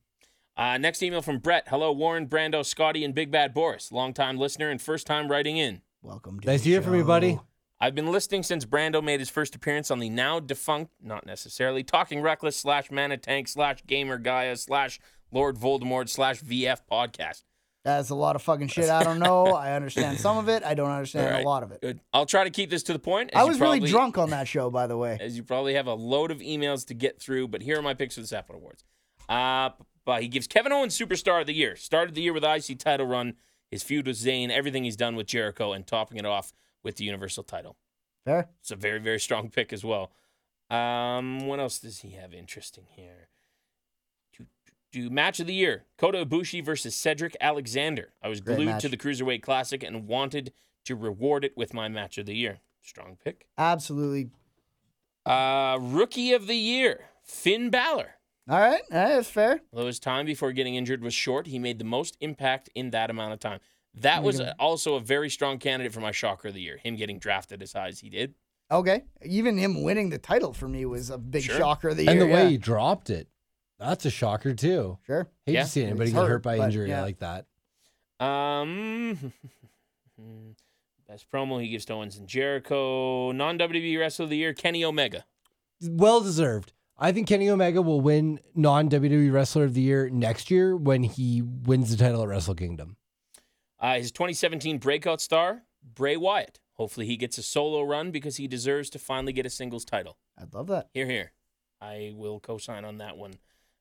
Uh, next email from Brett. Hello, Warren, Brando, Scotty, and Big Bad Boris. Longtime listener and first time writing in. Welcome to Nice the to hear from you, show. buddy. I've been listening since Brando made his first appearance on the now defunct, not necessarily, Talking Reckless slash Manitank slash Gamer Gaia slash Lord Voldemort slash VF podcast. That's a lot of fucking shit. I don't know. I understand some of it. I don't understand Alright, a lot of it. Good. I'll try to keep this to the point. as I you was really probably- drunk on that show, by the way. as you probably have a load of emails to get through, but here are my picks for the Sapphire Awards. Uh, but he gives Kevin Owens Superstar of the Year. Started the year with IC title run, his feud with Zayn, everything he's done with Jericho, and topping it off with the Universal title. Fair. It's a very, very strong pick as well. Um, what else does he have interesting here? Do, do match of the year Kota Ibushi versus Cedric Alexander. I was Great glued match. to the Cruiserweight Classic and wanted to reward it with my match of the year. Strong pick. Absolutely. Uh, rookie of the year, Finn Balor. All right. All right. That's fair. Although his time before getting injured was short, he made the most impact in that amount of time. That was Yeah. also a very strong candidate for my shocker of the year. Him getting drafted as high as he did. Okay. Even him winning the title for me was a big Sure. shocker of the year. And the way yeah. he dropped it. That's a shocker, too. Sure. Hate Yeah. to see anybody It's get hurt, hurt by but injury yeah. like that. Um, best promo he gives to Owens and Jericho. Non WWE Wrestler of the Year, Kenny Omega. Well deserved. I think Kenny Omega will win non WWE Wrestler of the Year next year when he wins the title at Wrestle Kingdom. Uh, his 2017 breakout star, Bray Wyatt. Hopefully, he gets a solo run because he deserves to finally get a singles title. I'd love that. Here, here. I will co-sign on that one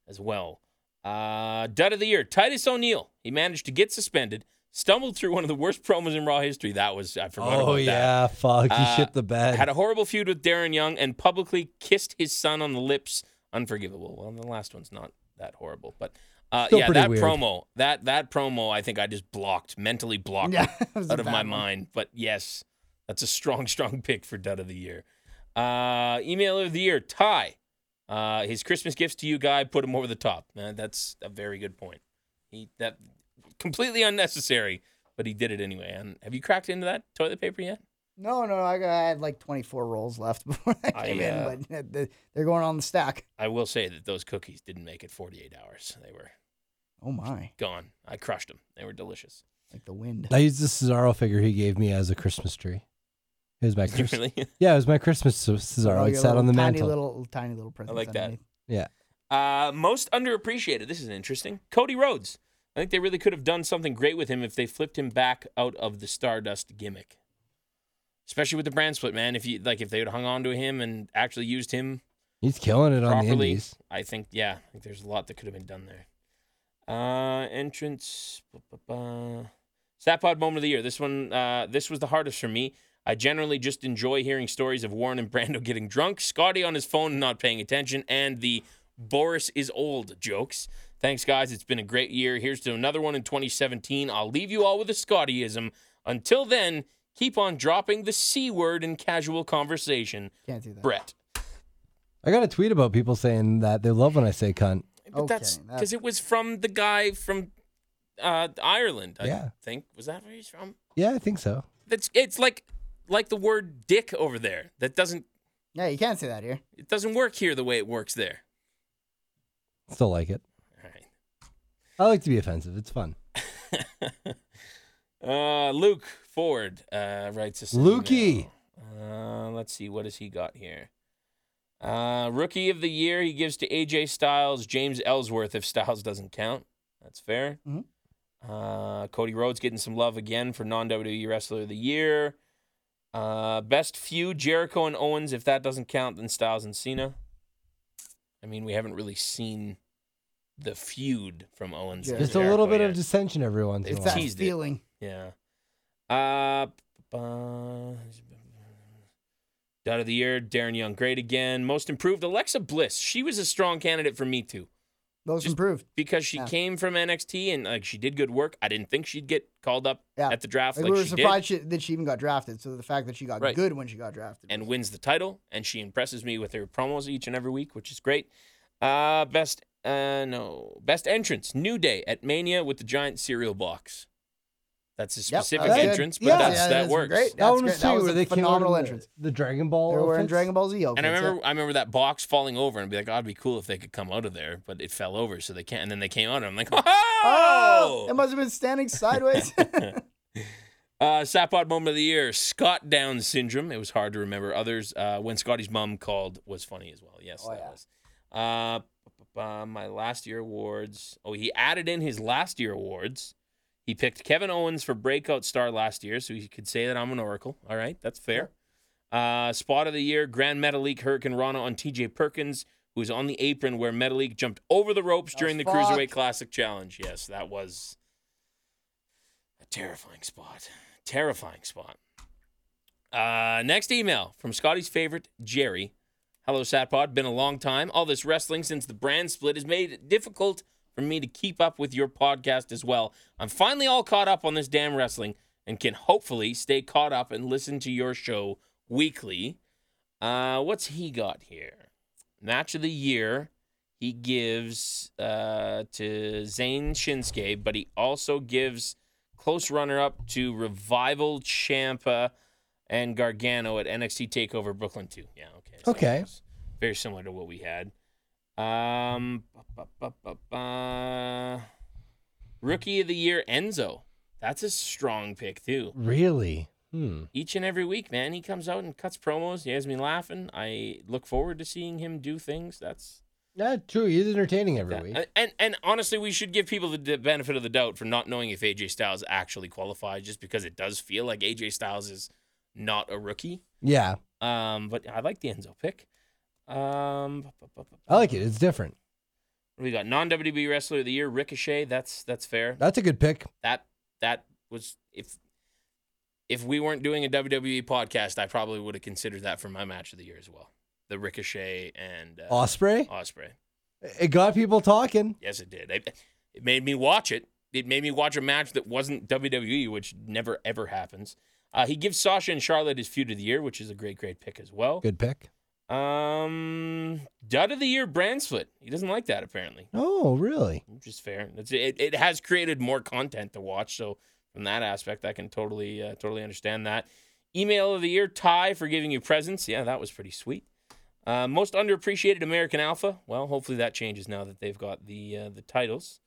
as well. Uh, dud of the year, Titus O'Neil. He managed to get suspended, stumbled through one of the worst promos in Raw history. That was I forgot about Oh, that. yeah. Fuck. He Uh, shit the bed. Had a horrible feud with Darren Young and publicly kissed his son on the lips. Unforgivable. Well, the last one's not that horrible, but uh, Still yeah, pretty that weird. promo, that that promo, I think I just blocked, mentally blocked Yeah. that was a out of bad my one. mind. But yes, that's a strong, strong pick for dud of the year. Uh, email of the year, Ty. Uh, his Christmas gifts to you guy put him over the top. Uh, that's a very good point. He that completely unnecessary, but he did it anyway. And have you cracked into that toilet paper yet? No, no. I, got- I had like 24 rolls left before I I, came uh, in, but uh, they- they're going on the stack. I will say that those cookies didn't make it 48 hours. They were Oh, my. gone. I crushed them. They were delicious. Like the wind. I used the Cesaro figure he gave me as a Christmas tree. It was my Christmas. really? Yeah, it was my Christmas Ce- All Cesaro. It your sat on the little tiny mantle. Little, tiny little presents. like that. underneath. Yeah. Uh, most underappreciated. This is interesting. Cody Rhodes. I think they really could have done something great with him if they flipped him back out of the Stardust gimmick, especially with the brand split. Man, if you like, if they would hung on to him and actually used him He's killing it on the properly, indies. I think yeah, I think there's a lot that could have been done there. Uh, entrance. ba, ba, ba. Stat Pod moment of the year. This one, uh, this was the hardest for me. I generally just enjoy hearing stories of Warren and Brando getting drunk, Scotty on his phone and not paying attention, and the Boris is old jokes. Thanks, guys. It's been a great year. Here's to another one in 2017. I'll leave you all with a Scottyism. Until then, keep on dropping the C word in casual conversation. Can't do that. Brett. I got a tweet about people saying that they love when I say cunt. But Okay, that's that's- because it was from the guy from uh, Ireland, I Yeah. think. Was that where he's from? Yeah, I think so. That's it's like like the word dick over there. That doesn't Yeah, you can't say that here. it doesn't work here the way it works there. Still like it. All right. I like to be offensive. It's fun. Uh, Luke Ford uh, writes us. an Lukey. email. Uh, let's see, what has he got here? Uh, rookie of the year, he gives to AJ Styles, James Ellsworth, if Styles doesn't count. That's fair. Mhm. Uh, Cody Rhodes getting some love again for non WWE Wrestler of the Year. Uh, best few, Jericho and Owens. If that doesn't count, then Styles and Cena. I mean, we haven't really seen the feud from Owens. Yeah. and Just a little Jericho bit yet. of dissension every once in a It's while. that teased it. feeling. Yeah. Uh, bu- Dad of the year, Darren Young, great again. Most improved, Alexa Bliss. She was a strong candidate for me too Those Just- improved. because she Yeah. came from NXT and like she did good work. I didn't think she'd get called up Yeah. at the draft Like, like we were she did, surprised she, that she even got drafted. So the fact that she got Right. good when she got drafted. and wins the title. And she impresses me with her promos each and every week, which is great. Uh, best uh no best entrance, New Day at Mania with the giant cereal box. That's a Yep, Oh, specific that's good. entrance, but Yeah. that's, Yeah, that that's works. great. That That's one was great. That sweet, was where a they came out in phenomenal the- entrance. The Dragon Ball. They were wearing outfits. Dragon Ball Z outfits. And I remember, yeah. I remember that box falling over, and I'd be like, oh, "It'd be cool if they could come out of there," but it fell over, so they can't. And then they came out, and I'm like, Oh, "Oh!" it must have been standing sideways. uh, Sapod moment of the year: Scott Down syndrome. It was hard to remember others. Uh, when Scotty's mom called was funny as well. Yes, Oh, that yeah. was. Uh, bu- bu- bu- my last year awards. Oh, he added in his last year awards. He picked Kevin Owens for breakout star last year, so he could say that I'm an oracle. All right, that's fair. Uh, spot of the year, Grand Metalik Hurricane Rana on TJ Perkins, who was on the apron where Metalik jumped over the ropes That during the was Cruiserweight fucked. Classic Challenge. Yes, that was a terrifying spot. Terrifying spot. Uh, next email from Scotty's favorite, Jerry. Hello, Satpod. Been a long time. All this wrestling since the brand split has made it difficult for me to keep up with your podcast as well. I'm finally all caught up on this damn wrestling and can hopefully stay caught up and listen to your show weekly. Uh, what's he got here? Match of the year. He gives uh, to Zane Shinsuke, but he also gives close runner up to Revival Champa and Gargano at NXT Takeover Brooklyn 2. Yeah, okay. so Okay. it was Very similar to what we had. Um, bu- bu- bu- bu- bu- rookie of the year Enzo. That's a strong pick too Really? Hmm. each and every week, man. He comes out and cuts promos. He has me laughing. I look forward to seeing him do things. That's Yeah, true. He's entertaining every that- week. and, and honestly, we should give people the d- benefit of the doubt for not knowing if AJ Styles actually qualified, just because it does feel like AJ Styles is not a rookie. yeah, Um, but I like the Enzo pick. Um, I like it. It's different. we got non WWE wrestler of the year Ricochet. That's that's fair. That's a good pick. that that was if if we weren't doing a WWE podcast, I probably would have considered that for my match of the year as well. The Ricochet and uh, Osprey. Osprey. It got people talking. Yes, it did. It, it made me watch it. It made me watch a match that wasn't WWE, which never ever happens. Uh, he gives Sasha and Charlotte his feud of the year, which is a great, great pick as well. Good pick. Um, dud of the year, Bransford. He doesn't like that apparently. Oh, really? which is fair. It's, it, it has created more content to watch, so from that aspect, I can totally uh, totally understand that. Email of the year, Ty, for giving you presents. Yeah, that was pretty sweet. Uh, most underappreciated American Alpha. Well, hopefully that changes now that they've got the uh, the titles.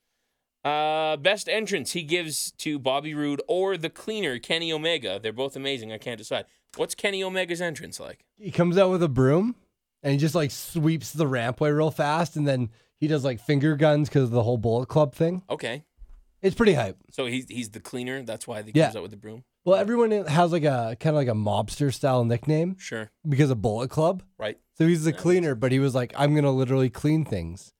Uh, best entrance he gives to Bobby Roode or the cleaner Kenny Omega. They're both amazing. I can't decide. What's Kenny Omega's entrance like? He comes out with a broom and he just like sweeps the rampway real fast, and then he does like finger guns because of the whole Bullet Club thing. Okay, It's pretty hype. so he's he's the cleaner. That's why he Yeah. comes out with the broom. Well, everyone has like a kind of like a mobster style nickname Sure, because of Bullet Club. right? So he's the cleaner, but he was like, I'm gonna literally clean things.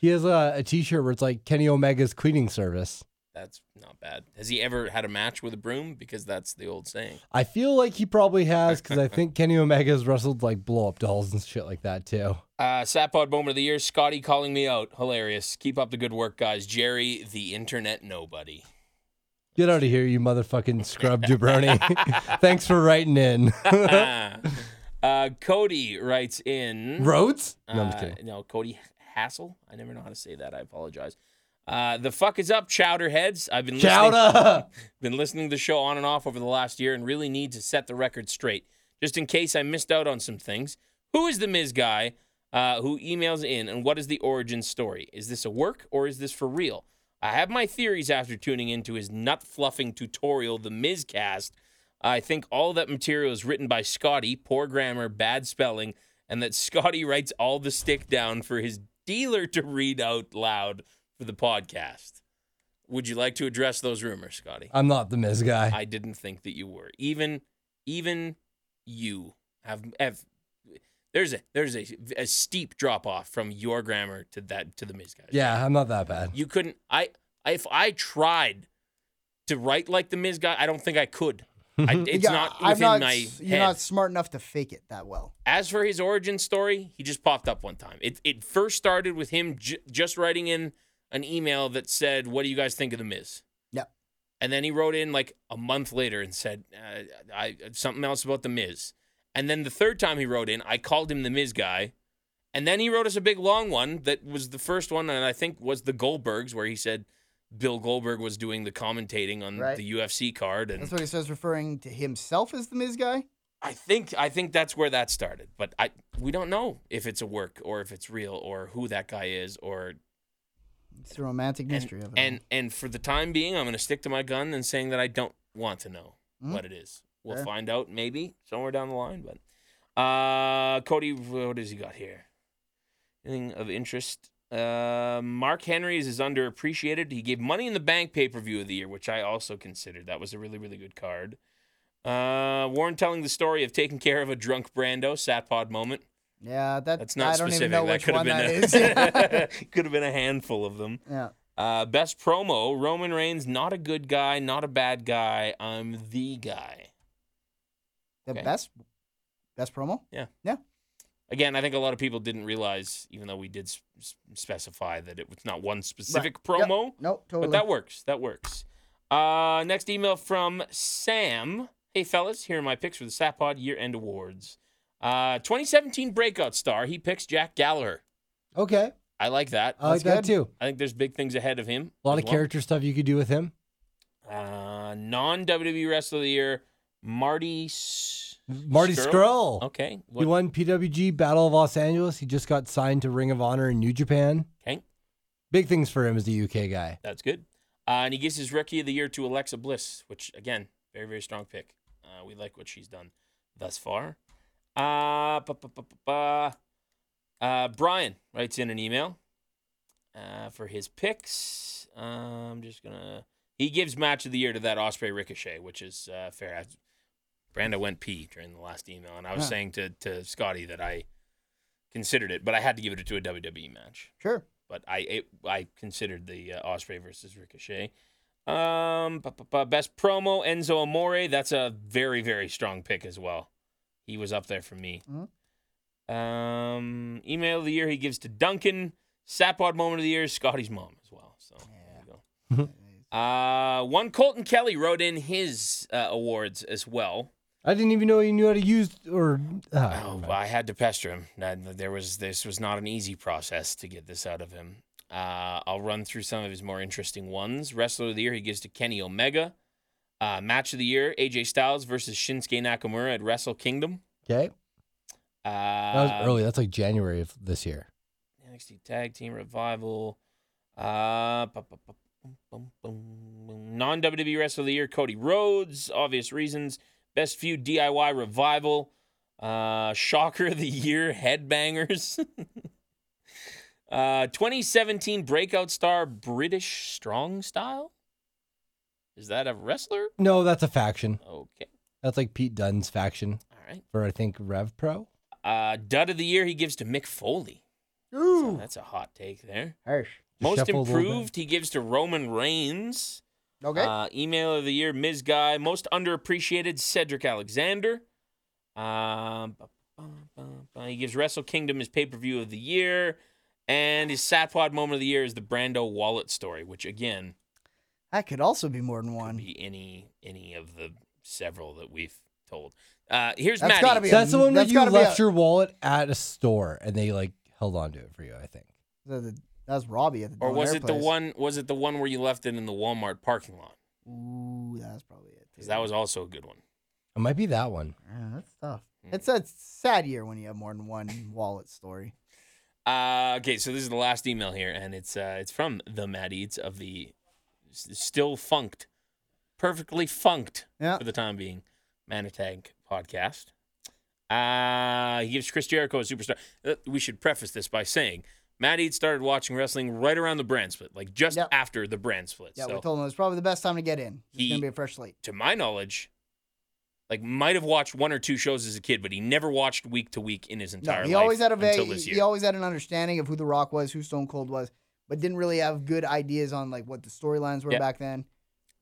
he has a, a T-shirt where it's like Kenny Omega's cleaning service. That's Not bad. Has he ever had a match with a broom? Because that's the old saying. I feel like he probably has because I think Kenny Omega's wrestled like blow up dolls and shit like that too. Uh, Satpod Bowman of the Year, Scotty calling me out. Hilarious. Keep up the good work, guys. Jerry, the internet nobody. Get out of here, you motherfucking scrub jabroni. Thanks for writing in. uh, Cody writes in. Rhodes? No, I'm just Uh, kidding. No, Cody Hassel. I never know how to say that. I apologize. Uh, the fuck is up, chowder heads? I've been listening, Chowder! been listening to the show on and off over the last year and really need to set the record straight, just in case I missed out on some things. Who is the Miz guy uh, who emails in, and what is the origin story? Is this a work or is this for real? I have my theories after tuning into his nut fluffing tutorial, the Mizcast. I think all that material is written by Scotty, poor grammar, bad spelling, and that Scotty writes all the stick down for his dealer to read out loud for the podcast. Would you like to address those rumors, Scotty? I'm not the Miz guy. I didn't think that you were. Even even you have have there's a there's a, a steep drop off from your grammar to that to the Miz guys. Yeah, I'm not that bad. You couldn't I I- if I tried to write like the Miz guy, I don't think I could. I, it's Yeah, not I'm within not, my s- head. You're not smart enough to fake it that well. As for his origin story, he just popped up one time. It it first started with him j- just writing in an email that said, "What do you guys think of the Miz?" Yep. And then he wrote in like a month later and said, uh, "I something else about the Miz." And then the third time he wrote in, I called him the Miz guy. And then he wrote us a big long one that was the first one, and I think was the Goldbergs, where he said Bill Goldberg was doing the commentating on Right. the UFC card, and That's what he says, referring to himself as the Miz guy. I think I think that's where that started, but I we don't know if it's a work or if it's real or who that guy is or It's the romantic and mystery of it. and, and for the time being, I'm going to stick to my gun and saying that I don't want to know Mm. what it is. We'll Fair. find out maybe somewhere down the line, but uh, Cody, what has he got here? Anything of interest? Uh, Mark Henry's is underappreciated. He gave Money in the Bank pay per view of the year, which I also considered. That was a really really good card. Uh, Warren telling the story of taking care of a drunk Brando satpod moment. all. yeah, that, That's not I don't specific. even know that which could have one been that a, is. could have been a handful of them. yeah. Uh, best promo: Roman Reigns, not a good guy, not a bad guy. I'm the guy. The Okay. best best promo? Again, I think a lot of people didn't realize, even though we did s- s- specify that it was not one specific Right. Yep. promo, Nope, totally. but that works. That works. Uh, next email from Sam. Hey fellas, here are my picks for the Sapod Year End Awards. Uh, 2017 Breakout Star. He picks Jack Gallagher. Okay. I like that. I like That's that good. too. I think there's big things ahead of him. A lot as of well. character stuff you could do with him. Uh, non WWE Wrestler of the Year, Marty. S- Marty Skrull. Okay. He What, won PWG Battle of Los Angeles. He just got signed to Ring of Honor in New Japan. okay. Big things for him as the UK guy. That's good. Uh, and he gives his Rookie of the Year to Alexa Bliss, which, again, very, very strong pick. Uh, we like what she's done thus far. Uh, ba- ba- ba- ba- ba. Uh, Brian writes in an email uh, for his picks. Uh, I'm just going to. He gives match of the year to that Osprey Ricochet, which is uh, fair. I, Brando went pee during the last email, and I was Yeah. saying to, to Scotty that I considered it, but I had to give it to a WWE match Sure. but I it, I considered the uh, Osprey versus Ricochet. Um, bu- bu- bu- best promo Enzo Amore. That's a very very strong pick as well. He was up there for me. Um, email of the year he gives to Duncan. Sapod moment of the year is Scotty's mom as well. So there you go. Uh, one Colton Kelly wrote in his uh, awards as well. I didn't even know he knew how to use or. ah, Oh, never mind. I had to pester him. Now, th- There was this was not an easy process to get this out of him. Uh, I'll run through some of his more interesting ones. Wrestler of the year he gives to Kenny Omega. Uh, match of the year AJ Styles versus Shinsuke Nakamura at Wrestle Kingdom. Okay. Uh, That was early. That's like January of this year. NXT Tag Team Revival. Uh, non WWE E Wrestler of the Year, Cody Rhodes, obvious reasons. Best Feud DIY Revival. Uh, Shocker of the Year, Headbangers. uh, 2017 Breakout Star, British Strong Style. Is that a wrestler? No, that's a faction. Okay. That's like Pete Dunne's faction All right. for, I think, Rev Pro. Uh, Dud of the Year, he gives to Mick Foley. So Ooh. that's a hot take there. Harsh. Most shuffle a little bit. improved, he gives to Roman Reigns. Okay. Uh, email of the year, Ms. Guy. Most underappreciated, Cedric Alexander. Um, bu- bu- bu- bu- he gives Wrestle Kingdom his pay per view of the year. And his Satpod moment of the year is the Brando wallet story, which again, that could also be more than could one. be any any of the several that we've told. Uh, here's That's Maddie. gotta be Yeah, that's the one where that's you gotta be left a- your wallet at a store and they like held on to it for you. I think. That was- that was Robbie at the or Bon was Air it the place. one? Was it the one where you left it in the Walmart parking lot? Ooh, that's probably it. Because that was also a good one. It might be that one. Yeah, that's tough. It's a sad year when you have more than one wallet story. Uh, okay, so this is the last email here, and it's uh, it's from the Mad Eats of the s- still funked, perfectly funked Yeah. for the time being, Manatag podcast. Uh, he gives Chris Jericho a superstar. Uh, We should preface this by saying Matt Eats started watching wrestling right around the brand split, like just Yep. after the brand split. Yeah, we so, told him it was probably the best time to get in. It's He- gonna be a fresh slate. to my knowledge, like might have watched one or two shows as a kid, but he never watched week to week in his entire No, he life always had a vague, until this year. he always had an understanding of who The Rock was, who Stone Cold was, but didn't really have good ideas on like what the storylines were Yeah. back then.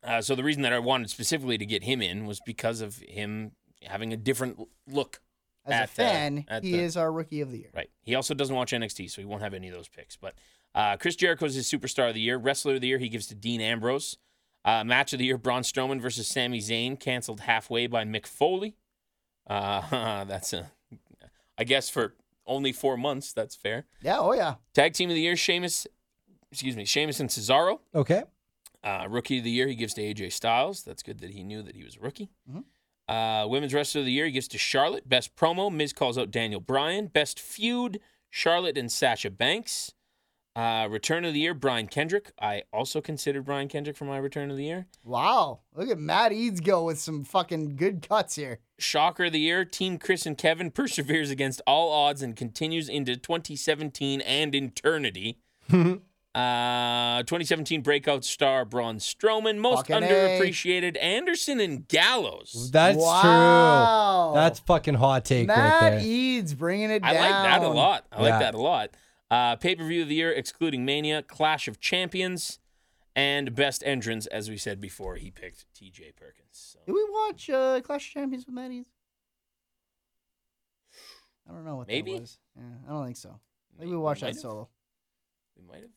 Uh, so the reason that I wanted specifically to get him in was because of him having a different l- look. As At a the- fan, at he the- is our rookie of the year. Right. He also doesn't watch NXT, so he won't have any of those picks. But uh, Chris Jericho is his superstar of the year, wrestler of the year. He gives to Dean Ambrose. Uh, match of the year: Braun Strowman versus Sami Zayn, canceled halfway by Mick Foley. Uh, that's a, I guess for only four months. That's fair. Yeah, oh yeah. Tag team of the year: Sheamus. Excuse me, Sheamus and Cesaro. Okay. Uh, rookie of the year, he gives to AJ Styles. That's good that he knew that he was a rookie. Mhm. Uh, women's wrestler of the year, he gives to Charlotte. Best promo, Miz calls out Daniel Bryan. Best feud, Charlotte and Sasha Banks. Uh, return of the year, Brian Kendrick. I also considered Brian Kendrick for my return of the year. Wow. Look at Matt Eads go with some fucking good cuts here. Shocker of the year, Team Chris and Kevin perseveres against all odds and continues into 2017 and eternity. Uh, 2017 breakout star Braun Strowman, most Fucking A. underappreciated Anderson and Gallows. That's Wow. true. That's fucking hot take Matt E right there. Eads bringing it I down. like that a lot. I like Yeah. that a lot. Uh, Pay per view of the year, excluding Mania, Clash of Champions, and best entrance. As we said before, he picked T.J. Perkins. Did So we watch uh, Clash of Champions with Matt Eads? I don't know what Maybe. that was. Yeah, I don't think so. I think we watched might that have. solo. we might have.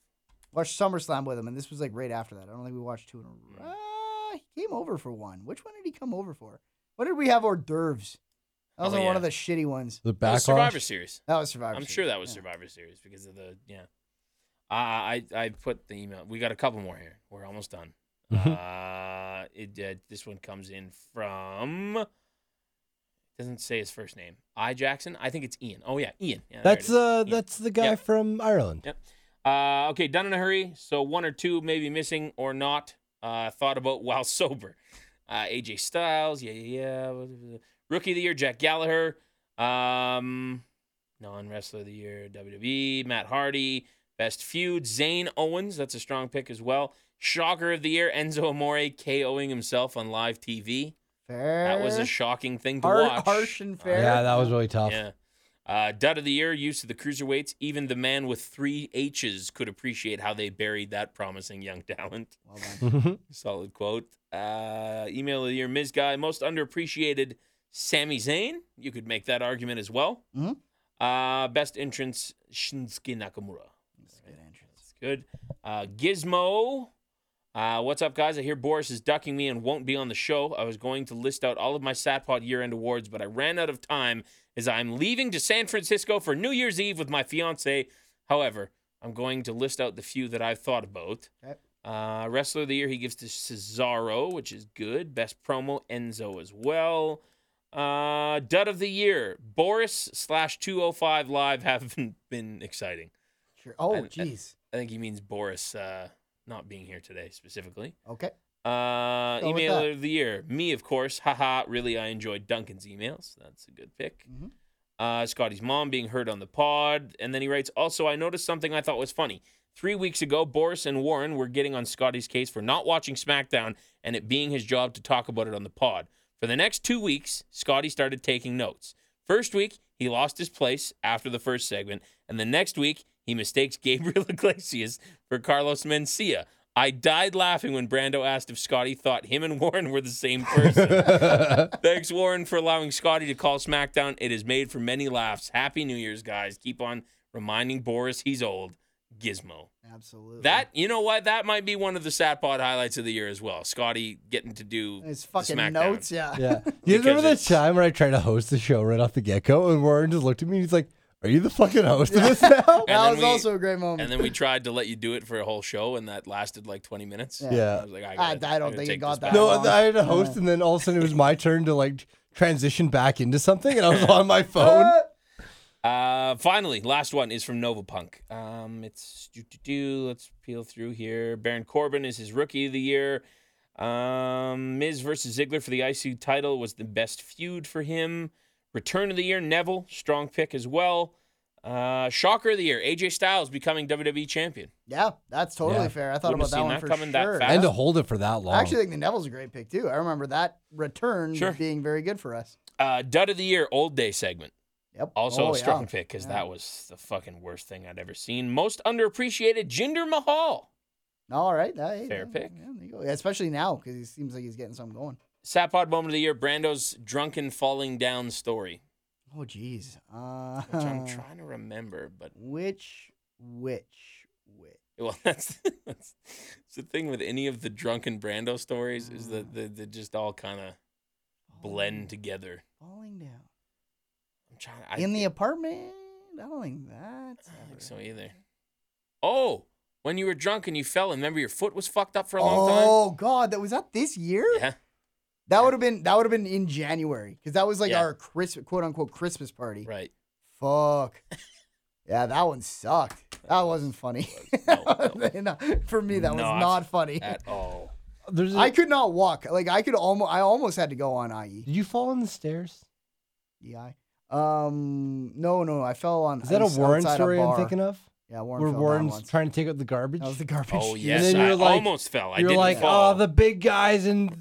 Watched SummerSlam with him, and this was like right after that. I don't think we watched two in a Hmm. row. Uh, he came over for one. Which one did he come over for? What did we have hors d'oeuvres? That was Oh, on one of yeah. the shitty ones. The That back was Survivor Series. That was Survivor. I'm Series. sure that was Yeah. Survivor Series because of the yeah. Uh, I I put the email. We got a couple more here. We're almost done. Mm-hmm. Hmm. uh, it uh, this one comes in from. Doesn't say his first name. I Jackson. I think it's Ian. Oh yeah, Ian. Yeah, there it That's is. uh, Ian. that's the guy Yeah. from Ireland. Yep. Uh, okay, done in a hurry. So one or two maybe missing or not uh, thought about while sober. Uh, AJ Styles, yeah, yeah, yeah. Rookie of the year, Jack Gallagher. Um, non wrestler of the year, WWE, Matt Hardy. Best feud, Zane Owens. That's a strong pick as well. Shocker of the year, Enzo Amore KOing himself on live TV. Fair. That was a shocking thing to Uh, Har- watch. harsh and Uh, fair. Yeah, that was really tough. yeah. Uh, dud of the year, use of the cruiserweights. Even the man with three H's could appreciate how they buried that promising young talent. well done. Solid quote. Uh, email of the year, Ms. Guy. Most underappreciated, Sami Zayn. You could make that argument as well. Mhm. Uh, best entrance, Shinsuke Nakamura. That's a good entrance. That's good. Uh, Gizmo. Uh, what's up, guys? I hear Boris is ducking me and won't be on the show. I was going to list out all of my Satpod year end awards, but I ran out of time as I'm leaving to San Francisco for New Year's Eve with my fiance. However, I'm going to list out the few that I've thought about. Okay. Uh, Wrestler of the Year, he gives to Cesaro, which is good. Best promo, Enzo as well. Uh, Dud of the Year, Boris slash 205 Live have been exciting. Sure. Oh, And- uh, and- jeez. I think he means Boris uh, not being here today specifically. Okay. Uh, Go with email that. of the year, me of course. Haha, really, I enjoyed Duncan's emails. That's a good pick. Mhm. Uh, Scotty's mom being heard on the pod, and then he writes. Also, I noticed something I thought was funny. Three weeks ago, Boris and Warren were getting on Scotty's case for not watching SmackDown and it being his job to talk about it on the pod. For the next two weeks, Scotty started taking notes. First week, he lost his place after the first segment, and the next week, he mistakes Gabriel Iglesias for Carlos Mencia. I died laughing when Brando asked if Scotty thought him and Warren were the same person. Thanks, Warren, for allowing Scotty to call SmackDown. It has made for many laughs. Happy New Year's, guys. Keep on reminding Boris he's old. Gizmo. Absolutely. That you know what? That might be one of the Satpod highlights of the year as well. Scotty getting to do His the fucking SmackDown. notes, yeah. Yeah. You Because remember that it's- time when I tried to host the show right off the get go and Warren just looked at me and he's like, Are you the fucking host of this now? And that then was we- also a great moment. And then we tried to let you do it for a whole show, and that lasted like 20 minutes. Yeah. I yeah. was like, I, I- gotta- I don't I'm gonna think it take got this that back. No, long. I had a host and then all of a sudden it was my turn to like transition back into something and I was on my phone. Uh, finally, last one is from Nova Punk. Um, it's do do do. Let's peel through here. Baron Corbin is his rookie of the year. Um, Miz versus Ziggler for the IC title was the best feud for him. Return of the year, Neville, strong pick as well. Uh, shocker of the year, AJ Styles becoming WWE champion. yeah, that's totally Yeah. fair. I thought Wouldn't have about that seen one that for coming that sure. fast. And to hold it for that long. I actually think the Neville's a great pick too. I remember that return Sure. being very good for us. Uh, dud of the year, old day segment. Yep. Also Oh, a strong yeah. pick because Yeah. that was the fucking worst thing I'd ever seen. Most underappreciated, Jinder Mahal. All right. that- hey, Fair yeah, pick. yeah, there you go. Yeah, Especially now because he seems like he's getting something going. Sapod moment of the year, Brando's drunken falling down story. Oh, jeez. Uh, which I'm trying to remember, but Which, which, which? well, that's, that's, it's the thing with any of the drunken Brando stories is Ah. that they, they just all kind of Oh. blend together. Falling down I'm trying. I, in I the apartment. I don't think that's. don't think ever- so either. Oh, when you were drunk and you fell, and remember your foot was fucked up for a long Oh God, that was that this year. time. Yeah, That would have been that would have been in January because that was like Yeah. our Christmas quote unquote Christmas party. right. Fuck. yeah, that one sucked. That wasn't funny. No, No, For me, that Not was not funny. At all. There's a- I could not walk. Like I could almost. I E. almost had to go on IE. Did you fall on the stairs? DI. Um. No, no. I fell on. Is that a Warren story I'm thinking of? Yeah, Warren. Where fell down Warren's once. trying to take out the garbage? That was the garbage. Oh chute. yes, then I you're like- almost fell. I You're didn't like, fall. oh, the big guys in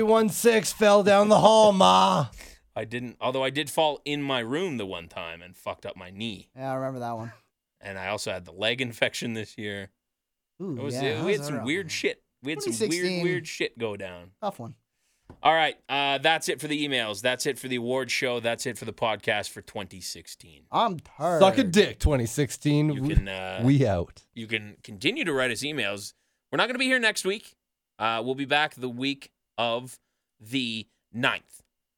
316 fell down the hall, ma. I didn't. Although I did fall in my room the one time and fucked up my knee, Yeah, I remember that one. and I also had the leg infection this year. Ooh, It was, yeah, we that had was some a weird shit. We had some weird, 2016. weird shit go down. Tough one. All right. Uh, that's it for the emails. That's it for the award show. That's it for the podcast for 2016. I'm tired. Suck a dick, 2016. You We- can uh, we out. you can continue to write us emails. We're not going to be here next week. Uh, we'll be back the week of the 9th.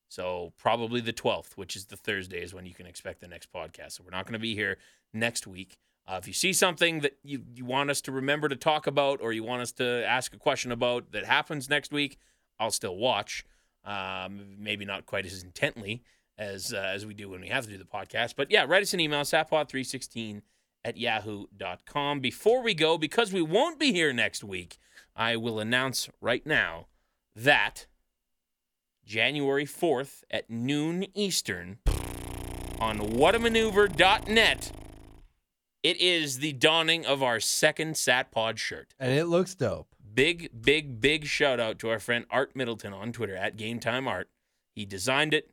So probably the 12th, which is the Thursday, is when you can expect the next podcast. So we're not going to be here next week. Uh, if you see something that you, you want us to remember to talk about or you want us to ask a question about that happens next week, I'll still watch. Um, maybe not quite as intently as uh, as we do when we have to do the podcast. But yeah, write us an email, sapod316 at yahoo.com. Before we go, because we won't be here next week, I will announce right now that January 4th at noon Eastern on whatamaneuver.net, it is the dawning of our second SatPod shirt. And it looks dope. Big, big, big shout out to our friend Art Middleton on Twitter at Game Time Art. He designed it.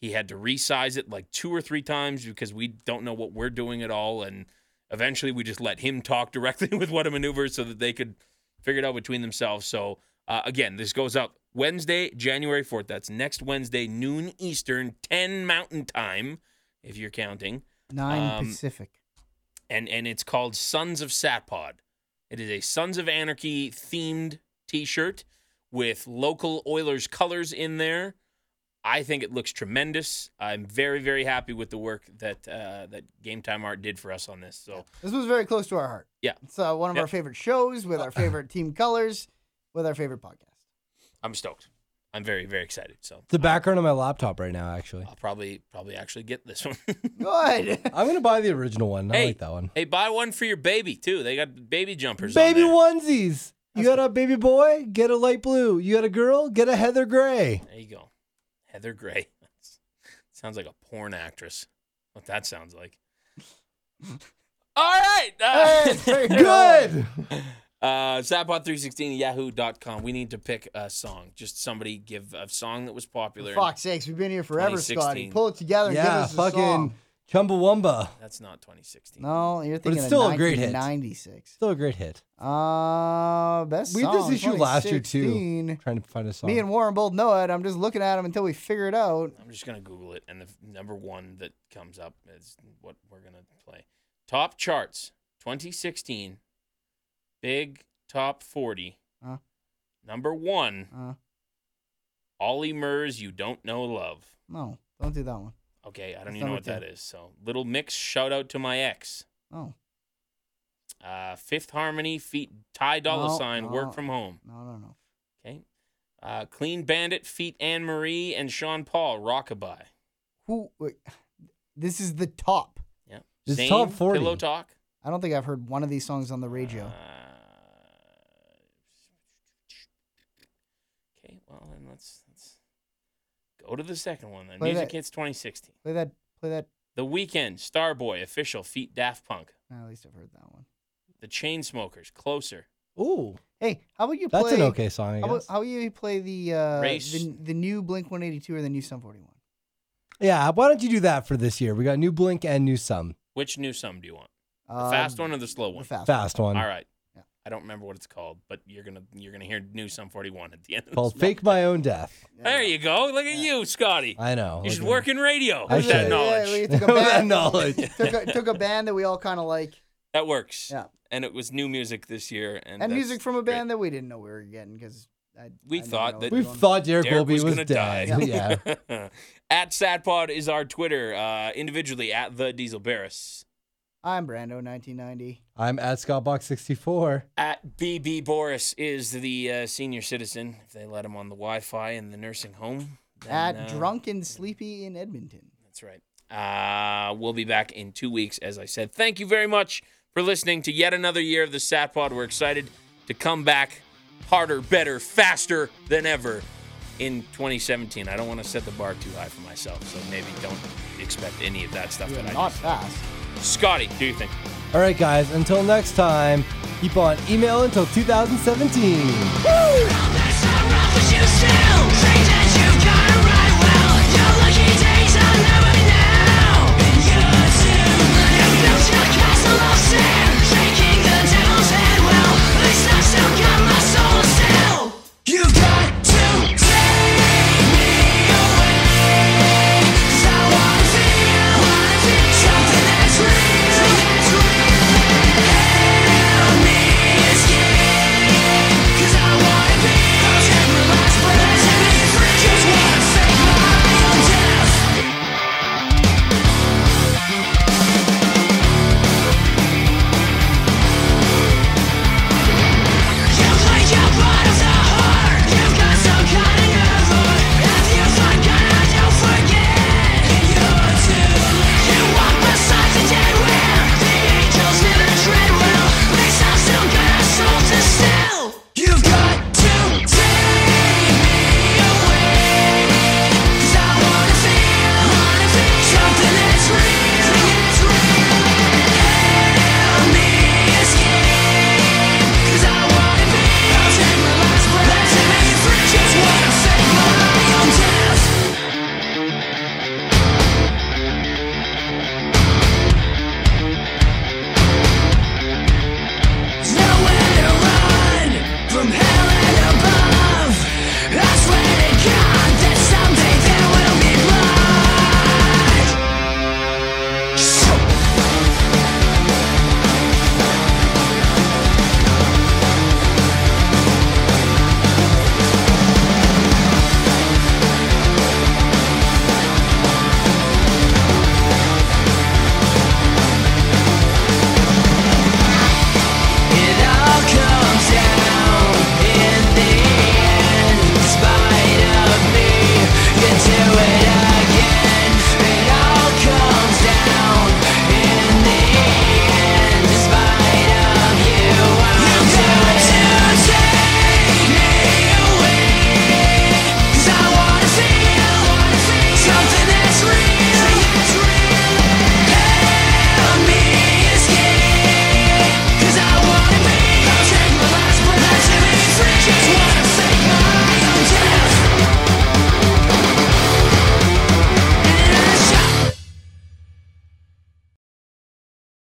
He had to resize it like two or three times because we don't know what we're doing at all. And eventually we just let him talk directly with what a maneuver so that they could figure it out between themselves. So, uh, again, this goes up Wednesday, January 4th. That's next Wednesday, noon Eastern, 10 Mountain Time, if you're counting Nine Um, Pacific. and and it's called Sons of Satpod. It is a Sons of Anarchy themed T-shirt with local Oilers colors in there. I think it looks tremendous. I'm very very happy with the work that uh, that Game Time Art did for us on this. So This was very close to our heart. Yeah. It's uh, one of Yep. our favorite shows with our favorite team colors, with our favorite podcast. I'm stoked. I'm very very excited. So It's the background of my laptop right now, actually. I'll probably probably actually get this one. Good. I'm going to buy the original one. I Hey. like that one. hey, buy one for your baby too. They got baby jumpers. on Baby there. onesies. You got a baby boy? Get a light blue. You got a girl? Get a heather gray. There you go. Heather Gray. That's- sounds like a porn actress. What that sounds like. All right. Uh, Good. uh, Zapod316 yahoo.com. We need to pick a song. Just somebody give a song that was popular. For fuck's sakes, we've been here forever, Scotty. 2016. Pull it together and give yeah, us a song. fucking Chumbawamba. That's not 2016. No, you're But thinking it's of still a great hit. 1996. Still a great hit. Uh, best We had song. this issue last year too. 2016. Trying to find a song. Me and Warren both know it. I'm just looking at them until we figure it out. I'm just gonna Google it, and the f- number one that comes up is what we're gonna play. Top charts 2016, big top 40. Huh? Number one, Uh, Ollie Murs, "You Don't Know Love." no, don't do that one. Okay, I don't That's even know number what that two. is. So, Little Mix, shout out to my ex. No, Uh, Fifth Harmony, feat Ty Dolla No, Sign, no. "Work from Home." no, no, no. Okay, uh, Clean Bandit, feat Anne Marie and Sean Paul, "Rockabye." Who? Wait, this is the top. Yeah, It's Zayn, top 40. Pillow Talk. Uh, I don't think I've heard one of these songs on the radio. okay, well then let's let's go to the second one then. Play Music that- Hits 2016. play that. Play that. The Weekend, Starboy, Official, Feet Daft Punk, Nah, at least I've heard that one. The Chainsmokers, Closer. Ooh, Hey, how about you play? that's an okay song. I How about, guess. how about you play the uh, Race. the the new Blink 182 or the new Sum 41? yeah, why don't you do that for this year? We got new Blink and new Sum. Which new sum do you want? The Uh, fast one or the slow The one? fast. Fast one. All right. Yeah. I don't remember what it's called, but you're gonna you're gonna hear new sum 41 at the end. Of this. Called Fake My Own Death. There you go. Look at you, Scotty. I know. you Like, should work in radio. I with that should. knowledge. Yeah, we took a With that band, knowledge. took, a, took a band that we all kind of like, That works. Yeah. And it was new music this year, and and, that's music from a great. band that we didn't know we were getting because We thought that- We thought Derek, Derek Derek was was gonna dead. die. yeah. at SadPod is our Twitter. Uh, individually at the Diesel Barris. I'm Brando 1990. I'm at Scottbox64. At BB Boris is the uh, senior citizen. If they let him on the Wi-Fi in the nursing home. then, At uh, drunk and sleepy in Edmonton. That's right. Uh, we'll be back in two weeks, as I said. Thank you very much for listening to yet another year of the SatPod. We're excited to come back harder, better, faster than ever in 2017. I don't want to set the bar too high for myself, so maybe don't expect any of that stuff You're that I not fast. just. Scotty, do you think? All right, guys. Until next time, keep on emailing until 2017. Foundation.